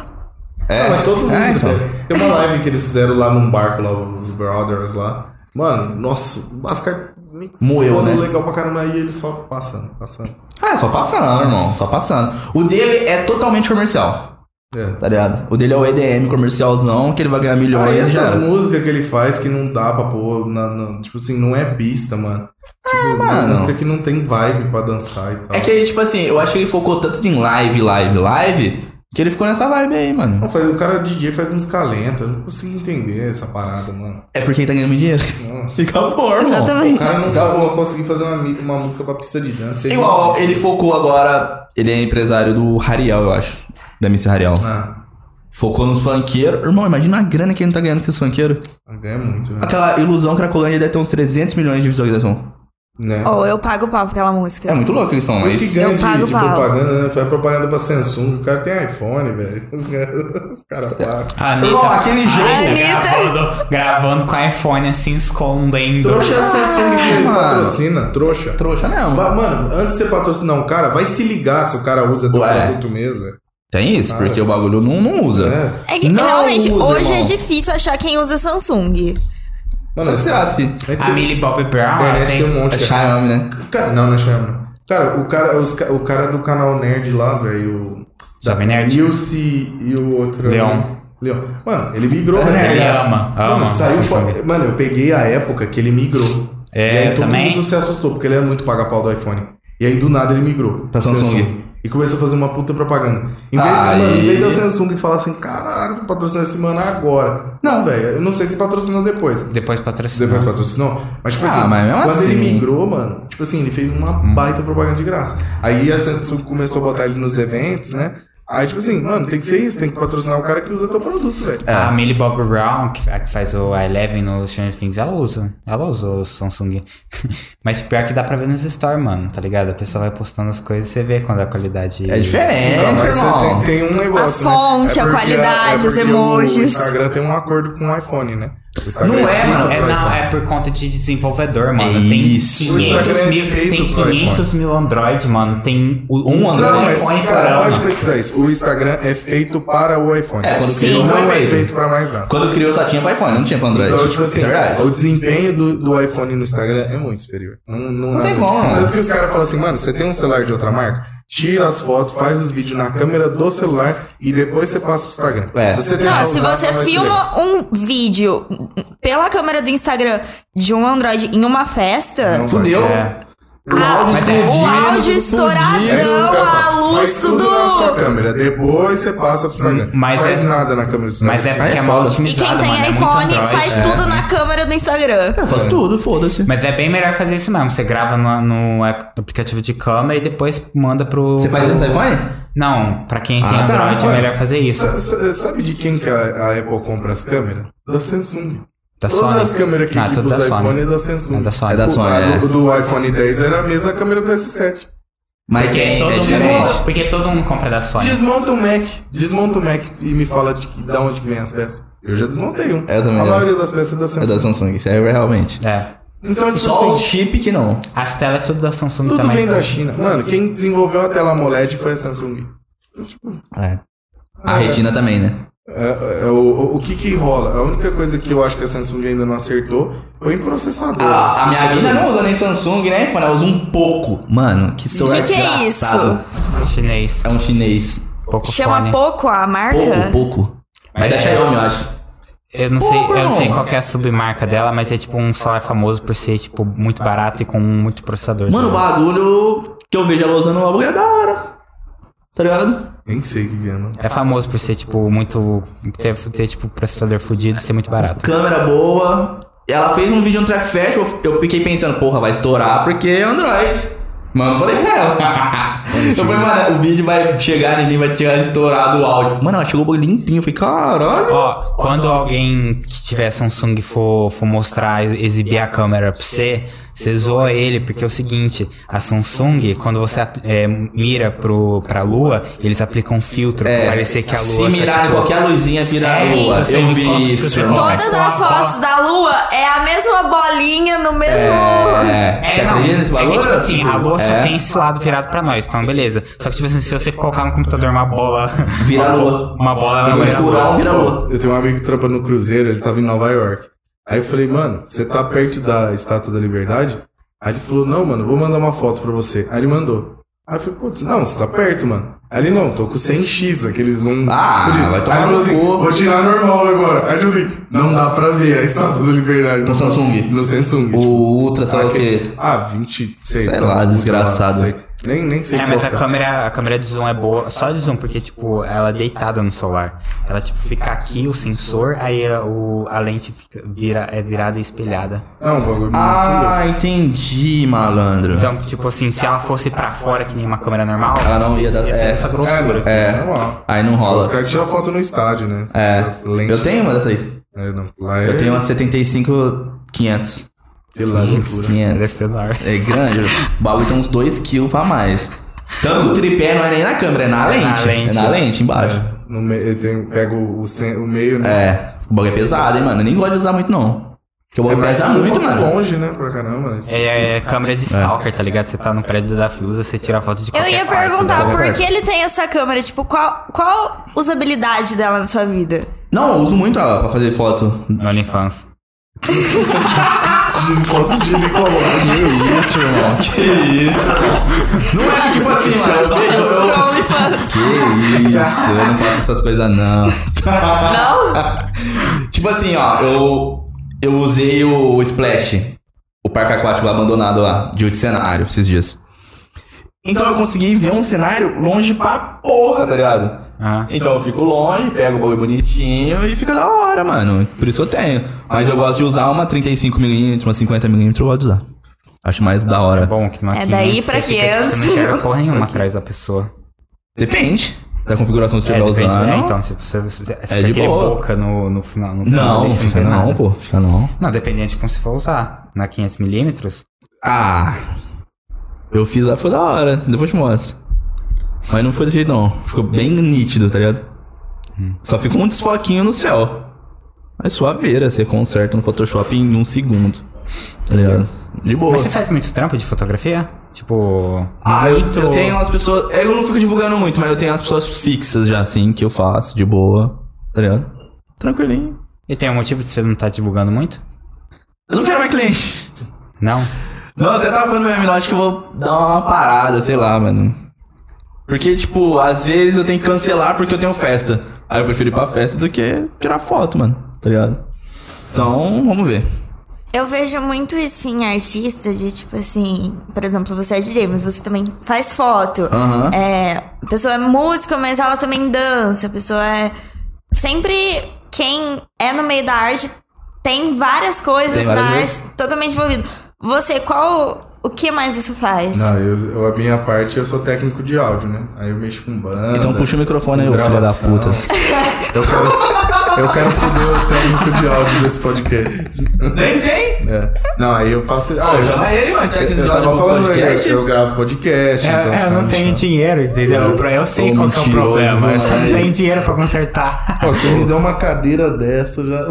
S2: É,
S4: Ah, mas todo mundo.
S2: É, então.
S4: velho. Tem uma live que eles fizeram lá num barco, lá, os Brothers lá. Mano, nossa, o Bascar mixando
S2: Moeu, né?
S4: legal pra caramba aí, ele só passando, passando.
S2: Ah, só passando, irmão. Só passando. O dele é totalmente comercial.
S4: É.
S2: Tá ligado? O dele é o EDM comercialzão, que ele vai ganhar milhões
S4: Aí
S2: e já.
S4: Ah, essas
S2: era.
S4: músicas que ele faz que não dá pra pôr. na- na- tipo assim, não é pista, mano. Tipo, uma
S2: mano.
S4: música que não tem vibe pra dançar e tal.
S2: É que aí, tipo assim, eu acho que ele focou tanto em live, live, live, que ele ficou nessa vibe aí, mano.
S4: Não, faz, o cara DJ faz música lenta, eu não consigo entender essa parada, mano.
S2: É porque ele tá ganhando muito dinheiro.
S4: Nossa.
S2: Fica porra,
S4: O
S3: Exatamente.
S4: cara não vai não conseguir fazer uma, mi- uma música pra pista de dança. ele-
S2: Igual, ele focou agora. Ele é empresário do Hariel, eu acho. Da MC Hariel.
S4: Ah,
S2: Focou nos funkeiros. Irmão, imagina a grana que ele não tá ganhando com esses funkeiros.
S4: ganha muito, né?
S2: Aquela ilusão Cracolândia deve ter uns 300 milhões de visualização.
S4: Né?
S3: Ou eu pago o pau pra aquela música.
S2: É muito louco aquele som,
S4: que
S2: mas.
S4: ganha
S3: eu
S4: de,
S3: pago
S4: de
S3: pau.
S4: propaganda, né? Foi propaganda pra Samsung. O cara tem iPhone, velho. Os caras- Os caras pagam.
S1: A
S2: Bom, aquele jogo.
S1: a
S3: Anitta.
S1: Gravando, gravando com o iPhone assim, escondendo.
S4: Trouxa é a Samsung que
S2: mano.
S4: patrocina. Trouxa.
S2: Trouxa mesmo.
S4: Vai- mano, antes de você patrocinar um cara, vai se ligar se o cara usa do
S2: Ué.
S4: produto mesmo. velho.
S2: Tem isso, porque o bagulho não, não usa.
S4: É.
S3: É que
S2: Não
S3: realmente,
S2: usa,
S3: hoje
S2: irmão.
S3: é difícil achar quem usa Samsung.
S2: Sabe o
S4: Mano,
S2: que você acha que.
S4: vai ter-
S1: A Millie Bobby
S4: A
S1: Brown. ela
S4: internet
S1: tem-
S4: tem um
S2: É
S4: monte, cara.
S2: Xiaomi, né?
S4: Cara, não, não é Xiaomi. não. Cara, o cara, os ca- o cara do canal Nerd lá, velho.
S1: Jovem Nerd.
S4: Nilce e o outro.
S1: Leon.
S4: Leon. Mano, ele migrou,
S1: Ele
S4: né?
S1: ama,
S4: Mano,
S1: ama
S4: saiu
S1: Samsung.
S4: fo- Mano, eu peguei a época que ele migrou.
S1: É,
S4: e aí todo
S1: também.
S4: mundo se assustou, porque ele era muito paga-pau do iPhone. E aí do nada ele migrou.
S2: Pra Samsung.
S4: E começou a fazer uma puta propaganda. Em vez,
S2: Aí.
S4: mano, em vez da Samsung falar assim, caralho, vou patrocinar esse mano agora. Não, velho, eu não sei se patrocinou depois.
S1: Depois patrocinou.
S4: Depois patrocinou. Mas, tipo
S2: Ah,
S4: assim,
S2: mas mesmo
S4: quando ele
S2: assim. Hum.
S4: migrou, mano, tipo assim, ele fez uma baita propaganda de graça. Aí a Samsung começou a botar ele nos eventos, né? Aí, tipo assim, mano, tem que ser isso, tem que patrocinar o cara que usa teu produto, velho.
S2: É.
S1: A Millie Bobby Brown, que, é a que faz o Eleven no Stranger Things, ela usa. Ela usa o Samsung. Mas pior que dá pra ver nos stories, mano, tá ligado? A pessoa vai postando as coisas e você vê quando a qualidade...
S2: É diferente,
S4: Então, mas
S2: irmão.
S4: você tem, tem um negócio,
S3: A
S4: né?
S3: fonte, a
S4: porque é
S3: qualidade, os
S4: porque
S3: emojis.
S4: O Instagram tem um acordo com o iPhone, né? O Instagram
S2: Não é,
S4: feito
S2: mano,
S4: pro
S1: É, não,
S4: iPhone.
S1: é por conta de desenvolvedor, mano.
S2: É
S1: tem
S2: isso.
S4: O
S1: 500
S4: Instagram é
S1: mil,
S4: feito
S1: tem
S4: pro
S1: 500 mil Android, mano. Tem o- um
S2: Não,
S1: Android
S4: Não, mas,
S1: iPhone por
S4: cara,
S1: ano.
S4: pode pesquisar isso. O Instagram é feito para o iPhone.
S2: É, quando
S4: Ele
S2: criou
S4: não é
S2: foi
S4: feito
S2: feito.
S4: pra mais nada.
S2: Quando criou só tinha pra iPhone, não tinha pra Android.
S4: Então, tipo assim,
S2: Isso é verdade.
S4: o desempenho do, do iPhone no Instagram é muito superior. Não, não,
S2: tem
S4: nada.
S2: como.
S4: Tanto que os caras falam assim, mano, você tem um celular de outra marca, tira as fotos, faz os vídeos na câmera do celular e depois você passa pro Instagram.
S2: É.
S4: você tentar
S3: Não, se
S4: usar,
S3: você
S4: não vai se ver.
S3: filma um vídeo pela câmera do Instagram de um Android em uma festa,
S4: Não vai.
S2: Fudeu.
S1: É.
S2: O áudio
S1: mas é.
S2: explodiu.
S3: o áudio
S4: É isso que os
S3: estouradão,
S4: caras
S3: a
S4: falam.
S3: luz,
S4: Faz tudo na sua
S3: tudo.
S4: câmera, depois você passa pro Instagram.
S1: Mas
S4: faz
S1: é-
S4: nada na câmera do Instagram.
S1: Mas é porque
S2: é
S1: é, mal
S2: foda.
S3: E quem
S1: otimizado,
S3: tem
S1: mano. é muito
S3: iPhone
S1: Android,
S3: faz
S1: é.
S3: tudo na câmera do Instagram.
S2: Faz tudo, foda-se.
S1: Mas é bem melhor fazer isso mesmo. Você grava no, no app- aplicativo de câmera e depois manda pro.
S2: Você faz isso no
S1: pro...
S2: iPhone?
S1: Não, pra quem tem
S2: Ah, tá,
S1: Android é
S4: mano.
S1: melhor fazer isso.
S4: Sa- sa- Sabe de quem que a, a Apple compra as câmeras? Da Samsung.
S1: Da
S4: Todas
S1: Sony.
S4: as câmeras que
S1: Ah,
S4: equipam
S1: tudo
S4: os
S1: da Sony.
S4: iPhone é da Samsung.
S1: É da Sony.
S2: É da Sony,
S4: A
S2: é.
S4: do, do iPhone 10 era a mesma câmera do S7.
S2: Mas
S1: Porque,
S2: é,
S1: todo
S2: é
S1: mundo,
S2: diferente.
S1: porque todo mundo compra da Sony.
S4: Desmonta o Mac. Desmonta o Mac e me fala de, que- da onde que vem as peças. Eu já desmontei um.
S2: Eu também
S4: A
S2: já.
S4: maioria das peças é da
S2: É
S4: Samsung.
S2: da Samsung, isso é realmente.
S1: É.
S4: Então, tipo
S2: Só o
S4: assim,
S2: chip que não.
S1: As telas é tudo da Samsung
S4: tudo
S1: também.
S4: vem da China. Mano, quem desenvolveu a tela AMOLED foi a Samsung.
S2: É. A retina também, né?
S4: É, é, o, o- o que que rola? A única coisa que eu acho que a Samsung ainda não acertou foi em processador.
S2: Ah, a minha mina não usa nem Samsung, né? iPhone, ela usa um pouco. Mano, que celular
S3: Que que é
S2: desgraçado.
S1: Chinês.
S2: É um chinês.
S1: Pouco
S3: Chama
S1: fone.
S3: pouco a marca?
S2: Pouco, pouco. Mas da
S1: É.
S2: Xiaomi, eu acho.
S1: Eu não sei,
S2: Pouco,
S1: eu não sei
S2: irmão.
S1: qual que é a submarca dela, mas é tipo um celular famoso por ser tipo muito barato e com muito processador.
S2: Mano, o bagulho que eu vejo ela usando o bagulho é da hora. Tá ligado?
S4: Nem sei o que que é, mano.
S1: é famoso por ser tipo muito ter, ter tipo processador fudido e ser muito barato.
S2: Câmera boa. Ela fez um vídeo no Trap Fest, eu- eu fiquei pensando, porra, vai estourar porque é Android. Mano, eu falei pra ela. eu falei, mano, o vídeo vai chegar em mim, vai tirar estourado o áudio. Mano, ela chegou o bagulho limpinho, eu falei, caralho.
S1: Ó, quando alguém que tiver Samsung for, for mostrar, exibir a câmera pra você, você zoa ele, porque é o seguinte, a Samsung, quando você ap- é, mira pro, pra lua, eles aplicam um filtro
S2: É,
S1: pra parecer que a lua
S2: Se
S1: tá,
S2: mirar em
S1: tipo,
S2: qualquer luzinha, vira a
S1: É,
S2: lua.
S1: isso,
S2: Eu
S1: você encontra-
S2: vi isso,
S1: você
S2: irmão.
S1: encontra-
S3: Todas
S1: Ó,
S3: as
S1: ó.
S3: fotos da lua é a mesma bolinha no mesmo.
S2: É, você
S1: É, não,
S2: acredita nesse
S1: é
S2: bagulho?
S1: que, tipo assim, a lua só
S2: É.
S1: tem esse lado virado pra nós, então beleza. Só que, tipo assim, se você colocar no computador uma bola...
S2: Vira a lua.
S1: Uma bola, ela
S2: Ah, Mas
S1: vai...
S2: o Rural vira
S4: Pô,
S2: lua.
S4: Eu tenho um amigo que trampa no Cruzeiro, ele tava em Nova York. Aí eu falei, mano, você tá perto da Estátua da Liberdade? Aí ele falou, não, mano, vou mandar uma foto pra você. Aí ele mandou. Aí eu falei, putz, não, você tá perto, mano. Aí ele, não, tô com 100x, aqueles zoom.
S2: Ah,
S4: fudido.
S2: vai tomar
S4: Aí ele
S2: no
S4: falou assim,
S2: cu.
S4: vou tirar normal agora. Aí tipo assim, não dá pra ver a Estátua da Liberdade.
S2: No Samsung.
S4: No Samsung.
S2: O
S4: tipo,
S2: Ultra, sei lá o
S4: aquele-
S2: quê.
S4: Ah, 20, sei,
S2: Sei
S4: tantos,
S2: lá, desgraçado.
S4: sei. Nem, nem sei
S1: É,
S4: qual
S1: mas a
S4: tá.
S1: câmera, a câmera de zoom é boa, só de zoom, porque, tipo, ela é deitada no solar. Ela, tipo, fica aqui, o sensor, aí a, o, a lente fica, vira, é virada e espelhada.
S4: Não, o bagulho é muito louco.
S2: Ah, entendi, malandro.
S1: Então, tipo assim, se ela fosse pra fora, que nem uma câmera normal,
S2: Ela não ia dar-
S1: ia ser
S2: é.
S1: essa grossura. aqui.
S4: É, normal.
S2: Aí não
S4: Os
S2: rola.
S4: caras tiram foto no estádio, né?
S2: É.
S4: As lentes-
S2: Eu tenho uma dessa aí.
S4: É, não, lá é-
S2: Eu tenho uma 75 500.
S4: Pela é loucura.
S2: 500.
S1: Deve enorme.
S2: É grande. O bagulho tem uns 2kg pra mais. Tanto que o tripé não é nem na câmera, é na
S1: É
S2: lente.
S1: na
S2: É
S1: lente.
S2: na lente, embaixo.
S4: É, No meio, eu tenho- pego o, cen- o meio, né?
S2: É. O bagulho é pesado, hein, mano. Eu nem gosto de usar muito, não. Porque o
S4: É
S2: bagulho
S4: mais
S2: pesa
S4: que
S2: muito,
S4: foto
S2: mano.
S4: longe, né? Pra caramba. né?
S1: É, é câmera de stalker, tá ligado? Você tá no prédio da Fiusa, você tira foto de
S3: Eu
S1: qualquer
S3: ia
S1: parte,
S3: perguntar
S1: qualquer
S3: por
S1: parte.
S3: que ele tem essa câmera. Tipo, qual, qual usabilidade dela na sua vida?
S2: Não, eu uso muito ela pra fazer foto.
S1: No OnlyFans.
S4: De fotos de Nicolau.
S2: Que isso, irmão. Que isso. Não é que, tipo assim, mano. Eu vejo- eu-
S3: Pro Tipo, OnlyFans.
S2: Que isso, eu não faço essas coisas, não.
S3: Não?
S2: Tipo assim, ó, eu, eu usei o Splash, o parque aquático lá abandonado lá, de cenário, esses dias. Então eu consegui ver um cenário longe pra porra, tá ligado?
S1: Aham.
S2: Então eu fico longe, pego o bagulho bonitinho e fica da hora, mano. Por isso que eu tenho. Mas eu gosto de usar uma 35mm, uma 50mm, eu gosto de usar. Acho mais da
S1: É
S2: hora.
S1: bom que numa
S3: É daí
S1: 500
S3: pra
S1: você fica, tipo, Você não
S3: 500.
S1: enxerga porra nenhuma atrás da pessoa.
S2: Depende da configuração que você
S1: É,
S2: estiver
S1: depende,
S2: usando.
S1: né? Então, se você, você fica
S2: É de
S1: aquele
S2: boa.
S1: boca no, no final. No final
S2: Não,
S1: desse,
S2: fica
S1: tem
S2: não,
S1: nada.
S2: pô. Fica não.
S1: Não, dependendo de como você for usar. Na 500mm,
S2: Ah, eu fiz lá, foi da hora. Depois te mostro. Mas não foi desse jeito, não. Ficou bem nítido, tá ligado? Só ficou um desfoquinho no céu. Mas suaveira, você conserta no Photoshop em um segundo. Tá ligado? De boa.
S1: Mas você faz muito trampo de fotografia? Tipo.
S2: Ah, eu,
S1: muito-
S2: eu tenho umas pessoas. Eu não fico divulgando muito, mas eu tenho as pessoas fixas já, assim, que eu faço, de boa. Tá ligado? Tranquilinho.
S1: E tem um motivo de você não tá divulgando muito?
S2: Eu não quero mais cliente.
S1: Não.
S2: Não, eu até tava falando pra minha mina, acho que eu vou dar uma parada, sei lá, mano. Porque, tipo, às vezes eu tenho que cancelar porque eu tenho festa. Aí eu prefiro ir pra festa do que tirar foto, mano. Tá ligado? Então, vamos ver.
S3: Eu vejo muito isso em artista de tipo assim, por exemplo, você é DJ, mas você também faz foto.
S2: Aham.
S3: É, a pessoa é música, mas ela também dança. A pessoa é. Sempre quem é no meio da arte tem várias coisas
S2: Tem várias
S3: da
S2: vezes.
S3: arte totalmente envolvido. Você, qual. O que mais você faz?
S4: Não, eu, eu- a minha parte, eu sou técnico de áudio, né? Aí eu mexo com banda.
S2: Então puxa o microfone aí, ô filho da
S4: gravação.
S2: puta.
S4: Eu quero, eu quero foder o técnico de áudio desse podcast.
S2: Nem tem?
S4: É. Não, aí eu faço. Ah, eu já.
S2: ele, mano.
S4: Eu, eu tava falando, pra ele, eu gravo podcast. então os
S1: É, eu
S4: caras
S1: não
S4: me
S1: tenho
S4: chamam.
S1: dinheiro, entendeu? Eu sei
S2: Ô,
S1: qual que é o
S2: mentiroso,
S1: problema. Eu só não
S2: mano.
S1: tenho dinheiro pra consertar.
S4: Pô, você me deu uma cadeira dessa já.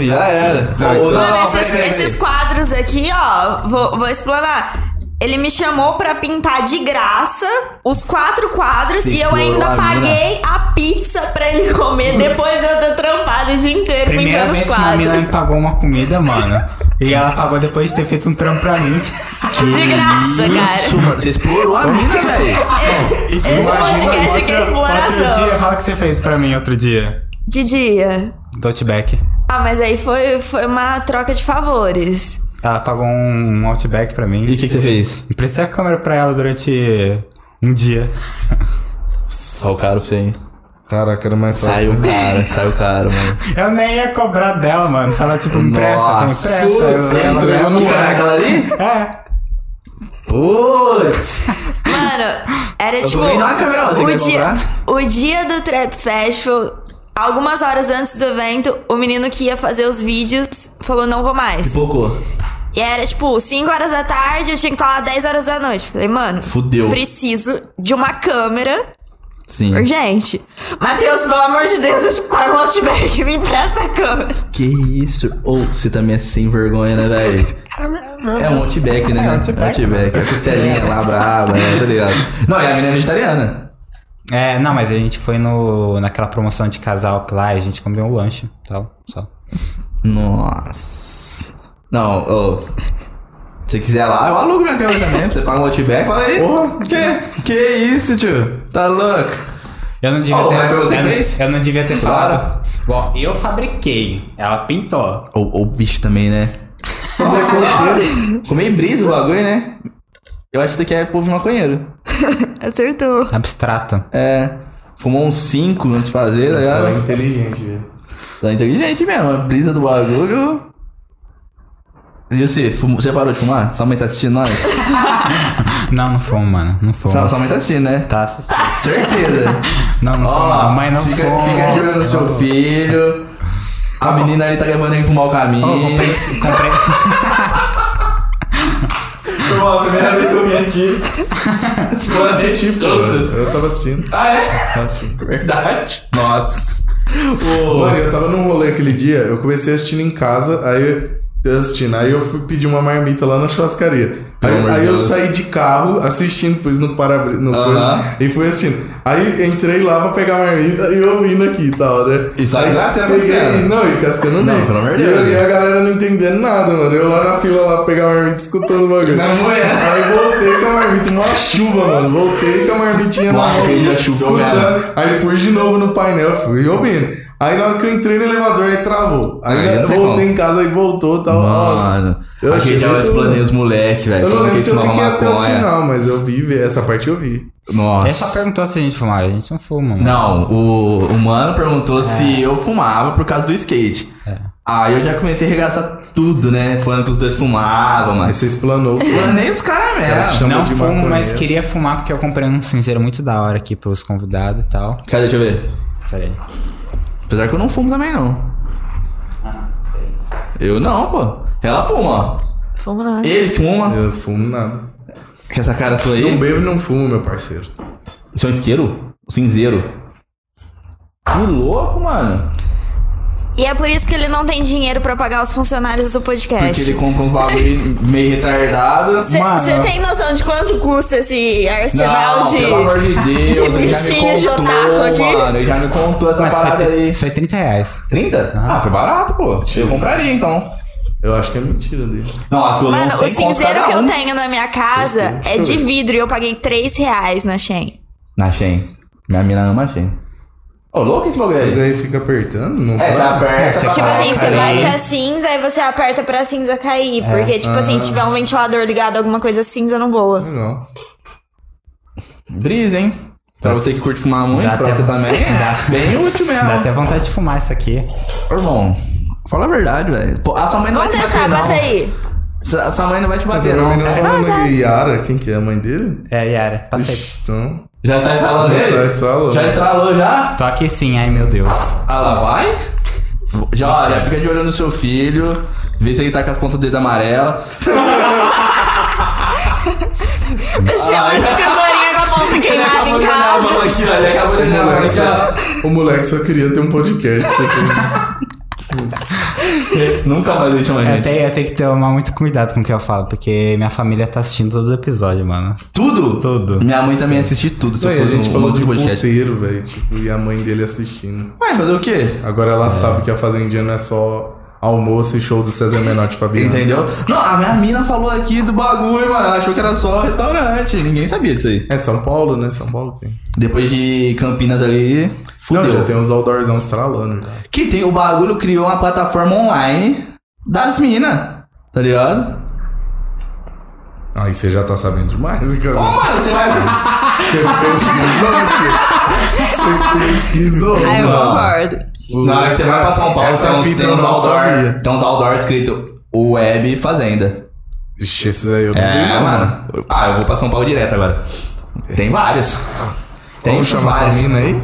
S2: Já era.
S4: Não,
S2: Ô,
S4: então-
S2: não,
S3: Mano,
S2: não,
S3: esses,
S2: peraí, peraí.
S3: esses quadros aqui, ó, vou, vou explanar. Ele me chamou pra pintar de graça os quatro quadros
S2: Você
S3: e eu
S2: explorou
S3: ainda
S2: a
S3: paguei a pizza pra ele comer depois de eu ter trampado o dia inteiro
S1: Primeira
S3: pintando
S1: vez
S3: os
S1: que uma mina
S3: quadros.
S1: me pagou uma comida, mano. e ela pagou depois de ter feito um trampo pra mim.
S3: De graça, cara.
S2: Isso, mano. Você explorou a mina, velho.
S3: Esse podcast aqui é
S1: Outro dia,
S3: exploração.
S1: fala o que você fez pra mim outro dia.
S3: Que dia?
S1: Outback.
S3: Ah, mas aí foi, foi uma troca de favores.
S1: Ela pagou um Outback pra mim.
S2: E o que, que você fez?
S1: Emprestei a câmera pra ela durante um dia.
S2: Só o cara pra você, hein?
S4: Caraca, era mais fácil.
S2: Saiu o cara, saiu o cara, mano.
S1: Eu nem ia cobrar dela, mano. Se ela, tipo, me empresta, eu falei,
S2: Nossa.
S1: empresta. Eu-
S4: Putz,
S1: ela
S4: entregou
S1: leva.
S4: no ar.
S2: ali?
S1: É.
S2: Putz!
S3: Mano, era
S2: tô
S3: tipo.
S2: vendo uma câmera lá, você
S3: o,
S2: quer
S3: dia,
S2: comprar?
S3: o dia do Trap Festival, algumas horas antes do evento, o menino que ia fazer os vídeos falou: não vou mais.
S2: Pouco.
S3: E era tipo 5 horas da tarde, eu tinha que estar lá 10 horas da noite. Falei, mano,
S2: Fudeu.
S3: preciso de uma câmera
S2: Sim.
S3: urgente. Matheus, pelo amor de Deus, eu te pago o Outback, me empresta a câmera.
S2: Que isso? Ou você também é sem vergonha, né, velho? É um outback, né? É
S1: Outback.
S2: outback. A costelinha lá brava, né? Tá ligado? Não, é a menina vegetariana.
S1: É, não, mas a gente foi no, naquela promoção de casal lá e a gente comeu um lanche e tal, só.
S2: Nossa. Não, ô. Se você quiser lá, eu alugo minha câmera também. pra Você paga um outback, fala aí. Porra, que, que isso, tio? Tá louco?
S1: Eu não devia
S2: Oh,
S1: ter.
S2: mas
S1: eu,
S2: você
S1: não-
S2: fez?
S1: eu não devia ter
S2: Claro.
S1: falado. Bom, eu fabriquei. Ela pintou.
S2: Ou o bicho também, né? Comei brisa o bagulho, né? Eu acho que isso aqui é povo maconheiro.
S3: Acertou.
S1: Abstrato.
S2: É. Fumou uns 5 antes de fazer, tá
S4: Só é
S2: ligado?
S4: inteligente, velho.
S2: Tá inteligente mesmo, a brisa do bagulho. E você, fumou- você parou de fumar? Sua mãe tá assistindo nós?
S1: Não, não fomos, mano. Não fomos.
S2: Sua, sua mãe tá assistindo, né?
S1: Tá assistindo.
S2: Certeza.
S1: Não, não fomos.
S2: Ó,
S1: não. Mãe, não
S2: fica,
S1: fomos.
S2: fica de olho no seu filho. A menina ali tá levando ele pro mau caminho.
S1: Comprei, comprei,
S6: Foi a primeira vez que eu vim aqui. tipo, eu assisti
S4: Mano,
S6: tudo.
S4: eu tava assistindo.
S6: Ah, é? Verdade.
S2: Nossa.
S4: Mano, eu tava num rolê aquele dia, eu comecei assistindo em casa, aí eu assistindo, aí eu fui pedir uma marmita lá na churrascaria. Aí,
S2: Pelo amor de
S4: aí eu
S2: Deus.
S4: saí de carro assistindo, pus no para-brisa no
S2: Aham.
S4: coisa, e fui assistindo. Aí entrei lá pra pegar a marmita e ouvindo aqui e tal, né?
S2: E só
S4: Aí
S2: graça era
S4: peguei-
S2: acontecendo.
S4: Não, e cascando
S2: Não,
S4: nem.
S2: pelo amor de
S4: E eu-
S2: Deus.
S4: E a galera não entendendo nada, mano. Eu lá na fila lá pra pegar a marmita escutando o bagulho.
S2: Na moeda.
S4: Aí voltei com a marmita, uma chuva, mano. Voltei com a marmitinha na
S2: Nossa,
S4: mão,
S2: que dia chuvoso,
S4: escutando.
S2: cara.
S4: Aí pus de novo no painel, fui ouvindo. Aí na hora que eu entrei no elevador, aí travou. Aí,
S2: Aí não tem
S4: voltei em casa, aí voltou e tal.
S2: Mano.
S4: Eu achei
S2: Aquele dia eu
S4: muito-
S2: explanei os moleques, velho.
S4: Eu não
S2: falando que é
S4: lembro se eu
S2: fumava
S4: fiquei até o
S2: maconha.
S4: final, mas eu vi, vi- essa parte eu vi.
S2: Nossa.
S1: Ele só perguntou se a gente fumava. A gente não fuma, mano.
S2: Não, o, o mano perguntou se eu fumava por causa do skate. Aí eu já comecei a arregaçar tudo, né? Falando que os dois fumavam,
S4: Aí
S2: mas.
S4: você explanou.
S2: Nem os caras mesmo.
S4: chamou
S1: Ah, Não
S4: de
S1: fumo,
S4: maconheiro.
S1: mas queria fumar porque eu comprei um cinzeiro muito da hora aqui pros convidados e tal.
S2: Cadê? Deixa eu ver.
S1: Pera aí.
S2: Apesar que eu não fumo também, não. Eu não, pô. Ela fuma, ó.
S3: Vamos lá.
S2: Ele fuma.
S4: Eu fumo nada.
S2: Com essa cara sua
S4: Não
S2: aí.
S4: bebo e não fumo, meu parceiro.
S2: Isso é um isqueiro? Um cinzeiro. Que louco, mano.
S3: E é por isso que ele não tem dinheiro pra pagar os funcionários do
S2: Porque ele
S3: podcast.
S2: compra uns bagulho meio retardado.
S1: Mano.
S3: Você tem noção de quanto custa esse arsenal
S2: Não,
S3: de.
S2: pelo amor de Deus,
S3: de
S2: ele já me
S3: bichinho de
S2: contou,
S3: otaku aqui.
S2: mano. Ele já me contou essa
S1: Mas
S2: parada
S1: foi,
S2: aí.
S1: isso foi 30 reais.
S2: 30? Ah, foi barato, pô. Eu compraria, então.
S4: Eu acho que é mentira dele.
S2: Não, a coluna
S3: Mano, o
S2: sem conto
S3: cinzeiro
S2: cada
S3: que eu
S2: um.
S3: tenho na minha casa é de vidro e eu paguei 3 reais na Shen.
S2: Na Shen. Minha mina ama a Shen. Ô, louco esse bagulho
S4: Mas
S2: aí.
S4: aí fica apertando, não
S2: É,
S4: tá?
S2: tá aberta. pra
S3: Tipo assim, você
S2: caralho.
S3: bate a cinza e você aperta pra cinza cair.
S2: É.
S3: Porque, tipo assim,
S2: Ah.
S3: se tiver um ventilador ligado, alguma coisa cinza não voa.
S4: Legal.
S2: Brisa, hein? Pra você que curte fumar muito,
S1: Dá
S2: pra
S1: até-
S2: você também. é
S1: dá-
S2: Bem útil mesmo.
S1: Dá até vontade de fumar isso aqui.
S2: Irmão, fala a verdade, velho. Pô, A sua mãe não
S3: Vamos
S2: vai te
S3: testar,
S2: bater,
S3: passa
S2: Ah, não.
S3: aí.
S2: Sa- A sua mãe não vai te
S4: Mas eu
S2: bater,
S4: não
S2: né? não.
S4: não
S2: sério.
S4: falando
S3: Não,
S4: aqui, Yara, quem que é? A mãe dele?
S1: É, Yara, passei.
S4: Ixi, então...
S2: Já tá estralando
S4: Já
S2: ele?
S4: tá estralando.
S2: Já estralou, já?
S1: Tô aqui sim, ai meu Deus.
S2: Ah, lá vai? Já, ó, já fica de olho no seu filho, vê se ele tá com as pontas do dedo amarela. Ah,
S3: Chama
S2: é.
S3: de tesourinha com a ponta queimada em
S2: a
S3: casa.
S2: bola aqui, ó. Ele acabou de
S4: O
S2: olhar a bola
S4: moleque,
S2: aqui, ó.
S4: só, o moleque só queria ter um podcast. isso aqui. Isso.
S2: Nunca mais ele chama a
S1: Eu
S2: gente.
S1: tenho, eu tenho que tomar muito cuidado com o que eu falo, porque minha família tá assistindo todos os episódios, mano.
S2: Tudo?
S1: Tudo.
S2: Minha mãe também assiste tudo, se
S4: Não,
S2: eu
S4: e a
S2: fosse
S4: gente
S2: um,
S4: falou
S2: um
S4: de
S2: podcast.
S4: puteiro, velho. Tipo, e a mãe dele assistindo.
S2: Vai fazer o quê?
S4: Agora ela sabe que a Fazendinha não é só almoço e show do César Menotti e Fabiano.
S2: Entendeu? Não, a minha mina falou aqui do bagulho, mano. Ela achou que era só restaurante. Ninguém sabia disso aí.
S4: É São Paulo, né? São Paulo tem.
S2: Depois de Campinas ali. Fudeu.
S4: Não, já tem uns outdoorzão estralando já.
S2: Que tem o bagulho criou uma plataforma online das minas. Tá ligado?
S4: Aí você já tá sabendo demais, hein, cara.
S2: Ô, mano, você vai.
S4: Você pesquisou, tio. Você pesquisou.
S3: Ah, eu
S2: Não.
S3: concordo.
S2: Na hora que você vai pra São Paulo,
S4: Essa
S2: tem, uns-
S4: fita
S2: tem
S4: eu
S2: uns
S4: não
S2: outdoor,
S4: sabia.
S2: tem uns outdoor escrito Web Fazenda.
S4: Ixi, esse daí eu não vi,
S2: É,
S4: não, mano.
S2: mano. Ah, eu vou pra São Paulo direto agora. Tem vários. Tem
S4: Vamos chamar essa
S2: vários. né?
S4: menina aí?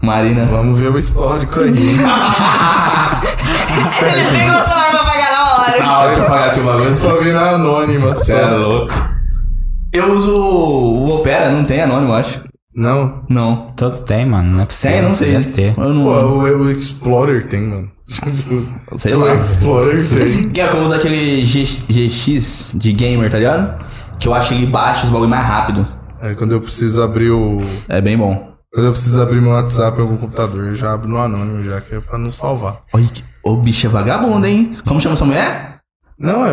S2: Marina.
S4: Vamos ver o histórico aí.
S3: Ele pegou o celular pra pagar na hora.
S2: Na hora que eu pagar aqui o bagulho.
S4: Eu só vi na anônima.
S2: Você
S4: Só.
S2: é louco. Eu uso o Opera, não tem anônimo, eu acho.
S4: Não.
S2: Não.
S1: Todo tem, mano. Não é possível.
S2: Tem, não sei.
S1: Deve ter.
S2: Eu não
S4: Pô, o, o Explorer tem, mano.
S2: Hum. Sei
S4: o
S2: lá.
S4: Explorer tem.
S2: Que é que eu uso aquele G- GX de gamer, tá ligado? Que eu acho que ele baixa os bagulho mais rápido.
S4: Aí quando eu preciso abrir o.
S2: É bem bom.
S4: Quando eu preciso abrir meu WhatsApp em algum computador, eu já abro no anônimo já, que é pra não salvar.
S2: Olha que. Ô, bicho é vagabundo, hein? Como chama sua mulher?
S4: Não, é. Não é.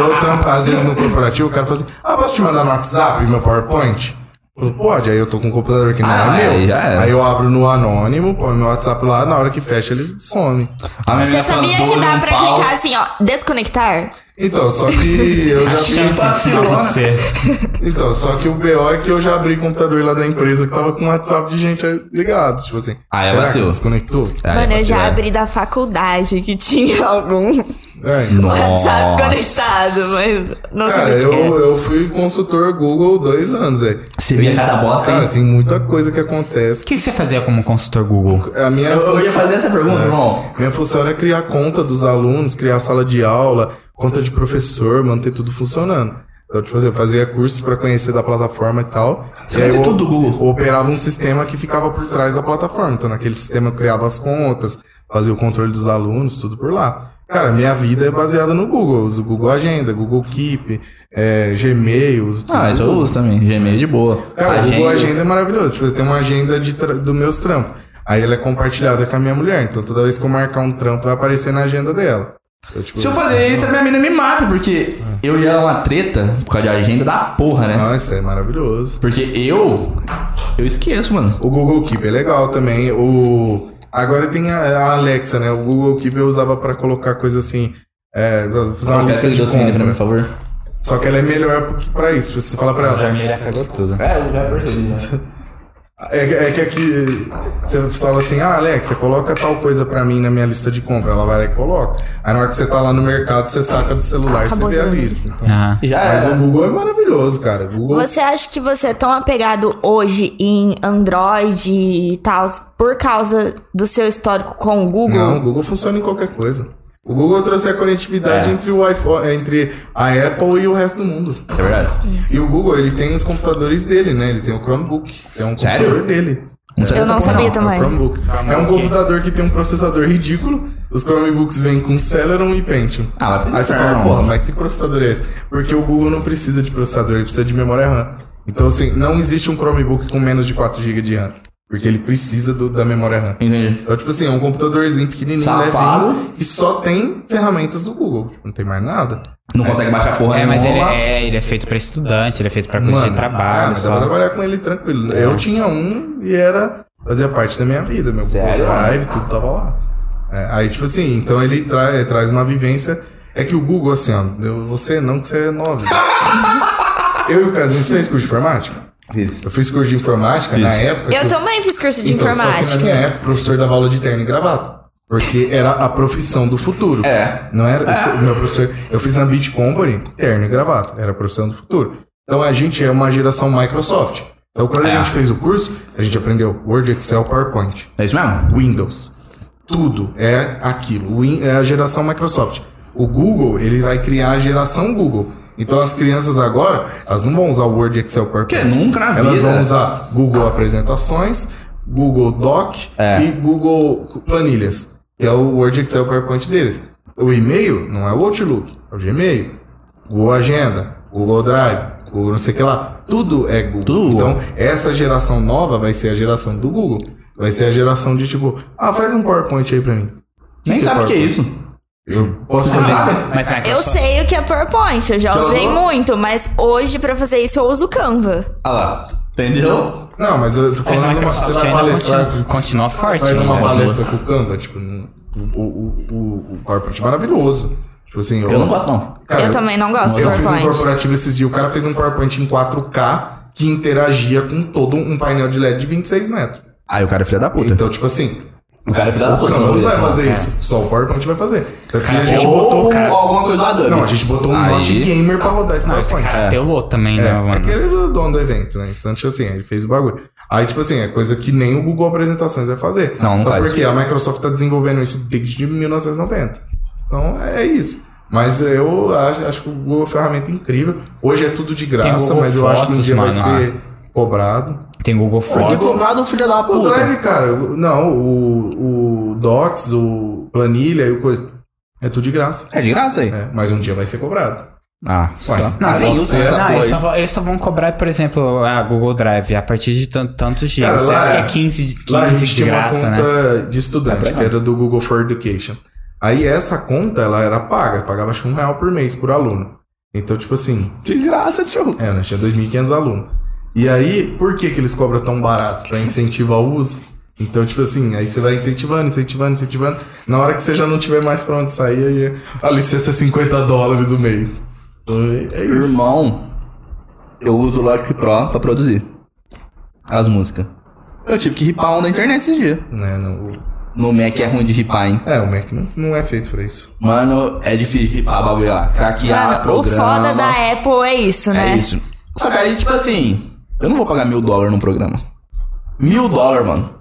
S4: Eu tampo, às vezes no corporativo, o cara fala assim: Ah, posso te mandar no WhatsApp meu PowerPoint? Eu falo, Pode, aí eu tô com um computador que não
S2: Ah,
S4: é
S2: aí
S4: meu.
S2: já era.
S4: Aí eu abro no anônimo, põe meu WhatsApp lá, na hora que fecha ele some.
S2: A minha
S3: Você
S2: mulher falando,
S3: sabia
S2: "Dou-lhe
S3: que dá
S2: um
S3: pra
S2: pau."
S3: clicar assim, ó, desconectar?
S4: Então, só que eu já fiz.
S2: tá
S1: Chance disso
S2: Barcelona.
S1: acontecer.
S4: Então, só que o BO é que eu já abri computador lá da empresa que tava com WhatsApp de gente ligado. Tipo assim,
S2: Ah, é
S4: será que
S2: vacilo.
S4: desconectou?
S2: Ah,
S3: Mano, eu
S2: você
S3: já
S2: é.
S3: abri da faculdade que tinha algum.
S4: É, então.
S3: WhatsApp
S2: Nossa.
S3: conectado, mas não
S4: Cara,
S3: sei o que é.
S4: eu, eu fui consultor Google dois anos, velho.
S2: Você via cada bosta,
S4: Cara,
S2: hein?
S4: tem muita coisa que acontece.
S1: O que você fazia como consultor Google?
S4: A minha,
S2: Eu, eu ia
S4: função-
S2: fazer essa
S4: É.
S2: pergunta, irmão.
S4: minha função era criar conta dos alunos, criar sala de aula, conta de professor, manter tudo funcionando. Então, tipo, assim, eu fazia cursos pra conhecer da plataforma e tal.
S2: Você
S4: e aí
S2: fazia
S4: eu
S2: tudo do Google.
S4: operava um sistema que ficava por trás da plataforma. Então, naquele sistema eu criava as contas, fazia o controle dos alunos, tudo por lá. Cara, minha vida é baseada no Google. Eu uso Google Agenda, Google Keep, é, Gmail, uso tudo.
S2: Ah, isso eu uso também. Gmail de boa.
S4: Cara, o
S2: Agenda.
S4: Google Agenda é maravilhoso. Tipo, eu tenho uma agenda de tra- do meus trampos. Aí ela é compartilhada com a minha mulher. Então toda vez que eu marcar um trampo, vai aparecer na agenda dela. Eu, tipo,
S2: Se eu fazer isso, a minha mina me mata, porque eu ia uma treta por causa de agenda da porra, né?
S4: Não, isso é maravilhoso.
S2: Porque eu. Eu esqueço, mano.
S4: O Google Keep é legal também. O... Agora tem a- a Alexa, né? O Google Keep eu usava pra colocar coisa assim. É, fazer uma
S2: Pega
S4: lista
S2: aquele
S4: de
S2: docinho ali assim, né, pra mim,
S4: compra.
S2: por favor.
S4: Só que ela é melhor pra- pra isso. Você fala pra ela.
S1: Jamila pegou tudo.
S2: É, eu já percebi.
S4: É, que- é que aqui você fala assim, ah, Alexa, coloca tal coisa pra mim na minha lista de compra. Ela vai lá e coloca. Aí na hora que você tá lá no mercado, você saca do celular
S3: Acabou
S4: e você vê a
S3: a
S4: lista. Então,
S1: Ah.
S2: Já
S4: Mas o
S2: era.
S4: Google é maravilhoso, cara. O Google
S3: Você acha que você é tão apegado hoje em Android e tal por causa do seu histórico com o Google?
S4: Não, o Google funciona em qualquer coisa. O Google trouxe a conectividade
S2: É.
S4: entre o iPhone, entre a Apple e o resto do mundo.
S2: É verdade.
S4: E o Google, ele tem os computadores dele, né? Ele tem o Chromebook, é um
S2: Sério? Tá,
S4: computador dele.
S3: Eu não sabia
S4: É o
S3: também.
S4: Chromebook. É um computador que tem um processador ridículo. Os Chromebooks vêm com Celeron e Pentium.
S2: Ah, vai pro
S4: Aí você
S2: inferno.
S4: fala, porra, mas que processador é esse? Porque o Google não precisa de processador, ele precisa de memória RAM. Então, assim, não existe um Chromebook com menos de 4 GB de RAM. Porque ele precisa do- da memória RAM.
S2: Entendi.
S4: Então, tipo assim, é um computadorzinho pequenininho,
S2: Safado.
S4: levinho, que só tem ferramentas do Google. Tipo, Não tem mais nada.
S2: Não consegue baixar porra
S1: É, mas ele
S2: nenhuma.
S1: é, ele é feito pra estudante, ele é feito pra coisa de
S4: ah, mas
S1: trabalho.
S4: dá
S1: só. É.
S4: pra trabalhar com ele tranquilo. Eu tinha um e era... Fazia parte da minha vida, meu
S2: Sério?
S4: Google Drive, tudo tava lá. É, aí, tipo assim, então ele tra- traz uma vivência... É que o Google, assim, ó, eu- você não que você é novo. eu e o Casimiro, você fez curso de informática?
S2: Fiz.
S4: Eu fiz curso de informática na
S2: Fiz.
S4: época. que
S3: Eu também fiz curso de
S4: Então, só que
S3: informática.
S4: na minha época, o professor dava aula de terno e gravata. Porque era a profissão do futuro.
S2: É.
S4: Não era. isso- Meu professor. Eu fiz na Beat Company, terno e gravata. Era a profissão do futuro. Então a gente é uma geração Microsoft. Então quando
S2: É.
S4: a gente fez o curso, a gente aprendeu Word, Excel, PowerPoint.
S2: É isso mesmo?
S4: Windows. Tudo é aquilo. O Win- É a geração Microsoft. O Google, ele vai criar a geração Google. Então as crianças agora, elas não vão usar Word, Excel, PowerPoint.
S2: Que nunca na
S4: Elas
S2: vida.
S4: vão usar Google Apresentações, Google Doc
S2: É.
S4: e Google Planilhas, que é o Word, Excel, PowerPoint deles. O e-mail não é o Outlook, é o Gmail, Google Agenda, Google Drive, Google não sei o que lá. Tudo é Google.
S2: Tudo.
S4: Então, essa geração nova vai ser a geração do Google. Vai ser a geração de tipo, ah, faz um PowerPoint aí pra mim.
S2: Nem
S4: Que
S2: sabe o que é
S4: PowerPoint?
S2: isso.
S4: Eu posso fazer
S1: Mas-
S4: isso?
S1: mas
S3: Eu
S1: Microsoft-
S3: sei o que é PowerPoint, eu já
S4: Já
S3: usei
S4: usou?
S3: muito, mas hoje pra fazer isso eu uso o Canva.
S2: Olha Ah lá. Entendeu?
S4: Não, mas eu tô
S1: mas
S4: falando, uma, você
S1: Microsoft
S4: vai
S1: ainda é
S4: palestrar
S1: continua, continua forte.
S4: Sai
S3: né?
S4: numa
S1: ainda.
S4: palestra
S2: né?
S4: com o Canva, tipo, um- o, o, o, o PowerPoint é maravilhoso. Tipo assim,
S2: Eu não gosto, não.
S4: Cara,
S3: eu também não gosto de
S4: Eu fiz um
S3: PowerPoint.
S4: corporativo esses dias, o cara fez um PowerPoint em 4K que interagia com todo um painel de LED de 26 metros.
S2: Aí o cara é filha da puta.
S4: Então, tipo assim,
S2: O cara é filha da
S4: o
S2: puta.
S4: Canva não vai
S2: não
S4: fazer isso, só o PowerPoint vai fazer. Tanto que a gente
S2: Ou
S4: botou.
S2: alguma coisa do Adobe.
S4: Não, a gente botou um
S2: Aí-
S4: Note Gamer pra rodar esse
S1: Esse
S4: PowerPoint.
S1: cara pelou também, né,
S4: É,
S1: mano?
S4: é que ele era o dono do evento, né? Então, tipo assim, ele fez o bagulho. Aí, tipo assim, é coisa que nem o Google Apresentações vai fazer.
S2: Não, não
S4: então,
S2: faz.
S4: Porque a Microsoft tá desenvolvendo isso desde 1990. Então, é isso. Mas eu acho, acho que o Google é uma ferramenta incrível. Hoje é tudo de graça,
S1: Google
S4: mas eu acho que um
S1: Fotos,
S4: dia
S1: mano, ah.
S4: vai ser cobrado.
S1: Tem Google
S2: Pode
S1: Fotos.
S2: comprar do um filho da
S4: O
S2: puta.
S4: Drive, cara, o- não, o, o Docs, o Planilha e o coisa, é tudo de graça.
S2: É de graça aí.
S4: É, mas um dia vai ser cobrado.
S2: Ah,
S4: Ué,
S2: tá.
S1: Não,
S2: Aí
S1: sim,
S4: é
S2: você
S1: não,
S2: tá, pô,
S1: eles,
S2: aí.
S1: só vão, eles só vão cobrar, por exemplo, a Google Drive a partir de tan- tantos
S4: Cara,
S1: gigas. Você
S4: lá-
S1: acha que é 15, de-
S4: Lá a
S1: 15
S4: gente
S1: de
S4: tinha
S1: graça,
S4: uma
S1: né?
S4: conta de estudante, que era do Google for Education. Aí essa conta, ela era paga, pagava acho que um real por mês por aluno. Então, tipo assim,
S2: De graça, tio.
S4: é, nós tinha 2.500 alunos. E aí, por que que eles cobram tão barato? Pra incentivar o uso. Então, tipo assim, aí você vai incentivando, incentivando, incentivando. Na hora que você já não tiver mais pra onde sair, aí a licença é 50 dólares do mês. Então, É é isso.
S2: Irmão, eu uso o Logic Pro pra produzir as músicas. Eu tive que ripar um da internet esses dias.
S4: Né, não,
S2: No Mac é ruim de ripar, hein?
S4: É, o Mac não, não é feito pra isso.
S2: Mano, é difícil ripar bagulho lá. Craquear,
S3: Mano, o
S2: programa.
S3: foda da Apple é isso, né?
S2: É isso. Só que aí, tipo assim, eu não vou pagar mil dólares num programa. Mil dólares, mano.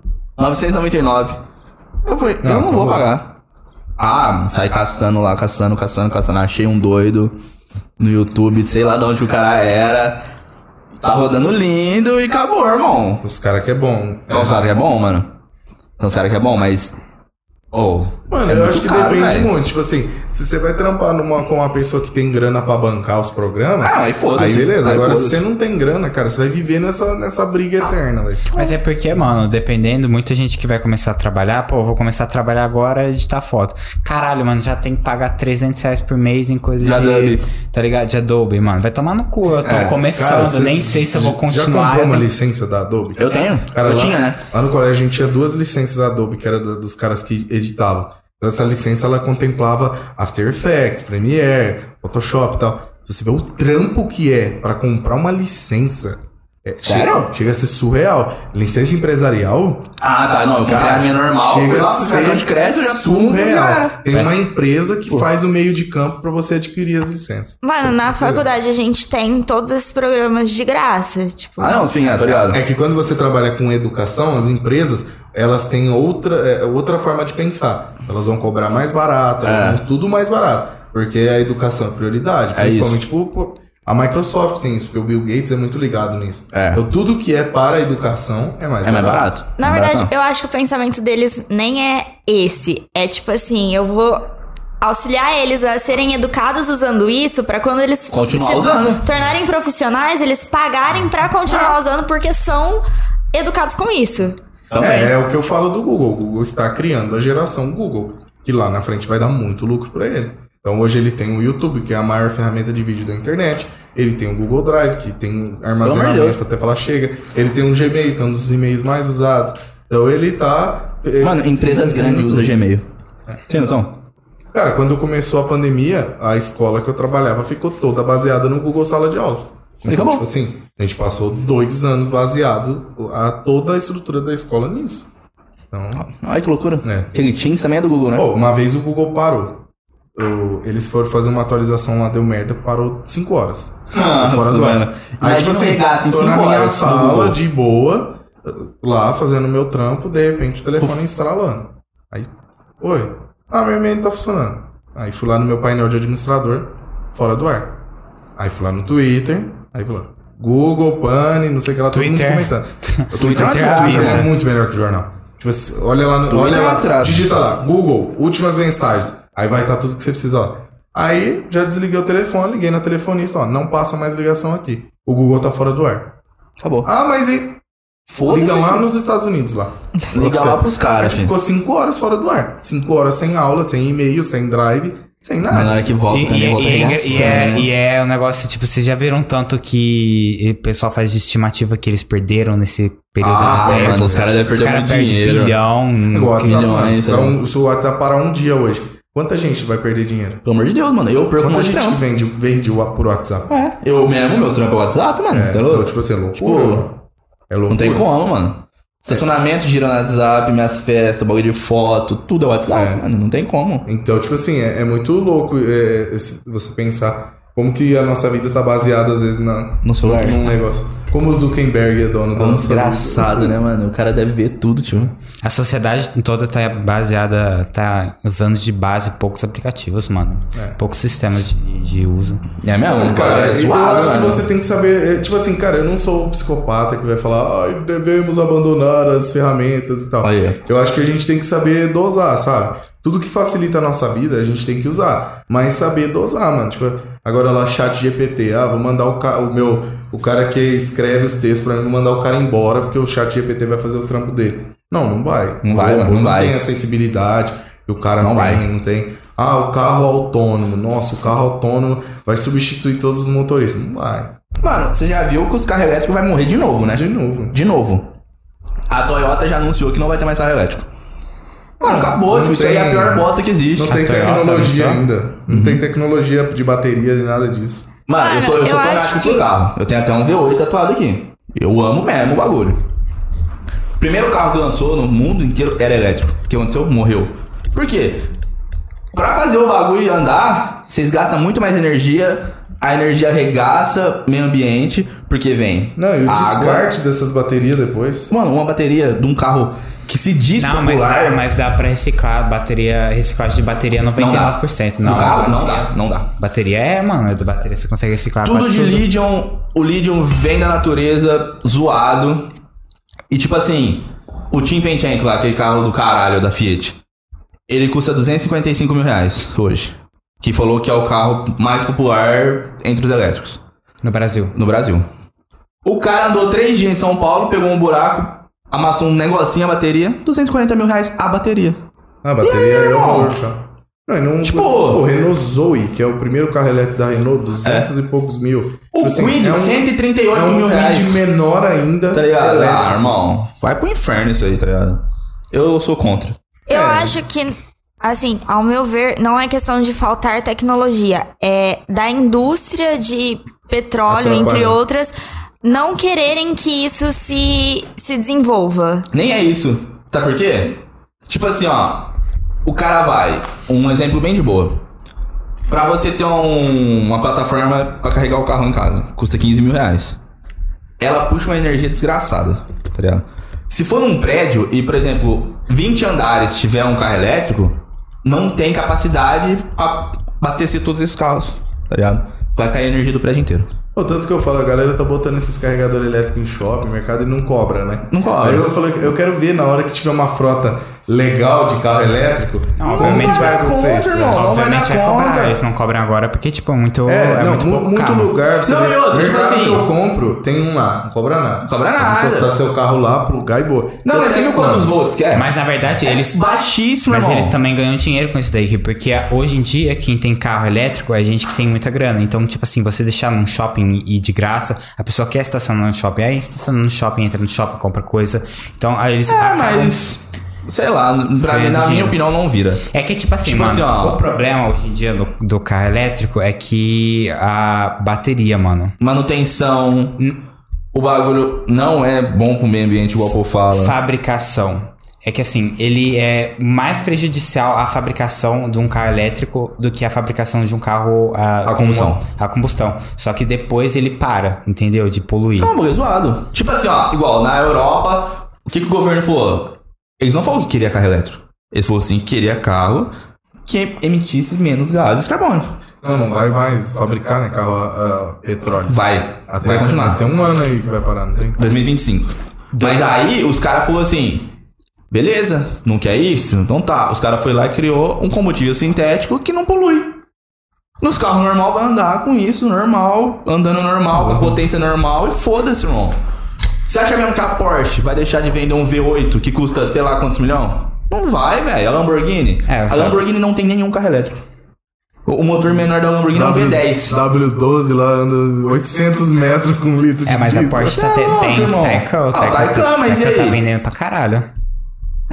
S2: 999. Eu falei,
S4: Não,
S2: eu não
S4: tá
S2: vou
S4: bom.
S2: pagar. Ah, mano, sai caçando lá, caçando, caçando, caçando. Achei um doido no YouTube, sei lá de onde o cara era. Tá rodando lindo e acabou, irmão.
S4: Os caras que é bom.
S2: Tem uns caras que é bom, mano. Tem uns caras que é bom, mas. Oh.
S4: Mano,
S2: é
S4: eu
S2: muito
S4: acho que
S2: caro,
S4: depende
S2: velho.
S4: muito. Tipo assim, se você vai trampar numa, com uma pessoa que tem grana pra bancar os programas.
S2: Ah, aí foda-se.
S4: Aí beleza.
S2: Aí
S4: Agora, se
S2: foda-se.
S4: você não tem grana, cara, você vai viver nessa, nessa briga eterna, velho.
S1: Mas é porque, mano, dependendo, muita gente que vai começar a trabalhar, pô, eu vou começar a trabalhar agora e editar foto. Caralho, mano, já tem que pagar 300 reais por mês em coisa
S2: De
S1: de.
S2: Adobe.
S1: Tá ligado? De Adobe, mano. Vai tomar no cu, eu tô
S2: É,
S1: começando,
S4: Cara, cê-
S1: nem sei se eu vou
S4: cê
S1: continuar.
S4: Já comprou
S1: eu
S4: uma
S1: tenho-
S4: licença da Adobe?
S2: Eu tenho.
S4: Cara,
S2: eu
S4: lá,
S2: tinha, né?
S4: Lá no colégio a gente tinha duas licenças Adobe, que era da- dos caras que editavam. Então, Essa licença ela contemplava After Effects, Premiere, Photoshop e tal. Se você vê o trampo que é pra comprar uma licença. é,
S2: Sério?
S4: Chega, chega a ser surreal. Licença empresarial?
S2: Ah, tá. Não, eu comprei a minha normal. fui
S4: Chega
S2: lá,
S4: a
S2: fui no cartão
S4: ser
S2: de crédito, já
S4: surreal. Tem
S2: É.
S4: uma empresa que faz o meio de campo pra você adquirir as licenças.
S3: Mano, na faculdade a gente tem todos esses programas de graça. Tipo,
S2: Ah, não, sim, é, tô ligado.
S4: É que quando você trabalha com educação, as empresas, elas têm outra, é, outra forma de pensar. Elas vão cobrar mais barato, elas
S2: É.
S4: vão tudo mais barato. Porque a educação é prioridade.
S2: É
S4: principalmente por, por- a Microsoft tem isso, porque o Bill Gates é muito ligado nisso.
S2: É.
S4: Então tudo que é para a educação é mais
S2: É mais
S4: barato.
S2: barato.
S3: Na
S2: Mais
S3: verdade, é.
S2: barato,
S3: eu acho que o pensamento deles nem é esse. É tipo assim, eu vou auxiliar eles a serem educados usando isso pra quando eles
S2: Continuar
S3: se
S2: usando.
S3: tornarem profissionais, eles pagarem pra continuar usando porque são educados com isso.
S2: não. Também.
S4: É, é o que eu falo do Google. O Google está criando a geração Google, que lá na frente vai dar muito lucro para ele. Então hoje ele tem o YouTube, que é a maior ferramenta de vídeo da internet. Ele tem o Google Drive, que tem um
S2: Pelo amor de
S4: armazenamento até falar chega. Ele tem o Gmail, que é um dos e-mails mais usados. Então ele tá. é,
S2: Mano, empresas
S4: sim,
S2: grandes
S4: muito.
S2: usam Gmail. Tem noção?
S4: Cara, quando começou a pandemia, a escola que eu trabalhava ficou toda baseada no Google Sala de Aula.
S2: E acabou.
S4: tipo assim, a gente passou dois anos baseado a toda a estrutura da escola nisso. Então,
S2: Ai, que loucura.
S4: É.
S2: Aquele Teams também é do Google, né?
S4: Pô, uma vez o Google parou. Eu- eles foram fazer uma atualização lá, deu merda, parou 5 horas.
S2: Nossa,
S4: fora do
S2: mano.
S4: ar. Aí, tipo
S2: Imagina um
S4: assim,
S2: regaço em
S4: tô na
S2: cinco
S4: minha
S2: horas,
S4: sala,
S2: Google.
S4: de boa, lá fazendo meu trampo, de repente o telefone estralando. Aí, oi, ah, meu e-mail não tá funcionando. Aí fui lá no meu painel de administrador, fora do ar. Aí fui lá no Twitter, aí fui lá, Google, pane, não sei o que lá,
S1: Twitter.
S4: todo mundo comentando. O Twitter,
S2: é
S4: é
S2: uma
S4: Twitter,
S2: desgraça,
S4: é
S2: né?
S4: muito melhor que o jornal. Tipo assim, olha lá, no,
S2: Twitter é
S4: olha
S2: uma
S4: lá
S2: desgraça.
S4: digita lá, Google, últimas mensagens. Aí vai estar tudo que você precisa lá. Aí já desliguei o telefone, liguei na telefonista, ó, não passa mais ligação aqui. O Google tá fora do ar.
S2: Acabou.
S4: Ah, mas e
S2: Foda-se.
S4: liga lá nos Estados Unidos lá.
S2: Liga lá pros
S4: A
S2: caras,
S4: gente
S2: filho.
S4: ficou 5 horas fora do ar. 5 horas sem aula, sem e-mail, sem drive, sem
S2: Mas Na
S4: nada.
S2: hora que volta
S1: E,
S2: também,
S1: e-
S2: volta
S1: e-
S2: regaçando,
S1: e é,
S2: né?
S1: e é um negócio, tipo, vocês já viram tanto que o pessoal faz de estimativa que eles perderam nesse período
S2: Ah,
S1: de tempo.
S2: mano, os caras devem
S1: Os
S2: perder
S1: caras
S2: muito
S1: perdem
S2: dinheiro.
S1: bilhão.
S4: Igual o WhatsApp,
S2: milhões,
S4: mano. Se
S2: sei lá.
S4: ficar um- Se o WhatsApp parar um dia hoje, quanta gente vai perder dinheiro?
S2: Pelo amor de Deus, mano. Eu perco
S4: Quanta
S2: muito
S4: gente que
S2: tempo.
S4: vende, vende o- por WhatsApp?
S2: É. Eu mesmo, meu trampo é WhatsApp, mano.
S4: É,
S2: Você tá
S4: então,
S2: louco?
S4: tipo assim, é
S2: Tipo,
S4: loucura. mano. é loucura.
S2: Não tem como, mano. Estacionamento gira no WhatsApp, minhas festas, bagulho de foto, tudo é WhatsApp,
S4: É.
S2: mano. Não tem como.
S4: Então, tipo assim, é, é muito louco é, esse- você pensar como que a nossa vida tá baseada, às vezes, na,
S2: No celular.
S4: num negócio. Como o Zuckerberg é dono da
S2: Tão
S4: nossa vida.
S2: um desgraçado, né, mano? O cara deve ver tudo, tipo.
S1: A sociedade toda tá baseada, tá usando de base poucos aplicativos, mano.
S4: É.
S1: Poucos sistemas de, de uso.
S2: É mesmo?
S4: Não, cara,
S2: é
S4: eu
S2: zoado,
S4: acho que
S2: mano.
S4: você tem que saber. é, tipo assim, cara, eu não sou o psicopata que vai falar, ai, devemos abandonar as ferramentas e tal.
S2: Aí.
S4: Eu acho que a gente tem que saber dosar, sabe? Tudo que facilita a nossa vida, a gente tem que usar. Mas saber dosar, mano. Tipo, agora lá, chat GPT, ah, vou mandar o, ca- o meu. O cara que escreve os textos pra mim, vou mandar o cara embora, porque o chat GPT vai fazer o trampo dele. Não, não vai.
S2: Não vai,
S4: O
S2: mano,
S4: robô
S2: não vai.
S4: tem a sensibilidade que o cara
S2: Não
S4: não
S2: vai.
S4: tem, não tem. Ah, o carro autônomo. Nossa, o carro autônomo vai substituir todos os motoristas. Não vai.
S2: Mano, você já viu que os carros elétricos vai morrer de novo, né?
S4: De novo.
S2: De novo. A Toyota já anunciou que não vai ter mais carro elétrico. Mano, acabou,
S4: não
S2: tipo, isso aí é a
S4: tem-
S2: pior bosta que existe.
S4: Não tem tecnologia ainda. Não
S2: Uhum.
S4: tem tecnologia de bateria nem nada disso.
S2: Mano, eu sou, eu
S3: Cara,
S2: sou
S3: eu acho
S2: fanático
S3: que-
S2: por carro. Eu tenho até um V8 tatuado aqui. Eu amo mesmo o bagulho. primeiro carro que lançou no mundo inteiro era elétrico. O que aconteceu? Morreu. Por quê? Pra fazer o bagulho andar, vocês gastam muito mais energia. A energia arregaça meio ambiente, porque vem.
S4: Não, e o
S2: água.
S4: descarte dessas baterias depois.
S2: Mano, uma bateria de um carro que se diz
S1: Não, mas
S2: popular.
S1: dá, mas dá pra reciclar bateria, reciclagem de bateria 99%.
S2: Não,
S1: Não,
S2: dá, um não dá, não dá.
S1: Bateria é, mano, da bateria você consegue reciclar
S2: Tudo
S1: quase
S2: de Legion, o Legion vem da natureza, zoado. E tipo assim, o Timpentchenko lá, aquele carro do caralho da Fiat, ele custa 255 mil reais hoje. Que falou que é o carro mais popular entre os elétricos
S1: no Brasil.
S2: no Brasil. O cara andou três dias em São Paulo, pegou um buraco, amassou um negocinho a bateria, 240 mil reais a bateria.
S4: Ah, a bateria é o
S2: irmão?
S4: valor do carro. Não, e não
S2: Tipo-
S4: o Renault Zoe, que é o primeiro carro elétrico da Renault, 200 e poucos mil.
S2: É. O
S4: Tipo assim,
S2: Quid,
S4: é um-
S2: 138
S4: É
S2: mil
S4: um
S2: reais.
S4: lead menor ainda.
S2: Tá ligado?
S4: elétrico.
S2: Ah, irmão. Vai pro inferno isso aí, tá ligado? Eu sou contra.
S3: Eu acho que, assim, ao meu ver, não é questão de faltar tecnologia. É da indústria de petróleo,
S4: Atrapalhar.
S3: entre outras, não quererem que isso se, se desenvolva.
S2: Nem é isso. Sabe por quê? Tipo assim, ó. O cara vai. Um exemplo bem de boa. Pra você ter um- uma plataforma pra carregar o carro em casa, custa 15 mil reais. Ela puxa uma energia desgraçada, tá ligado? Se for num prédio e, por exemplo, 20 andares tiver um carro elétrico, não tem capacidade pra abastecer todos esses carros, tá ligado? Vai cair a energia do prédio inteiro.
S4: Pô, tanto que eu falo, a galera tá botando esses carregadores elétricos em shopping, mercado e não cobra, né?
S2: Não cobra.
S4: Aí eu falo, eu quero ver na hora que tiver uma frota legal de carro elétrico,
S1: Não,
S4: como
S1: obviamente
S4: que vai
S1: vai
S4: acontecer isso. né?
S2: irmão. Não vai
S1: Obviamente
S2: dar
S1: vai cobrar,
S2: conta.
S1: eles não cobram agora porque, tipo, muito.
S4: É, não,
S1: muito,
S4: mu-
S1: pouco
S4: muito,
S1: carro.
S4: lugar. Você
S2: Não,
S4: vê,
S2: e outra, tipo
S4: mercado
S2: assim-
S4: que eu compro, tem um lá, não cobra nada. Não
S2: cobra nada.
S4: Encostar seu carro lá, plugar e boa. Então, um
S2: Não,
S4: Eu
S2: mas você
S4: tenho,
S2: viu quantos
S4: mano.
S2: volts que é?
S1: Mas na verdade, eles.
S2: Baixíssimo,
S1: Mas
S2: irmão.
S1: eles também ganham dinheiro com isso daí, porque hoje em dia quem tem carro elétrico é gente que tem muita grana. Então, tipo assim, você deixar num shopping e de graça, a pessoa quer estacionar no shopping, aí estaciona no shopping, entra no shopping, compra coisa. Então, aí eles.
S2: Ah,
S1: acabam-
S2: mas. Sei lá, pra mim,
S1: Ganhando
S2: na minha
S1: dinheiro.
S2: opinião, não vira.
S1: É que, tipo assim,
S2: Tipo
S1: mano,
S2: assim, ó.
S1: o problema hoje em dia do, do carro elétrico é que a bateria, mano.
S2: Manutenção. O bagulho não é bom pro meio ambiente, igual o povo fala.
S1: Fabricação. É que assim, ele é mais prejudicial à fabricação de um carro elétrico do que a fabricação de um carro ah,
S2: A
S1: com
S2: combustão.
S1: mo- a combustão. Só que depois ele para, entendeu? De poluir.
S2: Não, bagulho é zoado. Tipo assim, ó, igual na Europa, o que, que o governo falou? Eles não falaram que queria carro elétrico. Eles falaram assim que queria carro que emitisse menos gases carbônico.
S4: Não, não vai mais fabricar, né, carro a, a petróleo.
S2: Vai.
S4: Até
S2: vai continuar.
S4: mas tem um ano aí que vai parar, não tem?
S2: 2025. Mas aí os caras falaram assim: beleza, não quer isso? Então tá. Os caras foi lá e criou um combustível sintético que não polui. Nos carros normal vai andar com isso, normal, andando normal, com potência normal e foda-se, irmão. Você acha mesmo que a Porsche vai deixar de vender um V8 que custa sei lá quantos milhão? Não vai, velho. A Lamborghini.
S1: É,
S2: a
S1: sabe.
S2: Lamborghini não tem nenhum carro elétrico. O o motor menor da Lamborghini é um V10.
S4: W, W12 lá anda 800 metros com um litro de
S1: É, mas a
S4: diesel.
S1: Porsche
S2: Você
S1: tá
S2: é
S1: te-
S2: louco,
S1: tem
S2: irmão.
S1: Taycan,
S2: Ah, Taycan, mas e
S1: tá
S2: aí?
S1: vendendo pra caralho.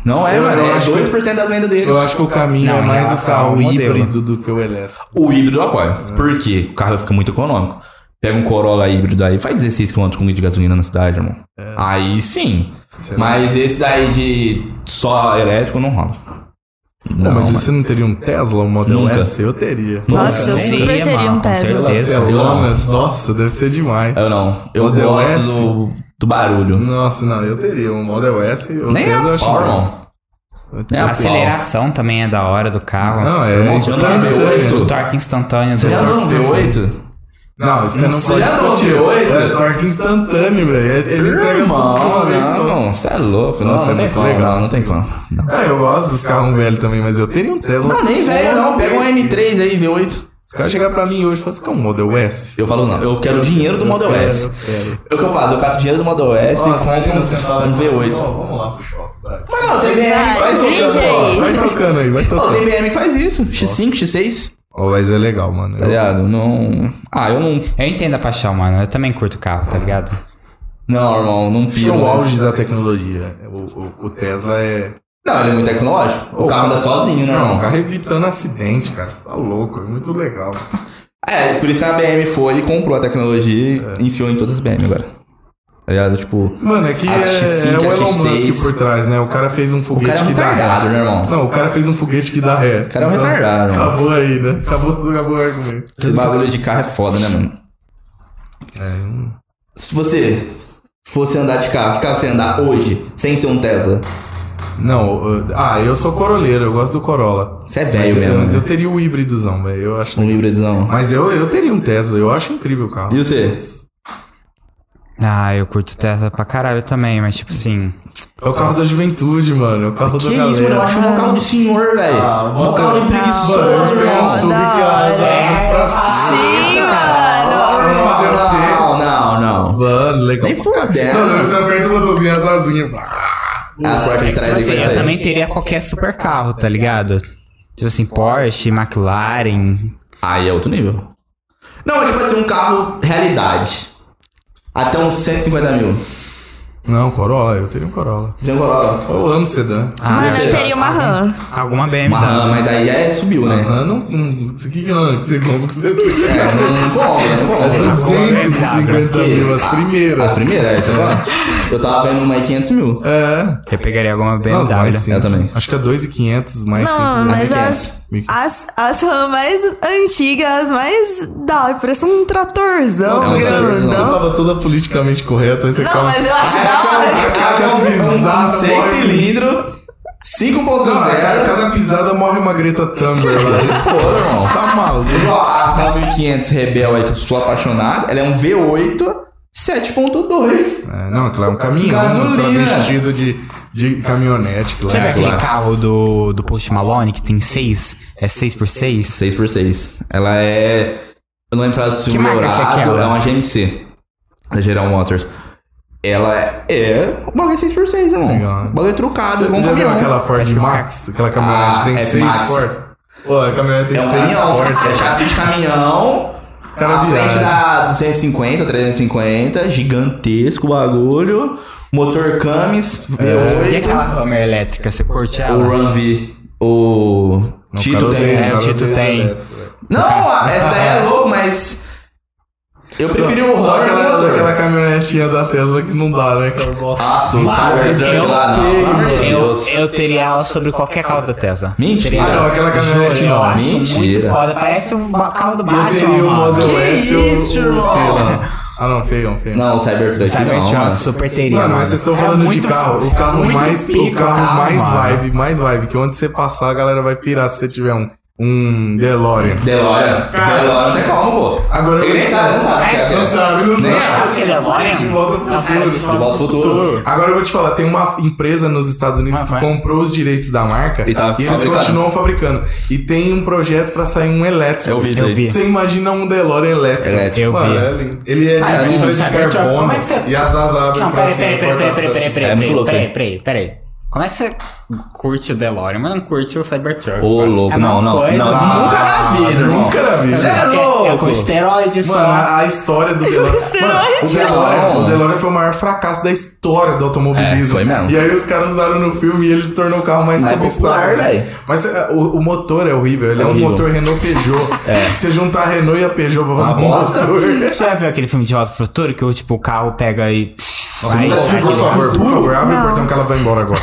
S2: Não é,
S4: Eu-
S2: mano.
S4: eu
S2: É
S4: acho
S2: 2% das vendas deles.
S4: Eu acho que o caminho
S1: Não,
S4: é
S1: em
S4: mais o
S1: relação
S4: carro
S1: ao um modelo. né?
S4: híbrido do que o elétrico.
S2: O híbrido eu apoio.
S4: Ah.
S2: Por quê? O carro fica muito econômico. Pega um Corolla híbrido aí, faz 16 km com um litro de gasolina na cidade, irmão.
S4: É.
S2: Aí sim.
S4: Será?
S2: Mas esse daí de só elétrico não rola.
S4: Pô,
S2: Não,
S4: mas e
S2: mano.
S4: você não teria um Tesla, um Model
S2: Nunca.
S4: S? Eu teria.
S3: Nossa, eu
S1: Nem
S3: super
S1: ia,
S3: teria
S1: mano,
S3: um
S1: com
S3: Tesla.
S1: certeza.
S4: Telona, nossa, deve ser demais.
S2: É, Eu não. Eu
S4: Model
S2: gosto
S4: S?
S2: do, do barulho.
S4: Nossa, não, eu teria um Model S. Eu
S2: Nem
S4: Tesla, eu
S2: a
S4: acho
S2: pau,
S4: que-
S2: irmão.
S4: eu
S2: Nem é a
S4: tenho-
S1: Aceleração também é da hora do carro.
S4: Não,
S2: Nossa,
S4: é
S2: eu não vi
S4: instantâneo.
S2: oito.
S1: O torque instantâneo
S2: Você
S1: do
S2: já andou um
S1: torque.
S2: V8?
S4: Não, você não
S2: Você
S4: pode
S2: já não
S4: discutir.
S2: viu oito?
S4: É torque instantâneo, velho. Ele entrega tudo
S2: Irmão,
S4: de uma vez só.
S2: não, você é louco. Não,
S4: Nossa,
S2: não
S4: é
S2: tem
S4: muito
S2: como,
S4: legal.
S2: não, não tem como. Não.
S4: Ah, eu gosto dos carros velhos também, mas eu teria um Tesla.
S2: Não, nem velho não. Pega um M3 aí, V8.
S4: Se o cara chegar pra mim hoje e falar assim, que é um Model S?
S2: Eu falo, não, eu quero dinheiro do Model
S4: quero,
S2: S.
S4: eu quero.
S2: É O que eu faço? Eu cato dinheiro do Model S e compro um V8.
S4: Vamos lá pro shopping, vai.
S2: Mas não, tem BM que
S3: Vai,
S2: faz
S3: dirige
S2: isso.
S3: aí.
S4: Vai tocando aí, vai
S2: Ó, tem
S4: tocando.
S2: BM que faz isso. X5, X6.
S4: Ó, mas é legal, mano.
S2: Tá ligado? Não. Ah, eu não.
S1: Eu entendo a paixão, mano. Eu também curto carro, tá ligado?
S2: Não, irmão, não
S4: Acho que é
S2: piro. né?
S4: o auge da tecnologia. O, o- o Tesla é.
S2: Não, ele é muito tecnológico. O carro anda sozinho, né,
S4: Não, o
S2: irmão?
S4: carro evitando acidente, cara. Você tá louco, é muito legal. É.
S2: É, por isso que a BM foi e comprou a tecnologia e enfiou em todas as BM agora. Tá ligado? Tipo.
S4: Mano, é que
S2: Acho
S4: é, é
S2: que
S4: o Elon
S2: acho
S4: Musk
S2: seis.
S4: por trás, né? O cara fez um
S2: O
S4: foguete
S2: cara é
S4: que dá
S2: retardado,
S4: ré.
S2: né, irmão?
S4: Não, o cara fez um foguete que dá ré. O
S2: cara é um retardado, mano.
S4: Acabou aí, né? Acabou, acabou o argumento.
S2: Esse bagulho de carro é foda, né, mano?
S4: É,
S2: Se você fosse andar de carro, que carro você ia andar hoje, sem ser um Tesla?
S4: Não, eu- ah, eu sou coroleiro, eu gosto do Corolla.
S2: Você é
S4: mas,
S2: velho
S4: eu-
S2: mesmo.
S4: mas
S2: né?
S4: eu Ah, teria o híbridozão, velho. Eu acho.
S2: Um hibridão.
S4: Mas eu, eu teria um Tesla, eu acho incrível o carro.
S2: E você?
S1: Ah, eu curto Tesla pra caralho também, mas tipo assim.
S4: É o carro da juventude, mano. É o carro da galera.
S2: acho
S4: ah,
S2: um carro do senhor, velho. Um carro de preguiçoso,
S4: Mano, eu tenho um sub que as árvores pra cima.
S3: Sim, mano.
S4: Não, deu tempo.
S2: Não, não, não.
S4: Mano, legal.
S2: Nem fudendo.
S4: Não, não, você aperta o botãozinho as asinhas.
S2: A parte de trás
S4: Tá
S2: aí
S1: Tipo assim,
S2: Ah, vai
S1: eu
S2: sair.
S1: também teria qualquer super carro, tá ligado? Tipo assim, Porsche, McLaren.
S2: Aí é outro nível. Não, mas tipo assim, um carro realidade. Até uns 150 mil.
S4: Não, Corolla, eu teria um Corolla.
S2: Você tem um Corolla.
S4: Eu amo sedã.
S1: Ah,
S3: Mano, eu teria uma RAM.
S1: alguma BMW.
S3: Então.
S2: Uma RAM, mas aí já é, subiu, né?
S4: Ah, não. hum, O que que não? que você compra com sedã?
S2: É, não não compra, não
S4: É
S2: compra.
S4: 250 mil, as primeiras.
S2: As primeiras, é, você fala. Eu tava vendo uma aí 500 mil.
S4: É.
S1: Eu pegaria alguma BMW.
S4: Nossa, mais
S2: Eu também.
S4: Acho que é né? 2,500 mais
S3: Não,
S4: cinco.
S3: mas
S2: 1.500.
S3: as, as, as RAM mais antigas, mais. Dá, parece um tratorzão
S2: Não, mas é
S4: Você
S2: verdade.
S3: grandão.
S4: tava toda politicamente correta, aí você
S3: Ah, Não,
S4: calma.
S3: mas eu
S2: Ah,
S3: acho
S2: é,
S3: da hora.
S4: Cada
S2: Um
S4: pisada
S2: 6
S4: morre-
S2: cilindros, 5.0.
S4: Não, a cada, cada pisada morre uma Greta Thunberg lá.
S2: Foda, irmão.
S4: Tá maluco.
S2: Igual a RAM 1500 Rebel aí que eu sou apaixonado, ela é um V8 7.2.
S4: É, não, aquilo é um caminhão
S2: Gasolina.
S4: travestido de, de caminhonete. é Claro,
S1: Sabe aquele
S4: claro.
S1: carro do, do Post Malone que tem seis? É seis por seis?
S2: 6x6. Ela é. Eu não lembro se ela é
S1: Que marca que é
S2: dourado,
S1: aquela?
S2: é uma GMC da General Motors. Ela é- é um bagulho 6x6, irmão.
S4: Legal.
S2: Um bagulho trucado,
S4: Você
S2: igual um
S4: já viu
S2: caminhão.
S4: aquela Ford
S1: Parece um
S4: Max? Aquela caminhonete
S2: Ah,
S4: tem
S2: é
S4: seis
S2: Max.
S4: portas. Pô, a caminhonete tem
S2: É um
S4: seis
S2: caminhão. É
S4: portas.
S2: chassi de caminhão.
S4: Cara
S2: a
S4: virada.
S2: frente da 250 ou 350, gigantesco o bagulho. Motor Camis,
S4: É.
S2: V8.
S1: E é aquela Hummer elétrica, você curte
S2: O
S1: ela?
S2: Run V. O.
S4: Não,
S2: Tito
S4: cara, eu
S2: tem.
S4: odeio,
S1: é, o
S4: cara, eu
S1: Tito
S4: odeio
S1: tem.
S4: elétrico, velho.
S2: Não, a- essa daí é louco, mas. Eu
S4: Só,
S2: preferi o
S4: só
S2: Run
S4: aquela, aquela caminhonetinha da Tesla que não dá, né? Aquela bosta.
S2: Nossa, é o É Cybertruck lá, não. pelo amor de
S1: Eu,
S2: Deus.
S1: eu teria ela sobre qualquer carro da Tesla.
S2: Mentira.
S4: Ah, não, aquela caminhonete
S1: Eu
S4: não.
S1: acho muito
S2: Mentira.
S1: foda, parece um ba- carro do
S4: Eu teria um
S1: Batman.
S4: o
S1: mano.
S4: Model
S2: Que
S4: S e o- o
S2: isso, irmão?
S4: Tela. Ah, não, feião, feião.
S2: Não, o Cybertruck
S1: Sabe,
S2: não.
S1: Tchau,
S2: mano.
S1: super teria.
S4: Mano, mas
S1: mano.
S4: vocês estão
S1: É
S4: falando de
S1: muito
S4: carro.
S1: fo-
S4: O carro
S1: muito
S4: mais, o
S1: pica
S4: carro mais
S1: mano.
S4: vibe, mais vibe. Que onde você passar, a galera vai pirar se você tiver um, um DeLorean.
S2: DeLorean.
S4: Cara.
S2: DeLorean não tem como, pô.
S4: Agora eu
S2: Ele
S4: vou
S2: nem
S4: te
S2: sabe, não sabe. o que é.
S4: Não sabe, não
S2: Nem
S4: sabe.
S1: Aquele DeLorean?
S4: De volta pro
S1: é Não, cara,
S4: futuro.
S1: de
S2: De volta pro futuro.
S4: Agora eu vou te falar, tem uma empresa nos Estados Unidos
S1: Ah,
S4: que
S1: vai.
S4: comprou os direitos da marca
S2: E
S4: e,
S2: tá
S4: eles
S2: fabricando.
S4: continuam fabricando. E tem um projeto pra sair um elétrico.
S2: Eu vi isso
S1: Eu
S2: aí.
S1: vi.
S4: Você imagina um DeLorean elétrico.
S2: Elétrico.
S1: Eu
S4: Mano,
S1: vi.
S4: é lindo. Ele é de
S1: Ah,
S4: mistura
S1: mas
S4: de
S1: sabe, Thiago,
S4: carbono
S1: como é que você-
S4: e as asas abrem
S1: Não,
S4: pra
S1: peraí,
S4: cima,
S1: peraí, peraí,
S4: corta
S1: peraí,
S4: pra
S1: peraí,
S4: cima.
S1: peraí,
S2: É muito
S1: peraí,
S2: louco,
S1: peraí,
S2: hein?
S1: peraí, peraí. Como é que você curte o DeLorean, mas não curte o Cybertruck?
S2: Ô,
S1: mano?
S2: louco,
S1: É uma
S2: não, não,
S1: coisa-
S2: não, nunca na vida, irmão.
S4: Ah, Nunca na vida.
S2: Cê é
S1: Só que É
S2: louco.
S1: com esteroide só.
S4: Mano, a, a história do DeLorean. Mano, o DeLorean,
S2: Não.
S4: o DeLorean foi o maior fracasso da história do automobilismo.
S2: É, foi mesmo.
S4: E aí os caras usaram no filme e ele se tornou o carro mais
S2: Mais
S4: cobiçado.
S2: popular, velho.
S4: Mas é, o, o motor é horrível. Ele é,
S2: É
S4: um
S2: horrível.
S4: motor Renault Peugeot. É. Se juntar a Renault e a Peugeot pra fazer um
S2: bosta.
S4: motor.
S1: Você já viu aquele filme de Volta pro Futuro que o, tipo, o carro pega e... vai,
S2: não,
S1: vai,
S4: Por
S1: vai.
S4: favor, por favor, abre o portão que ela vai embora agora.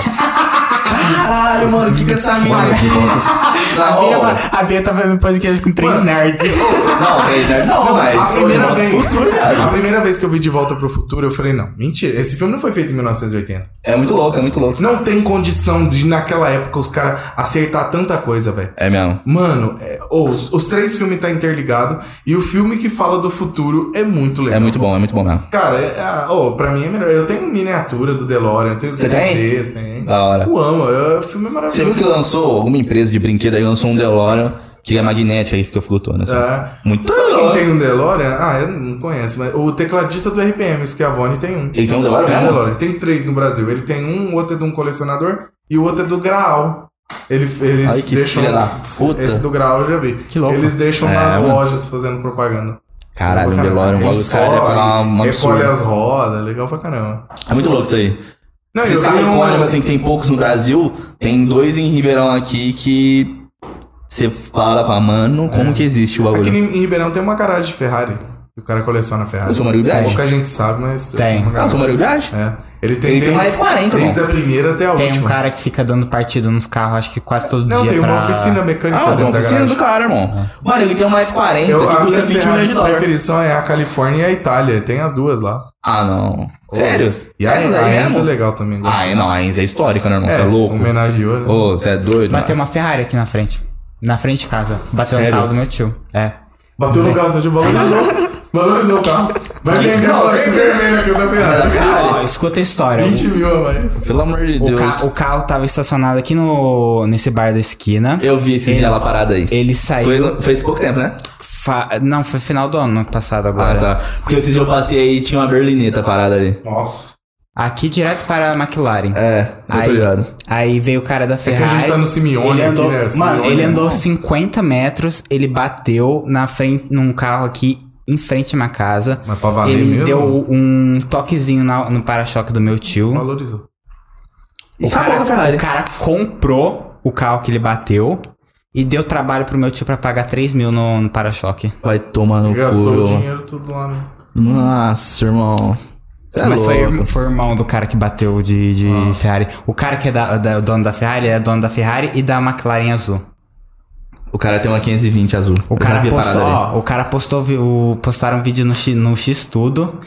S2: Caralho, mano, o que que essa mina é? aqui?
S1: A Bia, fa- a Bia tá fazendo podcast com três nerds.
S2: Não, três, né? Não,
S4: a
S2: mas.
S4: primeira
S2: Volta pro
S4: vez.
S2: Futuro, é- viado.
S4: A primeira vez que eu vi De Volta pro Futuro, eu falei, não, mentira, esse filme não foi feito em 1980.
S2: É muito louco, é muito louco.
S4: Não tem condição de, naquela época, os caras acertar tanta coisa, velho.
S2: É mesmo.
S4: Mano, é- ou os, os três filmes tá interligado e o filme que fala do futuro é muito legal.
S2: É muito bom, é muito bom mesmo.
S4: Cara, é, ah, oh, pra mim é melhor. Eu tenho miniatura do DeLorean, eu tenho os
S2: Você tem?
S4: DVDs, tem.
S2: Da hora.
S4: Eu amo, é, o filme é
S2: Você
S4: maravilhoso.
S2: viu que lançou alguma empresa de brinquedo aí, lançou um DeLorean que é magnético aí, fica flutuando assim.
S4: É.
S2: Muito
S4: Sabe quem
S2: louco.
S4: tem um DeLorean? Ah, eu não conheço, mas o tecladista do RPM, isso que a Vone tem um.
S2: Ele tem um DeLorean
S4: Tem um
S2: mesmo?
S4: DeLorean. Tem três no Brasil. Ele tem um, o outro é de um colecionador e o outro é do Graal. Ele, eles
S2: Ai, que
S4: deixam.
S2: filha da puta.
S4: Esse do Graal eu já vi. Que
S1: louco.
S4: Eles deixam
S2: É,
S4: nas
S2: mano.
S4: lojas fazendo propaganda.
S2: Caralho, um
S4: Pra
S2: DeLorean, um
S4: caralho.
S2: bagulho,
S4: Ele
S2: cara, é
S4: sobe,
S2: pra um
S4: recolhe
S2: absurdo.
S4: as rodas, legal pra caramba.
S2: É muito louco isso aí.
S4: Não,
S2: Esses
S4: eu
S2: carros
S4: tenho um-
S2: icônicos, assim, que tem poucos no Brasil, tem dois em Ribeirão aqui que você fala, fala, mano, como que existe o
S4: Aqui
S2: bagulho?
S4: É em em Ribeirão tem uma garagem de Ferrari. E o cara coleciona Ferrari.
S2: Eu sou Marilhari.
S4: Pouca gente sabe, mas.
S1: Tem.
S4: uma
S2: Ah,
S4: galera.
S2: sou Marilhage?
S4: É. Ele tem,
S2: Ele tem uma
S4: desde-
S2: F40,
S4: desde a primeira até a
S1: Tem um
S4: última.
S1: cara que fica dando partida nos carros, acho que quase todo
S4: Não,
S1: dia.
S4: tem uma
S1: pra-
S4: oficina mecânica
S2: um Ah, tem
S4: É, tá dentro
S2: uma
S4: da
S2: oficina
S4: garagem.
S2: do
S4: É.
S2: cara, irmão. Mano, ele tem uma F40
S4: Eu,
S2: que
S4: a minha
S2: custa 20 milhões de
S4: Ferrari
S2: dólares.
S4: preferição é a Califórnia e a Itália. Tem as duas lá.
S2: Ah, não. Sério?
S4: E a,
S2: Essas
S4: a
S2: aí
S4: Enzo é
S2: mesmo?
S4: legal também. gosto
S2: Ah, é, não, a Enzo é histórica, né, irmão?
S4: É,
S2: É, tá louco.
S4: homenageou, né?
S2: Ô, você é doido,
S1: Mas tem
S2: mano.
S1: uma Ferrari aqui na frente. Na frente de casa. Bateu
S2: Sério?
S1: no carro do meu tio. É.
S4: Bateu no carro, você valorizou. valorizou o carro. Vai vender
S2: Não,
S4: o
S2: você-
S4: esse vermelho aqui da Ferrari.
S1: Ó, escuta a história.
S4: 20 mil a mais.
S2: Pelo amor de
S1: O,
S2: Deus.
S1: ca- o carro tava estacionado aqui no nesse bar da esquina.
S2: Eu vi esse dia lá parada aí.
S1: Ele saiu.
S2: Foi, no- foi esse pouco tempo, né?
S1: fa- Não, foi final do ano passado agora.
S2: Ah, tá. Porque esses dias eu passei aí e tinha uma berlineta parada ali.
S4: Nossa.
S1: Aqui direto para a McLaren.
S2: É, eu
S1: Aí-
S2: tô ligado.
S1: Aí veio o cara da
S4: É que
S1: Ferrari.
S4: a gente tá no Simeone
S1: ele
S4: aqui,
S1: andou,
S4: né?
S1: Mano,
S4: Simeone.
S1: ele andou 50 metros, ele bateu na frente num carro aqui em frente à minha casa.
S4: Mas pra valer
S1: ele
S4: mesmo?
S1: deu um toquezinho na- no para-choque do meu tio.
S4: Valorizou.
S2: E acabou com a é Ferrari.
S1: O cara comprou o carro que ele bateu e deu trabalho pro meu tio pra pagar 3 mil no, no para-choque.
S2: Vai tomar no
S4: E gastou o
S2: cu.
S4: dinheiro tudo lá, né?
S2: Nossa, irmão. Cê é
S1: Mas
S2: louco.
S1: foi, foi o irmão do cara que bateu de, de Ferrari. O cara que é da- da- o dono da Ferrari, ele é dono da Ferrari e da McLaren azul.
S2: O cara tem uma 520 azul.
S1: O
S2: Eu já
S1: cara
S2: vi a parada
S1: postou,
S2: ali.
S1: ó, o cara postou vi- o, postaram um vídeo no X, no X Tudo.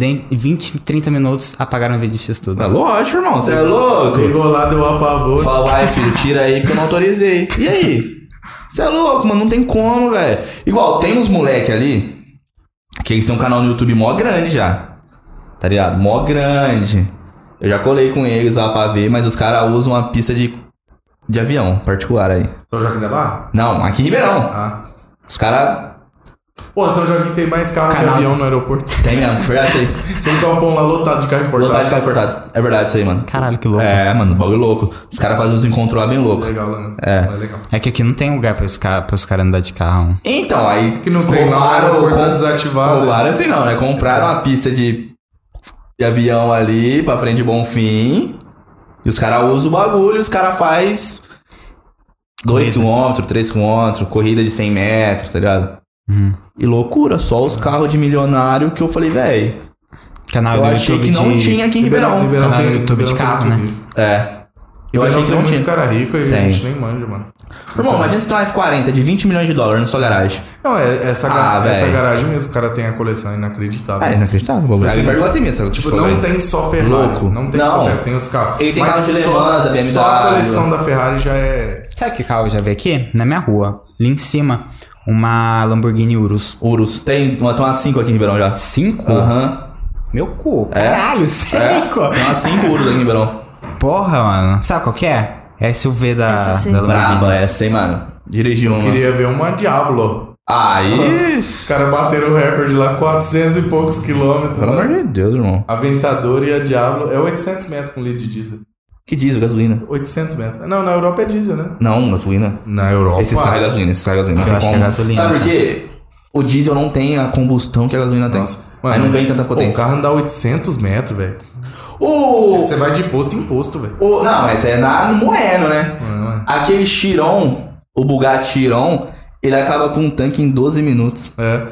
S1: Em 20, 30 minutos apagaram o vídeo do X Tudo.
S2: É lógico, irmão. Você é louco.
S4: Ligou lá, deu a favor.
S2: Fala, vai, filho, tira aí porque eu não autorizei. E aí? Você é louco, mano. Não tem como, velho. Igual, tem uns moleque ali que eles têm um canal no YouTube mó grande já. Tá ligado? Mó grande. Eu já colei com eles lá pra ver, mas os caras usam uma pista de, de avião particular aí.
S4: São Joaquim da Barra?
S2: Não, aqui em Ribeirão.
S4: Ah.
S2: Os caras.
S4: Pô, São Joaquim tem mais carro que
S1: Canal.
S4: avião no aeroporto.
S2: Tem mesmo, é verdade isso aí.
S4: Tem um galpão lá lotado de carro importado.
S2: Lotado de carro importado. É verdade isso aí, mano.
S1: Caralho, que louco. É.
S2: É, mano, bagulho louco. Os caras fazem uns encontros lá bem louco.
S4: Legal, lá, né? É. legal.
S1: que aqui não tem lugar pra os caras cara andar de carro.
S2: Então, aí.
S4: Que não tem lá, o
S2: roubaram-
S4: aeroporto tá
S2: com-
S4: desativado.
S2: Roubaram assim não, né? Compraram uma pista de, de avião ali pra frente de Bonfim. E os caras usam o bagulho, os caras faz 2km, 3km, corrida de 100 metros, tá ligado?
S1: Uhum.
S2: E loucura, só os carros de milionário que eu falei, véi.
S1: Canal
S2: Eu
S1: do
S2: achei
S1: YouTube
S2: que não
S1: de...
S2: tinha aqui em Ribeirão.
S1: Canal no YouTube de carro, né?
S2: É. Eu
S4: Ribeirão
S2: achei que
S4: tem
S2: não
S4: muito
S2: tinha.
S4: cara rico e a
S2: Tem.
S4: gente nem manja, mano.
S2: Irmão, imagina se é tem uma F40 de 20 milhões de dólares na sua garagem.
S4: Não, é, essa, ga-
S2: Ah,
S4: essa
S2: véi.
S4: garagem mesmo, o cara tem a coleção inacreditável.
S2: Ah, é inacreditável, o bagulho.
S4: Assim,
S2: Ele perdeu a temia, sabe?
S4: Tipo, não tem só Ferrari.
S2: Louco.
S4: Não tem
S2: Não.
S4: só Ferrari, tem outros carros.
S2: Ele tem
S4: Mas
S2: carro de Le
S4: só-
S2: Mans, da BMW.
S4: Só a coleção da Ferrari já é.
S1: Sabe que carro eu já vi aqui? Na minha rua. Ali em cima. Uma Lamborghini Urus.
S2: Urus. Tem, tem umas 5 aqui em Ribeirão já.
S1: Cinco?
S2: Aham.
S1: Meu cu.
S2: É?
S1: Caralho, cinco.
S2: Tem umas 5 Urus aqui em Ribeirão.
S1: Porra, mano. Sabe qual que é? É SUV da,
S3: SUV.
S1: da Lamborghini.
S2: Braba Tá essa, hein, mano. Dirigi uma.
S4: Queria ver uma Diablo.
S2: Aí.
S4: Os caras bateram o recorde lá, 400 e poucos quilômetros.
S2: Pelo
S4: né?
S2: amor de Deus, irmão.
S4: Aventador e a Diablo. É 800 metros com litro de diesel.
S2: Que diesel, gasolina.
S4: 800 metros. Não, na Europa é diesel, né?
S2: Não, gasolina.
S4: Na Europa.
S2: Esses carros é gasolina, esses carros é gasolina.
S1: Eu
S2: Não tem
S1: acho que
S2: como.
S1: é gasolina,
S2: Sabe
S1: né?
S2: por quê? O diesel não tem a combustão que a gasolina tem.
S4: Nossa, mano,
S2: Aí não vem tanta
S4: Pô, o
S2: potência.
S4: carro anda 800 metros, velho.
S2: O.
S4: Você vai de posto em posto, velho.
S2: o- Não, mas é na, no Moeno, né?
S4: Mano,
S2: Aquele Chiron, o Bugatti Chiron, ele acaba com um tanque em 12 minutos.
S4: É.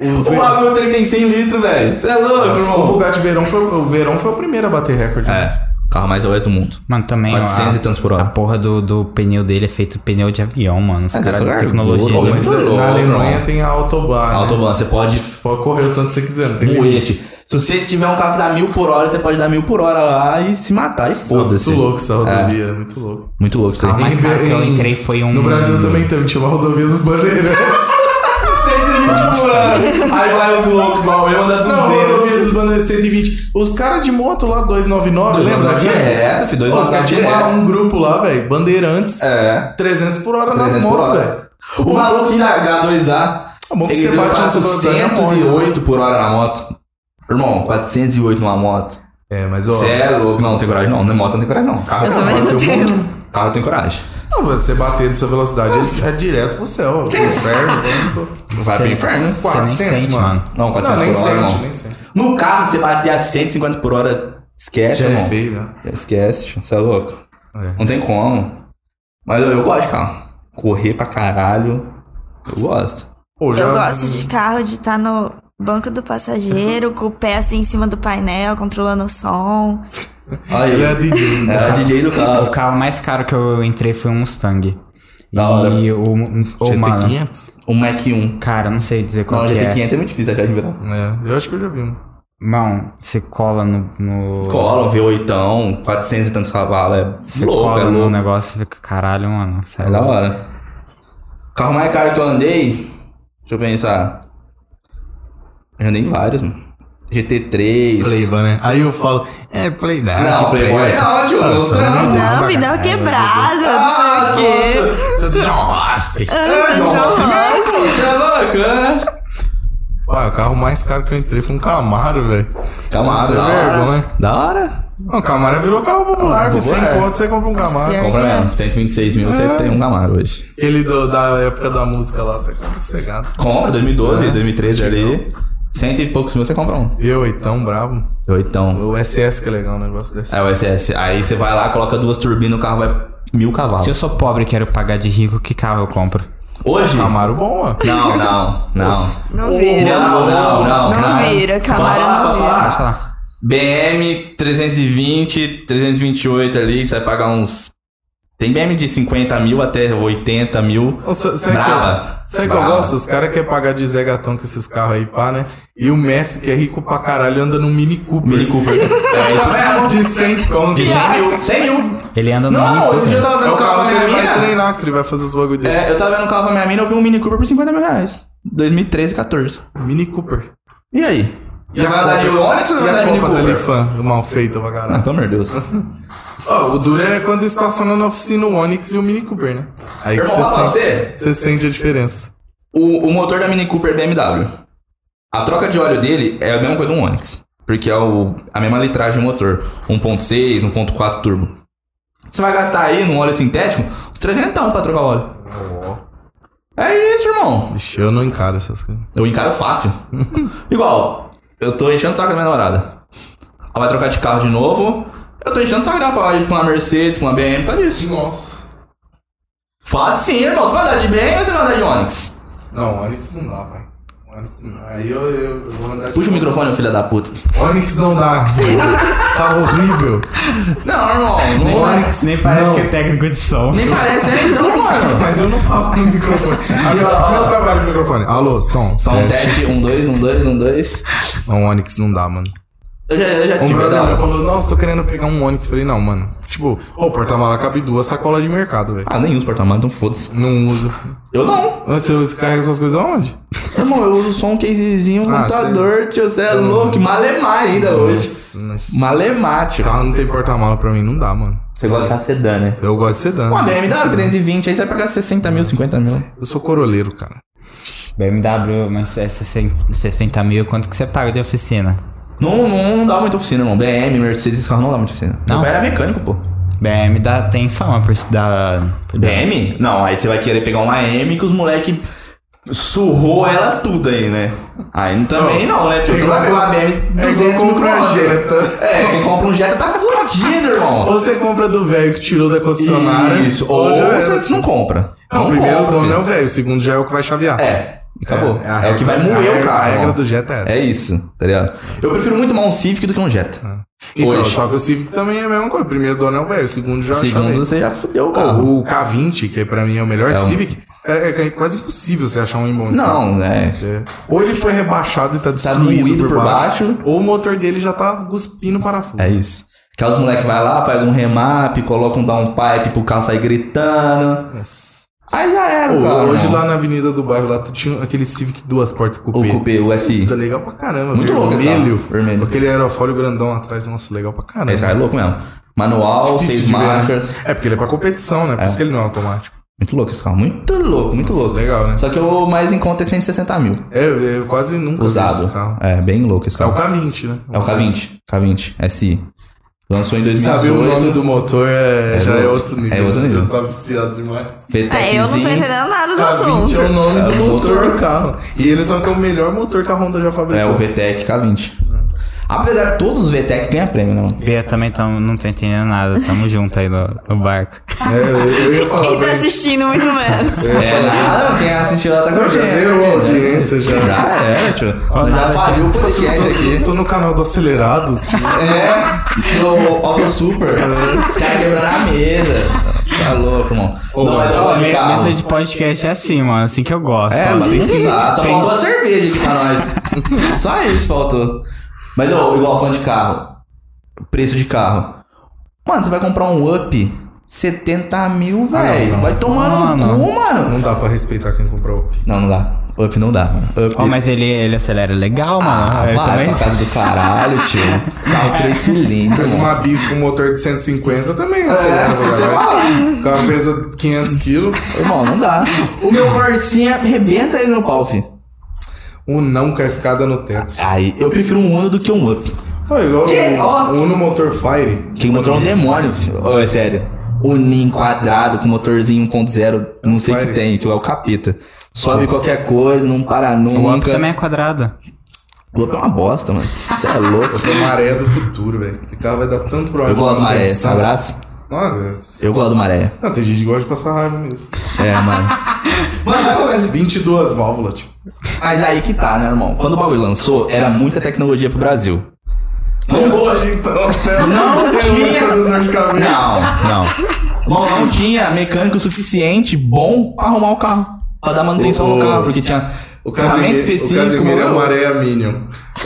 S2: O bagulho tem, tem 100 litros, velho. Você é louco,
S4: O
S2: irmão.
S4: Bugatti Verão foi, o Verão foi o primeiro a bater recorde.
S2: É, carro mais veloz do mundo.
S1: Mano, também. ó,
S2: 400 e tantos por
S1: A
S2: hora.
S1: porra do, do pneu dele é feito pneu de avião, mano. Os
S2: É,
S1: caras
S2: dessa
S1: da
S2: largura,
S1: tecnologia.
S2: pô,
S4: Pô,
S1: de-
S4: mas
S2: Muito
S4: na
S2: louco,
S4: Alemanha
S2: mano.
S4: tem a Autobahn. né?
S2: Autobahn, você pode
S4: Você pode correr o tanto que você quiser, não tem limite.
S2: moete. um Se você tiver um carro que dá mil por hora, você pode dar mil por hora lá e se matar. E foda-se.
S4: Muito louco
S2: É.
S4: essa rodovia, é muito louco.
S2: Muito louco isso aí.
S1: Ah, mas
S4: Em-
S1: cara, que eu
S4: em-
S1: entrei foi um.
S4: No Brasil também tem, chama Rodovia dos Bandeirantes.
S2: 120 por hora. Aí vai os loucos, mal eu ando
S4: né? Não, Rodovia dos Bandeirantes 120. Os caras de moto lá, 299, lembra
S2: é,
S4: daquele?
S2: Direto, filho.
S4: Pô, Os caras
S2: 299
S4: tinham lá
S2: direto.
S4: um grupo lá, velho, Bandeirantes,
S2: É.
S4: 300 por hora
S2: 300
S4: nas
S2: por
S4: motos,
S2: hora.
S4: velho.
S2: O maluco que na H2A.
S4: É bom que
S2: Ele
S4: você
S2: deu
S4: bate nessa velocidade, já morre, né?
S2: 408 por hora na moto. Irmão, 408 numa moto.
S4: É, mas ó,
S2: Você é louco. Não, não tem coragem não. Na moto não tem coragem não. Carro
S3: Eu
S2: não.
S3: também não
S4: bateu
S3: tenho.
S2: Carro tem coragem.
S4: não, você bater nessa velocidade é, é direto pro céu, pro inferno. né?
S2: Vai pro inferno.
S1: Você nem
S4: 400,
S1: sente,
S4: mano.
S1: mano.
S2: Não,
S4: Não,
S2: 400
S4: nem tipo,
S2: por hora
S4: sente,
S2: não.
S4: nem sente.
S2: No carro, você bater a 150 por hora, esquece,
S4: Já é
S2: irmão.
S4: feio, né?
S2: Esquece, tio. Você é louco.
S4: É.
S2: Não tem como. Mas eu, eu gosto de carro. Correr pra caralho. Eu gosto.
S4: Pô, Pô, já. um.
S3: Eu gosto de carro de estar no banco do passageiro, com o pé assim em cima do painel, controlando o som.
S2: Aí,
S4: Ele é DJ.
S2: é o DJ do
S1: O
S2: carro.
S1: carro mais caro que eu entrei foi um Mustang.
S2: Da hora.
S1: E o. o
S4: GT
S1: mano,
S4: 500?
S2: O Um Mac 1.
S1: Cara, não sei dizer qual
S2: Não,
S1: que é.
S2: GT500 é muito difícil achar de virar.
S4: É, eu acho que eu já vi um.
S1: Mão, você cola no. no-
S2: Cola, um V8, 400 e tantos cavalos.
S1: Você
S2: É louco,
S1: cola né?
S2: é
S1: no
S2: louco.
S1: negócio e fica, caralho, mano. Sai
S2: É da
S1: lá.
S2: hora. O carro mais caro que eu andei. Deixa eu pensar. Eu andei em vários, mano. GT3.
S4: Playboy, né? Aí eu falo, é Play. Não,
S2: Não,
S4: que
S2: Playboy é
S4: essa-
S2: não, tio,
S4: Ah,
S2: não,
S4: essa
S2: não.
S4: é
S3: Não,
S4: pra
S3: me dá uma
S4: caralho.
S3: quebrada,
S2: Ah,
S3: não sei o quê.
S4: Tudo John Off.
S3: Ah, não sei o
S2: Nossa,
S3: nome.
S2: mas, pô, Você é louco, né?
S4: Ué, o carro mais caro que eu entrei foi um Camaro, velho.
S2: Camaro,
S4: Você é
S2: Tá da hora.
S4: vergonha.
S2: Da hora.
S4: Não, Camaro virou carro
S2: Ah,
S4: popular, velho. Sem
S2: Popular.
S4: conta, você compra um Camaro.
S3: Pior
S2: Compra
S3: que é.
S2: mesmo. 126 mil, você tem um Camaro hoje.
S4: Ele do- da época da música lá, você compra sossegado.
S2: Compra, 2012, 2013 ali. Cento e poucos mil, você compra um.
S4: E o oitão brabo.
S2: Oitão.
S4: O SS que é legal o negócio desse.
S2: É o SS. Aí você vai lá, coloca duas turbinas, o carro vai mil cavalos.
S1: Se eu sou pobre e quero pagar de rico, que carro eu compro?
S2: Hoje?
S4: Camaro bom, ó.
S2: Não, não, não.
S3: Não vira.
S2: Não, não, não.
S3: Não
S2: cara.
S3: vira, Camaro
S2: Pode falar,
S3: não
S2: pode
S3: vira.
S2: falar.
S1: Pode falar.
S2: BM 320, 328 ali, você vai pagar uns. Tem BM de 50 mil até 80 mil.
S4: Ô, sa- Sabe
S2: Brava.
S4: que, eu- sabe que eu
S2: Brava.
S4: gosto? Os caras querem pagar de Zé Gatão com esses carros aí, pá, né? E o Messi, que é rico pra caralho, anda num Mini Cooper.
S2: Mini Cooper. É isso mesmo.
S4: De 100 conto.
S2: De 100 mil. 100 mil.
S1: Ele anda no Mini
S2: Não, esse
S1: Cooper.
S2: dia eu tava
S4: É
S2: vendo
S4: o carro
S2: pra
S4: que ele
S2: minha
S4: vai
S2: mina.
S4: treinar, que ele vai fazer os bagulho dele.
S2: É, eu tava vendo um carro pra minha mina, eu vi um Mini Cooper por 50 mil reais. 2013, 14.
S4: Mini Cooper.
S2: É. E aí? Já vai andar de Onix ou
S4: E
S2: vai andar
S4: a
S2: de Mini
S4: Copa da
S2: Cooper?
S4: Lifan, mal feita pra
S2: Ah,
S4: caralho.
S2: pelo amor de Deus.
S4: Ó, o duro é quando estaciona na oficina o Onix e o Mini Cooper, né? Aí que
S2: Eu
S4: você
S2: vou falar pra
S4: sente,
S2: você.
S4: você sente a diferença.
S2: O, o motor da Mini Cooper BMW. A troca de óleo dele é a mesma coisa do Onix. Porque é o, a mesma litragem do motor. 1.6, 1.4 turbo. Você vai gastar aí no óleo sintético uns 300 pra trocar o óleo. É isso, irmão.
S4: Ixi, eu não encaro essas coisas.
S2: Eu encaro fácil. Igual, eu tô enchendo o saco da minha namorada. Ela vai trocar de carro de novo. Eu tô enchendo o saco dela pra ir pra uma Mercedes, pra uma BM, por causa disso.
S4: Nossa.
S2: Fácil sim, irmão. Você vai andar de BM ou você vai andar de Onix?
S4: Não, Onix não dá, pai. Onix não dá. Aí eu, eu, eu vou andar de-
S2: Puxa o microfone, filha da puta.
S4: Onix não dá. tá horrível.
S2: Não, irmão. Não vai.
S4: Onix
S1: Nem parece
S4: não.
S1: que é técnico de som.
S2: Nem parece, hein? Então, mano.
S4: Mas eu não falo no microfone. Agora, meu trabalho no microfone. Alô, som.
S2: Só um teste, um, dois, um, dois, um, dois.
S4: Não, Onix não dá, mano.
S2: Eu já, eu já
S4: Um
S2: tive. né?
S4: brother
S2: dá.
S4: meu falou, nossa, tô querendo pegar um Onix. Falei, não, mano. Tipo, ô, porta-mala cabe duas sacolas de mercado, velho.
S2: Ah, nem uso porta-malas, então foda-se.
S4: Não usa.
S2: Eu não.
S4: Mas Você carrega suas coisas aonde?
S2: Irmão, eu uso só um casezinho, um
S4: Ah,
S2: computador, tio, você é louco. Malemar ainda hoje.
S4: Nossa.
S2: Malemar, tio.
S4: Carro não tem porta-mala pra mim, não dá, mano.
S2: Você gosta de carro sedã, né?
S4: Eu gosto de
S2: Uma
S4: sedã. eu gosto
S2: BMW
S4: de sedã.
S2: 320, aí você vai pagar 60 mil, 50 mil.
S4: Eu sou coroleiro, cara.
S1: BMW, mas é 60, 60 mil, quanto que você paga de oficina?
S2: Não, não, não dá muita oficina, irmão. BM, Mercedes, esse carro não dá muita oficina.
S1: Não?
S2: Meu pai era mecânico, pô.
S1: BM dá, tem fama por dar. por dar-
S2: BM? Não, aí você vai querer pegar uma M que os moleque surrou ela tudo aí, né? Aí também não, né? Tio, você vai pegar uma BM
S4: É igual
S2: 200 mil
S4: comprar
S2: por hora.
S4: Jetta.
S2: É, quem compra um Jetta tá fudido, irmão.
S4: Ou você compra do velho que tirou da concessionária.
S2: Isso, ou
S4: já era.
S2: você não compra.
S4: Não, o primeiro dono é o velho, o segundo já é o que vai chavear.
S2: É, acabou.
S4: É,
S2: É,
S4: é a
S2: o que vai
S4: regra-
S2: moer
S4: a
S2: o
S4: regra-
S2: carro.
S4: a regra
S2: irmão.
S4: do Jetta é essa.
S2: É isso, tá ligado? Eu prefiro muito mais um Civic do que um Jetta.
S4: Então,
S2: Hoje.
S4: só que o Civic também é a mesma coisa. O primeiro dono é o velho, o segundo já é o
S2: Segundo,
S4: chaveiro.
S2: você já fudeu o carro.
S4: Pô, o K20, que pra mim é o melhor
S2: É um-
S4: Civic, é, é quase impossível você achar um em bom estado.
S2: Não, é.
S4: É. Ou ele foi rebaixado e tá
S2: Tá
S4: destruído
S2: moído
S4: por, baixo,
S2: baixo.
S4: ou o motor dele já tá cuspindo parafuso.
S2: É isso. Aquelas moleque vai lá, faz um remap, coloca um downpipe pro carro sair gritando.
S4: Nossa.
S2: Aí já era,
S4: Pô,
S2: cara.
S4: hoje
S2: irmão.
S4: lá na avenida do bairro, lá tu tinha aquele Civic duas portas
S2: O
S4: cupê.
S2: cupê, o SI.
S4: Tá legal pra caramba.
S2: Muito louco esse
S4: vermelho.
S2: carro, vermelho.
S4: Aquele aerofólio grandão atrás, nossa, legal pra caramba.
S2: Esse carro é louco mesmo. Manual,
S4: Difícil
S2: seis
S4: de ver, né?
S2: marchas.
S4: É porque ele é pra competição, né? Por isso que ele não é automático.
S2: Muito louco esse carro. Muito louco, muito
S4: Nossa,
S2: louco.
S4: Legal, né?
S2: Só que o mais em conta é 160 mil.
S4: É, Eu, eu quase nunca vi
S2: Usado.
S4: esse carro.
S2: É, bem louco esse
S4: É o
S2: carro.
S4: K20, né?
S2: É o K20. K20 SI. Lançou em
S4: Saber o nome
S2: 2018.
S4: do motor é-
S2: É
S4: já é
S2: louco.
S4: outro nível.
S2: É outro nível.
S4: Eu tava viciado demais.
S2: Tá,
S3: Ah, eu não tô entendendo nada do
S4: K20
S3: assunto.
S4: é o nome
S2: É
S4: do
S2: o
S4: motor
S2: motor.
S4: do carro. E eles falam que é o melhor motor que a Honda já fabricou.
S2: É o VTEC K20. Apesar que todos os VTEC ganham prêmio, né, mano?
S1: Bia também tamo, não tô entendendo nada, tamo junto aí no, no barco.
S4: É, eu, eu ia falar
S3: Quem tá
S4: pra ele.
S3: assistindo muito menos.
S4: Eu ia
S2: É,
S4: falar,
S2: nada, quem assistiu lá tá com
S4: "Não, né? já zerou a audiência já.
S2: Já é, tio. Já faliu o podcast aqui.
S4: Tô, tô no canal do Acelerados, tio.
S2: É, no Auto Super. Os caras quebraram a mesa. Tá louco, irmão. não, é pra
S1: Me-
S2: falar
S1: Mesa
S2: de
S1: de podcast é assim, mano, assim que eu gosto.
S2: É,
S1: ó,
S2: mas
S1: tem que-
S2: exato. Só
S1: tem-
S2: faltou a cerveja aqui pra nós. Só isso faltou. Mas, ô, igual falando de carro. Preço de carro. Mano, você vai comprar um up 70 mil, velho.
S4: não,
S2: vai tomar no
S1: Não,
S2: cu, mano.
S4: Não dá pra respeitar quem comprou.
S2: Não, não dá. Up não dá, mano. Up.
S1: Ó, mas ele, ele acelera legal,
S2: Ah,
S1: mano.
S2: vai
S1: Eu também.
S2: pra casa do caralho, tio. Carro 3 cilindros,
S4: Mas
S2: mano.
S4: uma bis com motor de 150
S2: É,
S4: também acelera pra
S2: você
S4: caralho. O carro pesa 500 quilos.
S2: Irmão, não dá. O meu Corsinha arrebenta ele no pau, fi.
S4: Um não com a escada no teto.
S2: Aí, eu prefiro um Uno do que um Up.
S4: Ó, igual
S2: Que? Ó.
S4: o Uno Motor Fire.
S2: Que motor é um demônio, filho. Ô, é sério. O Nin quadrado com motorzinho 1.0, não sei o que
S4: Vai.
S2: tem, que lá é o capeta. Sobe qualquer coisa, não para
S1: O Amp
S2: nunca.
S1: também é quadrado.
S2: O Up é uma bosta, mano. Você é louco.
S4: É a maré do futuro, velho. Aquele carro vai dar tanto problema.
S2: Eu gosto do
S4: de
S2: Maré,
S4: manutenção.
S2: abraço.
S4: Nossa.
S2: Eu gosto do Maré.
S4: Não, tem gente que gosta de passar raiva mesmo.
S2: É, mano. Mano, sabe qual é esse
S4: 22 válvulas, tipo.
S2: Mas aí que tá, né, irmão? Quando o bagulho lançou, era muita tecnologia pro Brasil.
S4: Não hoje, então. Até
S2: Não tinha.
S4: Tem tá muita dor de cabeça.
S2: Não, não. Bom, não tinha mecânico suficiente bom pra arrumar o carro. Pra dar manutenção
S4: O-
S2: no carro, porque tinha
S4: O
S2: ferramenta
S4: Casimiro, o
S2: específica.
S4: Casimiro é o Maré Minion.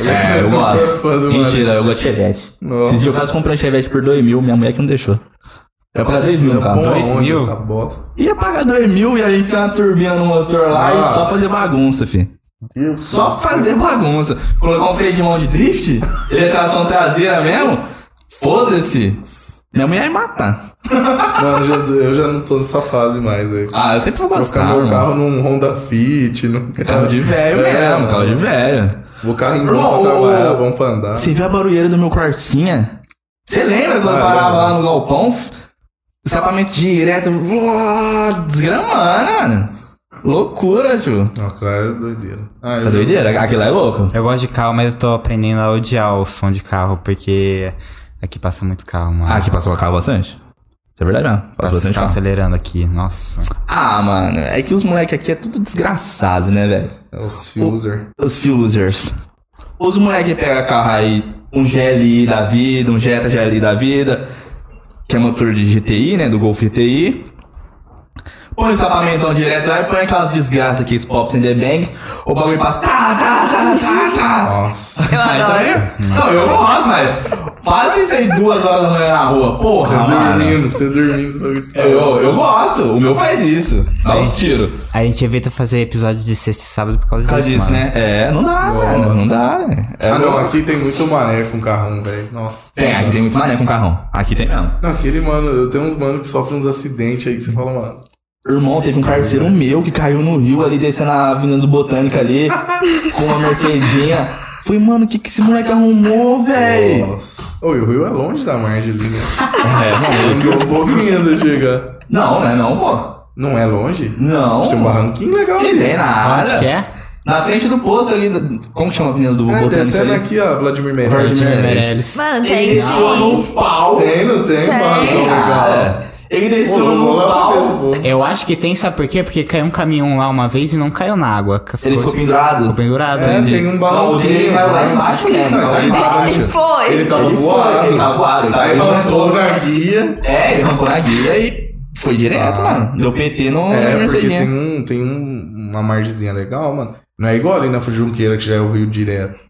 S4: Ele
S2: É, eu
S4: é fã do
S2: gosto.
S4: Maré.
S2: Mentira, eu gosto de Chevette.
S4: Nossa.
S2: Esses dias eu quase comprei um Chevette por 2 mil, minha mulher que não deixou. Eu ia pagar 2 É mil, cara.
S4: É né? Bom,
S1: Dois
S4: aonde
S1: mil?
S4: Essa bosta.
S2: Ia pagar 2 mil e aí enfiar uma turbina no motor lá e só
S4: Nossa.
S2: fazer bagunça, fi. Só fazer bagunça. Colocar um freio de mão de drift? Ele é tração traseira mesmo? Foda-se. Minha mulher ia matar.
S4: Mano, eu já, eu já não tô nessa fase mais, velho.
S2: Ah, eu sempre vou gostar.
S4: Trocar meu
S2: mano.
S4: carro num Honda Fit. Num...
S2: Carro de velho
S4: É,
S2: mesmo,
S4: mano.
S2: carro de velho.
S4: Vou carro em
S2: Irmão,
S4: bom pra
S2: ô,
S4: trabalhar,
S2: ô,
S4: bom pra andar.
S2: Você viu a barulheira do meu Corsinha? Você lembra quando
S4: Ah,
S2: parava
S4: lembro.
S2: lá no galpão? f- Escapamento direto, vó, desgramando, mano. Loucura, tio.
S4: Não, claro, é doideira. Ah, eu
S2: É doideira, aquilo lá é louco.
S1: Eu gosto de carro, mas eu tô aprendendo a odiar o som de carro, porque aqui passa muito carro, mano.
S2: Ah, aqui passou carro bastante. Isso é verdade mesmo. Passou
S1: Passa esse
S2: bastante
S1: carro
S2: carro.
S1: acelerando aqui, nossa.
S2: Ah, mano, é que os moleques aqui é tudo desgraçado, né, velho?
S4: É os Fuser.
S2: Os fusers. Os moleque pega carro aí, um GLI da vida, um Jetta GLI da vida, que é motor de GTI, né, do Golf GTI. Põe o escapamentão direto aí, põe aquelas desgraças que pops in the bank, o bagulho passa tá, tá, tá, tá, tá.
S4: Nossa.
S3: Eu
S2: Aí
S3: adoro.
S2: também- Não, eu gosto, velho. Faz isso aí duas horas da manhã na rua,
S4: Você
S2: porra, mano. É,
S4: dormindo, você dormindo, você tá- vai ver esse carro.
S2: Eu, eu gosto, o meu faz isso. Dá uns tiros.
S1: A gente evita fazer episódio de sexta e sábado por causa,
S2: Por causa
S1: disso,
S2: disso,
S1: mano.
S2: né? É, não dá, mano, não dá. É,
S4: Ah, não,
S2: louco.
S4: aqui tem muito mané com carrão, velho. Nossa.
S2: Tem, aqui tem muito mané com carrão. Aqui tem mesmo.
S4: Não, aquele mano, eu tenho uns mano que sofrem uns acidentes aí que você fala, mano.
S2: Irmão, teve um parceiro meu que caiu no rio ali, descendo a Avenida do Botânica ali, com uma Mercedinha. Falei, mano, o que, que esse moleque arrumou, velho?
S4: Nossa. Ô, e o Rio é longe da margem ali, né?
S2: É, não,
S4: Andou um pouquinho ainda chegar.
S2: não, não é não, pô.
S4: Não é longe?
S2: Não.
S4: Tem um barranquinho legal
S2: Que
S4: ali.
S2: tem nada.
S1: Onde que é?
S2: Na frente do posto ali. do- Como que chama a Avenida do
S4: É,
S2: Botânica
S4: descendo
S2: ali?
S4: aqui, ó,
S2: Vladimir
S4: Vladimir Meirelles.
S2: Meirelles.
S3: Mano, tem
S2: Ele desceu
S3: sim.
S2: no pau.
S4: Tem, não tem,
S3: Tem,
S4: barrancão legal.
S2: Cara, ele desceu
S4: Pô, vou
S2: no
S4: lá
S2: pau.
S4: pra ver esse povo.
S1: Eu acho que tem, sabe por quê? Porque caiu um caminhão lá uma vez e não caiu na água.
S2: Ele ficou
S1: tipo,
S2: pendurado.
S1: ficou pendurado.
S4: É,
S1: entendi.
S4: tem um
S2: Não, o dinheiro
S4: balãozinho.
S2: caiu lá embaixo mesmo.
S4: Não, então ele
S2: Lá
S4: tava-
S3: Ele foi.
S4: Ele tava
S2: Ele foi,
S4: voado.
S2: ele tava voado, ele
S4: Aí
S2: tava
S4: rampou
S2: voando.
S4: na guia.
S2: É, ele arrancou na guia e foi direto, mano. Deu PT no
S4: É, porque
S2: Mercedinha.
S4: tem, um, tem um- uma margezinha legal, mano. Não é igual ali na Junqueira, que já é o rio direto.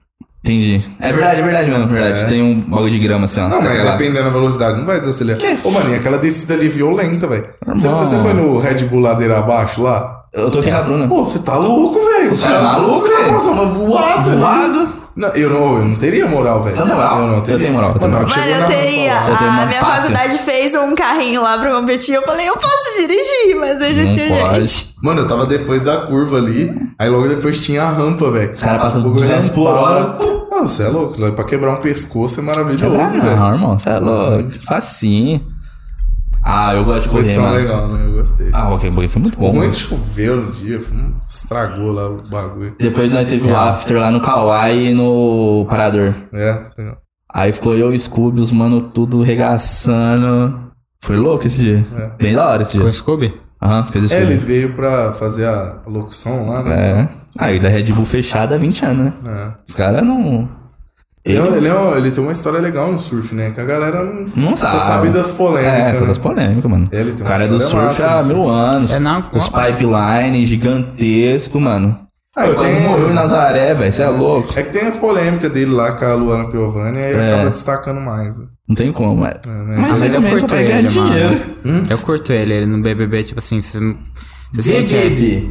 S2: Entendi. É verdade, é verdade mesmo, é verdade.
S4: É.
S2: Tem um bagulho de grama assim, ó.
S4: Não, mas
S2: Aquela-
S4: dependendo da velocidade, não vai desacelerar.
S2: Que?
S4: Ô, mano, e aquela descida ali é violenta, velho. Você,
S2: Irmão.
S4: você foi no Red Bull ladeira abaixo lá?
S2: Eu tô aqui na Bruna.
S4: Pô, você tá louco, velho. Os
S2: Você é maluco,
S4: Os caras
S2: velho?
S4: passavam voado, ali.
S2: Voado.
S4: Não, eu não, eu não teria moral, velho.
S2: Você não tem moral?
S4: Eu não
S2: Eu
S4: teria.
S2: tenho moral, eu tenho
S4: Mano,
S2: moral.
S3: Mano,
S4: chegou
S3: eu
S4: na-
S3: teria.
S2: Eu tenho uma
S3: A minha
S2: fácil.
S3: faculdade fez um carrinho lá pra competir. Eu falei, eu posso dirigir, mas eu já
S2: Não
S3: tinha
S2: pode.
S3: gente.
S4: Mano, eu tava depois da curva ali, aí logo depois tinha a rampa, velho. Os
S2: caras passam 200 por hora.
S4: Não, você é louco. lá Pra quebrar um pescoço é maravilhoso,
S2: Não,
S4: velho.
S2: irmão, você é louco. Facinho. Ah, eu gosto de correr,
S4: Competição
S2: mano.
S4: legal, né? Eu gostei.
S2: Ah, o Rock and Roll foi muito
S4: O
S2: bom.
S4: ruim é
S2: mano.
S4: que choveu no dia, foi um- estragou lá o bagulho.
S2: Depois nós teve o after lá no Kawaii e no Parador.
S4: É, legal.
S2: Aí ficou eu e Scooby, os mano tudo regaçando. Foi louco esse dia.
S4: É.
S2: Bem da hora esse
S1: Com
S2: dia.
S1: o Scooby?
S2: Aham, fez esse
S4: É, ele
S2: dia.
S4: veio pra fazer a locução lá,
S2: É.
S4: né?
S2: Aí da Red Bull fechada há 20 anos, né?
S4: É.
S2: Os caras não. Ele-
S4: Ele, é um- ele é um- ele tem uma história legal no surf, né? Que a galera não,
S2: Não
S4: Só
S2: sabe.
S4: sabe das polêmicas.
S2: É, só das
S4: né?
S2: polêmicas, mano.
S4: Ele
S2: O
S4: tem uma
S2: cara é do
S4: história
S2: surf
S4: massa,
S2: há
S4: assim.
S2: mil anos.
S1: É, não.
S2: Os pipeline gigantesco, mano.
S4: Ah,
S2: Aí quase
S4: tem-
S2: morreu em Nazaré, velho. Você é louco.
S4: É que tem as polêmicas dele lá com a Luana Piovani e
S2: É.
S4: acaba destacando mais, né?
S2: Não tem como, é.
S4: É, né?
S2: Mas
S1: Mas
S2: aí
S1: eu
S2: também só
S1: curto
S2: vai ganhar
S1: ele, mano. Hum?
S2: dinheiro.
S1: Eu curto ele, ele no BBB, tipo assim, você você sente...
S2: Bebê.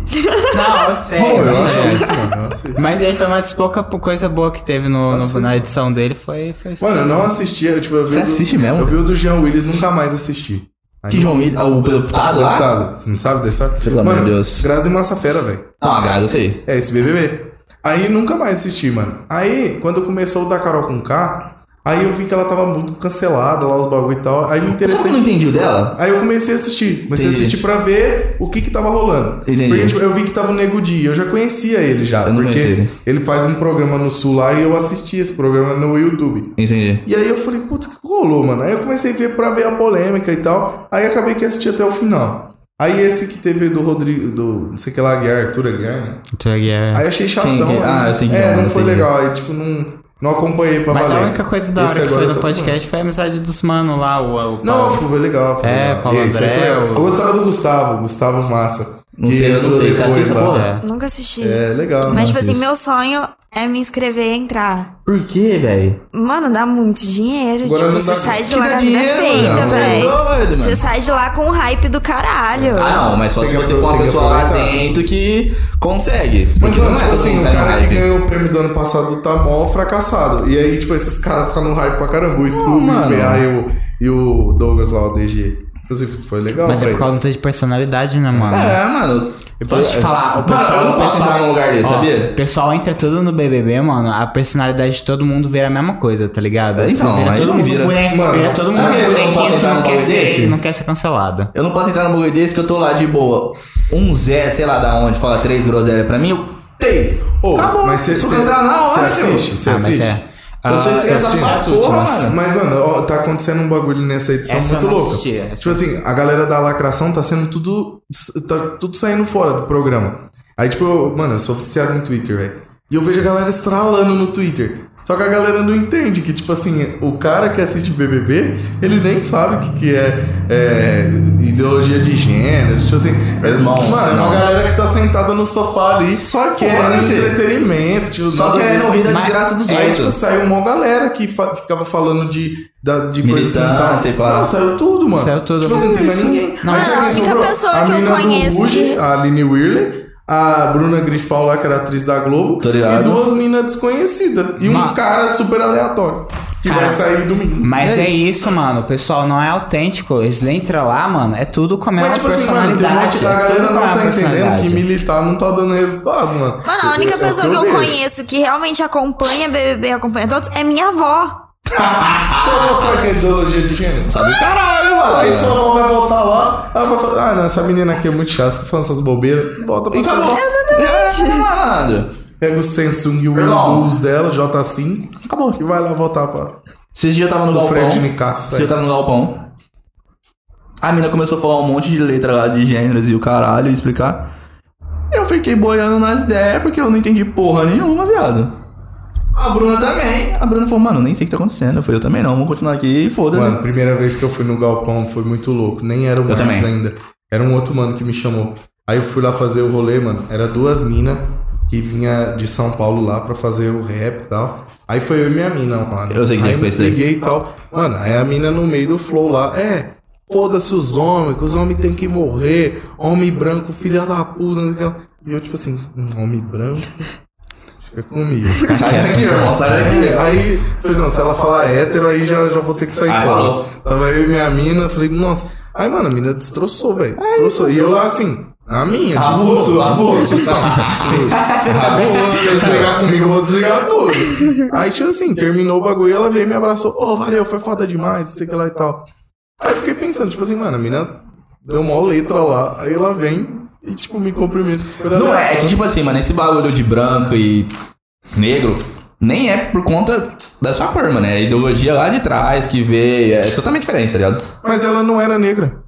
S1: Não, eu sei.
S4: Pô, eu
S2: é,
S1: mas-
S4: assisto, mano. Eu assisto.
S1: Mas ele foi uma das poucas coisa boa que teve no, no-
S4: Assisto.
S1: na edição dele, foi, foi isso.
S4: Mano, eu não assisti. Eu, tipo, eu vi
S2: Você
S4: o do-
S2: assiste mesmo?
S4: Eu vi o do Jean Willis, nunca mais assisti. Aí-
S2: Que João Willis, ah, o deputado lá?
S4: Deputado, você não sabe dessa?
S2: Pelo amor
S4: mano,
S2: de Deus.
S4: Grazi Massa Fera, velho.
S2: Não, agrada, Ah, eu sei.
S4: É esse BBB. Aí nunca mais assisti, mano. Aí, quando começou o da Carol com K, aí eu vi que ela tava muito cancelada lá, os bagulho e tal. Aí me
S2: Sabe que
S4: interessei
S2: eu não entendi o dela?
S4: Aí eu comecei a assistir.
S2: Entendi.
S4: Comecei a assistir pra ver o que que tava rolando.
S2: Entendi.
S4: Porque tipo, eu vi que tava o Nego Di. Eu já conhecia ele já.
S2: Eu não
S4: porque
S2: conhecia ele.
S4: faz um programa no Sul lá e eu assisti esse programa no YouTube.
S2: Entendi.
S4: E aí eu falei, putz, o que rolou, mano? Aí eu comecei a ver pra ver a polêmica e tal. Aí acabei que assisti até o final. Aí esse que teve do Rodrigo, do não sei o que lá, Guiar, Arthur Aguiar, né?
S1: Então, é-
S4: Aí achei chatão.
S2: que-
S4: né?
S2: ah, eu sei quem é,
S4: É, não
S2: eu
S4: foi
S2: sei quem é.
S4: legal. Aí tipo, não, não acompanhei pra
S1: Mas
S4: valer.
S1: a única coisa da
S4: Esse
S1: hora que
S4: agora
S1: foi
S4: eu
S1: no
S4: tô
S1: podcast foi a amizade dos mano lá, o, o
S4: Não,
S1: Paulo.
S4: tipo, foi legal. Foi
S1: É,
S4: legal.
S1: Paulo
S4: E aí, isso aí foi
S1: André,
S4: legal.
S1: o-
S4: Eu gostava do Gustavo, Gustavo Massa.
S2: Não
S4: que
S2: sei, eu não
S4: entrou
S2: sei. Você
S4: depois
S2: assiste essa
S4: lá.
S2: porra?
S3: Nunca assisti.
S4: É, legal.
S3: Mas, tipo
S2: assisto.
S3: assim, meu sonho é me inscrever e entrar.
S2: Por quê, velho?
S3: Mano, dá muito dinheiro.
S4: Agora
S3: tipo,
S4: não
S3: você
S4: dá-
S3: sai de
S2: Que
S3: lá
S2: dá
S3: com a vida
S2: dinheiro,
S3: feita,
S2: mano. Você é doido,
S3: velho.
S2: mano.
S3: Você sai de lá com um hype do caralho.
S2: Ah, não, mas só
S4: Tem
S2: se
S4: que
S2: você for uma
S4: aproveitar.
S2: pessoa lá dentro que consegue.
S4: Mas,
S2: Porque
S4: mano,
S2: não é
S4: tipo assim, o
S2: tá na
S4: cara que
S2: hype.
S4: ganhou o prêmio do ano passado tá mó fracassado. E aí, tipo, esses caras ficam no hype pra caramba. O Scooby,
S2: mano.
S4: o BA e o, e o Douglas lá, o DG. Inclusive, assim, foi legal.
S1: Mas é
S4: pra
S1: por causa
S4: eles.
S1: do de personalidade, né, mano?
S2: É, mano.
S1: Eu posso te falar, o
S2: Mano,
S1: pessoal.
S2: eu não
S1: o
S2: posso
S1: pessoal-
S2: entrar num lugar desse,
S1: ó,
S2: sabia?
S1: O pessoal entra tudo no BBB, mano. A personalidade de todo mundo vira a mesma coisa, tá ligado?
S2: É, então,
S1: vira
S2: aí
S1: todo
S2: não
S1: mundo
S2: vira.
S1: boneco,
S4: Mano,
S1: vira todo mundo
S2: sabe que eu não posso
S1: bonequinho que
S2: entrar
S1: não
S2: num
S1: quer,
S2: bagulho desse?
S1: ser, não quer ser cancelado.
S2: Eu não posso entrar num bagulho desse que eu tô lá de boa. Um Zé, sei lá da onde, fala três groselhas pra mim, eu tei.
S4: Ô,
S2: Acabou. é
S4: mas você
S2: Sou
S4: você-
S2: cancelado na
S4: você
S2: hora, tio.
S4: assiste, você
S1: Ah, mas
S4: assiste.
S1: é.
S2: Eu sou
S1: Ah,
S2: estrela da
S1: você assistiu
S2: porra,
S1: as últimas?
S2: mano.
S4: Mas, mano, ó, tá acontecendo um bagulho nessa edição
S2: é
S1: Essa eu
S4: muito
S1: não
S4: louca.
S1: assisti, essa
S4: tipo
S1: eu
S4: assim, a galera da lacração tá sendo tudo. tá tudo saindo fora do programa. Aí, tipo, eu- mano, eu sou viciado em Twitter, velho. E eu vejo a galera estralando no Twitter. Só que a galera não entende que, tipo assim, o cara que assiste BBB, ele nem sabe o que, que é, é, ideologia de gênero. Tipo assim, é-
S2: Irmão,
S4: mano, é
S2: não.
S4: uma galera que tá sentada no sofá ali,
S2: Só
S4: querendo
S2: foda-se.
S4: entretenimento. Tipo,
S2: Só
S4: nada
S2: querendo
S4: a ver.
S2: rir da
S1: Mas-
S2: desgraça dos
S4: Aí,
S2: outros.
S4: tipo, saiu uma galera que fa- ficava falando de, da, de coisas assim.
S2: Militância
S4: Tá?
S2: e pá.
S4: Não, saiu tudo, mano.
S1: Saiu tudo.
S4: Tipo assim, não tem mais
S1: Isso.
S4: ninguém.
S1: Não,
S4: Aí
S1: mas
S4: sabe
S3: a
S4: quem
S3: única pessoa que eu
S4: mina do
S3: conheço
S4: Ruge,
S3: que-
S4: a Aline Whirley, a Bruna Grifal lá, que era atriz da Globo,
S2: Tô ligado.
S4: e duas minas desconhecidas. E um
S1: Ma-
S4: cara super aleatório. Que
S1: Cara,
S4: vai sair domingo.
S1: Mas é, isso, mano. O pessoal não é autêntico. Eles entram lá, mano, é tudo com a mesma
S4: Mas, tipo assim, mano,
S1: personalidade.
S4: tem um monte da
S1: é tudo
S4: galera
S1: com a
S4: não tá
S1: mesma
S4: entendendo que
S1: personalidade.
S4: militar não tá dando resultado, mano.
S3: Mano, a
S4: É
S3: única
S4: o
S3: pessoa que eu
S4: vejo.
S3: conheço que realmente acompanha BBB, acompanha todos, é minha avó.
S4: Só não sabe que é ideologia de gênero.
S2: Sabe o caralho, mano.
S4: Aí sua avó vai voltar lá, ela vai falar, ah, não, essa menina aqui é muito chata, fica falando essas bobeiras. Bota pra
S2: Acabou.
S4: fora.
S2: Exatamente. malandro.
S4: Pega o Samsung e o
S2: Irmão.
S4: Windows dela, J5,
S2: Acabou.
S4: e vai lá voltar pra
S2: Esses dias eu tava tá no
S4: o
S2: galpão.
S4: Fred tá
S2: Esses
S4: Nicasso.
S2: dias eu tava tá no galpão. A mina começou a falar um monte de letra lá de gêneros e o caralho, e explicar. Eu fiquei boiando nas ideias porque eu não entendi porra nenhuma, viado. A Bruna também. A Bruna falou, mano, nem sei o que tá acontecendo. Eu falei, eu também não, vamos continuar aqui e foda-se.
S4: Mano, primeira vez que eu fui no galpão foi muito louco. Nem era o Marcos
S2: também.
S4: ainda. Era um outro mano que me chamou. Aí eu fui lá fazer o rolê, mano. Era duas minas que vinha de São Paulo lá pra fazer o rap e tal. Aí foi eu e minha mina, mano.
S2: Eu sei é que
S4: aí
S2: dia foi isso daí.
S4: liguei e tal. Mano, aí a mina no meio do flow lá. É, foda-se os homens, que os homens têm que morrer. Homem branco, filha da puta. não sei o que lá. E eu, tipo assim, hum, homem branco? Fica comigo.
S2: Sai daqui, irmão, sai daqui.
S4: É, aí, falei, não, se ela falar hétero, aí já, já vou ter que sair
S2: Ah,
S4: fora.
S2: falou.
S4: Tava eu e minha mina, falei, nossa. Aí, mano, a mina destroçou, velho. Destroçou. E eu lá assim, na minha. Então,
S2: Avulso, avulso.
S4: Se eles brigar comigo, eu vou desligar tudo. Aí, tipo assim, terminou o bagulho, ela veio e me abraçou. Ô, valeu, foi foda demais, não sei o que lá e tal. Aí eu fiquei pensando, tipo assim, mano, a menina deu mó letra lá, aí ela vem e, tipo, me cumprimenta super
S2: Não é, é
S4: aleatório.
S2: que tipo assim, mano, esse bagulho de branco e negro nem é por conta da sua cor, mano. É a ideologia lá de trás que veio. É totalmente diferente, tá ligado?
S4: Mas ela não era negra.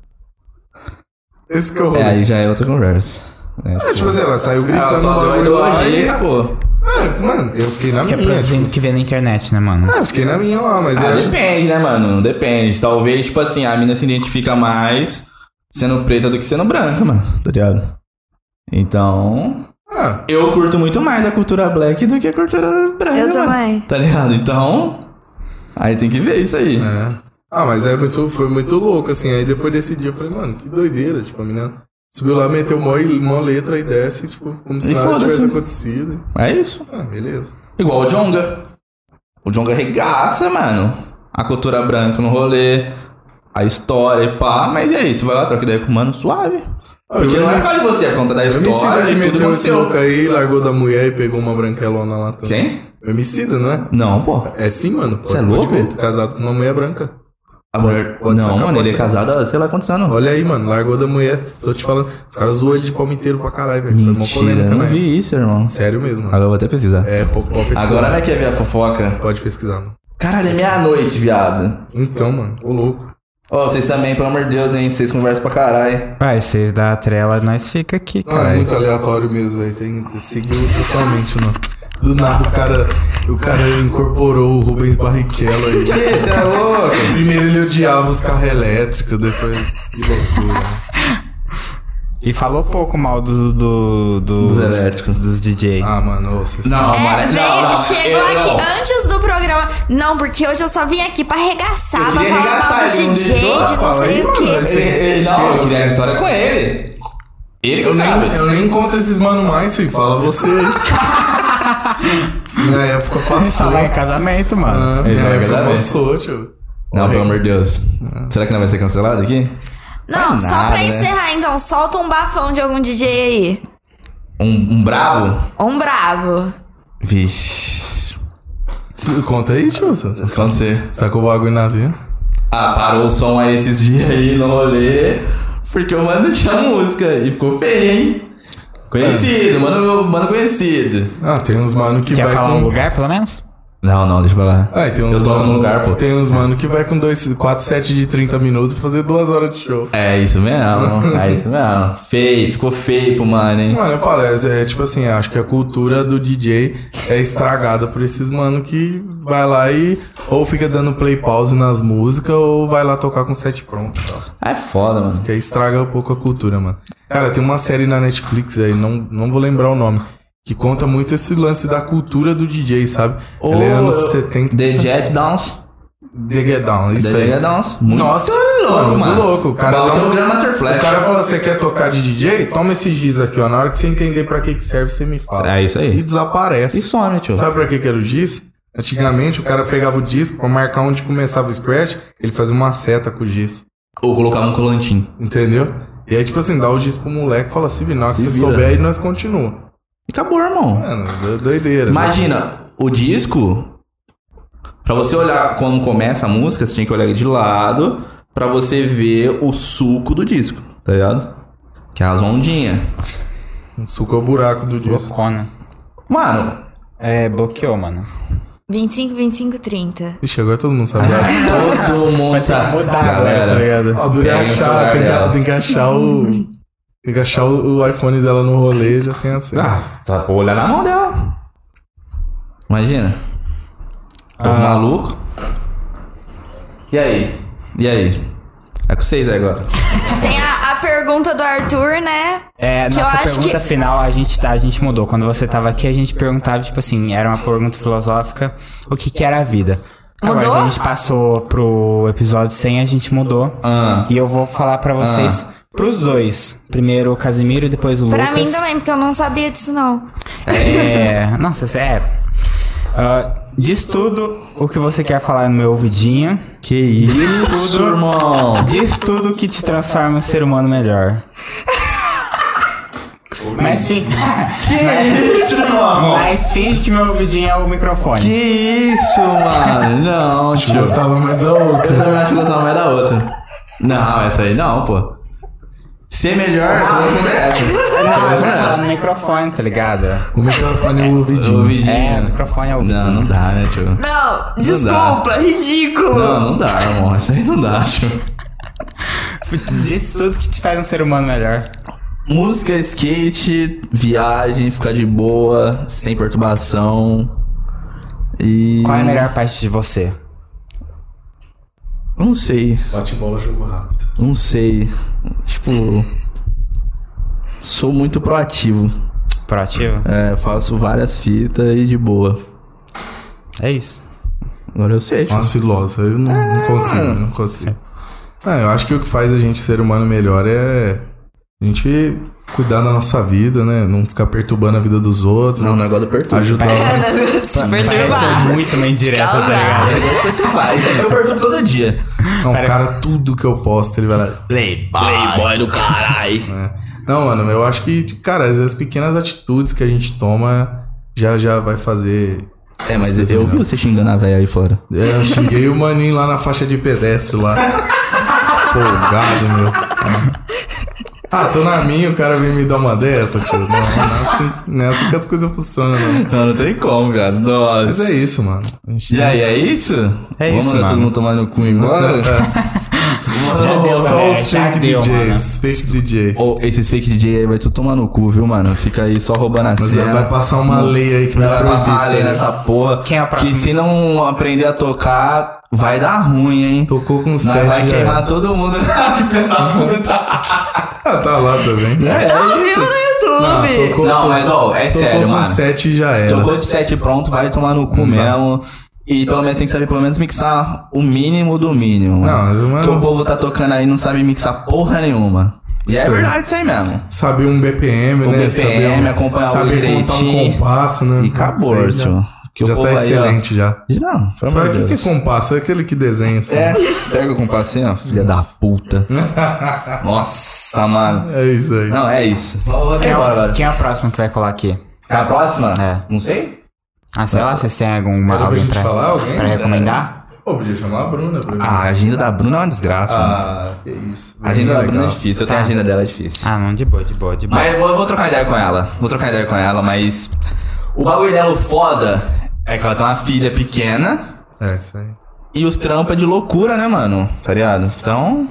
S4: Esse que eu
S2: É,
S4: rolei.
S2: aí já é outra conversa. É,
S4: É, tipo assim, ela saiu
S2: Ela
S4: gritando o
S2: só deu
S4: bagulho lá
S2: ideologia
S4: e...
S2: e acabou.
S4: Ah, mano, eu fiquei
S2: é
S4: na minha.
S2: assim.
S1: Reproduzindo o que vê na internet, né, mano?
S4: Ah, eu fiquei na minha lá, mas
S2: Ah,
S4: é-
S2: depende, né, mano? Depende. Talvez, tipo assim, a mina se identifica mais sendo preta do que sendo branca, mano. Tá ligado? Então.
S4: Ah,
S2: Eu curto muito mais a cultura black do que a cultura branca.
S3: Eu
S2: mano.
S3: também.
S2: Tá ligado? Então. Aí tem que ver isso aí.
S4: é. Ah, mas é muito, foi muito louco, assim. Aí depois desse dia eu falei, mano, que doideira. Tipo, a menina subiu lá, meteu mó, mó letra e desce, tipo, como se
S2: E
S4: nada
S2: foda-se.
S4: tivesse acontecido.
S2: É isso.
S4: Ah, beleza.
S2: Igual o Jonga. O Jonga regaça, mano. A cultura branca no rolê. A história e pá. Mas e aí? Você vai lá, troca ideia com o mano suave.
S4: Ah,
S2: Porque
S4: eu
S2: não é
S4: me-
S2: só de você, é conta da
S4: O
S2: história.
S4: Emicida que
S2: de tudo
S4: meteu esse
S2: aconteceu.
S4: louco aí, largou da mulher e pegou uma branquelona lá também.
S2: Quem?
S4: O Emicida, não é?
S2: Não, pô.
S4: É sim, mano. Pode,
S2: Cê é
S4: pode
S2: louco?
S4: ver, tá casado com uma mulher branca.
S2: A mulher.
S4: pode
S2: não,
S4: sacar,
S2: mano,
S4: pode
S2: ele é
S4: sacar.
S2: casado, há sei lá quantos anos.
S4: Olha aí, mano, largou da mulher. Tô te falando. Os caras zoam ele de palmiteiro pra caralho, velho. Foi uma
S2: Mentira,
S4: polêmica,
S2: eu não
S4: né?
S2: vi isso, irmão.
S4: Sério mesmo, mano.
S2: Agora eu vou até pesquisar.
S4: É, pô, pode pesquisar.
S2: Agora né, quer ver a fofoca?
S4: Pode pesquisar, mano.
S2: Caralho, é meia-noite, viado.
S4: Então, mano, ô louco.
S2: Ó, vocês também, pelo amor de Deus, hein? Vocês conversam pra caralho.
S1: Vai, vocês da trela, nós fica aqui,
S4: Não,
S1: cara.
S4: é muito aleatório mesmo, velho. Tem que seguir totalmente, mano. Do nada o cara, o cara incorporou o Rubens Barrichello aí.
S2: Que, você é louco?
S4: Primeiro ele odiava os carros elétricos, depois. Que loucura.
S1: E falou pouco mal do, do-
S2: Dos elétricos.
S1: dos DJ.
S4: Ah, mano, ô, vocês.
S2: Não,
S3: É,
S2: mano,
S3: veio,
S2: não, não,
S3: chegou
S2: eu
S3: aqui
S2: não.
S3: antes do programa. Não, porque hoje eu só vim aqui pra arregaçar,
S2: Eu
S3: pra
S2: queria
S3: falar mal do
S2: arregaçar, ele não
S3: DJ,
S2: deixou?
S3: de não
S4: Fala
S3: sei
S4: aí,
S3: o
S4: mano,
S3: quê.
S4: esse-
S2: Ele, ele- não, eu queria a história com ele. Ele que
S4: Eu
S2: sabe.
S4: nem, eu nem encontro esses mano mais, filho. Fala você. minha época passou.
S1: Salão de casamento,
S4: Ah,
S1: mano.
S2: Ele
S4: minha
S2: vai
S4: época
S2: agradar bem.
S4: passou, tio.
S2: Não, pelo amor de Deus. Será que não vai ser cancelado aqui?
S3: Não,
S2: Não é
S3: só
S2: nada,
S3: pra
S2: né?
S3: encerrar então, solta um bafão de algum DJ aí.
S2: Um, um brabo?
S3: Um brabo.
S2: Vixe.
S4: Cê- Conta aí, tio. Você
S2: Acontecer.
S4: tá com o bagulho na vida?
S2: Ah, parou o som aí esses dias aí no rolê. Porque o mano tinha música e ficou feio, hein? Conhecido, mano, mano conhecido.
S4: Ah, tem uns mano que
S1: Quer
S4: vai
S1: falar
S4: com...
S1: um lugar, pelo menos?
S2: Não, não, deixa pra lá.
S4: Ah, e tem uns
S2: Eu toco
S4: mano...
S2: no lugar, pô.
S4: Tem uns mano que vai com dois, quatro sets de 30 minutos pra fazer duas horas de show.
S2: É isso mesmo, é isso mesmo. Feio, ficou feio pro mano, hein?
S4: Mano, eu falo, é, é tipo assim, acho que a cultura do DJ é estragada por esses mano que vai lá e ou fica dando play pause nas músicas ou vai lá tocar com set pronto. e tal.
S2: Ah, É foda, mano.
S4: Que aí estraga um pouco a cultura, mano. Cara, tem uma série na Netflix aí, não, não vou lembrar o nome, que conta muito esse lance da cultura do DJ, sabe? Ela é anos 70.
S2: The Jet Downs.
S4: The Get Down, isso
S2: The
S4: aí.
S2: Jet Downs. Muito
S4: Nossa,
S2: louco,
S4: mano, muito louco. O cara
S2: Igual
S4: dá
S2: tem
S4: um-
S2: o Grandmaster Flash.
S4: O cara fala, você quer tocar de DJ? Toma esse giz aqui, ó. Na hora que você entender pra que, que serve, você me fala.
S2: É isso é
S4: E
S2: aí.
S4: desaparece.
S2: E some, tio.
S4: Sabe pra que, que era o giz? Antigamente o cara pegava o disco pra marcar onde começava o scratch, ele fazia uma seta com o giz.
S2: Ou colocar um colantinho.
S4: Entendeu? E aí, tipo assim, dá o giz pro moleque e fala assim, na hora que
S2: Se
S4: você
S2: vira.
S4: souber, aí nós continua.
S2: E acabou, irmão.
S4: Mano, do- doideira. né?
S2: Imagina, o disco. Pra você olhar quando começa a música, você tinha que olhar de lado pra você ver o suco do disco, tá ligado? Que é as ondinhas.
S4: Um suco é o buraco do disco.
S1: Loucona.
S2: Mano,
S1: né? É, bloqueou, mano.
S3: 25, 25, 30.
S4: Ixi, agora todo mundo sabe.
S2: todo mundo sabe.
S4: tá ligado? tem, que
S2: né, pega o celular
S4: achar, tem,
S2: dela.
S4: que, tem que achar o. Tem que achar o, o iPhone dela no rolê, já tem assim.
S2: Ah, só pra olhar na mão dela. Imagina. Ah. maluco. E aí? E aí? É com vocês aí agora.
S3: Tem a, a pergunta do Arthur, né?
S1: É,
S3: Que eu
S1: nossa
S3: acho
S1: pergunta
S3: que-
S1: final a gente, tá, a gente mudou. Quando você tava aqui, a gente perguntava, tipo assim, era uma pergunta filosófica, o que que era a vida? Agora
S3: Mudou?
S1: que a gente passou pro episódio 100, a gente mudou.
S2: Ah.
S1: E eu vou falar pra vocês, pros dois. Primeiro o Casimiro e depois o
S3: Pra
S1: Lucas.
S3: mim também, porque eu não sabia disso, não.
S1: É, nossa, sério. Ah, diz tudo o que você quer falar no meu ouvidinho.
S2: Que isso, irmão?
S1: Diz tudo que te transforma em um ser humano melhor. Mas sim. que isso, mano? Mas finge que meu ouvidinho é o microfone.
S2: Que isso, mano? Não, tio. tá
S4: Gostava mais da outra.
S2: Eu também acho que gostava mais é da outra. Não, essa aí não, pô. Ser melhor. é.
S1: Não, eu tô falando no microfone, tá ligado?
S4: O microfone é o ouvidinho.
S2: ouvidinho.
S1: É, microfone é o
S2: Não, não dá, né, tio?
S3: Não, desculpa, ridículo.
S2: Não, não dá, amor. Essa aí não dá, tio.
S1: Diz tudo que te faz um ser humano melhor.
S2: Música, skate, viagem, ficar de boa, sem perturbação. E.
S1: Qual é a melhor parte de você?
S2: Não sei.
S4: Bate bola, jogo rápido.
S2: Não sei. Tipo. Sou muito proativo.
S1: Proativo?
S2: É, faço várias fitas e de boa.
S1: É isso.
S2: Agora eu sei, tipo.
S4: Nossa, filósofo, eu não, não consigo, não consigo. Ah, eu acho que o que faz a gente ser humano melhor é a gente cuidar da nossa vida, né? Não ficar perturbando a vida dos outros,
S2: Não, o
S4: não,
S2: negócio do perturbo.
S4: ajudar
S3: É um
S4: os...
S3: Cara, se
S1: Parece
S3: perturbar.
S1: muito uma indireta, tá ligado?
S2: Ah, isso aqui eu perturbo todo dia.
S4: Não, cara, tudo que eu posto, ele vai lá...
S2: Playboy. Playboy do caralho.
S4: né? Não, mano, eu acho que, cara, às vezes as pequenas atitudes que a gente toma já já vai fazer...
S2: É, mas eu, eu vi você xingando a velha aí fora.
S4: É, eu xinguei o maninho lá na faixa de pedestre lá. Folgado, meu. Ah, tô na minha, o cara vem me dar uma dessa, tio. Não, não é assim, não é assim que as coisas funcionam, não.
S2: Não, não tem como, cara. Nossa.
S4: Mas é isso, mano. A gente-
S2: E aí, é isso?
S1: É
S2: Vamos
S1: isso,
S2: mandar todo
S1: mano.
S2: mundo tomar no cu e ir embora?
S1: Já deu,
S4: É. Só
S1: velho,
S4: os
S1: já
S4: fake
S1: deu, mano.
S4: DJs. Fake DJs.
S2: Ô, esses fake DJ aí vai tudo tomar no cu, viu, mano? Fica aí só roubando a
S4: Mas
S2: cena.
S4: vai passar uma lei aí que vai
S2: Vai
S4: proibir
S2: passar ali
S4: isso. né?
S2: nessa porra.
S1: Quem é o próximo?
S2: Que se não aprender a tocar, vai dar ruim, hein?
S4: Tocou com
S2: Nós
S4: sete.
S2: vai
S4: já.
S2: queimar todo mundo. que filho da puta.
S4: Ah, tá lá também. Ah,
S2: É, é isso.
S3: YouTube.
S4: Tocou-
S2: Não, mas, ó, é
S4: tocou
S2: sério,
S4: com
S2: mano.
S4: sete já era.
S2: Tocou de sete pronto, vai tomar no cu mesmo. E pelo menos tem que saber, pelo menos, mixar o mínimo do mínimo.
S4: Não,
S2: mano.
S4: mas-
S2: Porque o povo tá tocando aí e não sabe mixar porra nenhuma. E é
S4: Sim.
S2: verdade isso aí mesmo.
S4: Saber um BPM,
S2: O
S4: né?
S2: BPM, acompanhar o
S4: saber
S2: direitinho.
S4: Contar um compasso, né?
S2: E acabou,
S4: Isso aí já-
S2: tio. Que o
S4: já
S2: povo
S4: tá
S2: aí, ó,
S4: excelente já.
S2: Não, pelo
S4: Sabe
S2: amor
S4: o
S2: de
S4: que, que é
S2: Deus.
S4: compasso? É aquele que desenha assim.
S2: É, pega o compassinho, ó, filha da puta. Nossa, mano.
S4: É isso aí.
S2: Não, é isso. Vamos
S1: Quem é,
S2: embora agora.
S1: o, quem é o próximo que vai colar aqui?
S2: Quer Tá a próxima?
S1: É.
S2: Não sei.
S1: Ah, sei lá, vocês têm alguma
S4: Era pra
S1: alguém
S4: gente
S1: pra,
S4: falar alguém?
S1: pra recomendar?
S4: Pô, podia chamar a Bruna pra mim.
S2: né? A agenda da Bruna é uma desgraça, mano.
S4: Ah, que isso.
S2: Ah. A agenda da Bruna é
S4: Legal.
S2: difícil, eu tenho a agenda dela é difícil.
S1: Ah, não, de boa, de boa, de boa.
S2: Mas eu vou, vou trocar ideia com ela. Vou trocar ideia com ela, mas. O bagulho dela, o foda, é que ela tem uma filha pequena
S4: É, isso aí.
S2: e os trampa de loucura, né, mano? Tá ligado? Então.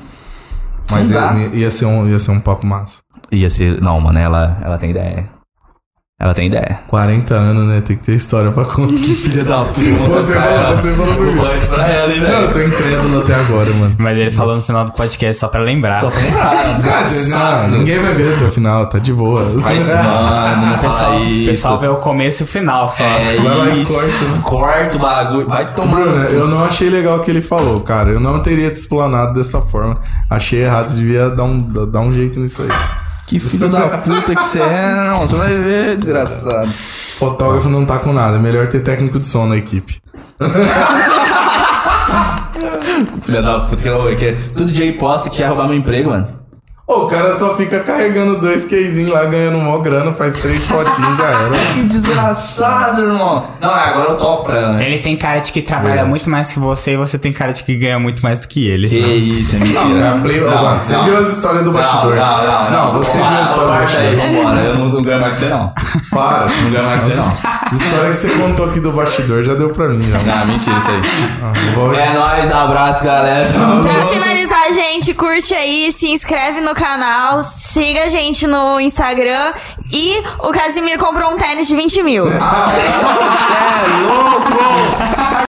S4: Mas
S2: dá.
S4: ia, ia, ser um, ia ser um papo massa.
S2: Ia ser. Não, mano, ela, ela tem ideia. Ela tem ideia.
S4: 40 anos, né? Tem que ter história pra contar.
S2: Filha da puta. eu vou
S4: Você
S2: mostrar pra
S4: falou-
S2: ela.
S4: você
S2: Eu
S4: falou
S2: vou mostrar pra ela, hein,
S4: Não, eu
S2: velho.
S4: tô incrédulo até agora, mano.
S1: Mas ele falou no final do podcast só pra lembrar.
S2: Só pra lembrar, né?
S4: Cara,
S2: Desgraçado.
S4: não, ninguém vai ver até o final, tá de boa.
S2: Mas, é mano, não
S1: o pessoal,
S2: fala
S1: o pessoal
S2: isso.
S1: vê o começo e o final só.
S2: É
S4: Vai lá e
S2: isso. Corta o bagulho. Vai tomar.
S4: Bruna, eu não achei legal o que ele falou, cara. Eu não teria te explanado dessa forma. Achei errado, você devia dar um, dar um jeito nisso aí.
S2: Que filho da puta que você é, não. Você vai ver, desgraçado.
S4: Fotógrafo não tá com nada. é Melhor ter técnico de som na equipe.
S2: Filha da puta que ela que Tudo dia que posta que ia roubar meu emprego, mano.
S4: Ô, o cara só fica carregando dois casezinhos lá, ganhando mó grana, faz três fotinhos já era.
S2: Que desgraçado, irmão. Não, é, agora eu toco pra ela, né?
S1: Ele tem cara de que trabalha
S2: Verdade.
S1: muito mais que você e você tem cara de que ganha muito mais do que ele.
S2: Que isso, é mentira.
S4: Não, cara, play- Ô, mano, você viu as histórias do bastidor?
S2: Não, não, não.
S4: você viu a história
S2: Vambora,
S4: do
S2: aí,
S4: bastidor.
S2: vambora. Eu não, não ganho mais que você, não.
S4: Para.
S2: Não ganho mais que você, não.
S4: As histórias que você contou aqui do bastidor já deu pra mim, já.
S2: Não, é mentira isso aí.
S4: Ah, vou-
S2: É nóis, abraço, galera.
S3: Pra
S2: Uhum.
S3: finalizar, gente, curte aí, se inscreve no canal, siga a gente no Instagram e o Casimiro comprou um tênis de 20 mil.
S2: É